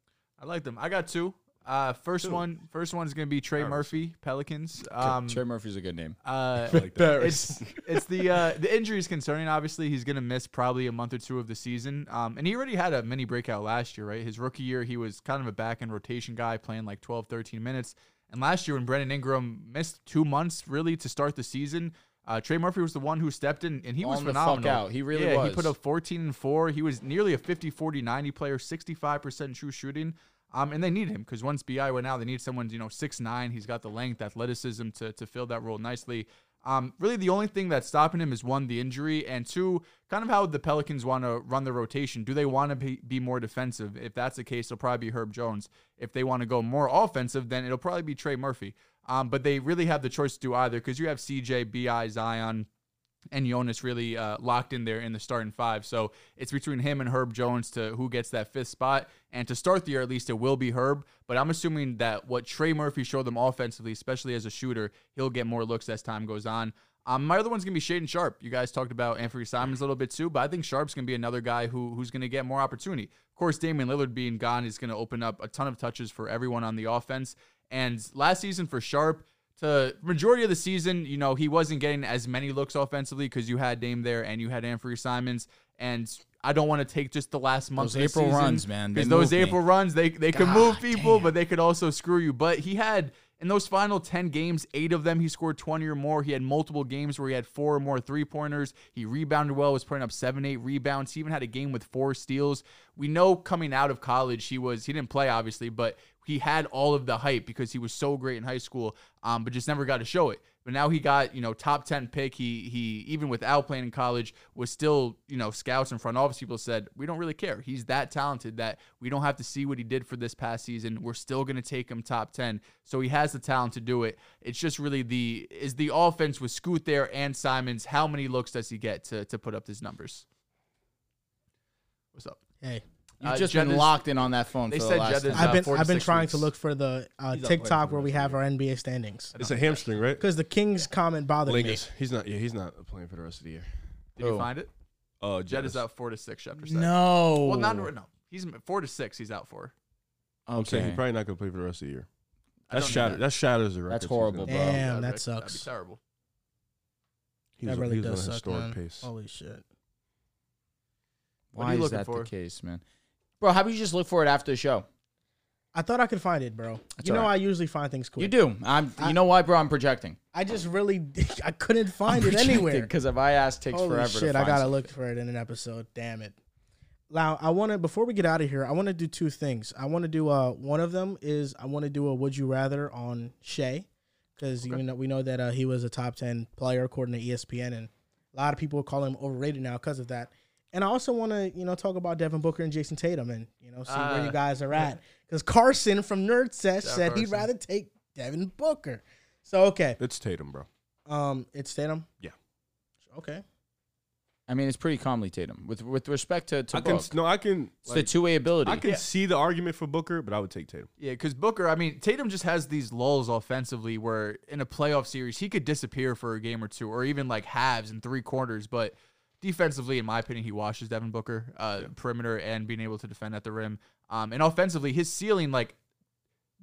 [SPEAKER 4] I like them. I got two. Uh, first
[SPEAKER 3] Two.
[SPEAKER 4] one, first one is gonna be Trey
[SPEAKER 3] Nice.
[SPEAKER 4] Murphy, Pelicans. Um,
[SPEAKER 2] Trey Murphy's a good name.
[SPEAKER 4] uh,
[SPEAKER 3] like that. [LAUGHS]
[SPEAKER 4] it's it's the uh, the injury is concerning. Obviously, he's gonna miss probably a month or two of the season. Um, and he already had a mini breakout last year, right? His rookie year, he was kind of a back end rotation guy, playing like 12, 13 minutes. And last year, when Brandon Ingram missed two months really to start the season, uh, Trey Murphy was the one who stepped in, and he was
[SPEAKER 2] On the fuck
[SPEAKER 4] phenomenal.
[SPEAKER 2] out. He really
[SPEAKER 4] yeah,
[SPEAKER 2] was.
[SPEAKER 4] He put up 14 and 4. He was nearly a 50 40 90 player, 65% true shooting. Um, and they need him because once BI went out, they need someone, you know, 6'9. He's got the length, athleticism to, to fill that role nicely. Um, really, the only thing that's stopping him is one, the injury, and two, kind of how the Pelicans want to run the rotation. Do they want to be, be more defensive? If that's the case, it'll probably be Herb Jones. If they want to go more offensive, then it'll probably be Trey Murphy. Um, but they really have the choice to do either because you have CJ, BI, Zion, and Jonas really uh, locked in there in the starting five. So it's between him and Herb Jones to who gets that fifth spot. And to start the year, at least, it will be Herb. But I'm assuming that what Trey Murphy showed them offensively, especially as a shooter, he'll get more looks as time goes on. Um, my other one's gonna be Shaden Sharp. You guys talked about Anthony Simons a little bit too, but I think Sharp's gonna be another guy who who's gonna get more opportunity. Of course, Damian Lillard being gone is gonna open up a ton of touches for everyone on the offense. And last season for Sharp, to majority of the season, you know, he wasn't getting as many looks offensively because you had Dame there and you had Anfrey Simons. And I don't want to take just the last month.
[SPEAKER 2] Those
[SPEAKER 4] of the
[SPEAKER 2] April
[SPEAKER 4] season,
[SPEAKER 2] runs, man, they
[SPEAKER 4] because those
[SPEAKER 2] moved me.
[SPEAKER 4] April runs, they they can move people, but they could also screw you. But he had in those final ten games, eight of them he scored twenty or more. He had multiple games where he had four or more three pointers. He rebounded well, was putting up seven, eight rebounds. He even had a game with four steals. We know coming out of college, he was he didn't play obviously, but he had all of the hype because he was so great in high school, um, but just never got to show it. But now he got you know top ten pick. He he even without playing in college was still you know scouts and front office people said we don't really care. He's that talented that we don't have to see what he did for this past season. We're still going to take him top ten. So he has the talent to do it. It's just really the is the offense with Scoot there and Simons. How many looks does he get to to put up his numbers? What's up?
[SPEAKER 1] Hey,
[SPEAKER 2] You've
[SPEAKER 4] Uh,
[SPEAKER 2] just
[SPEAKER 4] Jed
[SPEAKER 2] been
[SPEAKER 4] is-
[SPEAKER 2] locked in on that phone
[SPEAKER 4] they
[SPEAKER 2] for the
[SPEAKER 4] said
[SPEAKER 2] last
[SPEAKER 4] Jed is
[SPEAKER 2] time.
[SPEAKER 4] Uh,
[SPEAKER 1] I've been
[SPEAKER 4] four to
[SPEAKER 1] I've been
[SPEAKER 4] six
[SPEAKER 1] trying
[SPEAKER 4] weeks.
[SPEAKER 1] to look for the uh,
[SPEAKER 3] He's not
[SPEAKER 1] TikTok
[SPEAKER 3] playing
[SPEAKER 1] where
[SPEAKER 3] for
[SPEAKER 1] we
[SPEAKER 3] the
[SPEAKER 1] have
[SPEAKER 3] rest
[SPEAKER 1] our NBA standings
[SPEAKER 3] It's a hamstring, right?
[SPEAKER 1] because the King's comment bothered me.
[SPEAKER 3] Lingers. He's not. Yeah, he's not playing for the rest of the year.
[SPEAKER 4] Did
[SPEAKER 2] Who?
[SPEAKER 4] you find it?
[SPEAKER 3] Uh,
[SPEAKER 4] Jed is
[SPEAKER 3] Giannis.
[SPEAKER 4] out four to six after seven.
[SPEAKER 2] No.
[SPEAKER 4] Well, not no. He's four to six. He's out for.
[SPEAKER 3] I'm saying
[SPEAKER 2] Okay.
[SPEAKER 3] he's probably not going to play for the rest of the year.
[SPEAKER 2] I don't
[SPEAKER 3] That
[SPEAKER 2] know
[SPEAKER 3] shatters.
[SPEAKER 2] that.
[SPEAKER 3] That shatters the record.
[SPEAKER 2] That's horrible, bro.
[SPEAKER 1] Damn, that
[SPEAKER 4] That'd be-
[SPEAKER 1] sucks.
[SPEAKER 4] That'd be terrible.
[SPEAKER 3] He
[SPEAKER 1] that
[SPEAKER 3] was,
[SPEAKER 1] really
[SPEAKER 3] he was
[SPEAKER 1] does
[SPEAKER 3] on a
[SPEAKER 1] suck,
[SPEAKER 3] historic
[SPEAKER 1] man. Oh,
[SPEAKER 3] pace.
[SPEAKER 1] Holy shit!
[SPEAKER 4] What are
[SPEAKER 2] Why
[SPEAKER 4] you
[SPEAKER 2] is
[SPEAKER 4] looking
[SPEAKER 2] that the
[SPEAKER 4] for?
[SPEAKER 2] case, man? Bro, how about you just look for it after the show?
[SPEAKER 1] I thought I could find it, bro.
[SPEAKER 2] That's
[SPEAKER 1] you know
[SPEAKER 2] all right.
[SPEAKER 1] I usually find things quick.
[SPEAKER 2] You do. I'm.
[SPEAKER 1] I-
[SPEAKER 2] you know why, bro? I'm projecting.
[SPEAKER 1] I just really [LAUGHS] I couldn't find it
[SPEAKER 3] [LAUGHS]
[SPEAKER 1] anywhere.
[SPEAKER 2] Because if I ask, takes
[SPEAKER 1] Holy
[SPEAKER 2] forever.
[SPEAKER 1] shit!
[SPEAKER 2] to
[SPEAKER 1] I
[SPEAKER 2] find
[SPEAKER 1] gotta
[SPEAKER 2] something.
[SPEAKER 1] look for it in an episode. Damn it! Now I want to before we get out of here, I want to do two things. I want to do uh one of them is I want to do a would you rather on Shea because you know we know that uh, he was a top ten player according to E ESPN, and a lot of people call him overrated now because of that. And I also want to you know talk about Devin Booker and Jason Tatum and you know see where you
[SPEAKER 4] Ah.
[SPEAKER 1] guys are at because Carson from Nerd Sesh
[SPEAKER 4] Shout out
[SPEAKER 1] said he'd
[SPEAKER 4] Carson.
[SPEAKER 1] rather take Devin Booker. So okay,
[SPEAKER 3] It's Tatum, bro.
[SPEAKER 1] um, it's Tatum.
[SPEAKER 3] Yeah.
[SPEAKER 1] Okay.
[SPEAKER 2] I mean, it's pretty calmly Tatum with with respect to, to
[SPEAKER 3] I can
[SPEAKER 2] Book.
[SPEAKER 3] s- no, I can.
[SPEAKER 2] it's the two way ability.
[SPEAKER 3] I can see the argument for Booker, but I would take Tatum.
[SPEAKER 4] Yeah, because Booker, I mean, Tatum just has these lulls offensively where in a playoff series, he could disappear for a game or two, or even like halves and three quarters. But defensively, in my opinion, he washes Devin Booker, uh, perimeter and being able to defend at the rim. Um, and offensively, his ceiling, like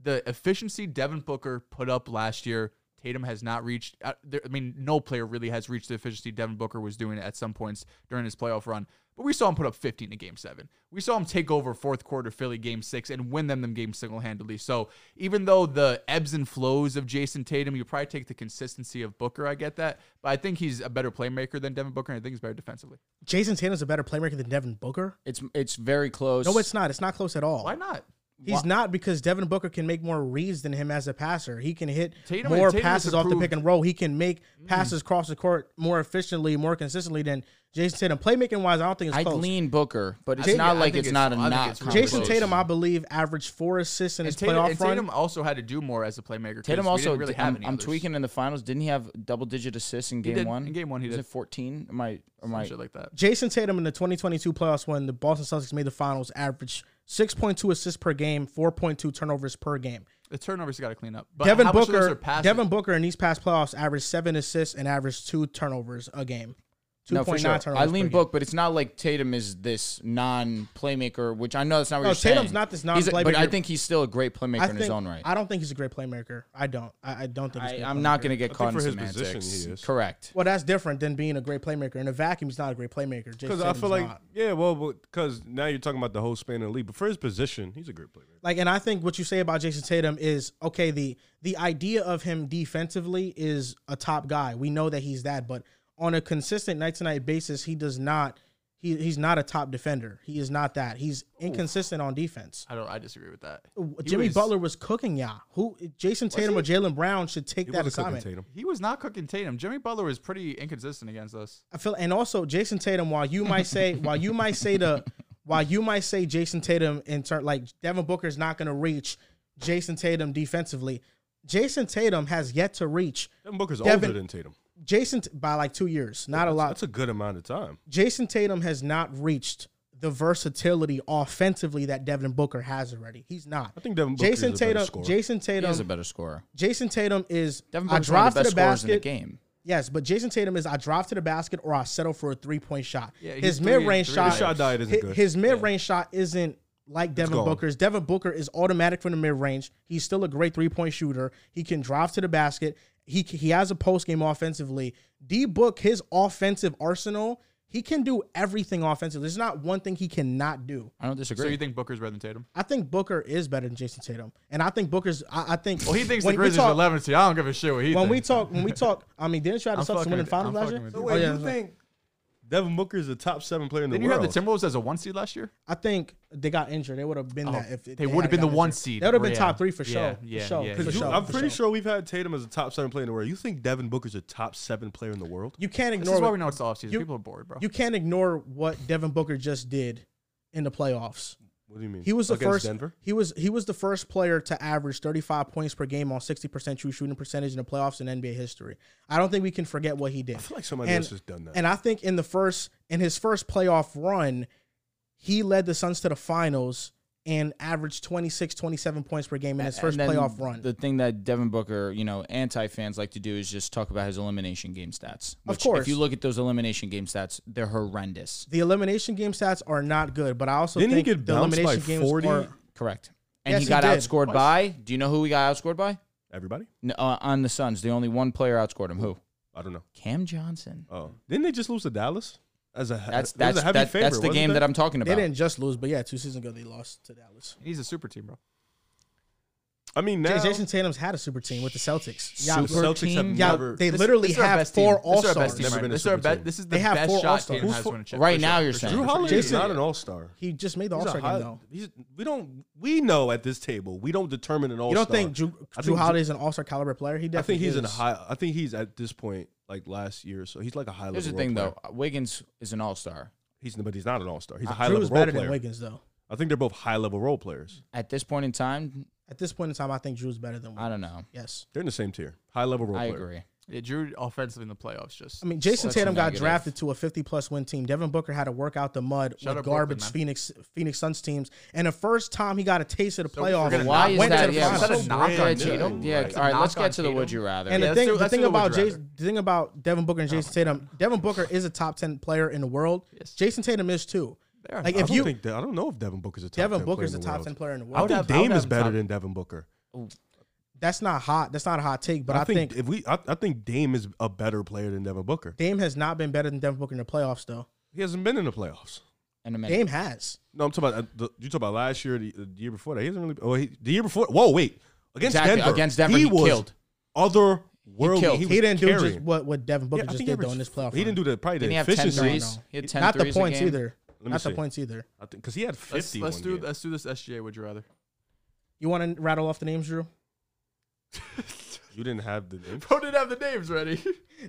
[SPEAKER 4] the efficiency Devin Booker put up last year, Tatum has not reached. Uh, there, I mean, no player really has reached the efficiency Devin Booker was doing at some points during his playoff run. But we saw him put up 15 in Game Seven. We saw him take over fourth quarter Philly Game Six and win them them games single handedly. So even though the ebbs and flows of Jason Tatum, you probably take the consistency of Booker. I get that, but I think he's a better playmaker than Devin Booker, and I think he's better defensively.
[SPEAKER 1] Jason Tatum's a better playmaker than Devin Booker.
[SPEAKER 2] it's it's very close.
[SPEAKER 1] No, it's not. It's not close at all.
[SPEAKER 4] Why not?
[SPEAKER 1] He's not because Devin Booker can make more reads than him as a passer. He can hit
[SPEAKER 4] Tatum-
[SPEAKER 1] more
[SPEAKER 4] Tatum has
[SPEAKER 1] passes off the
[SPEAKER 4] improved. Mm.
[SPEAKER 1] pick and roll. He can make passes across the court more efficiently, more consistently than Jason Tatum. Playmaking wise, I don't think it's
[SPEAKER 2] I'd
[SPEAKER 1] close.
[SPEAKER 2] lean Booker, but it's
[SPEAKER 4] think-
[SPEAKER 2] not
[SPEAKER 4] I
[SPEAKER 2] like
[SPEAKER 4] think
[SPEAKER 2] it's,
[SPEAKER 4] it's-
[SPEAKER 2] not a
[SPEAKER 4] I think
[SPEAKER 2] knock.
[SPEAKER 4] it's really
[SPEAKER 1] Jason
[SPEAKER 4] close.
[SPEAKER 1] Tatum, I believe, averaged four assists in his
[SPEAKER 4] And Tatum,
[SPEAKER 1] playoff
[SPEAKER 4] and
[SPEAKER 1] run.
[SPEAKER 4] Tatum uh, also had to do more as a playmaker. 'cause
[SPEAKER 2] Tatum
[SPEAKER 4] we
[SPEAKER 2] also
[SPEAKER 4] didn't really
[SPEAKER 2] did-
[SPEAKER 4] have
[SPEAKER 2] I'm,
[SPEAKER 4] any
[SPEAKER 2] I'm
[SPEAKER 4] others.
[SPEAKER 2] tweaking in the finals. Didn't he have double digit assists in game
[SPEAKER 4] did.
[SPEAKER 2] one?
[SPEAKER 4] In game one, he
[SPEAKER 2] was
[SPEAKER 4] did.
[SPEAKER 2] it fourteen? Am I? Am I?
[SPEAKER 4] shit like that.
[SPEAKER 1] Jason Tatum in the 2022 playoffs when the Boston Celtics made the finals averaged 6.2 assists per game, 4.2 turnovers per game.
[SPEAKER 4] The turnovers got to clean up. But
[SPEAKER 1] Devin
[SPEAKER 4] how much of those
[SPEAKER 1] Booker,
[SPEAKER 4] are passes?
[SPEAKER 1] Devin Booker in these past playoffs averaged seven assists and averaged two turnovers a game. Two
[SPEAKER 2] No,
[SPEAKER 1] point
[SPEAKER 2] for
[SPEAKER 1] nine
[SPEAKER 2] sure.
[SPEAKER 1] turnovers.
[SPEAKER 2] I
[SPEAKER 1] per
[SPEAKER 2] lean
[SPEAKER 1] game.
[SPEAKER 2] Book, but it's not like Tatum is this non playmaker, which I know that's not what
[SPEAKER 1] No,
[SPEAKER 2] you're
[SPEAKER 1] Tatum's
[SPEAKER 2] saying.
[SPEAKER 1] not this
[SPEAKER 2] He's a- But I
[SPEAKER 1] non-playmaker.
[SPEAKER 2] think he's still a great playmaker
[SPEAKER 1] I
[SPEAKER 2] in
[SPEAKER 1] think,
[SPEAKER 2] his own right.
[SPEAKER 1] I don't think he's a great playmaker. I don't. I, I don't think he's a
[SPEAKER 2] I,
[SPEAKER 1] great
[SPEAKER 2] I'm
[SPEAKER 1] playmaker.
[SPEAKER 2] not going to get caught in
[SPEAKER 3] for his
[SPEAKER 2] semantics.
[SPEAKER 3] position, he is.
[SPEAKER 2] Correct.
[SPEAKER 1] Well, that's different than being a great playmaker. In a vacuum, he's not a great playmaker. Jason
[SPEAKER 3] Because I
[SPEAKER 1] Tatum's
[SPEAKER 3] feel like,
[SPEAKER 1] not.
[SPEAKER 3] yeah, well, because now you're talking about the whole span of the league. But for his position, he's a great player.
[SPEAKER 1] like and I think what you say about Jason Tatum is okay the the idea of him defensively is a top guy. We know that he's that, but on a consistent night to night basis, he does not he, he's not a top defender. He is not that. He's inconsistent on defense.
[SPEAKER 4] I don't. I disagree with that. He
[SPEAKER 1] Jimmy
[SPEAKER 4] was-
[SPEAKER 1] Butler was cooking y'all. Who Jason Tatum or Jalen Brown should take
[SPEAKER 3] He
[SPEAKER 1] that
[SPEAKER 3] wasn't cooking
[SPEAKER 1] assignment.
[SPEAKER 3] Tatum.
[SPEAKER 4] He was not cooking Tatum. Jimmy Butler was pretty inconsistent against us.
[SPEAKER 1] I feel and also Jason Tatum, while you might
[SPEAKER 3] [LAUGHS]
[SPEAKER 1] say while you might say the while you might say Jason Tatum in turn like Devin Booker's not gonna reach Jason Tatum defensively, Jason Tatum has yet to reach
[SPEAKER 3] Devin Booker's
[SPEAKER 1] Devin-
[SPEAKER 3] older than Tatum.
[SPEAKER 1] Jason T- by like two years. Not a lot.
[SPEAKER 3] That's a good amount of time.
[SPEAKER 1] Jason Tatum has not reached the versatility offensively that Devin Booker has already. He's not.
[SPEAKER 3] I think Devin Booker
[SPEAKER 1] Jason
[SPEAKER 3] is a better
[SPEAKER 1] Tatum
[SPEAKER 3] scorer.
[SPEAKER 1] Jason
[SPEAKER 2] He
[SPEAKER 1] Tatum
[SPEAKER 2] is a better scorer.
[SPEAKER 1] Jason Tatum is
[SPEAKER 2] Devin
[SPEAKER 1] I
[SPEAKER 2] Booker's one
[SPEAKER 1] drive
[SPEAKER 2] of the
[SPEAKER 1] to
[SPEAKER 2] best
[SPEAKER 1] the
[SPEAKER 2] scorers in the
[SPEAKER 1] basket.
[SPEAKER 2] game.
[SPEAKER 1] Yes, but Jason Tatum is I drive to the basket or I settle for a three point shot.
[SPEAKER 4] Yeah, he's
[SPEAKER 1] his
[SPEAKER 4] three and
[SPEAKER 1] mid range
[SPEAKER 4] three
[SPEAKER 1] shot,
[SPEAKER 4] His shot
[SPEAKER 3] diet isn't
[SPEAKER 1] hi-
[SPEAKER 3] good.
[SPEAKER 1] His mid range shot isn't like Devin
[SPEAKER 3] gone.
[SPEAKER 1] Booker's. Devin Booker is automatic from the mid range. He's still a great three point shooter. He can drive to the basket. He c- he has a post game offensively. D Book his offensive arsenal. He can do everything offensively. There's not one thing he cannot do.
[SPEAKER 2] I don't disagree.
[SPEAKER 4] So you think Booker's better than Tatum?
[SPEAKER 1] I think Booker is better than Jason Tatum, and I think Booker's. I, I think.
[SPEAKER 4] Well, he thinks
[SPEAKER 1] when
[SPEAKER 4] the
[SPEAKER 1] we
[SPEAKER 4] Grizzlies
[SPEAKER 1] talk-
[SPEAKER 4] are 11 2. I don't give a shit what he
[SPEAKER 1] When we
[SPEAKER 4] thinks.
[SPEAKER 1] talk, when we talk, I mean, didn't you have the
[SPEAKER 4] I'm
[SPEAKER 1] Celtics
[SPEAKER 4] fucking
[SPEAKER 1] win in
[SPEAKER 4] with
[SPEAKER 1] the
[SPEAKER 4] you.
[SPEAKER 1] finals
[SPEAKER 4] I'm
[SPEAKER 1] last
[SPEAKER 4] fucking
[SPEAKER 1] year?
[SPEAKER 4] with
[SPEAKER 3] So
[SPEAKER 4] you.
[SPEAKER 1] Oh,
[SPEAKER 3] wait,
[SPEAKER 1] yeah,
[SPEAKER 3] you
[SPEAKER 1] that's right.
[SPEAKER 3] think Devin Booker is the top seven player in the
[SPEAKER 4] Didn't you
[SPEAKER 3] world?
[SPEAKER 4] have the Timberwolves as a one seed last year?
[SPEAKER 1] I think they got injured. They would have been that if
[SPEAKER 4] they
[SPEAKER 1] had
[SPEAKER 4] would have been
[SPEAKER 1] gotten
[SPEAKER 4] the one
[SPEAKER 1] injured.
[SPEAKER 4] seed.
[SPEAKER 1] They would have been
[SPEAKER 4] Yeah.
[SPEAKER 1] top three for sure.
[SPEAKER 4] Yeah,
[SPEAKER 1] for
[SPEAKER 4] yeah,
[SPEAKER 1] sure,
[SPEAKER 4] yeah,
[SPEAKER 1] for
[SPEAKER 4] yeah.
[SPEAKER 3] You-
[SPEAKER 1] sure,
[SPEAKER 3] I'm
[SPEAKER 1] for
[SPEAKER 3] pretty
[SPEAKER 1] sure.
[SPEAKER 3] sure we've had Tatum as a top seven player in the world. You think Devin Booker's a top seven player in the world?
[SPEAKER 1] You can't
[SPEAKER 4] This is
[SPEAKER 1] ignore.
[SPEAKER 4] why we
[SPEAKER 1] what-
[SPEAKER 4] know it's the offseason.
[SPEAKER 1] you-
[SPEAKER 4] People are bored, bro.
[SPEAKER 1] you can't ignore what Devin Booker just did in the playoffs.
[SPEAKER 3] What do you mean?
[SPEAKER 1] He was the
[SPEAKER 3] Against
[SPEAKER 1] first.
[SPEAKER 3] Denver.
[SPEAKER 1] He was he was the first player to average 35 points per game on 60 percent true shooting percentage in the playoffs in NBA history. I don't think we can forget what he did. I
[SPEAKER 3] feel like somebody else has done that.
[SPEAKER 1] And I think in the first in his first playoff run, he led the Suns to the finals and averaged 26, 27 points per game in his first
[SPEAKER 2] And then
[SPEAKER 1] playoff run.
[SPEAKER 2] The thing that Devin Booker, you know, anti fans like to do is just talk about his elimination game stats. Which,
[SPEAKER 1] course.
[SPEAKER 2] If you look at those elimination game stats, they're horrendous.
[SPEAKER 1] the elimination game stats are not good, but I also
[SPEAKER 3] Didn't he
[SPEAKER 1] think
[SPEAKER 3] get
[SPEAKER 1] the
[SPEAKER 3] bounced by
[SPEAKER 1] elimination games
[SPEAKER 3] 40?
[SPEAKER 1] are
[SPEAKER 2] Correct. And
[SPEAKER 1] Yes,
[SPEAKER 2] he
[SPEAKER 1] he
[SPEAKER 2] got
[SPEAKER 1] did.
[SPEAKER 2] outscored by. Do you know who he got outscored by?
[SPEAKER 3] Everybody?
[SPEAKER 2] No, uh, on the Suns, the only one player outscored him. Who?
[SPEAKER 3] I don't know.
[SPEAKER 2] Cam Johnson.
[SPEAKER 3] Oh, didn't they just lose to Dallas? As a
[SPEAKER 2] That's
[SPEAKER 3] that Uh, was
[SPEAKER 2] that's
[SPEAKER 3] a heavy
[SPEAKER 2] that,
[SPEAKER 3] favorite,
[SPEAKER 2] that's the
[SPEAKER 3] wasn't
[SPEAKER 2] game
[SPEAKER 3] it?
[SPEAKER 2] that I'm talking
[SPEAKER 1] they
[SPEAKER 2] about.
[SPEAKER 1] didn't just lose, but yeah, two seasons ago they lost to Dallas.
[SPEAKER 4] He's a super team, bro.
[SPEAKER 3] I mean, now
[SPEAKER 1] Jason Tatum's had a super team with the Celtics. Yeah,
[SPEAKER 2] Super
[SPEAKER 3] Celtics have
[SPEAKER 2] team.
[SPEAKER 1] yeah,
[SPEAKER 3] Never-
[SPEAKER 1] they
[SPEAKER 4] This-
[SPEAKER 1] literally
[SPEAKER 4] this is our
[SPEAKER 1] have
[SPEAKER 4] best team.
[SPEAKER 1] four all
[SPEAKER 4] This is our best team
[SPEAKER 1] stars.
[SPEAKER 3] Never
[SPEAKER 4] right
[SPEAKER 3] been
[SPEAKER 4] now.
[SPEAKER 3] a
[SPEAKER 4] This is our
[SPEAKER 3] super
[SPEAKER 4] best.
[SPEAKER 3] team.
[SPEAKER 4] This is
[SPEAKER 1] They
[SPEAKER 4] the
[SPEAKER 1] have four
[SPEAKER 4] best shot
[SPEAKER 1] all-stars.
[SPEAKER 4] Tatum
[SPEAKER 1] Who's
[SPEAKER 4] has
[SPEAKER 3] for-
[SPEAKER 4] won a chip.
[SPEAKER 2] Right
[SPEAKER 4] for
[SPEAKER 2] now
[SPEAKER 4] sure,
[SPEAKER 2] you're
[SPEAKER 4] for
[SPEAKER 2] saying.
[SPEAKER 4] sure.
[SPEAKER 3] Drew Holiday
[SPEAKER 1] Jason-
[SPEAKER 3] is not an all star.
[SPEAKER 1] He just made the All
[SPEAKER 3] He's a
[SPEAKER 1] Star
[SPEAKER 3] high-
[SPEAKER 1] game though.
[SPEAKER 3] he's- we don't. We know at this table, we don't determine an all.
[SPEAKER 1] You don't think Drew,
[SPEAKER 3] I
[SPEAKER 1] Drew
[SPEAKER 3] think-
[SPEAKER 1] Holiday is an All Star caliber player? He
[SPEAKER 3] I think
[SPEAKER 1] definitely.
[SPEAKER 3] he's
[SPEAKER 1] is.
[SPEAKER 3] in a high. I think he's at this point like last year, so he's like a high level.
[SPEAKER 2] Here's the
[SPEAKER 3] role
[SPEAKER 2] thing,
[SPEAKER 3] player.
[SPEAKER 2] though. Wiggins is an all star.
[SPEAKER 3] He's but he's not an all star. He's a high
[SPEAKER 1] Uh, Drew
[SPEAKER 3] level
[SPEAKER 1] is
[SPEAKER 3] role
[SPEAKER 1] better than
[SPEAKER 3] player.
[SPEAKER 1] Wiggins though.
[SPEAKER 3] I think they're both high level role players.
[SPEAKER 2] At this point in time,
[SPEAKER 1] At this point in time, I think Drew's better than
[SPEAKER 2] I
[SPEAKER 1] Wiggins.
[SPEAKER 2] don't know.
[SPEAKER 1] Yes,
[SPEAKER 3] They're in the same tier. High level role
[SPEAKER 2] I
[SPEAKER 3] player.
[SPEAKER 2] agree.
[SPEAKER 4] Yeah, Drew offensively in the playoffs just.
[SPEAKER 1] I mean, Jason
[SPEAKER 2] Such a
[SPEAKER 1] Tatum got
[SPEAKER 2] negative.
[SPEAKER 1] drafted to a 50 plus win team. Devin Booker had to work out the mud with
[SPEAKER 4] Shout out
[SPEAKER 1] garbage
[SPEAKER 4] Brooklyn, man.
[SPEAKER 1] Phoenix Phoenix Suns teams. And the first time he got a taste of the
[SPEAKER 4] So we're
[SPEAKER 1] playoffs,
[SPEAKER 4] gonna
[SPEAKER 2] Why is
[SPEAKER 1] went to
[SPEAKER 2] that?
[SPEAKER 1] the
[SPEAKER 2] Yeah,
[SPEAKER 1] finals.
[SPEAKER 4] is that a knock
[SPEAKER 2] yeah,
[SPEAKER 4] on
[SPEAKER 2] Tatum?
[SPEAKER 4] Tatum?
[SPEAKER 2] Yeah.
[SPEAKER 4] It's a
[SPEAKER 2] All right, let's
[SPEAKER 4] knock
[SPEAKER 2] get
[SPEAKER 4] on
[SPEAKER 2] to the would
[SPEAKER 4] Tatum?
[SPEAKER 2] you rather.
[SPEAKER 1] And the
[SPEAKER 4] Yeah, let's
[SPEAKER 1] thing,
[SPEAKER 4] do-
[SPEAKER 1] the
[SPEAKER 4] let's
[SPEAKER 1] thing
[SPEAKER 4] do the would
[SPEAKER 1] about
[SPEAKER 4] you rather.
[SPEAKER 1] Jason, the thing about Devin Booker and Jason Tatum, Devin Booker is a top ten player in the world.
[SPEAKER 4] Yes.
[SPEAKER 1] Jason Tatum is too.
[SPEAKER 4] They are
[SPEAKER 1] Like
[SPEAKER 3] I
[SPEAKER 1] if
[SPEAKER 3] don't
[SPEAKER 1] you,
[SPEAKER 3] think that, I don't know if Devin Booker's a top.
[SPEAKER 1] Devin
[SPEAKER 3] 10 player
[SPEAKER 1] Booker is a
[SPEAKER 3] in the
[SPEAKER 1] top
[SPEAKER 3] world.
[SPEAKER 1] ten player in the
[SPEAKER 3] I
[SPEAKER 1] world.
[SPEAKER 3] think
[SPEAKER 4] would have- I would
[SPEAKER 3] Dame
[SPEAKER 4] have
[SPEAKER 3] is
[SPEAKER 4] him
[SPEAKER 3] better
[SPEAKER 4] top-
[SPEAKER 3] than Devin Booker.
[SPEAKER 1] That's not hot. That's not a hot take, but
[SPEAKER 3] I,
[SPEAKER 1] I
[SPEAKER 3] think,
[SPEAKER 1] think
[SPEAKER 3] if we, I, I think Dame is a better player than Devin Booker.
[SPEAKER 1] Dame has not been better than Devin Booker in the playoffs, though.
[SPEAKER 3] He hasn't been in the playoffs.
[SPEAKER 2] in a minute.
[SPEAKER 1] Dame has.
[SPEAKER 3] No, I'm talking about uh, the, you talk about last year, the, uh, the year before that. He hasn't really. Oh, he, the year before. Whoa, wait. Against
[SPEAKER 2] Exactly,
[SPEAKER 3] Denver,
[SPEAKER 2] against Denver, he killed.
[SPEAKER 3] Other world.
[SPEAKER 2] killed.
[SPEAKER 1] He didn't do just what, what Devin Booker just did though in this playoff.
[SPEAKER 3] He didn't do
[SPEAKER 1] run.
[SPEAKER 3] the probably
[SPEAKER 2] Didn't
[SPEAKER 3] the
[SPEAKER 2] he have 10
[SPEAKER 3] efficiency.
[SPEAKER 2] threes? He had 10
[SPEAKER 1] not the
[SPEAKER 2] threes a
[SPEAKER 1] points
[SPEAKER 2] game.
[SPEAKER 1] either.
[SPEAKER 3] me
[SPEAKER 1] Not the
[SPEAKER 3] see.
[SPEAKER 1] points either.
[SPEAKER 3] because he had 50.
[SPEAKER 4] Let's, let's
[SPEAKER 3] one
[SPEAKER 4] do
[SPEAKER 3] game.
[SPEAKER 4] let's do this SGA. Would you rather?
[SPEAKER 1] You want to rattle off the names, Drew?
[SPEAKER 3] You didn't have the name.
[SPEAKER 4] Bro didn't have the names ready.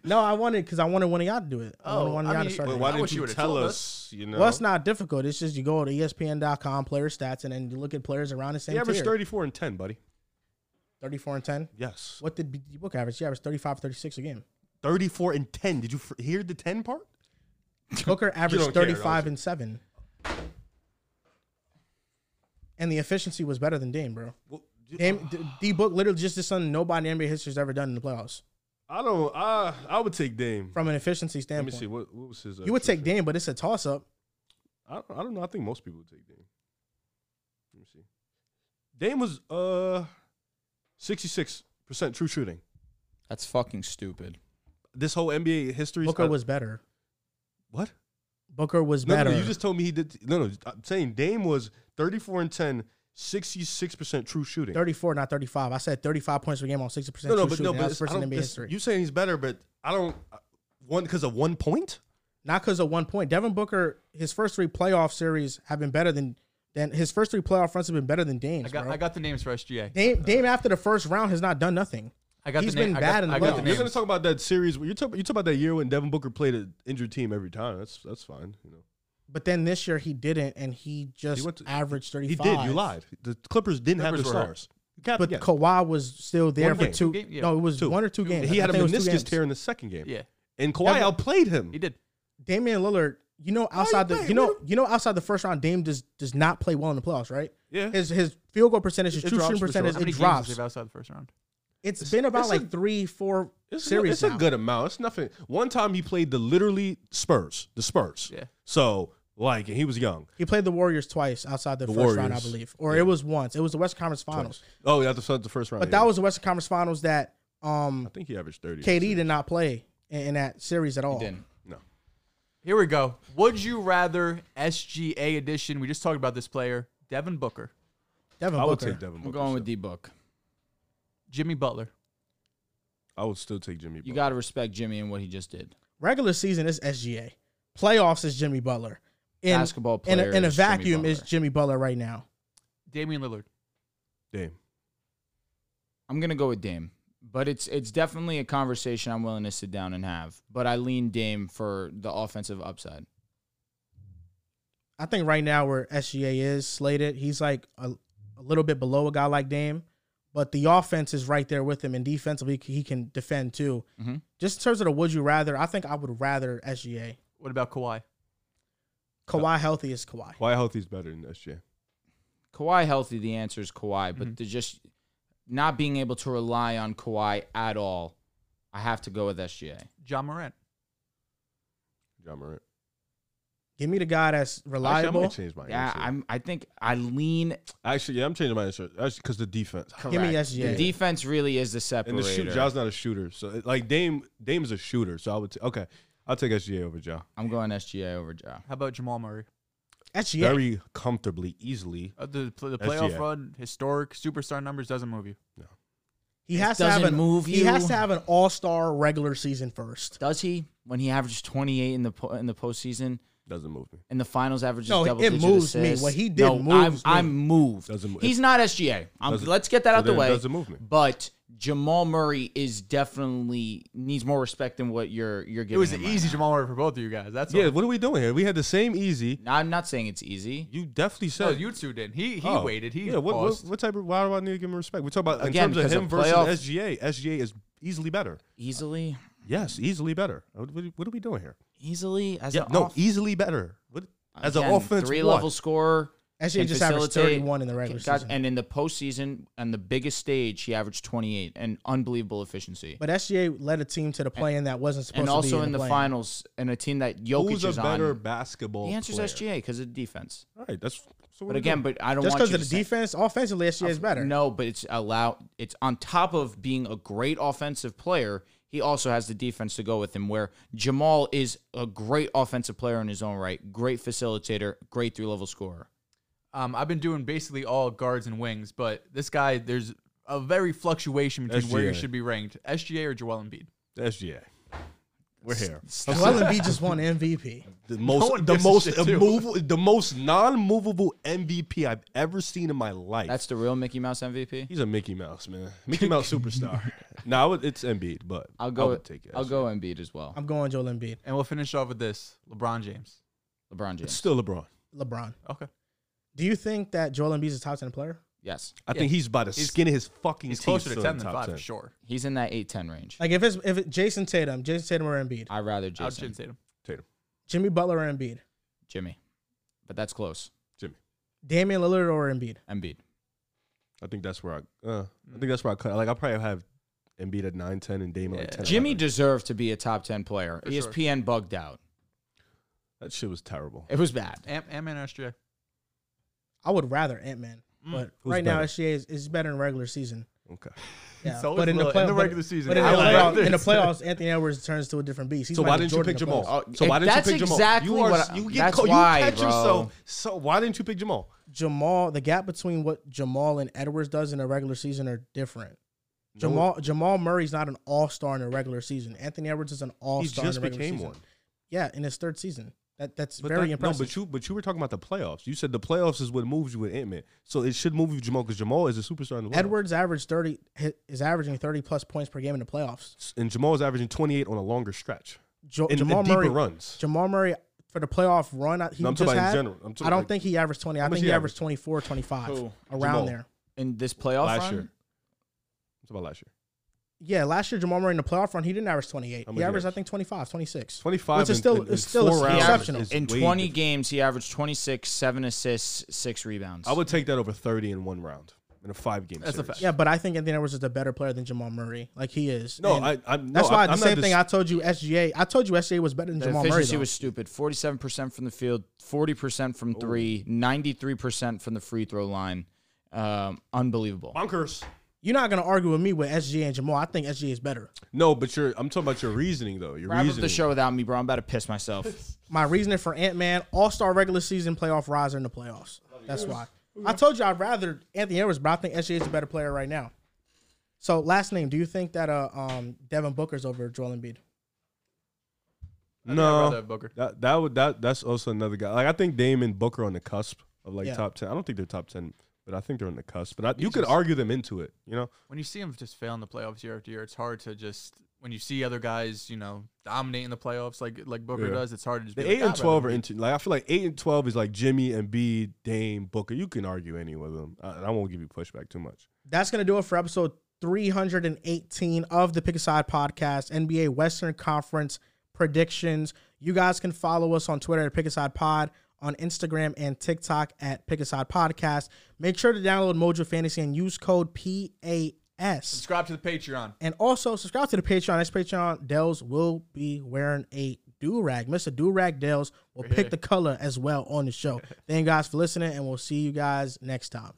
[SPEAKER 1] No, I wanted because I wanted one of y'all to do it. I wanted
[SPEAKER 4] Oh,
[SPEAKER 1] one of
[SPEAKER 4] I
[SPEAKER 1] y'all to
[SPEAKER 4] mean,
[SPEAKER 1] start. it.
[SPEAKER 4] but
[SPEAKER 3] But
[SPEAKER 4] I
[SPEAKER 3] why didn't
[SPEAKER 4] wish you
[SPEAKER 3] you
[SPEAKER 4] would've
[SPEAKER 3] tell
[SPEAKER 4] told
[SPEAKER 3] us? You know,
[SPEAKER 1] Well, it's not difficult. It's just you go to E ESPN.com player stats and then you look at players around the same
[SPEAKER 3] he averaged
[SPEAKER 1] tier.
[SPEAKER 3] 34 and 10, buddy.
[SPEAKER 1] 34 and 10.
[SPEAKER 3] Yes,
[SPEAKER 1] What did B- Book average? He averaged 35, 36 a
[SPEAKER 3] [LAUGHS]
[SPEAKER 1] game.
[SPEAKER 3] 34 and 10. Did you f- hear the 10 part?
[SPEAKER 1] Booker averaged
[SPEAKER 3] don't care,
[SPEAKER 1] 35
[SPEAKER 3] don't you?
[SPEAKER 1] and 7. And the efficiency was better than Dame, bro.
[SPEAKER 3] Well, you-
[SPEAKER 1] Dame, D, D Book literally just did something nobody in NBA history has ever done in the playoffs
[SPEAKER 3] I don't. I I would take Dame.
[SPEAKER 1] from an efficiency
[SPEAKER 3] Let me
[SPEAKER 1] standpoint.
[SPEAKER 3] see what what was his. uh,
[SPEAKER 1] you would take
[SPEAKER 3] efficiency?
[SPEAKER 1] Dame, but it's a toss up.
[SPEAKER 3] I don't, I don't know. I think most people would take Dame. Let me see. Dame was uh, 66 percent true shooting.
[SPEAKER 2] That's fucking stupid.
[SPEAKER 3] This whole NBA history.
[SPEAKER 1] Booker was better.
[SPEAKER 3] what?
[SPEAKER 1] Booker was
[SPEAKER 3] No, no,
[SPEAKER 1] better.
[SPEAKER 3] no, you just told me he did. No, no, I'm saying Dame was 34 and 10, 66 percent true shooting.
[SPEAKER 1] 34, not 35. I said 35 points per game on 60%
[SPEAKER 3] no, no,
[SPEAKER 1] true
[SPEAKER 3] but
[SPEAKER 1] shooting.
[SPEAKER 3] no, but
[SPEAKER 1] That's
[SPEAKER 3] it's,
[SPEAKER 1] first
[SPEAKER 3] I
[SPEAKER 1] in
[SPEAKER 3] don't,
[SPEAKER 1] NBA
[SPEAKER 3] it's,
[SPEAKER 1] history.
[SPEAKER 3] you saying he's better, but I don't. I- One because of one point.
[SPEAKER 1] not because of one point. Devin Booker, his first three playoff series have been better than than his first three playoff runs have been better than Dame's.
[SPEAKER 4] I got
[SPEAKER 1] bro.
[SPEAKER 4] I got the names for SGA.
[SPEAKER 1] Dame, Dame after the first round has not done nothing.
[SPEAKER 4] I got
[SPEAKER 1] He's
[SPEAKER 4] the name-
[SPEAKER 1] been
[SPEAKER 4] I got-
[SPEAKER 1] bad in the
[SPEAKER 4] I got the
[SPEAKER 1] playoffs.
[SPEAKER 3] You're gonna
[SPEAKER 4] names.
[SPEAKER 3] talk about that series. where You're talking. You talk about that year when Devin Booker played an injured team every time. That's that's fine. You know.
[SPEAKER 1] But then this year he didn't, and he just
[SPEAKER 3] He went to-
[SPEAKER 1] averaged
[SPEAKER 3] He
[SPEAKER 1] 35.
[SPEAKER 3] did. You lied. The Clippers didn't have their
[SPEAKER 4] Clippers were hurt.
[SPEAKER 3] stars. You got-
[SPEAKER 1] But
[SPEAKER 3] yeah.
[SPEAKER 1] Kawhi was still there
[SPEAKER 3] One
[SPEAKER 1] for
[SPEAKER 3] game.
[SPEAKER 1] two.
[SPEAKER 4] Two game- yeah.
[SPEAKER 1] No, it was
[SPEAKER 3] Two.
[SPEAKER 1] one or two games.
[SPEAKER 3] he
[SPEAKER 1] I
[SPEAKER 3] had a
[SPEAKER 1] think it was two
[SPEAKER 3] meniscus
[SPEAKER 1] games.
[SPEAKER 3] tear in the second game.
[SPEAKER 4] Yeah,
[SPEAKER 3] And Kawhi
[SPEAKER 1] Yeah,
[SPEAKER 3] outplayed him.
[SPEAKER 4] he did.
[SPEAKER 1] Damian Lillard, you know
[SPEAKER 3] you
[SPEAKER 1] outside the
[SPEAKER 3] playing?
[SPEAKER 1] you know
[SPEAKER 3] What
[SPEAKER 1] you know outside the first round, Dame does does not play well in the playoffs, right?
[SPEAKER 3] Yeah.
[SPEAKER 1] His his field goal percentage, his
[SPEAKER 3] It
[SPEAKER 1] true
[SPEAKER 3] drops
[SPEAKER 1] shooting
[SPEAKER 3] for sure.
[SPEAKER 1] percentage,
[SPEAKER 4] How
[SPEAKER 1] it
[SPEAKER 4] many games
[SPEAKER 1] drops.
[SPEAKER 4] did they have outside the first round?
[SPEAKER 1] it's been about
[SPEAKER 3] it's
[SPEAKER 1] like
[SPEAKER 3] a-
[SPEAKER 1] three, four
[SPEAKER 3] It's, a-
[SPEAKER 1] series.
[SPEAKER 3] it's a
[SPEAKER 1] now.
[SPEAKER 3] good amount. It's nothing. One time he played the literally Spurs, the Spurs.
[SPEAKER 4] Yeah.
[SPEAKER 3] So like, and he was young.
[SPEAKER 1] He played the Warriors twice outside the,
[SPEAKER 3] The
[SPEAKER 1] first round, I
[SPEAKER 3] Warriors.
[SPEAKER 1] believe, or it was once. It was the Western Conference Finals,
[SPEAKER 3] Oh, yeah, that's the first round.
[SPEAKER 1] but
[SPEAKER 3] yeah.
[SPEAKER 1] that was the Western Conference Finals that
[SPEAKER 3] I
[SPEAKER 1] um
[SPEAKER 3] think he averaged thirty.
[SPEAKER 1] KD did not play in, in that series at all.
[SPEAKER 2] Didn't.
[SPEAKER 3] No.
[SPEAKER 4] Here we go. Would you rather SGA edition? We just talked about this player, Devin Booker,
[SPEAKER 1] Devin
[SPEAKER 3] I would
[SPEAKER 1] Booker.
[SPEAKER 3] take Devin
[SPEAKER 2] I'm
[SPEAKER 3] Booker.
[SPEAKER 2] going
[SPEAKER 3] still.
[SPEAKER 2] with D Book.
[SPEAKER 4] Jimmy Butler.
[SPEAKER 3] I would still take Jimmy.
[SPEAKER 2] You
[SPEAKER 3] Butler.
[SPEAKER 2] got to respect Jimmy and what he just did.
[SPEAKER 1] Regular season is SGA. Playoffs is Jimmy Butler. In,
[SPEAKER 2] Basketball
[SPEAKER 1] in a,
[SPEAKER 2] player
[SPEAKER 1] in a
[SPEAKER 2] is Jimmy
[SPEAKER 1] vacuum is
[SPEAKER 2] Butler.
[SPEAKER 1] Jimmy Butler right now.
[SPEAKER 4] Damian Lillard.
[SPEAKER 3] Dame.
[SPEAKER 2] I'm gonna go with Dame, but it's it's definitely a conversation I'm willing to sit down and have. But I lean Dame for the offensive upside.
[SPEAKER 1] I think right now where SGA is slated, he's like a, a little bit below a guy like Dame, but the offense is right there with him, and defensively he can defend too.
[SPEAKER 2] Mhm.
[SPEAKER 1] Just in terms of the would you rather, I think I would rather SGA.
[SPEAKER 4] What about Kawhi?
[SPEAKER 1] Kawhi healthy is Kawhi.
[SPEAKER 3] Kawhi healthy's better than SJ.
[SPEAKER 2] Kawhi healthy, the answer is Kawhi, but they're just not being able to rely on Kawhi at all. I have to go with SGA.
[SPEAKER 4] John Morant.
[SPEAKER 3] John Morant.
[SPEAKER 1] Give me the guy that's
[SPEAKER 3] Actually, I
[SPEAKER 1] reliable.
[SPEAKER 3] might change my
[SPEAKER 2] Yeah,
[SPEAKER 3] answer.
[SPEAKER 2] I'm. I think I lean.
[SPEAKER 3] Actually, yeah, I'm changing my answer. Actually, because the defense.
[SPEAKER 2] Correct.
[SPEAKER 1] me SGA.
[SPEAKER 2] The defense really is the separator.
[SPEAKER 3] And the shoot, Ja's not a shooter. So it- like Dame, Dame is a shooter. So I would t- okay. I'll take SGA over Ja.
[SPEAKER 2] I'm going SGA over Ja.
[SPEAKER 4] How about Jamal Murray?
[SPEAKER 1] SGA.
[SPEAKER 3] Very comfortably, easily.
[SPEAKER 4] Uh, the pl- the playoff
[SPEAKER 3] SGA.
[SPEAKER 4] run, historic superstar numbers doesn't move you.
[SPEAKER 1] he has to
[SPEAKER 2] doesn't
[SPEAKER 1] have an
[SPEAKER 2] move
[SPEAKER 1] he
[SPEAKER 2] you.
[SPEAKER 1] has to have an all star regular season first.
[SPEAKER 2] Does he? When he averaged 28 in the po- in the postseason,
[SPEAKER 3] Doesn't move me.
[SPEAKER 2] in the finals averages
[SPEAKER 1] No,
[SPEAKER 2] double
[SPEAKER 1] it
[SPEAKER 2] digit
[SPEAKER 1] moves me.
[SPEAKER 2] assists.
[SPEAKER 1] What he did
[SPEAKER 2] no,
[SPEAKER 1] moves
[SPEAKER 2] I'm,
[SPEAKER 1] me.
[SPEAKER 2] I'm moved.
[SPEAKER 3] Doesn't move-
[SPEAKER 2] He's not SGA. I'm,
[SPEAKER 3] Doesn't-
[SPEAKER 2] let's get that
[SPEAKER 3] so
[SPEAKER 2] out the
[SPEAKER 3] then it
[SPEAKER 2] way.
[SPEAKER 3] doesn't move me.
[SPEAKER 2] But Jamal Murray is definitely needs more respect than what you're you're giving.
[SPEAKER 4] It was
[SPEAKER 2] him
[SPEAKER 4] an
[SPEAKER 2] right
[SPEAKER 4] easy
[SPEAKER 2] now.
[SPEAKER 4] Jamal Murray for both of you guys. That's
[SPEAKER 3] Yeah,
[SPEAKER 4] all.
[SPEAKER 3] what are we doing here? We had the same easy.
[SPEAKER 2] Now, I'm not saying it's easy.
[SPEAKER 3] You definitely said
[SPEAKER 4] No, you two didn't. He he
[SPEAKER 3] Oh.
[SPEAKER 4] waited. He
[SPEAKER 3] yeah. What, what
[SPEAKER 4] paused.
[SPEAKER 3] what type of why do I need to give him respect? We talk about
[SPEAKER 2] Again,
[SPEAKER 3] in terms
[SPEAKER 2] because
[SPEAKER 3] of
[SPEAKER 2] of
[SPEAKER 3] him versus
[SPEAKER 2] playoff-
[SPEAKER 3] SGA. SGA is easily better.
[SPEAKER 2] Easily,
[SPEAKER 3] Yes, easily better. What, what, what are we doing here?
[SPEAKER 2] easily as
[SPEAKER 3] Yeah,
[SPEAKER 2] an
[SPEAKER 3] no,
[SPEAKER 2] off-
[SPEAKER 3] easily better. What, as an
[SPEAKER 2] again,
[SPEAKER 3] offense,
[SPEAKER 2] three
[SPEAKER 3] what?
[SPEAKER 2] level scorer.
[SPEAKER 1] Actually, he
[SPEAKER 2] can
[SPEAKER 1] just averaged
[SPEAKER 2] facilitate.
[SPEAKER 1] 31 in the regular
[SPEAKER 2] Got-
[SPEAKER 1] season.
[SPEAKER 2] and in the postseason and the biggest stage, he averaged 28 and unbelievable efficiency.
[SPEAKER 1] But SGA led a team to the play in that wasn't supposed
[SPEAKER 2] and
[SPEAKER 1] to be
[SPEAKER 2] also
[SPEAKER 1] in,
[SPEAKER 2] in the
[SPEAKER 1] play-in.
[SPEAKER 2] finals and a team that Jokic
[SPEAKER 3] Who's a
[SPEAKER 2] is
[SPEAKER 3] better
[SPEAKER 2] on.
[SPEAKER 3] basketball?
[SPEAKER 2] The answer's
[SPEAKER 3] player?
[SPEAKER 2] SGA because of defense.
[SPEAKER 3] All right, that's so what
[SPEAKER 2] But
[SPEAKER 3] are we
[SPEAKER 2] again,
[SPEAKER 3] doing?
[SPEAKER 2] but I don't
[SPEAKER 1] Just because
[SPEAKER 2] want you
[SPEAKER 1] of
[SPEAKER 2] to
[SPEAKER 1] the
[SPEAKER 2] say-
[SPEAKER 1] defense, offensively, SGA is better.
[SPEAKER 2] No, but it's allow. It's on top of being a great offensive player. He also has the defense to go with him. Where Jamal is a great offensive player in his own right, great facilitator, great three level scorer.
[SPEAKER 4] Um, I've been doing basically all guards and wings, but this guy, there's a very fluctuation between where you
[SPEAKER 3] SGA.
[SPEAKER 4] should be ranked, SGA or Joel Embiid.
[SPEAKER 3] SGA. We're here.
[SPEAKER 1] Joel Embiid just won MVP.
[SPEAKER 3] The most,
[SPEAKER 4] one
[SPEAKER 3] the
[SPEAKER 4] gives a
[SPEAKER 3] most
[SPEAKER 4] shit, too.
[SPEAKER 3] immovable, the most non-movable MVP I've ever seen in my life.
[SPEAKER 2] That's the real Mickey Mouse MVP.
[SPEAKER 3] He's a Mickey Mouse man,
[SPEAKER 1] [LAUGHS]
[SPEAKER 3] Mickey Mouse superstar. no, I would- it's Embiid, but
[SPEAKER 2] I'll go.
[SPEAKER 3] I would take it.
[SPEAKER 2] I'll go Embiid as well.
[SPEAKER 1] I'm going Joel Embiid.
[SPEAKER 4] And we'll finish off with this LeBron James.
[SPEAKER 2] LeBron
[SPEAKER 3] It's
[SPEAKER 2] James.
[SPEAKER 3] still LeBron.
[SPEAKER 1] LeBron.
[SPEAKER 4] Okay.
[SPEAKER 1] Do you think that Joel Embiid is a top 10 player?
[SPEAKER 2] Yes,
[SPEAKER 3] I think he's by the
[SPEAKER 4] He's-
[SPEAKER 3] skin of his fucking
[SPEAKER 4] He's
[SPEAKER 3] teeth
[SPEAKER 4] closer to
[SPEAKER 3] still
[SPEAKER 4] 10
[SPEAKER 3] in
[SPEAKER 4] than
[SPEAKER 3] top
[SPEAKER 4] 5
[SPEAKER 3] 10.
[SPEAKER 4] for sure.
[SPEAKER 2] he's in that eight ten range.
[SPEAKER 1] Like if it's if it, Jason Tatum, Jason Tatum or Embiid,
[SPEAKER 2] I'd rather
[SPEAKER 4] Out
[SPEAKER 2] Jason
[SPEAKER 4] Jason Tatum.
[SPEAKER 3] Tatum,
[SPEAKER 1] Jimmy Butler or Embiid,
[SPEAKER 2] Jimmy, but that's close.
[SPEAKER 3] Jimmy.
[SPEAKER 1] Damian Lillard or Embiid.
[SPEAKER 2] Embiid.
[SPEAKER 3] I think that's where I. Uh, I think that's where I cut. Like I probably have Embiid at 9, 10, and Damon like
[SPEAKER 4] Yeah.
[SPEAKER 3] ten.
[SPEAKER 2] Jimmy
[SPEAKER 3] 11.
[SPEAKER 2] deserved to be a top ten player. E
[SPEAKER 4] For sure.
[SPEAKER 2] ESPN bugged out.
[SPEAKER 3] that shit was terrible.
[SPEAKER 2] It was bad.
[SPEAKER 4] Am- Ant-Man or SGA?
[SPEAKER 1] I would rather Ant Man, but
[SPEAKER 3] Mm. Who's
[SPEAKER 1] right now
[SPEAKER 3] better?
[SPEAKER 1] SGA is, is better in regular season.
[SPEAKER 3] Okay.
[SPEAKER 1] Yeah,
[SPEAKER 4] It's always low in the
[SPEAKER 1] but-
[SPEAKER 4] regular season.
[SPEAKER 1] but in the,
[SPEAKER 4] I like
[SPEAKER 1] playoffs,
[SPEAKER 4] this.
[SPEAKER 1] in the playoffs, Anthony Edwards turns to a different beast. He's
[SPEAKER 3] so why
[SPEAKER 1] Michael
[SPEAKER 3] didn't
[SPEAKER 1] Jordan
[SPEAKER 3] you pick
[SPEAKER 1] in the
[SPEAKER 3] Jamal?
[SPEAKER 1] playoffs.
[SPEAKER 2] playoffs.
[SPEAKER 3] so
[SPEAKER 2] Oh,
[SPEAKER 3] why didn't
[SPEAKER 2] that's
[SPEAKER 3] you pick Jamal?
[SPEAKER 2] exactly
[SPEAKER 3] you are,
[SPEAKER 2] what I-
[SPEAKER 3] you get
[SPEAKER 2] that's
[SPEAKER 3] caught-
[SPEAKER 2] why,
[SPEAKER 3] you catch
[SPEAKER 2] bro.
[SPEAKER 3] yourself. So why didn't you pick Jamal?
[SPEAKER 1] Jamal, the gap between what Jamal and Edwards does in a regular season are different.
[SPEAKER 3] No,
[SPEAKER 1] Jamal Jamal Murray's not an all star in the regular season. Anthony Edwards is an all
[SPEAKER 3] he
[SPEAKER 1] star. in
[SPEAKER 3] just
[SPEAKER 1] the regular
[SPEAKER 3] became
[SPEAKER 1] season.
[SPEAKER 3] one.
[SPEAKER 1] Yeah, in his third season. That that's
[SPEAKER 3] But
[SPEAKER 1] very
[SPEAKER 3] that-
[SPEAKER 1] impressive.
[SPEAKER 3] No, but you but you were talking about the playoffs. You said the playoffs is what moves you with Ant Man. So it should move you with Jamal because Jamal is a superstar in the playoffs.
[SPEAKER 1] Edwards averaged thirty hi- is averaging thirty plus points per game in the playoffs.
[SPEAKER 3] and Jamal is averaging 28 on a longer stretch
[SPEAKER 1] Jo-
[SPEAKER 3] in, in
[SPEAKER 1] Jamal
[SPEAKER 3] deeper
[SPEAKER 1] Murray
[SPEAKER 3] runs.
[SPEAKER 1] Jamal Murray for the playoff run I- he
[SPEAKER 3] No, I'm talking
[SPEAKER 1] just
[SPEAKER 3] about in
[SPEAKER 1] had,
[SPEAKER 3] general. I'm talking
[SPEAKER 1] I don't
[SPEAKER 3] like-
[SPEAKER 1] think he averaged twenty. I
[SPEAKER 3] much
[SPEAKER 1] think
[SPEAKER 3] he
[SPEAKER 1] he averaged 24, 25,
[SPEAKER 2] Who?
[SPEAKER 1] around
[SPEAKER 3] Jamal.
[SPEAKER 1] there.
[SPEAKER 2] In this playoff
[SPEAKER 3] last
[SPEAKER 2] run,
[SPEAKER 3] year. I'm talking about last year.
[SPEAKER 1] Yeah, last year Jamal Murray in the playoff run, he didn't average twenty eight.
[SPEAKER 3] How
[SPEAKER 1] He
[SPEAKER 3] much he
[SPEAKER 1] averaged I
[SPEAKER 3] averaged?
[SPEAKER 1] think 25, 26.
[SPEAKER 3] 25
[SPEAKER 1] Which is
[SPEAKER 3] in-
[SPEAKER 1] still-
[SPEAKER 3] in- in
[SPEAKER 1] it's still
[SPEAKER 3] four rounds
[SPEAKER 1] exceptional.
[SPEAKER 3] is
[SPEAKER 2] in
[SPEAKER 3] way
[SPEAKER 2] 20
[SPEAKER 3] different.
[SPEAKER 2] games, he averaged 26, seven assists, six rebounds.
[SPEAKER 3] I would take that over 30 in one round in a five game
[SPEAKER 4] That's a
[SPEAKER 3] series.
[SPEAKER 4] fact.
[SPEAKER 1] Yeah, but I think Anthony Edwards is a better player than Jamal Murray. Like he is.
[SPEAKER 3] No,
[SPEAKER 1] And
[SPEAKER 3] I, I'm
[SPEAKER 1] that's
[SPEAKER 3] no,
[SPEAKER 1] why
[SPEAKER 3] I'm,
[SPEAKER 1] the
[SPEAKER 3] I'm
[SPEAKER 1] same
[SPEAKER 3] not
[SPEAKER 1] thing.
[SPEAKER 3] dis-
[SPEAKER 1] I told you SGA. I told you SGA was better than
[SPEAKER 2] the
[SPEAKER 1] Jamal Murray.
[SPEAKER 2] efficiency
[SPEAKER 1] though.
[SPEAKER 2] was stupid. 47% from the field, 40% from three, 93% from the free throw line. Um, unbelievable.
[SPEAKER 3] bonkers.
[SPEAKER 1] You're not gonna argue with me with SGA and Jamal. I think SGA is better.
[SPEAKER 3] No, but you're. I'm talking about your reasoning though. Your
[SPEAKER 2] Wrap up
[SPEAKER 3] reasoning.
[SPEAKER 2] the show without me, bro. I'm about to piss myself.
[SPEAKER 3] [LAUGHS]
[SPEAKER 1] My reasoning for Ant Man, All Star regular season playoff riser in the playoffs. That's why. I told you I'd rather Anthony Edwards, but I think SGA is a better player right now. So last name, do you think that uh um Devin Booker's over Joel Embiid?
[SPEAKER 4] I think I'd rather
[SPEAKER 3] No,
[SPEAKER 4] have Booker.
[SPEAKER 3] that that would that that's also another guy. Like I think Dame and Booker on the cusp of like
[SPEAKER 1] Yeah.
[SPEAKER 3] top ten. I don't think they're top ten, but I think they're on the cusp. But I, you
[SPEAKER 4] He's
[SPEAKER 3] could
[SPEAKER 4] just-
[SPEAKER 3] argue them into it. You know,
[SPEAKER 4] When you see him just fail in the playoffs year after year, it's hard to just when you see other guys, you know, dominating the playoffs like like Booker
[SPEAKER 3] Yeah.
[SPEAKER 4] does. It's hard to just
[SPEAKER 3] the
[SPEAKER 4] be
[SPEAKER 3] eight
[SPEAKER 4] like, "Ah,
[SPEAKER 3] and
[SPEAKER 4] "I'd
[SPEAKER 3] twelve are
[SPEAKER 4] rather be
[SPEAKER 3] into. Like I feel like eight and twelve is like Jimmy and B, Dame, Booker. You can argue any of them, I, and I won't give you pushback too much.
[SPEAKER 1] That's gonna do it for episode 318 of the Pick a Side podcast, NBA Western Conference predictions. You guys can follow us on Twitter at Pick a Side Pod, on Instagram and TikTok at Pick a Side Podcast. Make sure to download Mojo Fantasy and use code PAS.
[SPEAKER 4] subscribe to the Patreon.
[SPEAKER 1] And also subscribe to the Patreon. That's Patreon. Dells will be wearing a do rag. Mr. Do Rag Dells will pick the color as well on the show. Thank you guys for listening, and we'll see you guys next time.